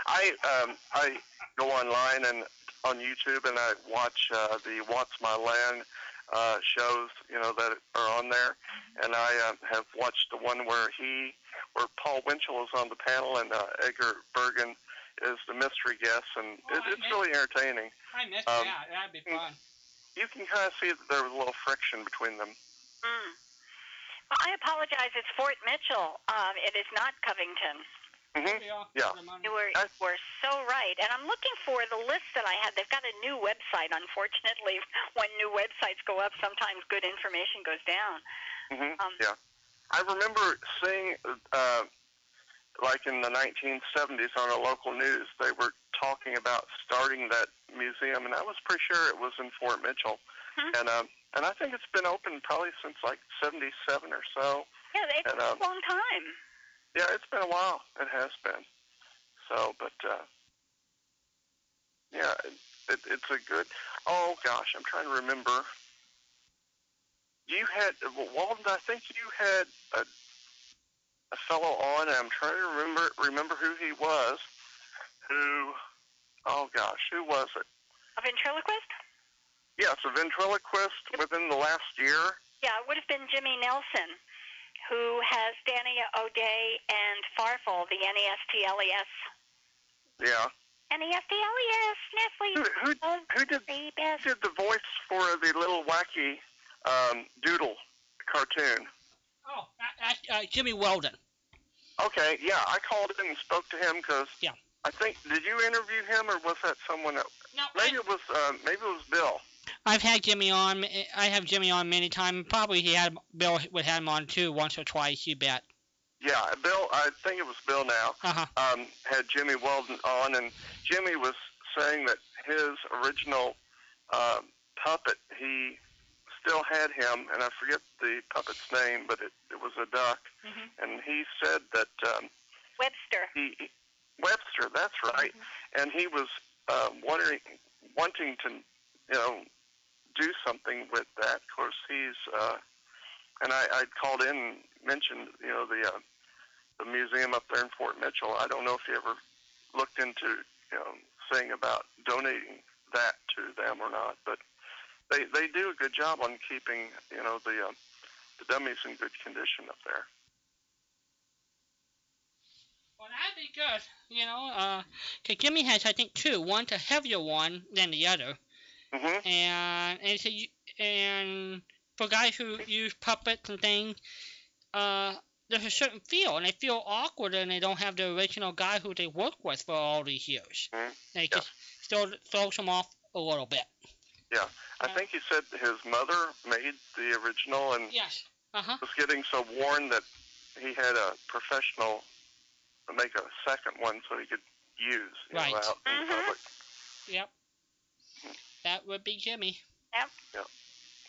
Speaker 14: I um, I go online and on YouTube and I watch uh, the What's My Land uh, shows, you know, that are on there. And I uh, have watched the one where he, where Paul Winchell is on the panel and uh, Edgar Bergen is the mystery guest, and it, it's really entertaining.
Speaker 2: I missed
Speaker 14: Um,
Speaker 2: that. That'd be fun.
Speaker 14: You can kind of see that there was a little friction between them.
Speaker 1: Mm. Well, I apologize. It's Fort Mitchell. Um, it is not Covington.
Speaker 14: Mm-hmm. Yeah.
Speaker 1: You were, you were so right. And I'm looking for the list that I had. They've got a new website. Unfortunately, when new websites go up, sometimes good information goes down.
Speaker 14: hmm
Speaker 1: Um,
Speaker 14: yeah. I remember seeing, uh, like in the 1970s on a local news, they were talking about starting that museum, and I was pretty sure it was in Fort Mitchell. And um, and I think it's been open probably since like 77 or so.
Speaker 1: Yeah, it's
Speaker 14: And, um,
Speaker 1: a long time.
Speaker 14: Yeah, it's been a while. It has been. So, but uh, yeah, it, it, it's a good. Oh gosh, I'm trying to remember. You had well, Walden. I think you had a a fellow on, and I'm trying to remember remember who he was. Who? Oh gosh, who was it?
Speaker 1: A ventriloquist?
Speaker 14: Yes, a ventriloquist within the last year.
Speaker 1: Yeah, it would have been Jimmy Nelson, who has Danny O'Day and Farfel, the E NESTLES.
Speaker 14: Yeah.
Speaker 1: E NESTLES,
Speaker 14: Who,
Speaker 1: Nestle.
Speaker 14: who, who did who did the voice for the little wacky um, doodle cartoon?
Speaker 2: Oh, that, that's, uh, Jimmy Weldon.
Speaker 14: Okay, yeah, I called in and spoke to him because
Speaker 2: Yeah.
Speaker 14: I think did you interview him or was that someone else?
Speaker 2: No,
Speaker 14: maybe it was uh, maybe it was Bill.
Speaker 2: I've had Jimmy on. I have Jimmy on many times. Probably he had Bill would have him on too, once or twice. You bet.
Speaker 14: Yeah, Bill. I think it was Bill now.
Speaker 2: Uh-huh.
Speaker 14: Um, had Jimmy Weldon on, and Jimmy was saying that his original uh, puppet, he still had him, and I forget the puppet's name, but it, it was a duck,
Speaker 2: Mm-hmm.
Speaker 14: and he said that um,
Speaker 1: Webster.
Speaker 14: He, Webster, that's right, and he was uh, wondering, wanting to, you know, do something with that. Of course, he's. Uh, and I, I called in and mentioned, you know, the uh, the museum up there in Fort Mitchell. I don't know if you ever looked into, you know, saying about donating that to them or not, but they they do a good job on keeping, you know, the uh, the dummies in good condition up there.
Speaker 2: Well, that'd be good. You know, uh 'cause Jimmy has, I think, two. One's a heavier one than the other.
Speaker 14: Mm-hmm.
Speaker 2: And and, so you, and for guys who use puppets and things, uh, there's a certain feel, and they feel awkward, and they don't have the original guy who they work with for all these years. They just throw, throws them off a little bit.
Speaker 14: Yeah, I think he said his mother made the original and
Speaker 2: Yes. Uh huh.
Speaker 14: was getting so worn that he had a professional make a second one so he could use you
Speaker 2: Right.
Speaker 14: know, out in public.
Speaker 2: Yep. That would be Jimmy.
Speaker 1: Yep.
Speaker 14: Yep.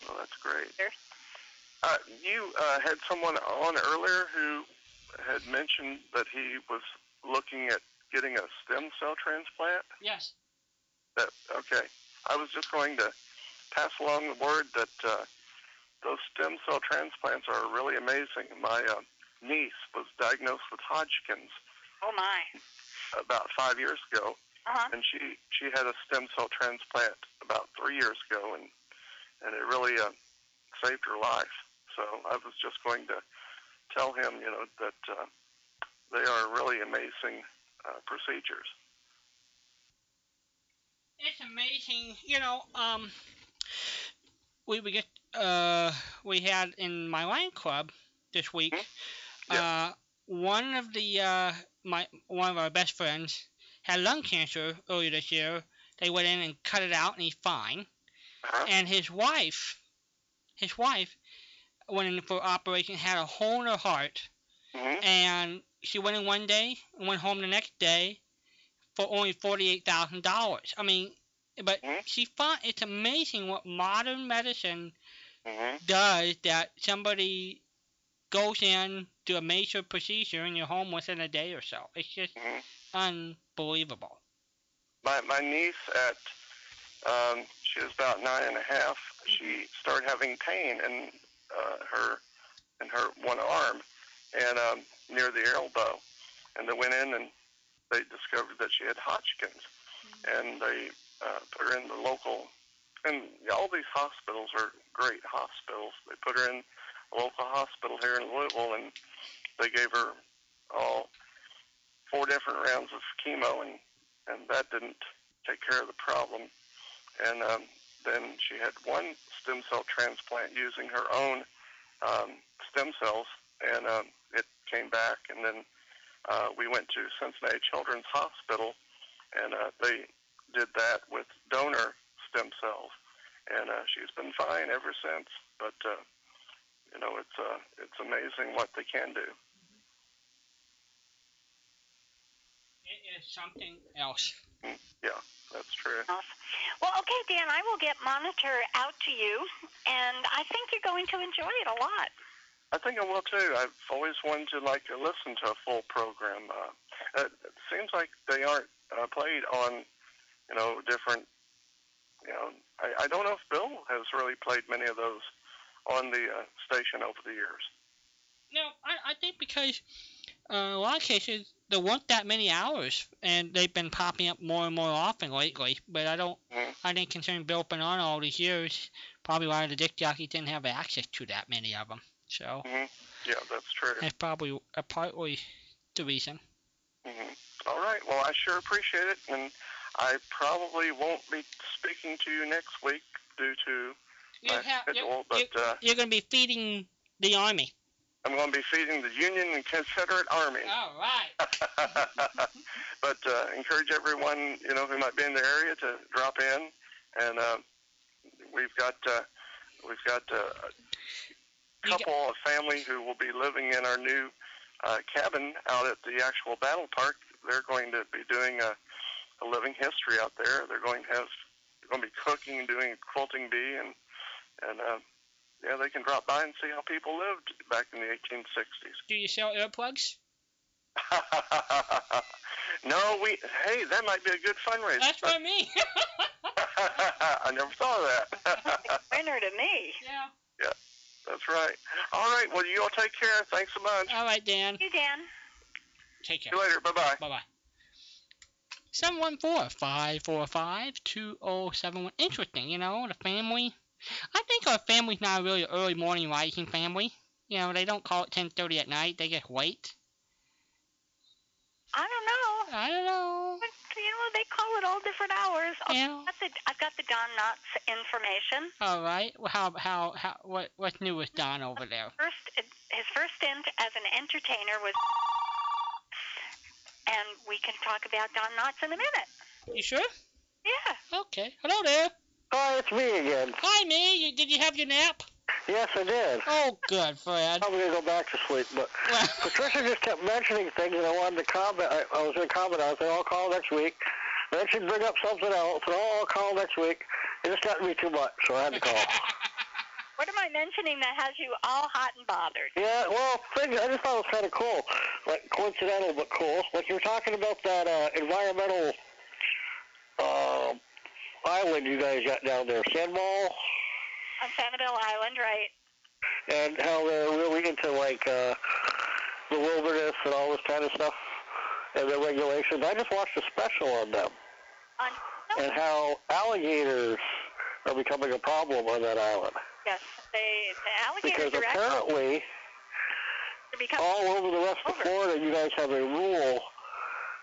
Speaker 14: Well, that's great.
Speaker 1: Sure.
Speaker 14: Uh, you uh, had someone on earlier who had mentioned that he was looking at getting a stem cell transplant.
Speaker 2: Yes.
Speaker 14: That Uh, okay. I was just going to pass along the word that uh, those stem cell transplants are really amazing. My uh, niece was diagnosed with Hodgkin's
Speaker 1: Oh, my.
Speaker 14: about five years ago,
Speaker 1: Uh-huh.
Speaker 14: and she she had a stem cell transplant about three years ago, and and it really uh, saved her life. So I was just going to tell him, you know, that uh, they are really amazing uh, procedures.
Speaker 2: It's amazing, you know. Um, we we get uh we had in my lion club this week. Uh, one of the uh my one of our best friends had lung cancer earlier this year. They went in and cut it out, and he's fine. And his wife, his wife, went in for operation, had a hole in her heart, and she went in one day, and went home the next day, for only forty-eight thousand dollars. I mean, but she found it's amazing what modern medicine does. That somebody goes in to a major procedure and you're home within a day or so. It's just unbelievable.
Speaker 14: my my niece at um, she was about nine and a half. She started having pain in uh, her in her one arm and um, near the elbow, and they went in and they discovered that she had Hodgkin's, and they uh, put her in the local. And all these hospitals are great hospitals. They put her in a local hospital here in Louisville, and they gave her all four different rounds of chemo, and and that didn't take care of the problem. And um, then she had one stem cell transplant using her own um, stem cells, and um, it came back. And then uh, we went to Cincinnati Children's Hospital, and uh, they did that with donor stem cells, and uh, she's been fine ever since. But uh, you know, it's uh, it's amazing what they can do.
Speaker 2: It is something else.
Speaker 14: Yeah, that's true.
Speaker 1: Well, okay, Dan, I will get Monitor out to you, and I think you're going to enjoy it a lot.
Speaker 14: I think I will too. I've always wanted to like to listen to a full program. Uh, it seems like they aren't uh, played on, you know, different. You know, I, I don't know if Bill has really played many of those on the uh, station over the years.
Speaker 2: No, I, I think because uh, in a lot of cases there weren't that many hours, and they've been popping up more and more often lately. But I don't, I didn't concern Bill Bernard all these years. Probably why the disc jockey didn't have access to that many of them. So
Speaker 14: Mm-hmm. Yeah, that's true.
Speaker 2: that's probably uh, partly the reason.
Speaker 14: Mhm. All right. Well, I sure appreciate it, and I probably won't be speaking to you next week due to my schedule. But uh,
Speaker 2: You're going to be feeding the army.
Speaker 14: I'm going to be feeding the Union and Confederate Army.
Speaker 2: All right.
Speaker 14: but uh, encourage everyone you know who might be in the area to drop in, and uh, we've got uh, we've got uh, a couple of family who will be living in our new uh, cabin out at the actual battle park. They're going to be doing a, a living history out there. They're going to have they're going to be cooking and doing quilting bee and and uh, yeah, they can drop by and see how people lived back in the 1860s.
Speaker 2: Do you sell earplugs?
Speaker 14: no, we. Hey, that might be a good fundraiser.
Speaker 2: That's what I mean.
Speaker 14: I never thought of that.
Speaker 1: Winner to me.
Speaker 2: Yeah.
Speaker 14: yeah, that's right. All right. Well, you all take care. Thanks so much.
Speaker 2: All right, Dan.
Speaker 1: You, Dan.
Speaker 2: Take care.
Speaker 14: See you later. Bye bye.
Speaker 2: Bye bye. 714-545-2071. Interesting, you know, the family. I think our family's not really an early morning rising family. You know, they don't call it 10.30 at night. They just wait.
Speaker 1: I don't know.
Speaker 2: I don't know.
Speaker 1: You know, they call it all different hours. Oh,
Speaker 2: Yeah.
Speaker 1: I've, got the, I've got the Don Knotts information.
Speaker 2: All right. Well, how, how, how, what, what's new with Don over there?
Speaker 1: First, his first stint as an entertainer was, and we can talk about Don Knotts in a minute.
Speaker 2: You sure?
Speaker 1: Yeah.
Speaker 2: Okay. Hello there.
Speaker 15: Hi, it's me again.
Speaker 2: Oh, Hi, me. You, did you have your nap?
Speaker 15: Yes, I did.
Speaker 2: Oh, good, Fred.
Speaker 15: I'm gonna go back to sleep, but Patricia just kept mentioning things, and I wanted to comment. I, I was gonna comment. I said I'll call next week. Then she'd bring up something else, and oh, I'll call next week. It just got me too much, so I had to call.
Speaker 1: What am I mentioning that has you all hot and bothered?
Speaker 15: yeah, well, thing, I just thought it was kind of cool, like coincidental but cool. Like you were talking about that uh, environmental um island you guys got down there, Sandball.
Speaker 1: On Sanibel Island, right?
Speaker 15: and how they're really into like uh, the wilderness and all this kind of stuff and the regulations. I just watched a special on them and how alligators are becoming a problem on that island
Speaker 1: Yes. They, the alligators
Speaker 15: because
Speaker 1: are actually
Speaker 15: apparently all over the rest of Florida, you guys have a rule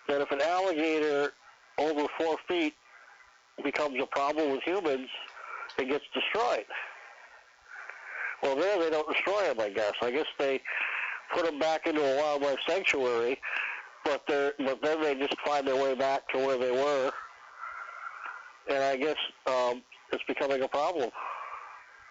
Speaker 15: that if an alligator over four feet becomes a problem with humans, it gets destroyed. Well, there they don't destroy them, I guess. I guess they put them back into a wildlife sanctuary, but they're but then they just find their way back to where they were, and I guess um, it's becoming a problem.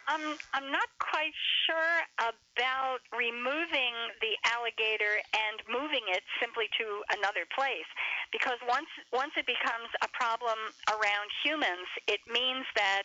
Speaker 1: I'm I'm not quite sure about removing the alligator and moving it simply to another place because once once it becomes a problem around humans, it means that